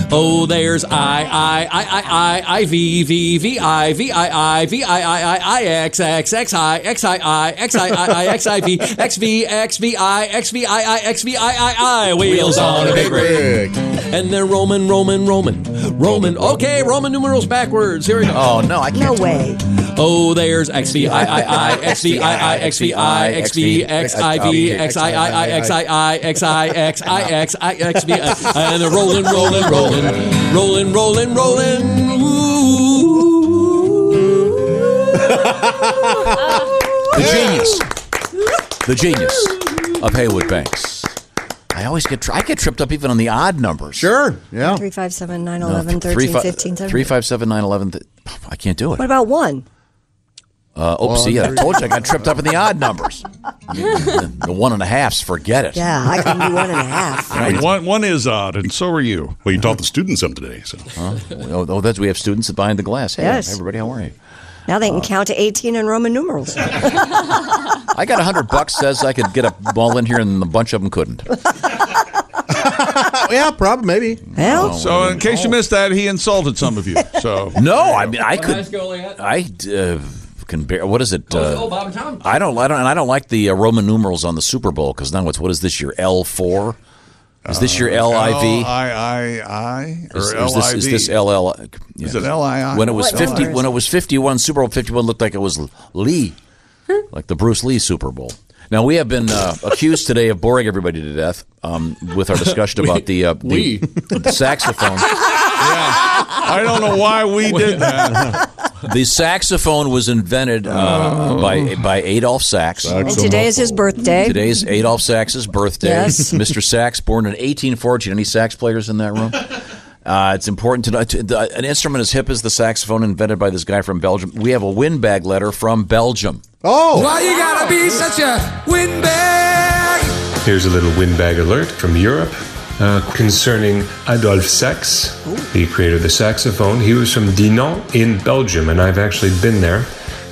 Speaker 15: Oh, there's I, I, I, I, I, I, V, V, V, I, V, I, I, V, I, I, I, I, X, X, X, I, X, I, I, X, I, I, I, X, I, V, X, V, X, V, I, X, V, I, I, X, V, I, I, I, wheels on a big rig. And they're Roman, Roman, Roman, Roman. Okay, Roman numerals backwards. Here we go.
Speaker 6: Oh, no, I
Speaker 15: can't. No way. Oh, there's X, V, I, I, I, X, V, I, I, X, V, I, X, V, X, I, V, X, I, I, I, X, I, I, X, I, X, I, X, I, X, V, I. And they're rolling, rolling, rolling, rolling, rolling, rolling.
Speaker 6: The genius. The genius of Haywood Banks. I always get tri- I get tripped up even on the odd numbers. Sure. Yeah.
Speaker 7: Three, five, seven, nine, eleven, thirteen, fifteen, seventeen.
Speaker 6: Three five seven nine eleven. Th- I can't do
Speaker 7: What
Speaker 6: it.
Speaker 7: about one?
Speaker 6: Uh, oopsie!
Speaker 7: One,
Speaker 6: Yeah, I
Speaker 7: three.
Speaker 6: told you I got tripped up in the odd numbers. the one and a halfs, forget it.
Speaker 7: Yeah, I can do one and a half.
Speaker 4: One, one is odd, and so are you.
Speaker 10: Well, you taught the students something today, so.
Speaker 6: Huh? Oh, oh, that's we have students behind the glass. Hey,
Speaker 7: Yes.
Speaker 6: everybody, how are you?
Speaker 7: Now they can count to 18 in Roman numerals.
Speaker 6: I got a hundred bucks. Says I could get a ball in here, and a bunch of them couldn't.
Speaker 5: yeah, probably, maybe.
Speaker 7: Hell.
Speaker 6: Oh.
Speaker 4: So, in case you missed that, he insulted some of you. So
Speaker 6: No, I mean I could.
Speaker 15: ask Goliath.
Speaker 6: I uh, can bear. What is it?
Speaker 15: Oh,
Speaker 6: Uh,
Speaker 15: Bob and Tom.
Speaker 6: I don't. I don't. And I don't like the uh, Roman numerals on the Super Bowl because now it's what is this year L four? Is this your L I
Speaker 4: Uh, L
Speaker 6: V?
Speaker 4: I I I or
Speaker 6: Is,
Speaker 4: L
Speaker 6: is
Speaker 4: I
Speaker 6: this
Speaker 4: V?
Speaker 6: is this L L? Yes.
Speaker 4: Is it LII?
Speaker 6: When it was
Speaker 4: What
Speaker 6: fifty,
Speaker 4: number is
Speaker 6: when
Speaker 4: it?
Speaker 6: it was fifty-one, Super Bowl fifty-one looked like it was Lee, like the Bruce Lee Super Bowl. Now we have been uh, accused today of boring everybody to death um, with our discussion about the, uh, the
Speaker 15: we.
Speaker 6: the saxophone.
Speaker 4: I don't know why we did that.
Speaker 6: The saxophone was invented
Speaker 7: Oh.
Speaker 6: uh, by by Adolf Sax.
Speaker 7: And today is his birthday.
Speaker 6: Today's Adolf Sax's birthday.
Speaker 7: Yes.
Speaker 6: Mr. Sax, born in 1814. Any sax players in that room? Uh, it's important to know to, the, an instrument as hip as the saxophone invented by this guy from Belgium. We have a windbag letter from Belgium.
Speaker 5: Oh.
Speaker 22: Why you gotta be such a windbag?
Speaker 23: Here's a little windbag alert from Europe uh, concerning Adolphe Sax, the creator of the saxophone. He was from Dinan in Belgium, and I've actually been there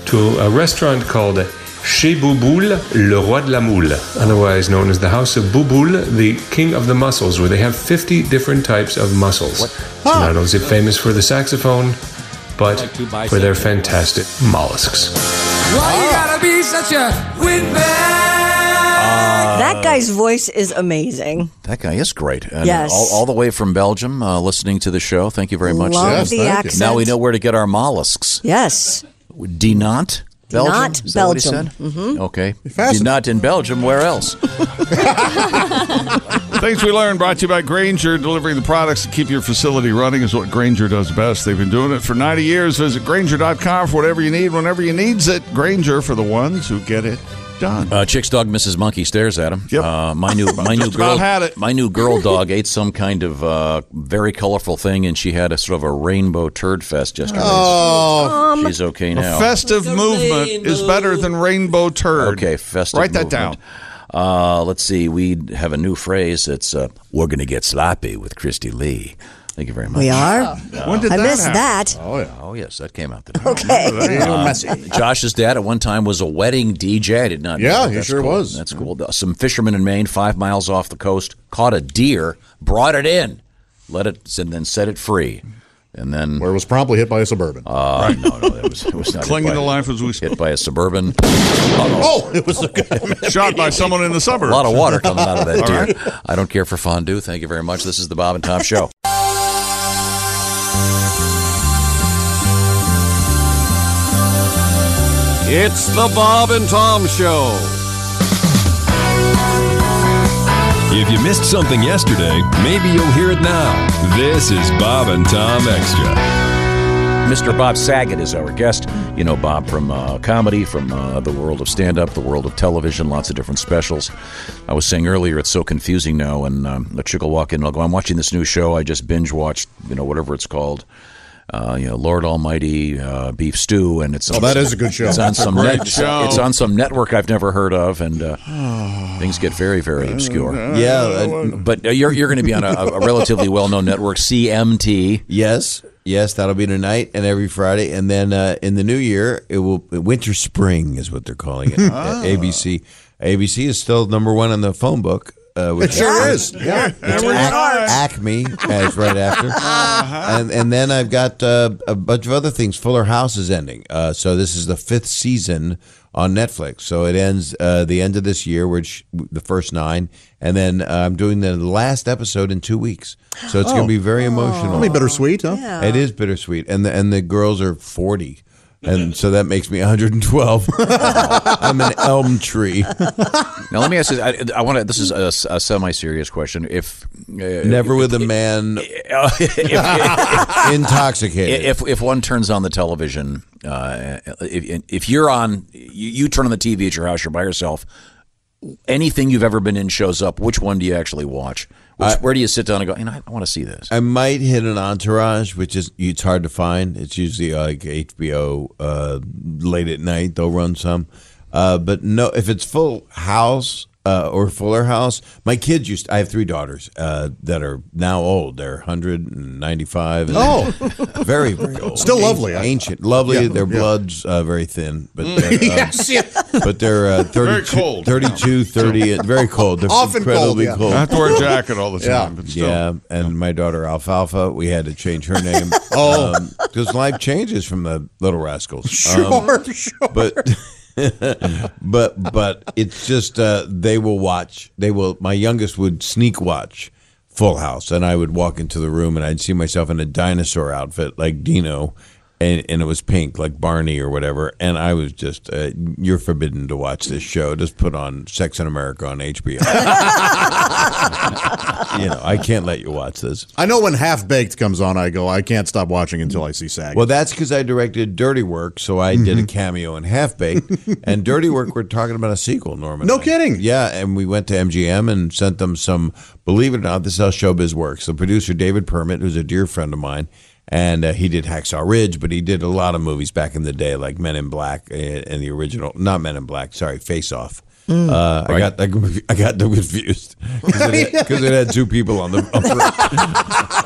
Speaker 23: to a restaurant called Chez Bouboule, le roi de la moule, otherwise known as the House of Bouboule, the king of the mussels, where they have 50 different types of mussels. So not only is it famous for the saxophone, but for their fantastic mollusks.
Speaker 22: Why you gotta be such a windbag?
Speaker 7: Ah, that guy's voice is amazing.
Speaker 6: Uh, That guy is great. And
Speaker 7: Yes.
Speaker 6: All, all the way from Belgium, uh, listening to the show. Thank you very much.
Speaker 7: Love Yes, the thank you. accent.
Speaker 6: Now we know where to get our mollusks.
Speaker 7: Yes.
Speaker 6: Dinant, Belgium?
Speaker 7: Not
Speaker 6: Is that what he
Speaker 7: Belgium.
Speaker 6: said?
Speaker 7: Mhm.
Speaker 6: Okay. Dinant in Belgium. Where else?
Speaker 4: Things we learned brought to you by Granger. Delivering the products to keep your facility running is what Granger does best. They've been doing it for 90 years. Visit Granger.com for whatever you need, whenever you needs it. Granger for the ones who get it done.
Speaker 6: Uh, chick's dog Mrs. Monkey stares at him. Uh, my new my new
Speaker 4: Just about
Speaker 6: girl
Speaker 4: had it.
Speaker 6: my new girl dog ate some kind of uh, very colorful thing, and she had a sort of a rainbow turd fest yesterday.
Speaker 4: Oh.
Speaker 7: Um,
Speaker 6: she's okay now.
Speaker 4: A festive movement is better than rainbow turd.
Speaker 6: Okay, festive.
Speaker 4: Write that down.
Speaker 6: movement. Uh, let's see. We have a new phrase. It's uh, "We're going to get sloppy" with Christy Lee. Thank you very much.
Speaker 7: We are?
Speaker 6: When did
Speaker 7: I
Speaker 6: that
Speaker 7: missed
Speaker 6: happen?
Speaker 7: that.
Speaker 6: Oh yeah. Oh yes, that came out.
Speaker 7: Okay.
Speaker 6: Uh, Josh's dad at one time was a wedding DJ. I did not. know
Speaker 5: Yeah,
Speaker 6: that.
Speaker 5: he
Speaker 6: That's
Speaker 5: sure
Speaker 6: cool.
Speaker 5: was.
Speaker 6: That's cool. Some fishermen in Maine, five miles off the coast, caught a deer, brought it in, let it, and then set it free. And then, where
Speaker 5: it was promptly hit by a suburban.
Speaker 6: Uh,
Speaker 4: Oh,
Speaker 6: No, no, it was, it was not hit
Speaker 4: Clinging
Speaker 6: by-
Speaker 4: to life as we
Speaker 6: hit by a suburban.
Speaker 5: Oh, it was
Speaker 4: shot by someone in the
Speaker 6: A
Speaker 4: suburbs.
Speaker 6: lot of water coming out of that
Speaker 4: All
Speaker 6: deer.
Speaker 4: right.
Speaker 6: I don't care for fondue. Thank you very much. This is the Bob and Tom Show.
Speaker 1: It's the Bob and Tom Show.
Speaker 24: If you missed something yesterday, maybe you'll hear it now. This is Bob and Tom Extra.
Speaker 6: Mr. Bob Saget is our guest. You know Bob from uh, comedy, from uh, the world of stand up, the world of television, lots of different specials. I was saying earlier, it's so confusing now. And um, a chick will walk in and I'll go, I'm watching this new show. I just binge watched, you know, whatever it's called. Uh, you know, Lord Almighty, uh, beef stew, and it's
Speaker 5: Oh, that is a good show.
Speaker 6: It's on
Speaker 5: That's a
Speaker 6: some
Speaker 5: great
Speaker 6: net,
Speaker 5: show.
Speaker 6: It's on some network I've never heard of, and uh, things get very, very obscure.
Speaker 24: Yeah, uh,
Speaker 6: but uh, you're you're going to be on a, a relatively well-known network, CMT.
Speaker 24: Yes, yes, that'll be tonight and every Friday, and then uh, in the new year it will. Winter Spring is what they're calling it.
Speaker 5: Ah.
Speaker 24: at ABC, ABC is still number one on the phone book. Uh,
Speaker 5: It sure is. Yeah.
Speaker 24: It's
Speaker 5: Every
Speaker 24: Ac-
Speaker 5: Friday.
Speaker 24: Acme as right after,
Speaker 6: Uh-huh.
Speaker 24: and and then I've got uh, a bunch of other things. Fuller House is ending, uh, so this is the fifth season on Netflix. So it ends uh, the end of this year, which the first nine, and then uh, I'm doing the last episode in two weeks. So it's going
Speaker 5: Oh.
Speaker 24: to be very emotional.
Speaker 5: I mean, bittersweet, huh?
Speaker 24: It is bittersweet, and the and the girls are forty, and so that makes me 112. I'm an elm tree.
Speaker 6: Now let me ask you. I, I want to. This is a, a semi-serious question. If uh,
Speaker 24: Never with a man intoxicated.
Speaker 6: If if one turns on the television, uh, if if you're on, you, you turn on the TV at your house. You're by yourself. Anything you've ever been in shows up. Which one do you actually watch? Which, where do you sit down and go? You know, I, want to see this.
Speaker 24: I might hit an entourage, which is it's hard to find. It's usually uh, like HBO uh, late at night. They'll run some, uh, but no, if it's Full House uh, or Fuller House, my kids used. I have three daughters uh, that are now old. They're hundred and ninety-five. and
Speaker 5: Oh.
Speaker 24: very very old.
Speaker 5: Still lovely.
Speaker 24: ancient, lovely.
Speaker 5: Yeah,
Speaker 24: Their
Speaker 5: yeah.
Speaker 24: blood's uh, very thin, but
Speaker 5: Mm.
Speaker 24: they're, um,
Speaker 5: Yes, yeah.
Speaker 24: but they're uh, 32,
Speaker 5: Very cold.
Speaker 24: 32, 30, and very cold. They're
Speaker 5: Often cold,
Speaker 24: incredibly
Speaker 5: yeah.
Speaker 24: cold.
Speaker 5: I have to wear a jacket all the time,
Speaker 24: Yeah.
Speaker 5: but still.
Speaker 24: Yeah, and my daughter Alfalfa, we had to change her name.
Speaker 5: Oh.
Speaker 24: because life changes from the Little Rascals. Um,
Speaker 5: Sure, sure.
Speaker 24: but but but it's just uh, they will watch. They will. My youngest would sneak watch Full House, and I would walk into the room and I'd see myself in a dinosaur outfit like Dino. And, and it was pink, like Barney or whatever. And I was just, uh, you're forbidden to watch this show. Just put on Sex in America on HBO. you know, I can't let you watch this.
Speaker 5: I know when Half Baked comes on, I go, I can't stop watching until I see Sag.
Speaker 24: Well, that's because I directed Dirty Work, so I did
Speaker 5: Mm-hmm.
Speaker 24: a cameo in Half Baked. and Dirty Work, we're talking about a sequel, Norman.
Speaker 5: No kidding.
Speaker 24: Yeah, and we went to MGM and sent them some. Believe it or not, this is how showbiz works. The producer David Permit, who's a dear friend of mine, and uh, he did Hacksaw Ridge, but he did a lot of movies back in the day, like Men in Black uh, and the original, not Men in Black, sorry, Face Off.
Speaker 8: Mm.
Speaker 24: Uh, I got I, got them confused because it, had- 'cause it had two people on the on the,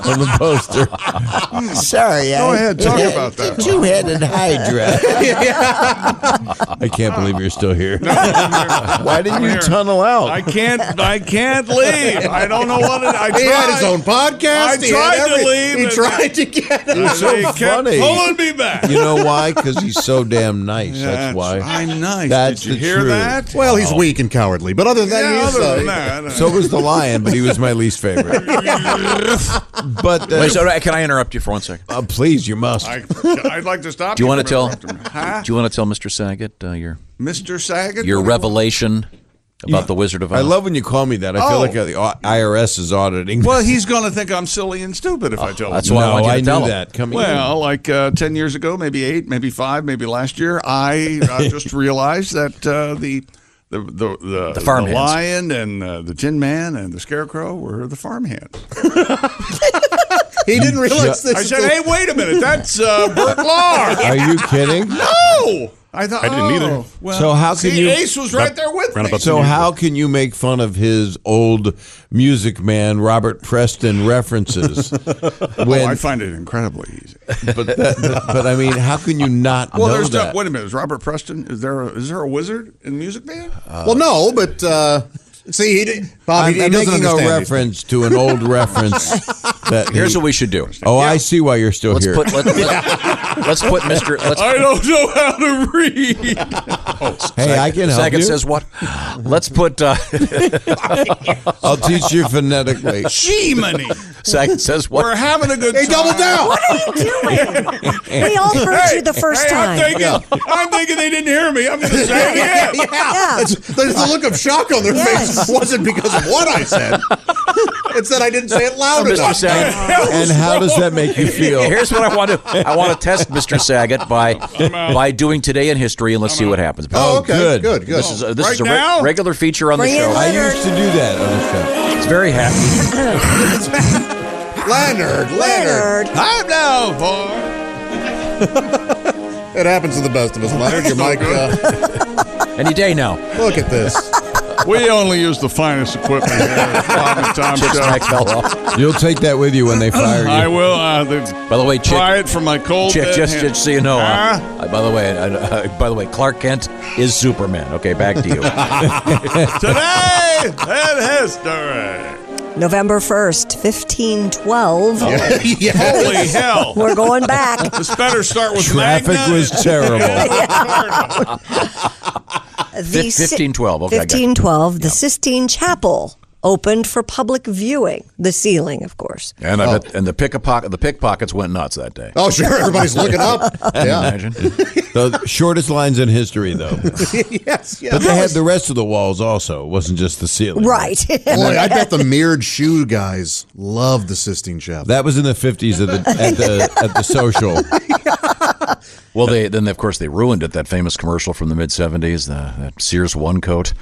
Speaker 24: on the poster.
Speaker 8: Sorry,
Speaker 24: Go ahead, talk about that.
Speaker 8: Two-headed hydra.
Speaker 24: I can't believe you're still here.
Speaker 8: Why
Speaker 24: didn't you tunnel out?
Speaker 9: I can't. I can't leave. I don't know what it. I
Speaker 8: He
Speaker 9: tried.
Speaker 8: had his own podcast.
Speaker 9: I
Speaker 8: He
Speaker 9: tried
Speaker 8: had every-
Speaker 9: to leave.
Speaker 8: he
Speaker 9: and
Speaker 8: tried to get
Speaker 9: and
Speaker 8: You're so
Speaker 9: they kept
Speaker 24: funny.
Speaker 9: Pulling me back.
Speaker 24: You know why? Because he's so damn nice.
Speaker 5: That's
Speaker 24: That's why.
Speaker 5: I'm nice.
Speaker 24: That's
Speaker 5: Did you
Speaker 24: the
Speaker 5: hear
Speaker 24: truth.
Speaker 5: that? Well, he's weak and cowardly, but other than
Speaker 24: Yeah,
Speaker 5: that, he's,
Speaker 24: other
Speaker 5: uh,
Speaker 24: than that, So was the lion, but he was my least favorite. But
Speaker 6: Wait, so uh, can I interrupt you for one second?
Speaker 24: Uh, please, you must.
Speaker 4: I, I'd like to stop.
Speaker 6: do you want to
Speaker 4: from
Speaker 6: tell?
Speaker 4: interrupting me. Huh?
Speaker 6: Do you want to tell Mr. Saget uh, your
Speaker 4: Mr. Saget?
Speaker 6: your
Speaker 4: What-
Speaker 6: revelation about the Wizard of Oz?
Speaker 24: I love when you call me that. I feel
Speaker 4: Oh.
Speaker 24: like uh, the au- IRS is auditing.
Speaker 4: Well, he's going to think I'm silly and stupid if I tell him.
Speaker 24: Oh, that's why I No, want you to I knew tell him. that coming
Speaker 4: well, like uh, 10 years ago, maybe eight, maybe five, maybe last year, I uh, just realized that uh, the. The the the,
Speaker 6: The farm hands.
Speaker 4: lion and uh, the Tin Man and the Scarecrow were the farm hands.
Speaker 5: he didn't realize
Speaker 4: I
Speaker 5: this.
Speaker 4: said, "Hey, wait a minute! That's uh, Bert Lahr."
Speaker 24: Are you kidding?
Speaker 4: No, I thought
Speaker 24: I didn't
Speaker 4: oh,
Speaker 24: either.
Speaker 4: Well,
Speaker 24: so how can
Speaker 4: see,
Speaker 24: you?
Speaker 4: Ace was right there with me.
Speaker 24: So how can you make fun of his old Music Man Robert Preston references?
Speaker 4: oh, I find it incredibly easy.
Speaker 24: but, that, but but I mean, how can you not
Speaker 4: Well,
Speaker 24: know
Speaker 4: there's no-
Speaker 24: that?
Speaker 4: wait a minute. Is Robert Preston? Is there a, is there a wizard in Music Man?
Speaker 5: well, no, but uh, see, he did, Bob,
Speaker 24: I'm,
Speaker 5: he, he
Speaker 24: I'm
Speaker 5: doesn't
Speaker 24: making a
Speaker 5: understand. these
Speaker 24: reference to an old reference. That
Speaker 6: Here's what we should do.
Speaker 24: Oh, I see why you're still
Speaker 6: Let's
Speaker 24: here.
Speaker 6: put let, us put Mr. Let's,
Speaker 9: I don't know how to read.
Speaker 24: hey, I can help
Speaker 6: Saget
Speaker 24: you.
Speaker 6: says what? Let's put. Uh,
Speaker 24: I'll teach you phonetically.
Speaker 4: Gee-mony.
Speaker 6: Saget says what?
Speaker 4: We're having a good.
Speaker 6: Hey,
Speaker 4: time.
Speaker 6: double down. What
Speaker 4: are you doing?
Speaker 7: We all heard
Speaker 4: Hey,
Speaker 7: you the first
Speaker 4: hey, I'm
Speaker 7: time.
Speaker 4: thinking, I'm thinking they didn't hear me. I'm going to say it again.
Speaker 5: Yeah. It's- There's the look of shock on their
Speaker 4: Yes.
Speaker 5: face. It wasn't because of what I said. It's that I didn't say it loud
Speaker 6: Mr.
Speaker 5: enough.
Speaker 6: Saget.
Speaker 24: And how does that make you feel?
Speaker 6: Here's what I want to I want to test Mr. Saget by by doing today in history, and let's see what happens.
Speaker 24: Oh, okay. Good. Good, good.
Speaker 6: This is a, this
Speaker 24: Right
Speaker 6: is a re-
Speaker 24: now?
Speaker 6: regular feature on the
Speaker 24: Bring in
Speaker 6: show.
Speaker 24: I Leonard. used to do that on the show.
Speaker 6: It's very happy.
Speaker 5: Leonard, Leonard. I'm now for. it happens to the best of us, Leonard. Your mic. Uh,
Speaker 6: Any day now.
Speaker 5: Look at this.
Speaker 4: We only use the finest equipment here at Bob and Tom Show.
Speaker 24: You'll take that with you when they fire you.
Speaker 4: I will. Uh,
Speaker 6: By the way, Chick,
Speaker 4: try it from my cold.
Speaker 6: Chick,
Speaker 4: dead
Speaker 6: just,
Speaker 4: hand.
Speaker 6: just so you know. uh,
Speaker 4: Huh?
Speaker 6: uh, by the way, uh, uh, by the way, Clark Kent is Superman. Okay, back to you.
Speaker 4: Today in history.
Speaker 7: November 1st, 1512.
Speaker 4: Yeah. Holy hell.
Speaker 7: We're going back.
Speaker 4: This better start with
Speaker 24: Traffic
Speaker 4: Magna.
Speaker 24: was terrible.
Speaker 7: The
Speaker 6: Fif-
Speaker 7: si-
Speaker 6: 1512, okay, I got it.
Speaker 7: 1512, the Sistine Chapel opened for public viewing. The ceiling, of course.
Speaker 6: And I bet, and the pickpocket the pickpockets went nuts that day.
Speaker 7: Oh, sure, everybody's looking up.
Speaker 6: Can you
Speaker 7: Yeah.
Speaker 6: imagine?
Speaker 24: the shortest lines in history, though.
Speaker 5: yes, yes.
Speaker 24: But they had the rest of the walls also. It wasn't just the ceiling.
Speaker 7: Right.
Speaker 5: Boy, I bet the mirrored shoe guys love the Sistine Chapel.
Speaker 24: That was in the fifties at the at the at the social.
Speaker 6: Well, they then of course they ruined it. That famous commercial from the mid '70s, the that Sears one coat.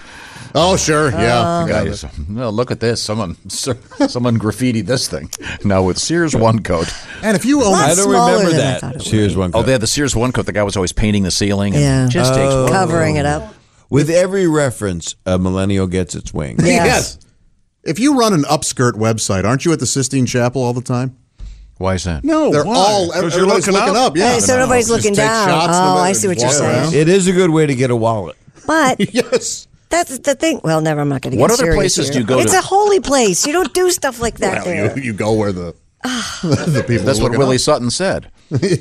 Speaker 5: Oh sure, yeah.
Speaker 6: The guy is, well, look at this. Someone someone graffitied this thing. Now with Sears one coat.
Speaker 5: And if you own,
Speaker 6: I don't remember that.
Speaker 24: Sears one.
Speaker 6: Oh, they had the Sears one coat. The guy was always painting the ceiling. and
Speaker 7: Yeah.
Speaker 6: just takes
Speaker 5: Oh.
Speaker 6: one
Speaker 7: Covering it up.
Speaker 24: Oh. With every reference, a millennial gets its wings.
Speaker 7: Yes.
Speaker 5: If you run an upskirt website, aren't you at the Sistine Chapel all the time?
Speaker 6: Why is that?
Speaker 5: No, they're
Speaker 4: why?
Speaker 5: all
Speaker 4: 'Cause
Speaker 5: everybody's
Speaker 4: you're
Speaker 5: looking,
Speaker 4: looking
Speaker 5: up.
Speaker 4: up?
Speaker 5: Yeah,
Speaker 7: Hey, so
Speaker 5: No,
Speaker 7: nobody's
Speaker 5: just
Speaker 7: looking
Speaker 5: take
Speaker 7: down.
Speaker 5: shots of
Speaker 7: Oh,
Speaker 5: it
Speaker 7: I
Speaker 5: and
Speaker 7: see what you're
Speaker 5: walk
Speaker 7: saying.
Speaker 5: around.
Speaker 24: It is a good way to get a wallet.
Speaker 7: But
Speaker 5: yes.
Speaker 7: That's the thing. Well, never. I'm not going to.
Speaker 24: What other places do you go
Speaker 7: It's
Speaker 24: to?
Speaker 7: a holy place. You don't do stuff like that there.
Speaker 5: You, you go where the the people.
Speaker 6: That's
Speaker 5: are
Speaker 6: what
Speaker 5: looking
Speaker 6: Willie
Speaker 5: up.
Speaker 6: Sutton said.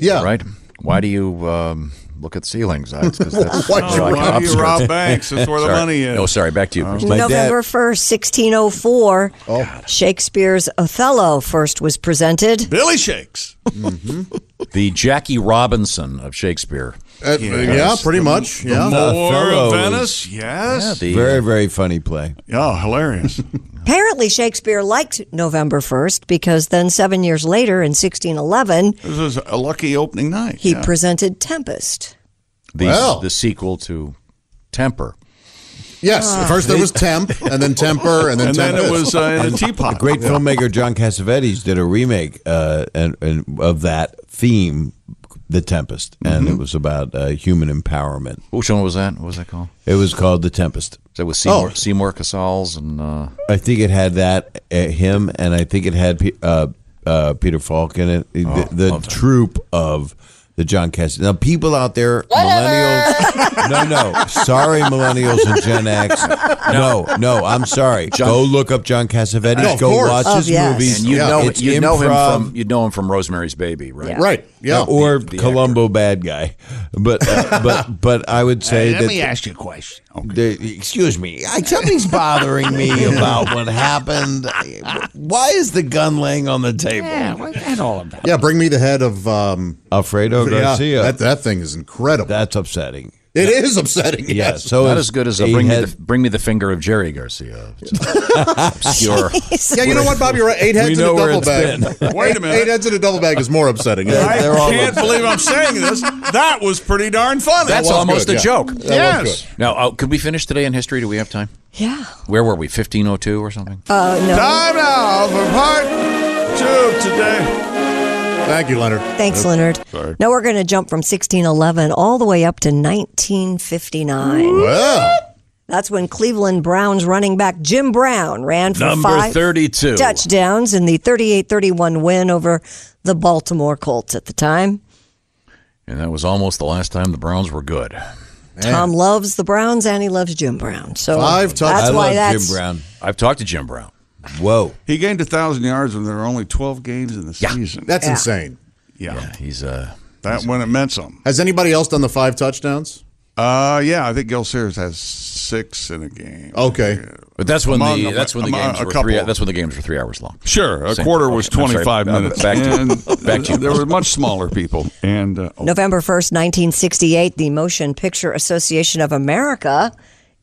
Speaker 5: yeah.
Speaker 6: Right? Why do you um, look at ceilings? That's, 'cause that's
Speaker 4: Why do you
Speaker 6: I can
Speaker 4: rob- you
Speaker 6: observe.
Speaker 4: rob banks? That's where the
Speaker 6: Sorry.
Speaker 4: money is.
Speaker 6: No, sorry. Back
Speaker 7: Oh.
Speaker 6: to you. Bruce.
Speaker 7: November oh 1st, 1604, Shakespeare's Othello first was presented.
Speaker 4: Billy Shakes.
Speaker 6: the Jackie Robinson of Shakespeare.
Speaker 5: Uh, yeah, pretty much,
Speaker 6: The
Speaker 5: yeah.
Speaker 6: Moor
Speaker 5: Uh,
Speaker 6: of
Speaker 5: Fellows.
Speaker 6: Venice,
Speaker 4: yes.
Speaker 6: Yeah, the-
Speaker 24: very, very funny play.
Speaker 4: Oh, hilarious.
Speaker 7: Apparently, Shakespeare liked November 1st because then seven years later in 1611,
Speaker 4: This was a lucky opening night.
Speaker 7: he
Speaker 4: yeah.
Speaker 7: presented Tempest.
Speaker 6: The,
Speaker 7: Well.
Speaker 6: the sequel to Temper.
Speaker 5: Yes,
Speaker 7: Ah.
Speaker 5: first there was temp, and then temper, and then uh, Tempest.
Speaker 24: uh, The great filmmaker John Cassavetes did a remake uh, and, and of that theme, The Tempest, and it was about uh, human empowerment.
Speaker 6: Which one was that? What was that called?
Speaker 24: It was called The Tempest.
Speaker 6: That was
Speaker 24: Oh.
Speaker 6: Seymour, Seymour Casals and uh,
Speaker 24: I think it had that uh, him, and I think it had Pe- uh, uh, Peter Falk in it.
Speaker 6: Oh,
Speaker 24: the the troupe of the John Cassidy. Now, people out there, millennials. no, no, sorry, millennials and Gen X. No, no, I'm sorry. go look up John Cassavetes.
Speaker 6: No, of
Speaker 24: go
Speaker 6: course.
Speaker 24: watch
Speaker 6: Of
Speaker 24: his
Speaker 6: yes.
Speaker 24: movies.
Speaker 6: And you know-
Speaker 24: Oh, It's
Speaker 6: you know him
Speaker 24: improv.
Speaker 6: from- you know him from Rosemary's Baby, right? Yeah.
Speaker 24: Right.
Speaker 6: yeah.
Speaker 24: Or Columbo bad guy, but uh, but but I would say
Speaker 8: Let
Speaker 24: that
Speaker 8: me ask you a question.
Speaker 24: the- excuse me, I, something's bothering me about what happened. Why is the gun laying on the table?
Speaker 8: Yeah, what's that all about?
Speaker 5: Yeah, bring me the head of um,
Speaker 24: Alfredo
Speaker 5: yeah,
Speaker 24: Garcia.
Speaker 5: That, that thing is incredible.
Speaker 24: That's upsetting.
Speaker 5: It is upsetting. Yes.
Speaker 24: Yeah, so
Speaker 6: not
Speaker 24: is
Speaker 6: as good as a
Speaker 24: a
Speaker 6: bring, me
Speaker 24: head-
Speaker 6: the, bring me the finger of Jerry Garcia. It's obscure.
Speaker 5: Yeah, you know what, Bobby? You're right. Eight heads
Speaker 6: We
Speaker 5: in
Speaker 6: know
Speaker 5: a
Speaker 6: where
Speaker 5: double bag.
Speaker 6: it's been.
Speaker 4: Wait a minute.
Speaker 5: Eight heads in a double bag is more upsetting.
Speaker 4: I can't believe I'm saying this. That was pretty darn funny.
Speaker 6: That's almost a joke.
Speaker 4: Yes.
Speaker 6: Now, uh, could we finish today in history? Do we have time?
Speaker 7: Yeah.
Speaker 6: Where were we? 1502 or something?
Speaker 7: Uh, no.
Speaker 4: Time now for part two today.
Speaker 5: Thank you, Leonard.
Speaker 7: Thanks, Leonard. Now we're going to jump from 1611 all the way up to 1959.
Speaker 5: Wow.
Speaker 7: That's when Cleveland Browns running back Jim Brown ran for
Speaker 6: Number
Speaker 7: five
Speaker 6: 32.
Speaker 7: touchdowns in the 38-31 win over the Baltimore Colts at the time.
Speaker 6: And that was almost the last time the Browns were good.
Speaker 7: Tom loves the Browns and he loves Jim Brown. So that's why that's
Speaker 6: I've talked to Jim Brown.
Speaker 24: Whoa.
Speaker 4: He gained a 1,000 yards when there were only 12 games in the season.
Speaker 5: That's Yeah. insane.
Speaker 4: Yeah.
Speaker 6: he's uh
Speaker 4: That when it meant something.
Speaker 5: Has anybody else done the five touchdowns?
Speaker 4: Uh, yeah, I think Gil Sears has six in a game.
Speaker 5: Okay.
Speaker 6: But that's when
Speaker 4: Among
Speaker 6: the
Speaker 4: them,
Speaker 6: that's when the
Speaker 4: among
Speaker 6: games
Speaker 4: a
Speaker 6: were
Speaker 4: couple.
Speaker 6: three. That's when the games were three hours long.
Speaker 4: Sure, a
Speaker 6: Same.
Speaker 4: quarter was
Speaker 6: Okay, I'm sorry.
Speaker 4: 25
Speaker 6: Uh,
Speaker 4: minutes.
Speaker 6: Back to,
Speaker 4: And
Speaker 6: back to you.
Speaker 4: There were much smaller people. And uh,
Speaker 7: November 1st, 1968, the Motion Picture Association of America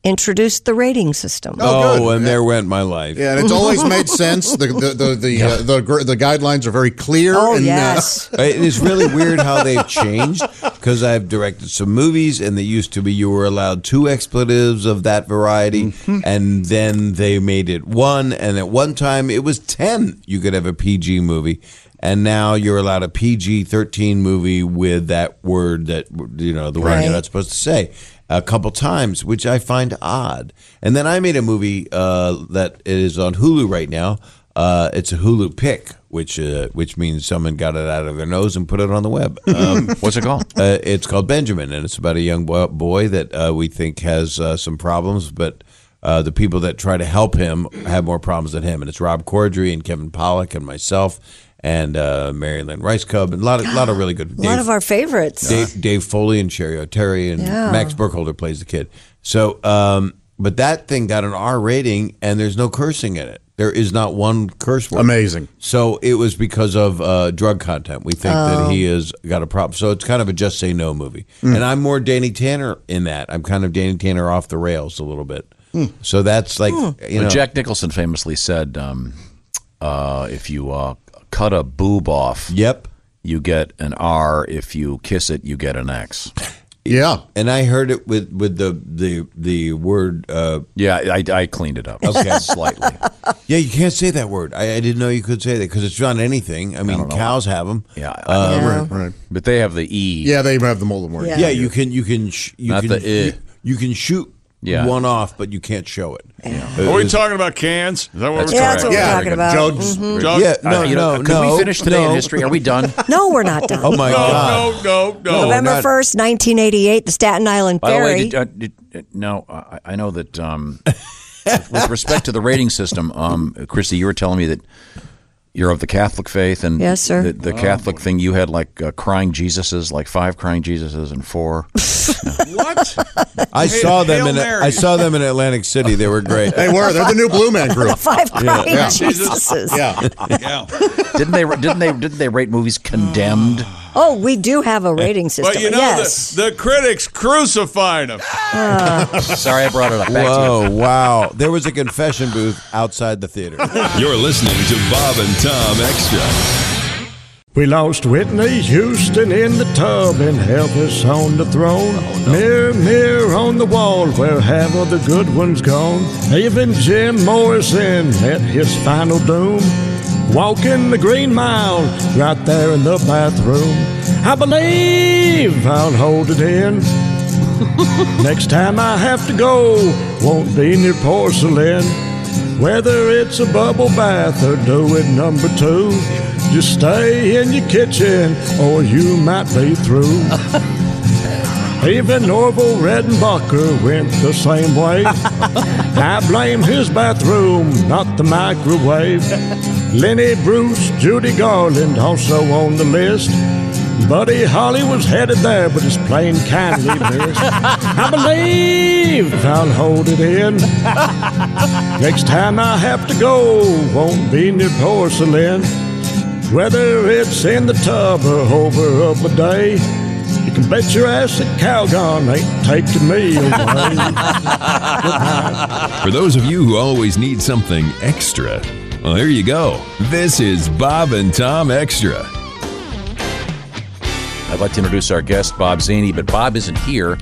Speaker 7: introduced the rating system.
Speaker 24: Oh, and there went my life.
Speaker 5: Yeah, and it's always made sense. The the the the, uh, the, gr- the guidelines are very clear.
Speaker 7: Oh,
Speaker 5: and, uh,
Speaker 7: yes.
Speaker 24: it is really weird how they've changed because I've directed some movies and they used to be you were allowed two expletives of that variety and then they made it one and at one time it was 10 you could have a PG movie and now you're allowed a PG 13 movie with that word that you know the word
Speaker 7: Right.
Speaker 24: you're not supposed to say a couple times which I find odd and then I made a movie uh, that is on Hulu right now uh, it's a Hulu pick, which uh, which means someone got it out of their nose and put it on the web. Um,
Speaker 6: What's it called?
Speaker 24: Uh, it's called Benjamin, and it's about a young boy, boy that uh, we think has uh, some problems, but uh, the people that try to help him have more problems than him. And it's Rob Corddry and Kevin Pollock and myself and uh, Mary Lynn Rice Cub and a lot of, lot of really good.
Speaker 7: A lot of our favorites.
Speaker 24: Dave, Dave Foley and Sherry O'Terry and
Speaker 7: Yeah.
Speaker 24: Max Burkholder plays the kid. So, um, but that thing got an R rating, and there's no cursing in it. There is not one curse word.
Speaker 5: Amazing.
Speaker 24: So it was because of uh, drug content. We think
Speaker 5: Oh.
Speaker 24: that he has got a problem. So it's kind of a just say no movie. And I'm more Danny Tanner in that. I'm kind of Danny Tanner off the rails a little bit.
Speaker 1: Hmm.
Speaker 24: So that's like you know.
Speaker 6: But Jack Nicholson famously said, um, uh, "If you uh, cut a boob off,
Speaker 24: yep,
Speaker 6: you get an R. If you kiss it, you get an X."
Speaker 5: Yeah,
Speaker 24: and I heard it with with the the the word. Uh,
Speaker 6: yeah, I, I cleaned it up.
Speaker 24: Okay.
Speaker 6: slightly.
Speaker 24: Yeah, you can't say that word. I, I didn't know you could say that because it's not anything. I mean, cows have them.
Speaker 6: Yeah,
Speaker 24: Um,
Speaker 5: right, right.
Speaker 6: But they have the E.
Speaker 5: Yeah, they have the molden word.
Speaker 24: Yeah. you can you can sh- you
Speaker 6: Not
Speaker 24: can
Speaker 6: the eh.
Speaker 24: you, you can shoot
Speaker 6: Yeah.
Speaker 24: one off, but you can't show it. Uh,
Speaker 4: Are we
Speaker 24: It's-
Speaker 4: talking about cans? Is that what
Speaker 6: That's
Speaker 4: we're
Speaker 6: correct.
Speaker 4: talking
Speaker 6: Yeah, that's what we're
Speaker 24: Uh,
Speaker 4: about?
Speaker 6: talking about.
Speaker 9: Mm-hmm.
Speaker 6: Mhm.
Speaker 4: Jug?
Speaker 24: Yeah, no,
Speaker 6: Uh, you know,
Speaker 24: no,
Speaker 6: could we
Speaker 24: no,
Speaker 6: finish today
Speaker 24: no.
Speaker 6: in history? Are we done?
Speaker 7: No, we're not done.
Speaker 24: Oh my god!
Speaker 4: no, no, no.
Speaker 7: November 1st, 1988, the Staten Island
Speaker 6: By the way,
Speaker 7: Ferry.
Speaker 6: did, uh, did, uh, no, I, I know that um, with with respect to the rating system, um, Christy, you were telling me that you're of the Catholic faith, and
Speaker 7: Yes, sir.
Speaker 6: The, the
Speaker 7: Oh,
Speaker 6: Catholic thing you had like uh, crying Jesuses, like five crying Jesuses and four.
Speaker 24: I
Speaker 6: Hail-
Speaker 24: saw them
Speaker 6: Hail
Speaker 24: in
Speaker 6: Mary.
Speaker 24: I saw them in Atlantic City. They were great.
Speaker 5: They were. They're the new Blue Man Group. The
Speaker 7: five
Speaker 24: crying
Speaker 5: yeah.
Speaker 6: Jesuses.
Speaker 5: Yeah.
Speaker 6: didn't they? Didn't they? Didn't they rate movies condemned?
Speaker 7: Oh, we do have a rating system.
Speaker 4: But you know,
Speaker 7: yes.
Speaker 4: the, the critics crucified him.
Speaker 7: Uh,
Speaker 6: Sorry, I brought it up. Back
Speaker 24: Whoa,
Speaker 6: to
Speaker 24: wow. There was a confession booth outside the theater.
Speaker 13: You're listening to Bob and Tom Extra.
Speaker 14: We lost Whitney Houston in the tub and Elvis on the throne. Mirror, mirror on the wall, where have all the good ones gone? Even Jim Morrison met his final doom. Walking the green mile right there in the bathroom. I believe I'll hold it in. Next time I have to go, won't be near porcelain. Whether it's a bubble bath or doing number two, just stay in your kitchen or you might be through. Even Norval Redenbacher went the same way. I blame his bathroom, not the microwave. Lenny Bruce, Judy Garland also on the list. Buddy Holly was headed there, but his plane kindly missed. I believe I'll hold it in. Next time I have to go, won't be near porcelain. Whether it's in the tub or over up a day, you can bet your ass that Calgon ain't taking me away.
Speaker 13: For those of you who always need something extra, well, there you go. This is Bob and Tom Extra.
Speaker 6: I'd like to introduce our guest, Bob Zaney, but Bob isn't here.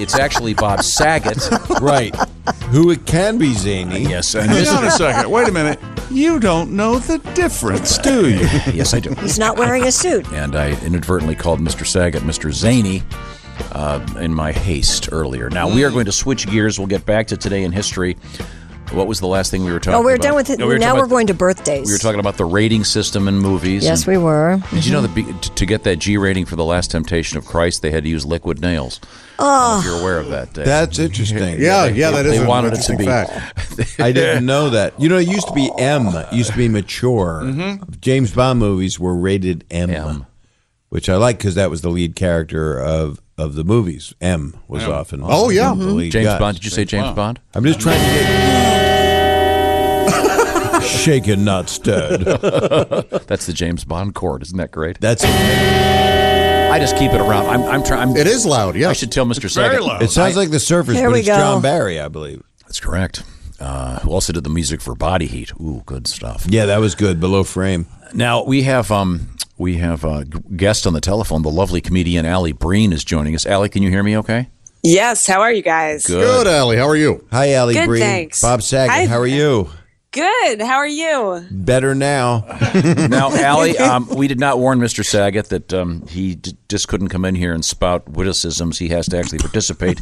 Speaker 6: it's actually Bob Saget.
Speaker 24: right. Who it can be zany.
Speaker 6: Yes. and
Speaker 4: Hang
Speaker 6: this-
Speaker 4: on a second. Wait a minute. You don't know the difference, do you?
Speaker 6: yes, I do.
Speaker 7: He's not wearing a suit.
Speaker 6: And I inadvertently called Mr. Saget Mr. Zaney uh, in my haste earlier. Now,
Speaker 7: Hmm.
Speaker 6: we are going to switch gears. We'll get back to today in history. What was the last thing we were talking
Speaker 7: No,
Speaker 6: about?
Speaker 7: Oh, we're done with it.
Speaker 6: No, we were
Speaker 7: now
Speaker 6: talking
Speaker 7: we're
Speaker 6: about-
Speaker 7: going to birthdays.
Speaker 6: We were talking about the rating system in movies.
Speaker 7: yes,
Speaker 6: and-
Speaker 7: we were. Mm-hmm.
Speaker 6: Did you know that be- t- to get that G rating for The Last Temptation of Christ, they had to use liquid nails?
Speaker 7: Oh.
Speaker 6: If you're aware of that. They-
Speaker 24: That's interesting.
Speaker 6: they- They wanted it to be.
Speaker 24: I didn't know that. You know, it used to be M. It used to be mature.
Speaker 6: Mhm.
Speaker 24: James Bond movies were rated M, which I like because that was the lead character of of the movies. M was
Speaker 6: M.
Speaker 24: often.
Speaker 6: Oh,
Speaker 7: Mm-hmm.
Speaker 6: yeah.
Speaker 24: the
Speaker 6: Mhm.
Speaker 24: lead
Speaker 6: James
Speaker 24: guy.
Speaker 6: Bond. Did you say James Wow. Bond?
Speaker 24: I'm just trying to get shaken, not stirred.
Speaker 6: That's the James Bond chord, isn't that great? That's. I just keep it around. I'm. I'm trying. It
Speaker 24: is loud. Yeah.
Speaker 6: I should tell Mr.
Speaker 24: very
Speaker 6: Saget.
Speaker 24: loud. It sounds
Speaker 6: I-
Speaker 24: like The Surface, There but we it's go. John Barry, I believe.
Speaker 6: That's correct. Uh, who also did the music for Body Heat? Ooh, good stuff.
Speaker 24: Yeah, that was good. Below frame.
Speaker 6: Now we have um we have a g- guest on the telephone. The lovely comedian Allie Breen is joining us. Allie, can you hear me? Okay.
Speaker 21: Yes. How are you guys?
Speaker 24: Allie. How are you? Hi, Allie.
Speaker 21: Good,
Speaker 24: Breen.
Speaker 21: thanks.
Speaker 24: Bob Saget.
Speaker 21: Hi.
Speaker 24: How are you?
Speaker 21: Good. How are you?
Speaker 24: Better now.
Speaker 6: now, Allie, um, we did not warn Mr. Saget that um, he d- just couldn't come in here and spout witticisms. He has to actually participate.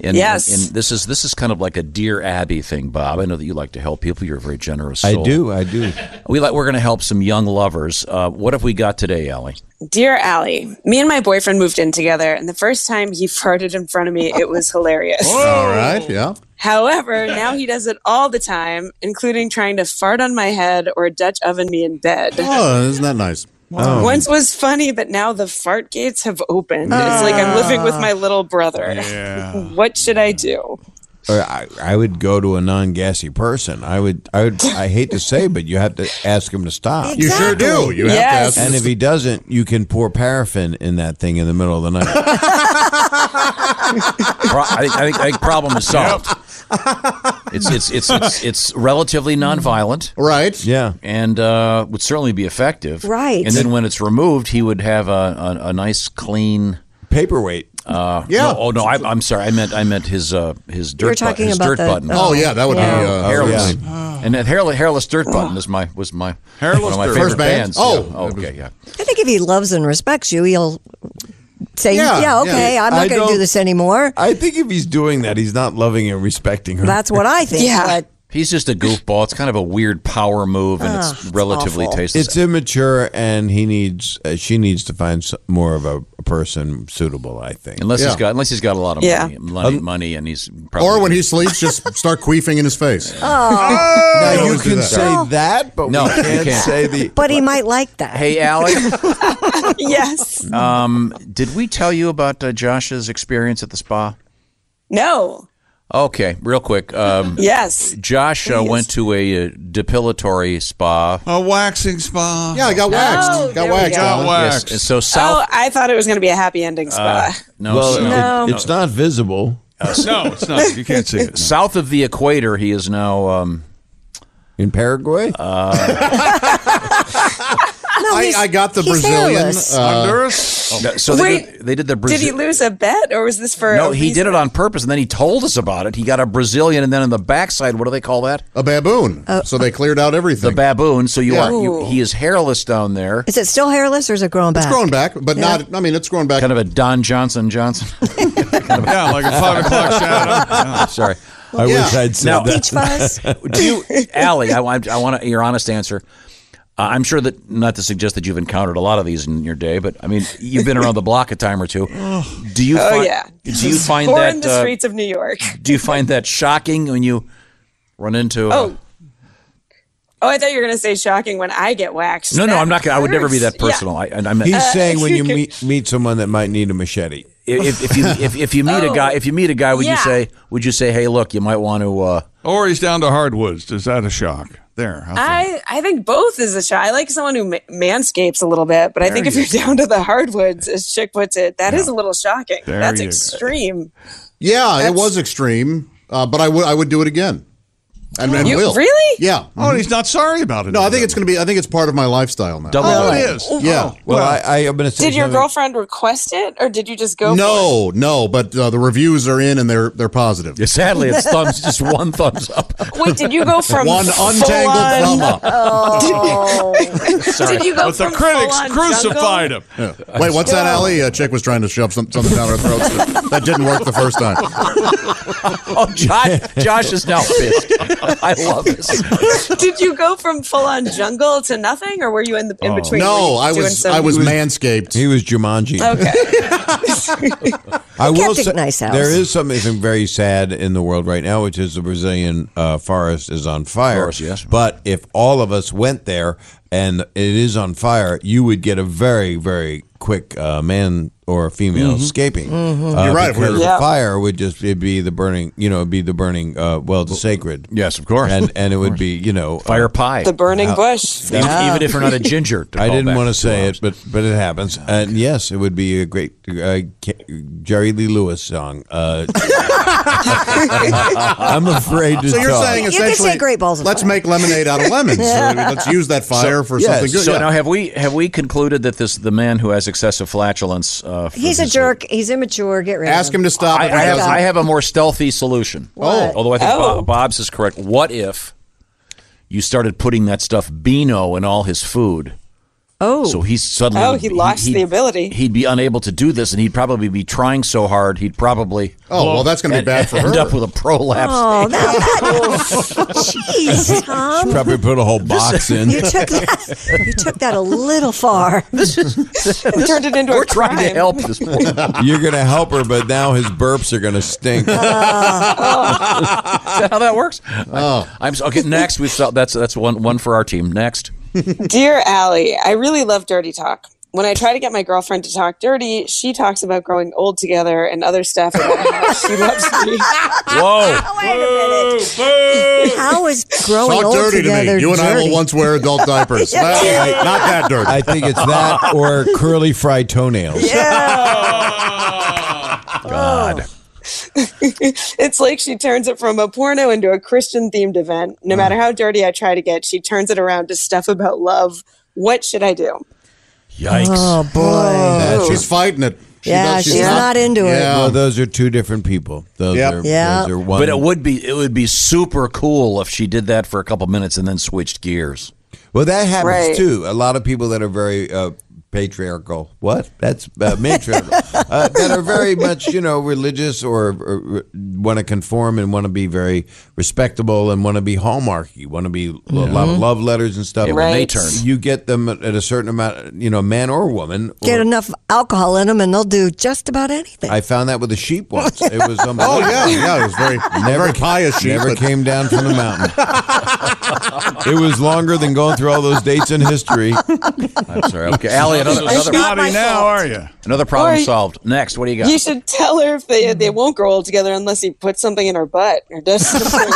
Speaker 6: And,
Speaker 21: Yes.
Speaker 6: And, this is this is kind of like a Dear Abby thing, Bob. I know that you like to help people. You're a very generous
Speaker 24: I
Speaker 6: soul.
Speaker 24: do. I do.
Speaker 6: We like we're going to help some young lovers. Uh, what have we got today, Allie?
Speaker 21: Dear Allie, me and my boyfriend moved in together, and the first time he farted in front of me, it was hilarious.
Speaker 5: All right, yeah.
Speaker 21: However, now he does it all the time, including trying to fart on my head or Dutch oven me in bed.
Speaker 5: Oh, isn't that nice? Oh.
Speaker 21: Once was funny, but now the fart gates have opened. It's like I'm living with my little
Speaker 5: Ah.
Speaker 21: brother. what should I do?
Speaker 24: Or I, I would go to a non-gassy person. I would. I would. I hate to say, but you have to ask him to stop.
Speaker 5: You sure do. You have to Yes. ask him
Speaker 24: And
Speaker 5: to
Speaker 24: if he doesn't, you can pour paraffin in that thing in the middle of the night.
Speaker 6: Pro- I, think, I, think, I think problem is solved. It's, it's it's it's it's relatively nonviolent,
Speaker 5: right?
Speaker 24: Yeah,
Speaker 6: and uh, would certainly be effective,
Speaker 7: Right.
Speaker 6: And then when it's removed, he would have a, a, a nice clean
Speaker 24: paperweight.
Speaker 6: Uh,
Speaker 5: Yeah.
Speaker 6: no, oh no, I, I'm sorry. I meant I meant his uh, his
Speaker 5: You were
Speaker 6: dirt button.
Speaker 5: talking
Speaker 6: His
Speaker 5: about
Speaker 6: dirt
Speaker 5: the-
Speaker 6: button.
Speaker 5: Oh, yeah, that would be,
Speaker 6: Yeah.
Speaker 5: uh,
Speaker 6: hairless.
Speaker 5: yeah.
Speaker 6: And that hairless, hairless dirt button is my was my
Speaker 5: Hairless
Speaker 6: one of my
Speaker 5: dirt.
Speaker 6: favorite
Speaker 5: First band?
Speaker 6: bands.
Speaker 5: Oh.
Speaker 6: yeah. okay, yeah.
Speaker 7: I think if he loves and respects you, he'll say,
Speaker 24: Yeah,
Speaker 7: "Yeah, okay,
Speaker 24: yeah.
Speaker 7: I'm
Speaker 24: I
Speaker 7: not going to
Speaker 24: don't-
Speaker 7: do this anymore."
Speaker 24: I think if he's doing that, he's not loving and respecting her.
Speaker 7: That's what I think. Yeah. but-
Speaker 6: He's just a goofball. It's kind of a weird power move, and
Speaker 7: Ah,
Speaker 6: it's relatively tasteless.
Speaker 24: It's immature, and he needs. Uh, she needs to find s- more of a, a person suitable. I think.
Speaker 6: unless he's got unless he's got a lot of
Speaker 24: Yeah.
Speaker 6: money, money,
Speaker 24: Um,
Speaker 6: money, and he's probably
Speaker 5: Or when he sleeps, just start queefing in his
Speaker 7: Oh.
Speaker 5: face.
Speaker 24: Now, you
Speaker 5: always Oh! do
Speaker 24: can
Speaker 5: that.
Speaker 24: say that, but
Speaker 6: No,
Speaker 24: we
Speaker 6: you
Speaker 24: can't,
Speaker 6: can't.
Speaker 24: say the.
Speaker 7: But he might like that.
Speaker 6: Hey, Allie.
Speaker 21: yes.
Speaker 6: um, did we tell you about uh, Josh's experience at the spa?
Speaker 21: No.
Speaker 6: Okay, real quick. Um,
Speaker 21: Yes.
Speaker 6: Josh uh, went to a uh, depilatory spa.
Speaker 4: A waxing spa.
Speaker 5: Yeah, I got waxed. got waxed.
Speaker 4: Got
Speaker 6: Yes,
Speaker 4: waxed.
Speaker 6: and so South.
Speaker 21: Oh, I thought it was going to be a happy ending spa.
Speaker 6: uh, no,
Speaker 24: Well,
Speaker 6: so-
Speaker 24: it- it's not visible.
Speaker 4: no, it's not. You can't see it.
Speaker 6: South of the equator, he is now um, uh,
Speaker 24: in Paraguay.
Speaker 5: I, I got the Brazilian.
Speaker 24: uh,
Speaker 5: uh,
Speaker 4: Honduras.
Speaker 6: so they
Speaker 21: Wait,
Speaker 6: did, they did the Brazil.
Speaker 21: Did he lose a bet, or was this for?
Speaker 6: no,
Speaker 21: a
Speaker 6: he did it on purpose, and then he told us about it. He got a Brazilian, and then on the backside, what do they call that?
Speaker 5: A baboon. so they cleared out everything.
Speaker 6: The baboon. So you
Speaker 5: Yeah.
Speaker 6: are you, he is hairless down there.
Speaker 7: Is it still hairless or is it growing back?
Speaker 5: It's growing back, but
Speaker 7: Yeah.
Speaker 5: not. I mean, it's growing back.
Speaker 6: Kind of a Don Johnson Johnson.
Speaker 4: yeah, like a five o'clock shadow.
Speaker 6: Sorry.
Speaker 24: I
Speaker 6: Yeah.
Speaker 24: wish I'd said
Speaker 6: Now-
Speaker 24: that.
Speaker 7: Peach fuzz.
Speaker 6: Do you, Allie, I, I want your honest answer. Uh, I'm sure that not to suggest that you've encountered a lot of these in your day, but I mean you've been around the block a time or two. Do you?
Speaker 21: Oh
Speaker 6: find,
Speaker 21: yeah.
Speaker 6: Do you find
Speaker 21: Or in
Speaker 6: that?
Speaker 21: the
Speaker 6: uh,
Speaker 21: streets of New York?
Speaker 6: do you find that shocking when you run into? uh,
Speaker 21: Oh. Oh, I thought you were going to say shocking when I get waxed.
Speaker 6: no, no,
Speaker 21: That
Speaker 6: I'm not. gonna I would never be
Speaker 21: hurts.
Speaker 6: that personal. I, I'm not,
Speaker 24: He's
Speaker 21: Uh,
Speaker 24: saying when you
Speaker 21: you can-
Speaker 24: meet meet someone that might need a machete.
Speaker 6: if, if you if, if you
Speaker 21: Oh.
Speaker 6: meet a guy if you meet a guy would you
Speaker 21: yeah.
Speaker 6: say would you say hey look you might want to uh,
Speaker 4: Or he's down to hardwoods. Is that a shock? There. I'll say.
Speaker 21: I, I think both is a shot. I like someone who ma- manscapes a little bit, but I
Speaker 4: There
Speaker 21: think if
Speaker 4: you
Speaker 21: you're down to the hardwoods, as Chick puts it, that is a little shocking.
Speaker 4: There
Speaker 21: That's
Speaker 4: you go.
Speaker 21: extreme.
Speaker 5: yeah, it was extreme, uh, but I would I would do it again, and, and
Speaker 21: You-
Speaker 5: will
Speaker 21: really?
Speaker 5: Yeah.
Speaker 4: Oh, and he's not sorry about it.
Speaker 5: No, I think it's going to be. I think it's part of my lifestyle now.
Speaker 6: double
Speaker 4: Oh,
Speaker 6: down?
Speaker 4: it is.
Speaker 5: Yeah.
Speaker 4: Oh,
Speaker 24: Well, I, I, am going to say
Speaker 21: Did your
Speaker 24: something.
Speaker 21: girlfriend request it, or did you just go? For it?
Speaker 5: No, no, but uh, the reviews are in and they're they're positive.
Speaker 6: Yeah, sadly it's thumbs just one thumbs up
Speaker 21: Wait, did you go from
Speaker 5: One untangled thumb
Speaker 21: full-on-
Speaker 5: up.
Speaker 6: Sorry.
Speaker 21: Did you go
Speaker 4: But the
Speaker 21: from
Speaker 4: critics
Speaker 21: full-on
Speaker 4: crucified him.
Speaker 5: Yeah. Wait, what's that, Allie? A chick was trying to shove some, something down our throats. That, that didn't work the first time.
Speaker 6: oh Josh Josh is now pissed I love this
Speaker 21: jungle? Did you go from full on jungle to nothing, or were you in the
Speaker 6: Oh.
Speaker 21: in between?
Speaker 5: No,
Speaker 21: Were you
Speaker 5: I
Speaker 21: doing
Speaker 5: was
Speaker 21: some-
Speaker 5: I was manscaped.
Speaker 24: He was Jumanji.
Speaker 21: okay.
Speaker 24: I will
Speaker 7: kept it
Speaker 24: say
Speaker 7: nice house.
Speaker 24: there is something very sad in the world right now, which is the Brazilian uh, forest is on fire.
Speaker 6: Forest, yes.
Speaker 24: But if all of us went there and it is on fire, you would get a very very quick uh, man or female
Speaker 6: Mm-hmm.
Speaker 24: escaping. Uh,
Speaker 5: You're right, if we
Speaker 24: because
Speaker 5: were-
Speaker 24: the
Speaker 21: Yeah.
Speaker 24: fire would just it'd be the burning. You know, it'd be the burning. Uh, well, the sacred.
Speaker 6: yes of course
Speaker 24: And and it would be you know uh,
Speaker 6: fire pie
Speaker 21: the burning bush.
Speaker 6: even, even if you're not a ginger to
Speaker 24: I
Speaker 6: call
Speaker 24: didn't
Speaker 6: back
Speaker 24: want to
Speaker 6: two
Speaker 24: say
Speaker 6: hours.
Speaker 24: it, but but it happens. And yes, it would be a great uh, K- Jerry Lee Lewis song. Uh, I'm afraid to
Speaker 5: So you're
Speaker 24: talk.
Speaker 5: saying
Speaker 7: You could say
Speaker 5: essentially,
Speaker 7: great balls of
Speaker 5: let's
Speaker 7: fire.
Speaker 5: make lemonade out of lemons. So let's use that fire for
Speaker 24: yes,
Speaker 5: something good.
Speaker 6: so
Speaker 5: yeah.
Speaker 6: now have we have we concluded that this the man who has excessive flatulence uh, for
Speaker 7: He's a
Speaker 6: this-
Speaker 7: jerk. He's immature. Get rid of
Speaker 5: Ask him to stop.
Speaker 6: I,
Speaker 5: if
Speaker 6: I
Speaker 5: he
Speaker 6: have,
Speaker 5: doesn't.
Speaker 6: I have a more stealthy solution.
Speaker 7: What?
Speaker 6: although I think
Speaker 21: Oh.
Speaker 6: Bob, Bob's is correct. What if you started putting that stuff Beano in all his food?
Speaker 7: Oh,
Speaker 6: So he's suddenly
Speaker 21: Oh, he lost
Speaker 6: he'd-
Speaker 21: the ability.
Speaker 6: He'd be unable to do this, and he'd probably be trying so hard he'd probably
Speaker 5: Oh well, that's going to be bad
Speaker 6: end,
Speaker 5: for
Speaker 6: end
Speaker 5: her.
Speaker 6: up with a prolapse.
Speaker 7: Oh, that, that,
Speaker 5: Oh.
Speaker 7: jeez, Tom.
Speaker 24: Probably put a whole box in.
Speaker 7: You took that. You took that a little far.
Speaker 21: We turned it into
Speaker 6: We're
Speaker 21: a
Speaker 6: trying to
Speaker 21: crime.
Speaker 6: help this poor
Speaker 24: You're gonna help her, but now his burps are gonna stink.
Speaker 7: Uh,
Speaker 21: Uh, oh.
Speaker 6: Is that how that works? Oh. I, am okay. Next, we've saw, that's that's one one for our team. Next,
Speaker 21: Dear Allie, I really love dirty talk. When I try to get my girlfriend to talk dirty, she talks about growing old together and other stuff. About how she loves me.
Speaker 6: whoa,
Speaker 7: How is growing
Speaker 5: Talk
Speaker 7: old
Speaker 5: dirty to
Speaker 7: together
Speaker 5: me. You and I
Speaker 7: dirty?
Speaker 5: will once wear adult diapers. Well, wait, not that dirty.
Speaker 24: I think it's that or curly fry toenails.
Speaker 6: God,
Speaker 21: it's like she turns it from a porno into a Christian themed event. No matter how dirty I try to get, she turns it around to stuff about love. What should I do?
Speaker 6: yikes!
Speaker 7: Oh boy.
Speaker 5: Yeah, she's fighting it. She
Speaker 7: yeah,
Speaker 5: does-
Speaker 7: she's, not, into it.
Speaker 24: Well,
Speaker 5: Yeah.
Speaker 24: those are two different people. Those
Speaker 5: Yep.
Speaker 24: are
Speaker 7: Yeah.
Speaker 24: those are one.
Speaker 6: But it would be it would be super cool if she did that for a couple minutes and then switched gears.
Speaker 24: Well, that happens
Speaker 21: Right.
Speaker 24: too. A lot of people that are very uh, patriarchal. What? That's uh, matriarchal. uh, that are very much, you know, religious or, or want to conform and want to be very respectable and want to be hallmarky, want to be a lot of love letters and stuff.
Speaker 6: Mm-hmm. Yeah, when they Right. turn.
Speaker 24: You get them at a certain amount, you know, man or woman. or-
Speaker 7: Get enough alcohol in them, and they'll do just about anything.
Speaker 24: I found that with a sheep once. It was
Speaker 5: Oh
Speaker 24: unbelievable.
Speaker 5: yeah, yeah. It was very, very pious. She
Speaker 24: Never
Speaker 5: but-
Speaker 24: came down from the mountain. it was longer than going through all those dates in history.
Speaker 6: I'm sorry. Okay, Allie, another
Speaker 4: You're
Speaker 6: another,
Speaker 4: snotty now, are you?
Speaker 6: another problem
Speaker 21: Or-
Speaker 6: solved. Next, what do you got?
Speaker 21: You should tell her if they, they won't grow old together unless he she puts something in her butt or does something.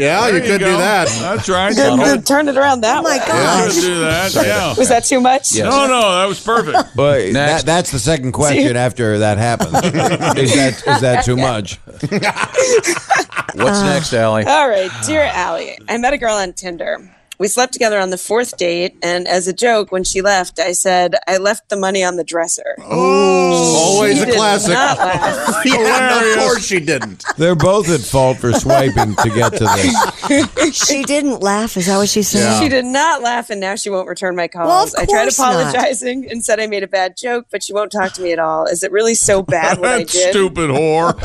Speaker 5: Yeah, Oh, you, could do that.
Speaker 4: That's right.
Speaker 21: Good- good- turn it around
Speaker 7: Oh
Speaker 21: that way.
Speaker 4: Yeah, could do that. Yeah.
Speaker 21: Ah. Was that too much?
Speaker 4: No, no, that was perfect.
Speaker 24: But that, that's the second question
Speaker 21: See?
Speaker 24: after that happens. is, that, is that too much?
Speaker 6: What's next, Allie?
Speaker 21: All right, dear Allie, I met a girl on Tinder. We slept together on the fourth date, and as a joke, when she left, I said I left the money on the dresser. Oh,
Speaker 5: Always a classic.
Speaker 21: Not laugh.
Speaker 5: yeah, no, of course she didn't.
Speaker 24: They're both at fault for swiping to get to this.
Speaker 7: she didn't laugh. Is that what she said?
Speaker 21: She did not laugh, and now she won't return my calls.
Speaker 7: Well, of
Speaker 21: I tried
Speaker 7: course not.
Speaker 21: apologizing and said I made a bad joke, but she won't talk to me at all. Is it really so bad what I
Speaker 4: That
Speaker 21: did?
Speaker 4: stupid whore.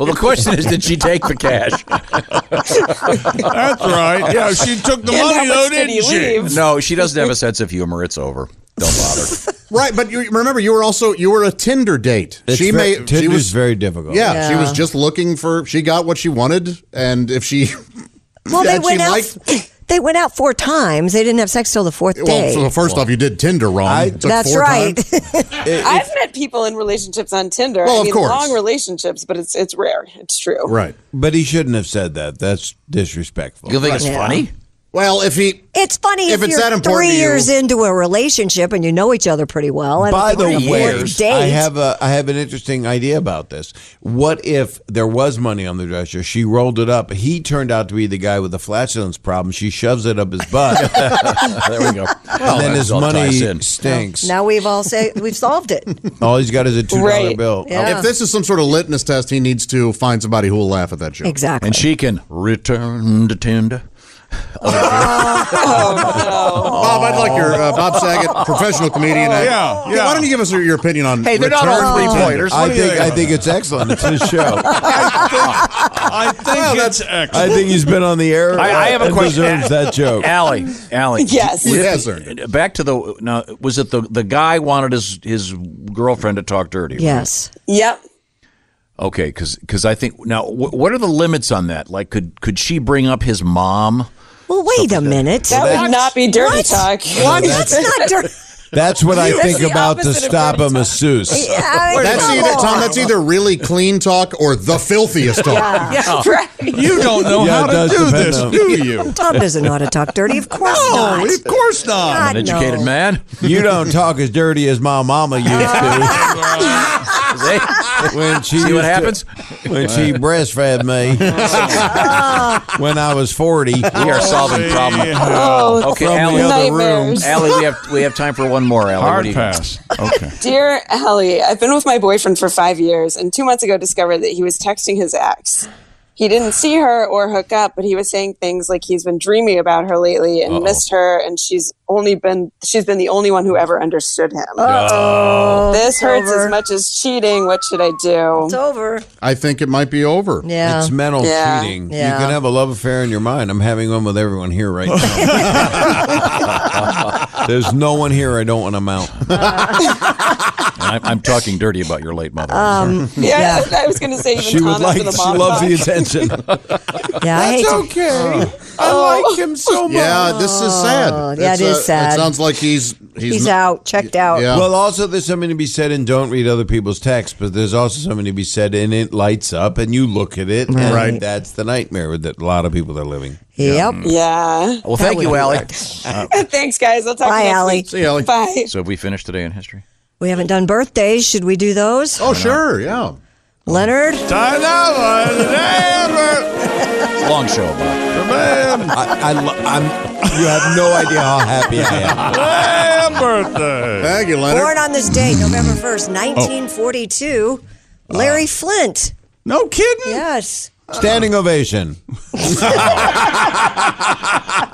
Speaker 6: well, the question is, did she take the cash?
Speaker 4: That's right. Yeah, she took the
Speaker 21: And how
Speaker 4: money
Speaker 21: much
Speaker 4: though,
Speaker 21: did he
Speaker 4: didn't she?
Speaker 21: leave?
Speaker 6: No, she doesn't have a sense of humor. It's over. Don't bother.
Speaker 5: Right, but you remember you were also you were a Tinder date.
Speaker 24: It's
Speaker 5: she
Speaker 24: ve-
Speaker 5: may she
Speaker 24: Tinder's
Speaker 5: was
Speaker 24: very difficult.
Speaker 5: Yeah, she
Speaker 7: Yeah.
Speaker 5: was just looking for she got what she wanted and if she
Speaker 7: Well, they
Speaker 5: had she
Speaker 7: went out.
Speaker 5: liked-
Speaker 7: They went out four times. They didn't have sex till the fourth
Speaker 5: well,
Speaker 7: day.
Speaker 5: so first off you did Tinder wrong. It took
Speaker 7: That's
Speaker 5: four
Speaker 7: right.
Speaker 5: times.
Speaker 21: I've met people in relationships on Tinder.
Speaker 5: Well,
Speaker 21: I
Speaker 5: of
Speaker 21: mean,
Speaker 5: course.
Speaker 21: long relationships, but it's it's rare. It's true.
Speaker 5: Right.
Speaker 24: But he shouldn't have said that. That's disrespectful.
Speaker 6: You think it's
Speaker 7: Yeah.
Speaker 6: funny?
Speaker 5: Well, if he
Speaker 7: It's funny if,
Speaker 5: If it's
Speaker 7: you're
Speaker 5: that important
Speaker 7: three
Speaker 5: to you-
Speaker 7: years into a relationship and you know each other pretty well. I don't
Speaker 24: By
Speaker 7: think
Speaker 24: the
Speaker 7: on a
Speaker 24: way,
Speaker 7: fourth date.
Speaker 24: I have a I have an interesting idea about this. What if there was money on the dresser? She rolled it up. He turned out to be the guy with the flatulence problem. She shoves it up his butt,
Speaker 6: there we go.
Speaker 24: and then his
Speaker 6: all ties
Speaker 24: money
Speaker 6: in.
Speaker 24: stinks.
Speaker 7: now we've all say we've solved it.
Speaker 24: All he's got is a two dollar
Speaker 7: Right.
Speaker 24: bill.
Speaker 7: Yeah.
Speaker 5: if this is some sort of litmus test, he needs to find somebody who will laugh at that joke.
Speaker 7: Exactly.
Speaker 6: And she can return to Tinder.
Speaker 5: Bob, I'd like your uh, Bob Saget, professional comedian.
Speaker 24: Oh,
Speaker 5: I-
Speaker 4: Yeah, yeah.
Speaker 5: Why don't you give us your, your opinion on?
Speaker 6: Hey, they're not
Speaker 5: return
Speaker 6: all
Speaker 5: to Tinder?
Speaker 6: three-pointers.
Speaker 24: I
Speaker 6: What do you
Speaker 24: think I
Speaker 6: think?
Speaker 24: think it's excellent. It's his show.
Speaker 4: I think that's uh, excellent.
Speaker 24: I think he's been on the air.
Speaker 6: I, I have a
Speaker 24: and
Speaker 6: question.
Speaker 24: Deserves that joke.
Speaker 6: Allie, Allie.
Speaker 21: Yes.
Speaker 6: was-
Speaker 5: Yes, sir.
Speaker 6: Back to the now. Was it the the guy wanted his his girlfriend to talk dirty? right?
Speaker 7: Yes.
Speaker 21: Yep.
Speaker 6: Okay, because I think now wh- what are the limits on that? Like, could could she bring up his mom?
Speaker 7: Well, wait a minute.
Speaker 21: That would not be dirty talk.
Speaker 7: What? That's not dirty.
Speaker 24: That's what I
Speaker 21: That's
Speaker 24: think
Speaker 21: the
Speaker 24: about to
Speaker 21: opposite of
Speaker 24: stop a
Speaker 21: dirty
Speaker 24: masseuse.
Speaker 7: I mean,
Speaker 5: That's
Speaker 7: come
Speaker 5: either Tom.
Speaker 7: on.
Speaker 5: That's either really clean talk or the filthiest talk. Oh.
Speaker 4: You don't know
Speaker 24: Yeah,
Speaker 4: how
Speaker 24: it
Speaker 4: to
Speaker 24: does
Speaker 4: do
Speaker 24: depend
Speaker 4: this,
Speaker 24: on-
Speaker 4: do you?
Speaker 7: Tom doesn't know how to talk dirty. Of course
Speaker 4: No,
Speaker 7: not.
Speaker 4: of course not.
Speaker 6: An
Speaker 7: God, no.
Speaker 6: educated man.
Speaker 24: You don't talk as dirty as my mama used to
Speaker 6: See?
Speaker 24: when she
Speaker 6: See what
Speaker 24: used to-
Speaker 6: happens?
Speaker 24: when she breastfed me when I was forty.
Speaker 6: We are solving problems.
Speaker 21: Oh,
Speaker 6: Okay,
Speaker 21: it's
Speaker 6: Allie.
Speaker 21: nightmares.
Speaker 6: Allie, we have we have time for one more. Allie, What do
Speaker 4: Hard
Speaker 6: you-
Speaker 4: pass. Okay.
Speaker 21: Dear Ellie, I've been with my boyfriend for five years, and two months ago discovered that he was texting his ex. He didn't see her or hook up, but he was saying things like he's been dreaming about her lately and missed her, and she's only been she's been the only one who ever understood him.
Speaker 7: Oh,
Speaker 21: this
Speaker 7: it's
Speaker 21: hurts
Speaker 7: over.
Speaker 21: as much as cheating. What should I do?
Speaker 7: It's over.
Speaker 5: I think it might be over.
Speaker 7: Yeah.
Speaker 24: It's mental
Speaker 21: Yeah.
Speaker 24: cheating.
Speaker 7: Yeah.
Speaker 24: You can have a love affair in your mind. I'm having one with everyone here right now. There's no one here I don't want to mount.
Speaker 6: I'm, I'm talking dirty about your late mother.
Speaker 7: Oh,
Speaker 21: Yeah, I was going to say even
Speaker 24: She would
Speaker 21: Tom
Speaker 24: like.
Speaker 21: for the
Speaker 24: She
Speaker 21: mom
Speaker 24: loves
Speaker 21: talk.
Speaker 24: the attention.
Speaker 7: Yeah, I hate to.
Speaker 24: okay. I like him so
Speaker 5: Yeah, this is sad.
Speaker 7: yeah, it is
Speaker 5: uh,
Speaker 7: sad.
Speaker 5: It sounds like he's he's,
Speaker 7: He's
Speaker 5: not-
Speaker 7: out. Checked out.
Speaker 5: Yeah.
Speaker 24: Uh, Well, also there's something to be said in don't read other people's texts, but there's also something to be said in it lights up and you look at it, and
Speaker 5: Right.
Speaker 24: that's the nightmare that a lot of people are living. Uh,
Speaker 7: Yep.
Speaker 21: Yeah.
Speaker 6: well, thank
Speaker 7: would
Speaker 6: you,
Speaker 7: be
Speaker 6: Allie.
Speaker 21: Thanks, guys. I'll talk
Speaker 7: Bye,
Speaker 21: to you next
Speaker 7: Allie.
Speaker 21: week.
Speaker 5: See, Ellie.
Speaker 21: Bye.
Speaker 6: So have we finished today in history?
Speaker 7: We haven't done birthdays. Should we do those?
Speaker 5: Oh, sure. Yeah.
Speaker 7: Leonard?
Speaker 4: Time out for the
Speaker 6: Long show, Bob.
Speaker 4: damn
Speaker 24: I, I, lo- I'm, you have no idea how happy I am.
Speaker 4: damn birthday.
Speaker 5: Thank you,
Speaker 7: Born
Speaker 5: Leonard.
Speaker 7: on this day, November 1st, 1942. Larry Flint.
Speaker 4: No kidding.
Speaker 7: Yes.
Speaker 24: Standing ovation.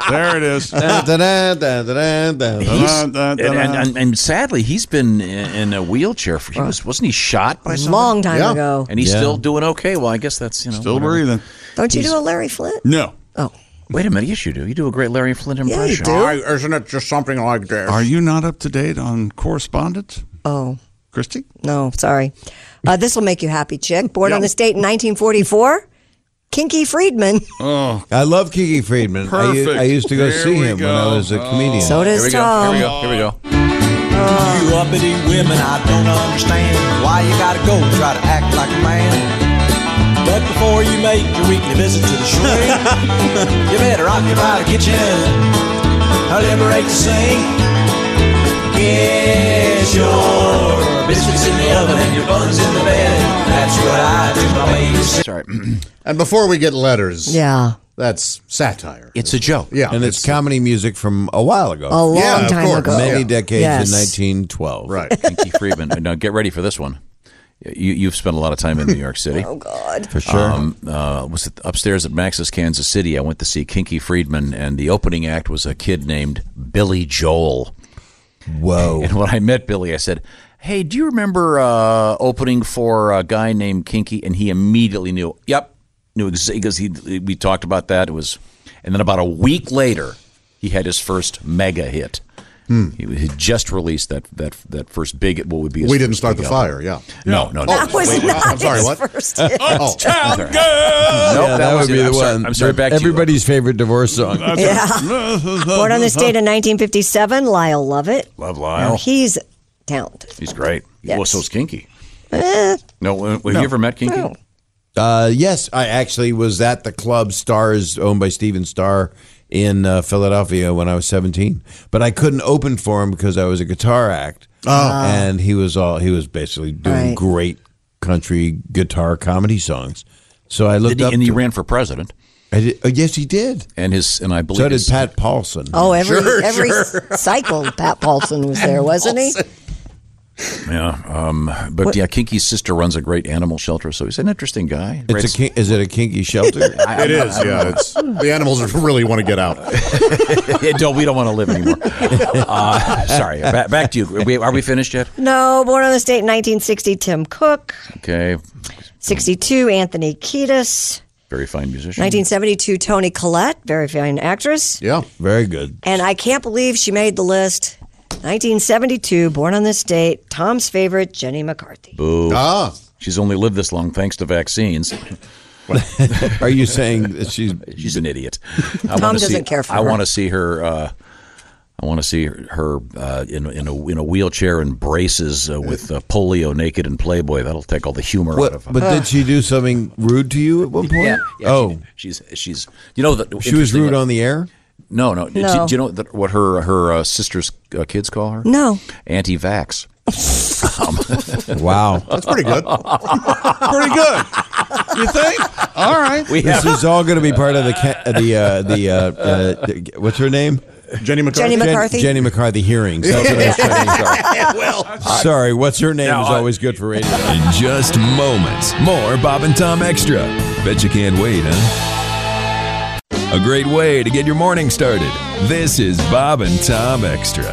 Speaker 4: There it is.
Speaker 24: Da, da, da, da, da, da,
Speaker 4: Uh,
Speaker 24: da.
Speaker 6: He's-
Speaker 4: And,
Speaker 6: and, and, and sadly, he's been in in a wheelchair for. He was, wasn't he shot by someone?
Speaker 7: Long time
Speaker 5: Yeah.
Speaker 7: ago.
Speaker 6: And he's
Speaker 24: Yeah.
Speaker 6: still doing okay. Well, I guess that's you know.
Speaker 4: Still
Speaker 6: whatever.
Speaker 4: breathing.
Speaker 7: Don't you do a Larry Flint?
Speaker 4: No.
Speaker 7: Oh.
Speaker 6: Wait a minute. Yes, you do. You do a great Larry Flint
Speaker 7: you
Speaker 6: impression.
Speaker 7: do.
Speaker 5: Why isn't it just something like this?
Speaker 4: Are you not up to date on correspondence,
Speaker 7: Oh,
Speaker 4: Christy?
Speaker 7: no. Oh, Sorry. Uh, this will make you happy, chick. Born on
Speaker 4: Yep.
Speaker 7: this date in 1944. Kinky Friedman.
Speaker 4: Oh,
Speaker 24: I love Kiki Friedman. I, u-
Speaker 4: Perfect.
Speaker 24: I used to go
Speaker 4: There
Speaker 24: see
Speaker 4: we
Speaker 24: him when
Speaker 4: go.
Speaker 24: I was a comedian.
Speaker 7: So
Speaker 6: Here we
Speaker 7: does
Speaker 6: go. Here
Speaker 7: Tom.
Speaker 6: we go. Here we go.
Speaker 2: You uppity women, I don't understand why you gotta go try to act like a man. But before you make your weekly visit to the shrink, you better occupy the kitchen. Or liberate the sink. Get your biscuits in the oven and your buns in the bed. That's what I do my babysit.
Speaker 5: Sorry. and before we get letters,
Speaker 7: Yeah.
Speaker 5: that's satire.
Speaker 6: It's a joke.
Speaker 5: Yeah,
Speaker 24: and it's, comedy music from a while ago,
Speaker 7: A long Yeah, of time course. ago.
Speaker 24: many
Speaker 7: Yeah.
Speaker 24: decades
Speaker 7: Yes.
Speaker 24: in 1912.
Speaker 5: Right.
Speaker 6: Pinky Friedman. Now get ready for this one. You, you've spent a lot of time in New York City. oh
Speaker 7: God,
Speaker 24: For sure.
Speaker 6: Um, uh, was it upstairs at Max's Kansas City? I went to see Kinky Friedman, and the opening act was a kid named Billy Joel.
Speaker 24: Whoa!
Speaker 6: And when I met Billy, I said, "Hey, do you remember uh, opening for a guy named Kinky?" And he immediately knew. Yep, knew exactly because he we talked about that. It was, and then about a week later, he had his first mega hit.
Speaker 5: Hmm.
Speaker 6: He He had just released that that that first big what would be. His
Speaker 5: We
Speaker 6: first
Speaker 5: didn't start
Speaker 6: big
Speaker 5: the
Speaker 6: album.
Speaker 5: fire, yeah.
Speaker 6: No, no, no.
Speaker 5: That was
Speaker 6: Wait, wait,
Speaker 5: not I'm sorry, his what? first hit. Oh.
Speaker 6: I'm sorry. Nope,
Speaker 24: yeah, that,
Speaker 6: was
Speaker 24: would be
Speaker 6: it.
Speaker 24: the
Speaker 6: I'm
Speaker 24: one.
Speaker 6: sorry. I'm sorry. Back to you.
Speaker 24: everybody's favorite divorce song.
Speaker 7: Yeah. Born on this date in 1957, Lyle Lovett.
Speaker 6: Love Lyle.
Speaker 7: Now, he's talented.
Speaker 6: He's great.
Speaker 7: Yes.
Speaker 6: Well, so's Kinky.
Speaker 7: Eh,
Speaker 6: No, uh, have
Speaker 24: No.
Speaker 6: you ever met Kinky?
Speaker 7: No.
Speaker 24: Uh, yes, I actually was at the club Stars, owned by Steven Starr, in uh, Philadelphia when I was 17. But I couldn't open for him because I was a guitar act.
Speaker 5: Oh.
Speaker 24: and he was all he was basically doing
Speaker 5: Right.
Speaker 24: great country guitar comedy songs. So I looked
Speaker 6: Did he-
Speaker 24: up,
Speaker 6: and he
Speaker 24: to-
Speaker 6: ran for president.
Speaker 24: I did, oh, yes, he did.
Speaker 6: And his and I believe
Speaker 24: So did
Speaker 6: his-
Speaker 24: Pat Paulson.
Speaker 7: Oh, every every cycle, Pat Paulson was there, wasn't he?
Speaker 6: Yeah, um, but
Speaker 7: What-
Speaker 6: yeah, Kinky's sister runs a great animal shelter, so he's an interesting guy. Great
Speaker 24: It's a kin- is it a kinky shelter?
Speaker 6: I-
Speaker 5: It
Speaker 6: I'm
Speaker 5: is,
Speaker 6: not- I'm
Speaker 5: yeah.
Speaker 6: not-
Speaker 5: It's, the animals are- really want to get out.
Speaker 6: Yeah, don't we don't want to live anymore. Uh, sorry, back, back to you. Are we, are we finished yet?
Speaker 7: No, born on this date in 1960, Tim Cook.
Speaker 6: Okay,
Speaker 7: 62, Anthony Kiedis.
Speaker 6: very fine musician.
Speaker 7: 1972, Tony Collette, very fine actress.
Speaker 5: Yeah,
Speaker 24: very good.
Speaker 7: And I can't believe she made the list. 1972, born on this date, Tom's favorite, Jenny McCarthy.
Speaker 6: Boo.
Speaker 5: Ah.
Speaker 6: She's only lived this long thanks to vaccines.
Speaker 24: Are you saying that she's
Speaker 6: she's an idiot?
Speaker 7: Tom
Speaker 6: wanna
Speaker 7: doesn't
Speaker 6: see,
Speaker 7: care for
Speaker 6: I
Speaker 7: her.
Speaker 6: want to see her. Uh, I want to see her uh, in in a, in a wheelchair and braces uh, with uh, polio, naked and Playboy. That'll take all the humor out
Speaker 24: What,
Speaker 6: of her.
Speaker 24: but did she do something rude to you at one point?
Speaker 6: Yeah. yeah,
Speaker 24: oh,
Speaker 6: she did. she's she's you know that
Speaker 24: she was rude on the air.
Speaker 6: No, no. Do-
Speaker 24: No.
Speaker 6: Do, you know that, what her her uh, sister's uh, kids call her?
Speaker 7: No.
Speaker 6: Anti-vax. Um,
Speaker 24: wow,
Speaker 5: that's pretty good.
Speaker 4: Pretty good. You think? All right.
Speaker 24: this is all going to be part of the ca- uh, the uh, the, uh, uh, the- what's her name?
Speaker 5: Jenny
Speaker 7: McCarthy. Jenny McCarthy.
Speaker 24: Jenny McCarthy hearings. That's what I was trying to- sorry. Sorry, what's her name
Speaker 13: Now,
Speaker 24: is
Speaker 13: I-
Speaker 24: always good for radio.
Speaker 13: In just moments, more Bob and Tom Extra. Bet you can't wait, huh? A great way to get your morning started. This is Bob and Tom Extra.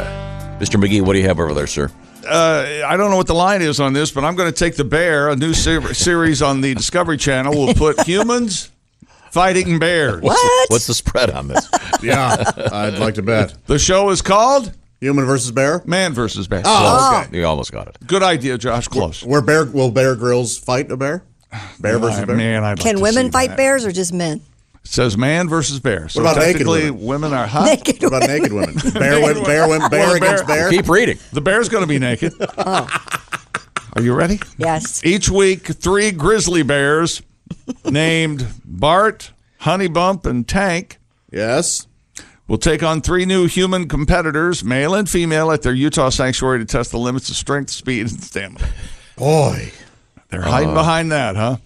Speaker 6: Mr. McGee, what do you have over there, sir?
Speaker 4: uh, I don't know what the line is on this, but I'm going to take the bear, a new ser- series on the Discovery Channel. We'll put humans fighting bears.
Speaker 6: What? What's the spread on this?
Speaker 5: Yeah, I'd like to bet.
Speaker 4: The show is called
Speaker 5: Human versus Bear.
Speaker 4: Man versus Bear.
Speaker 5: Oh,
Speaker 4: Close.
Speaker 5: okay.
Speaker 6: You almost got it.
Speaker 4: Good idea, Josh. Close.
Speaker 5: Where bear will Bear Grylls fight a bear? Bear versus
Speaker 4: Right,
Speaker 5: bear.
Speaker 4: Man, I'd like
Speaker 7: Can
Speaker 4: to see
Speaker 7: women fight
Speaker 4: that.
Speaker 7: bears or just men?
Speaker 4: It says man versus bear. So
Speaker 5: What about naked
Speaker 4: technically, women? are hot.
Speaker 7: Naked
Speaker 5: What about naked women? Bear, women, bear, women, bear
Speaker 4: Well,
Speaker 5: against Oh. bear.
Speaker 6: Keep reading.
Speaker 4: The bear's going to be naked. Are you ready?
Speaker 7: Yes.
Speaker 4: Each week, three grizzly bears named Bart, Honeybump, and Tank.
Speaker 5: Yes.
Speaker 4: Will take on three new human competitors, male and female, at their Utah sanctuary to test the limits of strength, speed, and stamina.
Speaker 5: Boy,
Speaker 4: They're hiding
Speaker 5: uh,
Speaker 4: behind that, huh?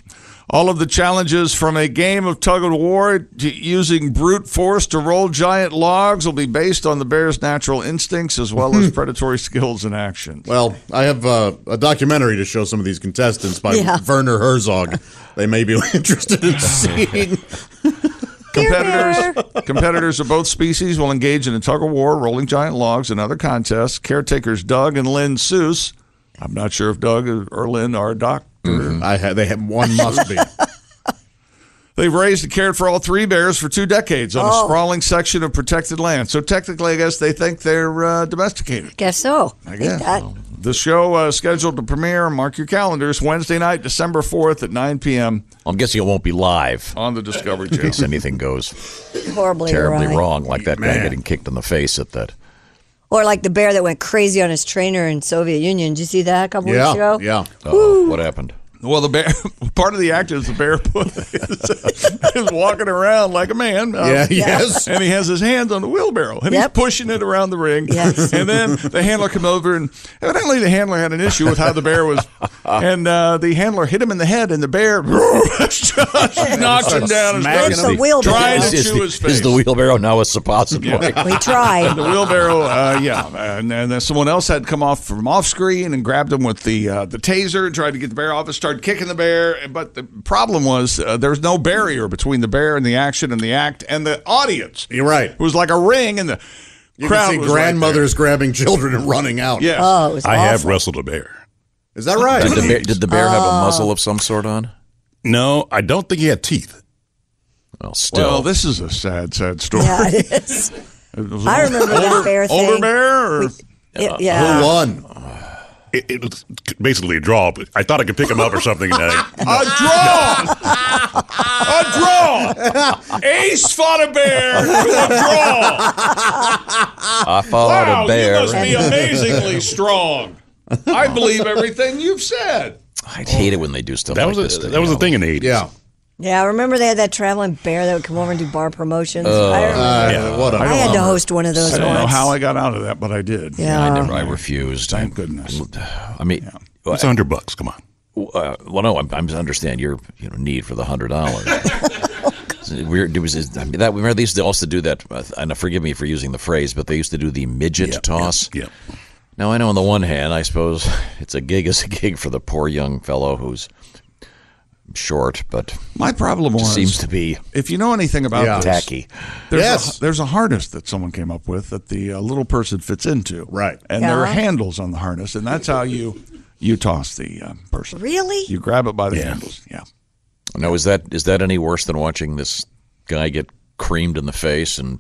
Speaker 4: All of the challenges from a game of tug of war to using brute force to roll giant logs will be based on the bear's natural instincts as well as predatory skills and actions.
Speaker 5: Well, I have uh, a documentary to show some of these contestants by
Speaker 7: Yeah.
Speaker 5: Werner Herzog. They may be interested in seeing.
Speaker 4: Competitors, competitors of both species will engage in a tug of war, rolling giant logs, and other contests. Caretakers Doug and Lynn Seuss. I'm not sure if Doug or Lynn are a doctor.
Speaker 5: Mm-hmm. I ha- they have one must be.
Speaker 4: They've raised and cared for all three bears for two decades on a
Speaker 7: Oh.
Speaker 4: sprawling section of protected land. So technically, I guess they think they're uh, domesticated.
Speaker 7: Guess so. I
Speaker 4: guess.
Speaker 7: That.
Speaker 4: The show uh, scheduled to premiere. Mark your calendars Wednesday night, December fourth at nine p.m.
Speaker 6: I'm guessing it won't be live
Speaker 4: on the Discovery
Speaker 6: in
Speaker 4: Channel.
Speaker 6: case anything goes
Speaker 7: Horribly
Speaker 6: terribly
Speaker 7: awry.
Speaker 6: wrong, like that guy getting kicked in the face at that.
Speaker 7: Or like the bear that went crazy on his trainer in Soviet Union. Did you see that a couple weeks ago?
Speaker 6: Oh, what happened?
Speaker 4: Well, the bear part of the act is the barefoot is, is walking around like a man. uh,
Speaker 9: Yeah, yes.
Speaker 4: And he has his hands on the wheelbarrow and he's pushing it around the ring.
Speaker 9: Yes.
Speaker 4: And then the handler came over and evidently the handler had an issue with how the bear was, and uh, the handler hit him in the head and the bear knocks him down
Speaker 6: Smacking
Speaker 4: and starts
Speaker 6: him.
Speaker 4: trying
Speaker 6: Is-
Speaker 4: to
Speaker 6: is
Speaker 4: chew
Speaker 6: the-
Speaker 4: his face.
Speaker 6: Is the wheelbarrow now a suppository?
Speaker 4: Yeah. And the wheelbarrow, uh, yeah. And, and then someone else had come off from off screen and grabbed him with the uh, the taser and tried to get the bear off and started kicking the bear. But the problem was uh, there was no barrier between the bear and the action and the act and the audience. You're right. It was like a ring and the
Speaker 5: You
Speaker 4: crowd
Speaker 5: can see
Speaker 4: was right
Speaker 5: grandmothers grabbing children and running out.
Speaker 4: Yes.
Speaker 5: Oh,
Speaker 10: I have wrestled a bear.
Speaker 5: Is that right?
Speaker 6: Did the bear, did the bear have a
Speaker 7: Uh,
Speaker 6: muzzle of some sort on?
Speaker 10: No, I don't think he had teeth.
Speaker 6: Well,
Speaker 4: still. Well, this is a sad, sad story.
Speaker 7: Yeah, it is. I remember that
Speaker 10: Older-
Speaker 7: bear thing.
Speaker 10: older bear or-
Speaker 7: It- yeah. Who
Speaker 5: won?
Speaker 10: It, it was basically a draw, but I thought I could pick him up or something. And I,
Speaker 4: A draw! a draw! Ace fought a bear with a draw!
Speaker 13: Ah,
Speaker 6: I followed
Speaker 4: Wow,
Speaker 6: a bear.
Speaker 4: you must be amazingly strong. I believe everything you've said.
Speaker 6: I'd hate it when they do stuff
Speaker 10: That
Speaker 6: like
Speaker 10: was
Speaker 6: this.
Speaker 10: a- that was a thing in the
Speaker 6: 80s. Yeah.
Speaker 7: Yeah, I remember they had that traveling bear that would come over and do bar promotions.
Speaker 5: Uh,
Speaker 7: I, remember.
Speaker 4: what
Speaker 7: I had to host one of those
Speaker 4: I don't know
Speaker 7: once.
Speaker 4: how I got out of that, but I did.
Speaker 7: Yeah. Yeah,
Speaker 6: I never. I refused. Thank goodness. I mean,
Speaker 10: it's hundred bucks. Come on.
Speaker 6: Uh, well, no, I'm, I'm I understand your you know need for the hundred dollars. Weird. It was, I mean, that remember they used to also do that. uh, And forgive me for using the phrase, but they used to do the midget toss.
Speaker 10: Yep.
Speaker 6: Now I know on the one hand, I suppose it's a gig is a gig for the poor young fellow who's short, but
Speaker 4: my problem was-
Speaker 6: seems to be
Speaker 4: If you know anything about
Speaker 6: Yeah.
Speaker 4: this,
Speaker 6: Tacky.
Speaker 4: There's
Speaker 6: Yes.
Speaker 4: a, there's a harness that someone came up with that the uh, little person fits into. Right, and there are
Speaker 7: Yeah.
Speaker 4: handles on the harness, and that's how you you toss the uh, person.
Speaker 7: Really?
Speaker 4: You grab it by the handles. Yeah.
Speaker 6: Now is that is that any worse than watching this guy get creamed in the face and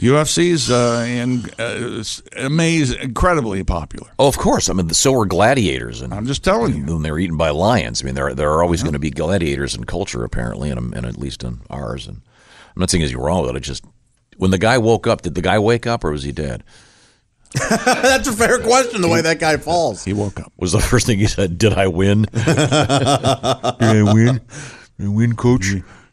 Speaker 4: UFC's uh, in, uh, s- amazing, incredibly popular.
Speaker 6: Oh, of course. I mean, so were gladiators, and
Speaker 4: I'm just telling you,
Speaker 6: when they were eaten by lions. I mean, there there are always going to be gladiators in culture, apparently, and, and at least in ours. And I'm not saying anything wrong with it. I just when the guy woke up, did the guy wake up or was he dead?
Speaker 5: That's a fair question. The way that guy falls.
Speaker 4: He woke up.
Speaker 6: Was the first thing he said, "Did I win? did
Speaker 5: I
Speaker 6: win? Did I win, coach?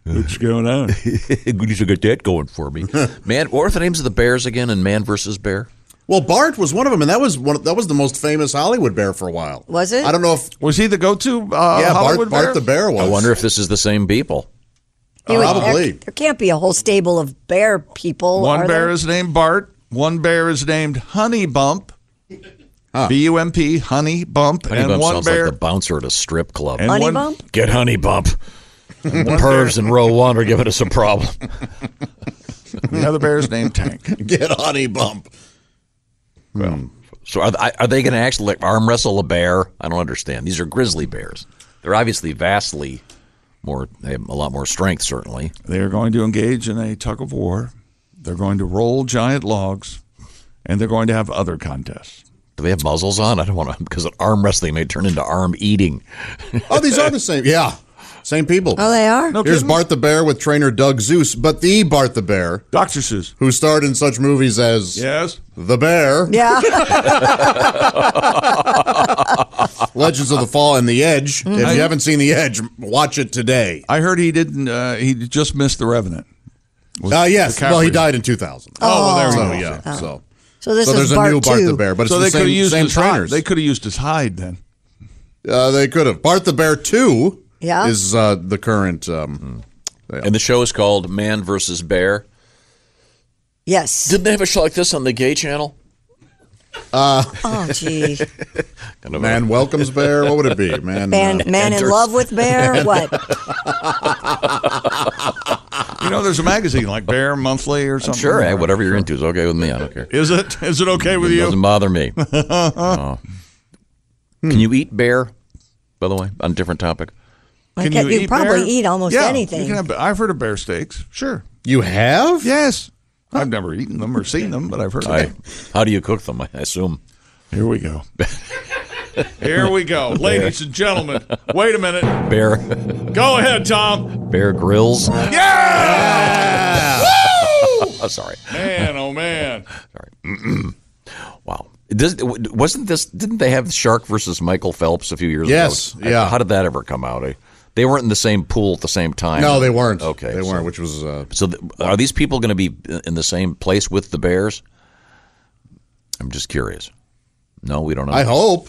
Speaker 4: What's going on?
Speaker 6: At least I got that going for me." Man, what are the names of the bears again? And man versus bear.
Speaker 5: Well, Bart was one of them, and that was one. That was the most famous Hollywood bear for a while.
Speaker 7: Was it?
Speaker 5: I don't know if
Speaker 4: was he the go-to. Uh,
Speaker 5: yeah, Bart, Bart the bear was.
Speaker 6: I wonder if this is the same people.
Speaker 7: He would- there-
Speaker 4: Probably.
Speaker 7: There, can't be a whole stable of bear people.
Speaker 4: One
Speaker 7: Oh, are
Speaker 4: bear
Speaker 7: there?
Speaker 4: is named Bart. One bear is named Honey Bump. B U M P, Honey Bump.
Speaker 6: Honey
Speaker 4: and
Speaker 6: Bump
Speaker 4: one
Speaker 6: sounds
Speaker 4: bear.
Speaker 6: like the bouncer at a strip club.
Speaker 4: And Honey one- Bump?
Speaker 6: Get Honey Bump.
Speaker 4: And
Speaker 6: The
Speaker 4: one
Speaker 6: pervs in row one are giving us a problem.
Speaker 4: the other bear is named Tank.
Speaker 5: Get Honey Bump.
Speaker 4: Well,
Speaker 6: so are, th- are they going to actually like, arm wrestle a bear? I don't understand. These are grizzly bears. They're obviously vastly more. They have a lot more strength, certainly.
Speaker 4: They are going to engage in a tug of war. They're going to roll giant logs, and they're going to have other contests.
Speaker 6: Do they have muzzles on? I don't want to because arm wrestling may turn into arm eating.
Speaker 5: Oh, these are the same. Yeah, same people.
Speaker 7: Oh, they are.
Speaker 5: Here's Bart the Bear with trainer Doug Zeus, but the Bart the Bear,
Speaker 4: Doctor Seuss,
Speaker 5: who starred in such movies as
Speaker 4: Yes,
Speaker 5: The Bear,
Speaker 7: Yeah.
Speaker 5: Legends of the Fall, and The Edge. If you haven't seen The Edge, watch it today.
Speaker 4: Mm-hmm. I heard he didn't. Uh, he just missed the Revenant.
Speaker 5: Uh, yes. Well, he
Speaker 4: DiCaprio.
Speaker 5: died in 2000.
Speaker 4: Oh, well, there
Speaker 5: so,
Speaker 4: we go.
Speaker 5: Yeah, so.
Speaker 7: So this
Speaker 5: so
Speaker 7: is
Speaker 5: there's
Speaker 7: Bart
Speaker 5: a new Bart
Speaker 7: two.
Speaker 5: the Bear, but it's
Speaker 4: so
Speaker 5: the
Speaker 4: they could
Speaker 5: same,
Speaker 4: have used
Speaker 5: same
Speaker 4: his hide.
Speaker 5: trainers.
Speaker 4: They could have used his hide then.
Speaker 5: Uh, they could have. Bart the Bear 2
Speaker 7: Yeah.
Speaker 5: is uh, the current. Um,
Speaker 6: And the show is called Man versus Bear.
Speaker 7: Yes.
Speaker 6: Didn't they have a show like this on the Gay Channel?
Speaker 5: Uh,
Speaker 7: Oh, gee.
Speaker 5: man welcomes bear. What would it be? Man,
Speaker 7: Man,
Speaker 5: uh,
Speaker 7: man in
Speaker 5: enters-
Speaker 7: love with bear. What?
Speaker 4: You know, there's a magazine like Bear Monthly or something.
Speaker 6: Sure, hey, whatever you're into is okay with me. I don't care.
Speaker 4: Is it? Is it okay with
Speaker 6: it
Speaker 4: you?
Speaker 6: Doesn't bother me. No. Can you eat bear? By the way, on a different topic.
Speaker 7: I can't- you probably eat almost
Speaker 4: yeah,
Speaker 7: anything.
Speaker 4: You can have, I've heard of bear steaks. Sure.
Speaker 5: You have?
Speaker 4: Yes. I've never eaten them or seen them, but I've heard of
Speaker 6: I,
Speaker 4: them.
Speaker 6: how do you cook them? I assume.
Speaker 4: Here we go. Here we go. Ladies and gentlemen, wait a minute.
Speaker 6: Bear,
Speaker 4: Go ahead, Tom.
Speaker 6: bear grills.
Speaker 4: Yeah! Woo!
Speaker 6: Sorry.
Speaker 4: Man, oh man.
Speaker 6: Sorry. wow. Does, wasn't this? Didn't they have Shark versus Michael Phelps a few years
Speaker 5: Yes,
Speaker 6: ago?
Speaker 5: yeah.
Speaker 6: How did that ever come out? I- They weren't in the same pool at the same time.
Speaker 5: No, they weren't.
Speaker 6: Okay,
Speaker 5: They weren't,
Speaker 6: so-
Speaker 5: which was, uh,
Speaker 6: so, th- are these people going to be uh, in the same place with the Bears? I'm just curious. No, we don't know.
Speaker 5: I hope.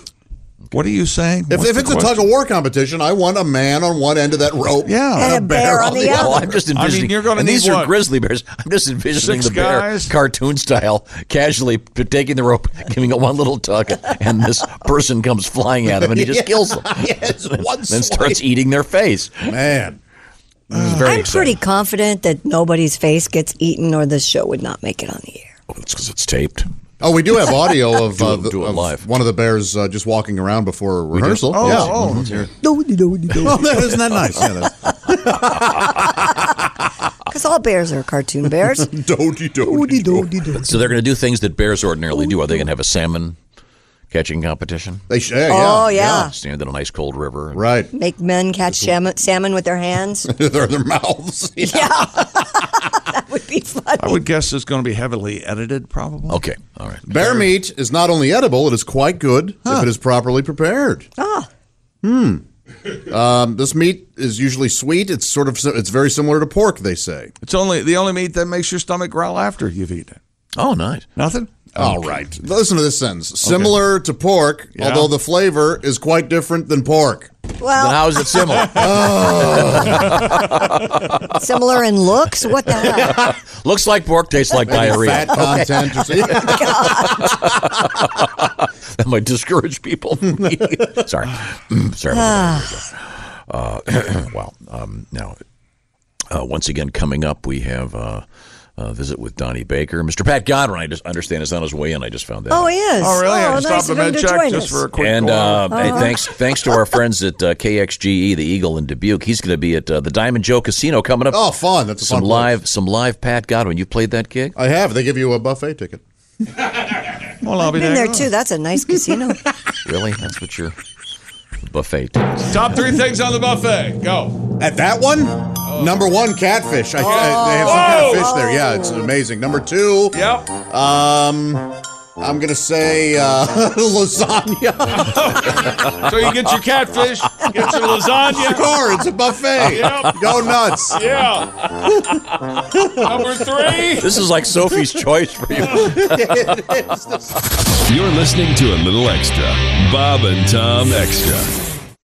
Speaker 4: What are you saying?
Speaker 5: If, if it's a tug of war competition, I want a man on one end of that rope.
Speaker 4: Yeah.
Speaker 5: And a bear on the
Speaker 6: Well,
Speaker 5: other.
Speaker 6: I'm just envisioning.
Speaker 5: you're gonna
Speaker 6: and these
Speaker 5: need
Speaker 6: are
Speaker 5: what?
Speaker 6: grizzly bears. I'm just envisioning
Speaker 5: Six
Speaker 6: the bear
Speaker 5: guys?
Speaker 6: cartoon style, casually p- taking the rope, giving it one little tug, and this person comes flying at him, and he just
Speaker 7: Yeah.
Speaker 6: kills them.
Speaker 7: Yes,
Speaker 6: and
Speaker 7: one
Speaker 6: then starts
Speaker 7: swipe.
Speaker 6: eating their face.
Speaker 5: Man,
Speaker 6: this is very
Speaker 7: I'm
Speaker 6: exciting.
Speaker 7: pretty confident that nobody's face gets eaten, or this show would not make it on the air.
Speaker 6: It's because it's taped.
Speaker 5: Oh, we do have audio of,
Speaker 6: Do
Speaker 5: uh,
Speaker 6: it-
Speaker 5: the-
Speaker 6: do it
Speaker 5: of
Speaker 6: live.
Speaker 5: one of the bears uh, just walking around before
Speaker 6: do?
Speaker 5: rehearsal.
Speaker 6: Oh,
Speaker 5: yeah.
Speaker 6: oh,
Speaker 5: Mhm.
Speaker 6: let's hear it.
Speaker 7: No, you don't, you don't.
Speaker 5: Oh, that- isn't that nice? Yeah, that's-
Speaker 7: Because all bears are cartoon bears.
Speaker 5: Doody
Speaker 7: doody doody doody.
Speaker 6: So they're going to do things that bears ordinarily do. Are they going to have a salmon catching competition?
Speaker 5: They should. Yeah,
Speaker 7: Oh, yeah. yeah.
Speaker 6: Stand in an ice cold river.
Speaker 5: Right.
Speaker 7: Make men catch salmon, salmon with their hands.
Speaker 5: their, their mouths. Yeah.
Speaker 4: I would guess it's going to be heavily edited, probably.
Speaker 6: Okay. All right.
Speaker 5: Bear meat is not only edible, it is quite good if it is properly prepared.
Speaker 7: Ah.
Speaker 5: Hmm. Um, this meat is usually sweet. It's sort of si- it's very similar to pork, they say.
Speaker 4: It's only the only meat that makes your stomach growl after you've eaten it.
Speaker 6: Oh, nice.
Speaker 4: Nothing?
Speaker 5: All
Speaker 4: Okay.
Speaker 5: right. Listen to this sentence. Similar to pork,
Speaker 4: Yeah.
Speaker 5: although the flavor is quite different than pork. Uh,
Speaker 7: Well,
Speaker 6: how is it similar?
Speaker 7: Similar in looks? What the hell?
Speaker 6: Looks like pork, tastes like
Speaker 5: Maybe
Speaker 6: diarrhea.
Speaker 5: fat content or something.
Speaker 6: that might discourage people. from eating. Sorry. Mm, Sorry.
Speaker 9: Ah.
Speaker 6: about that. uh, well, um, now, uh, once again, coming up, we have uh, a visit with Donnie Baker. Mr. Pat Godwin, I just understand, is on his way in. I just found that.
Speaker 7: Oh,
Speaker 6: out.
Speaker 7: he is.
Speaker 4: Oh, really? I
Speaker 7: Oh,
Speaker 4: can stop
Speaker 7: nice of
Speaker 4: him
Speaker 7: him
Speaker 4: and
Speaker 7: to
Speaker 4: check
Speaker 7: join
Speaker 4: just
Speaker 7: us.
Speaker 4: for a quick
Speaker 6: and uh,
Speaker 7: call.
Speaker 6: hey,
Speaker 7: Uh-huh.
Speaker 6: thanks thanks to our friends at uh, KXGE, the Eagle in Dubuque. He's going to be at uh, the Diamond Joe Casino coming up.
Speaker 5: Oh, fun. That's a
Speaker 6: some
Speaker 5: fun place.
Speaker 6: live some live Pat Godwin. You played that gig?
Speaker 5: I have. They give you a buffet ticket.
Speaker 4: Well,
Speaker 7: I've been there too. That's a nice casino.
Speaker 6: Really? That's what your buffet.
Speaker 4: Top three things on the buffet. Go.
Speaker 5: At that one, number one, catfish. I, I- they have
Speaker 4: Oh.
Speaker 5: some catfish there. Yeah, it's amazing. Number two.
Speaker 4: Yep.
Speaker 5: Um, I'm gonna say uh, lasagna.
Speaker 4: So you get your catfish, get your lasagna.
Speaker 5: Sure, it's a buffet.
Speaker 4: Yep.
Speaker 5: Go nuts.
Speaker 4: Yeah. Number three.
Speaker 6: This is like Sophie's Choice for you.
Speaker 13: You're listening to a little extra. Bob and Tom Extra.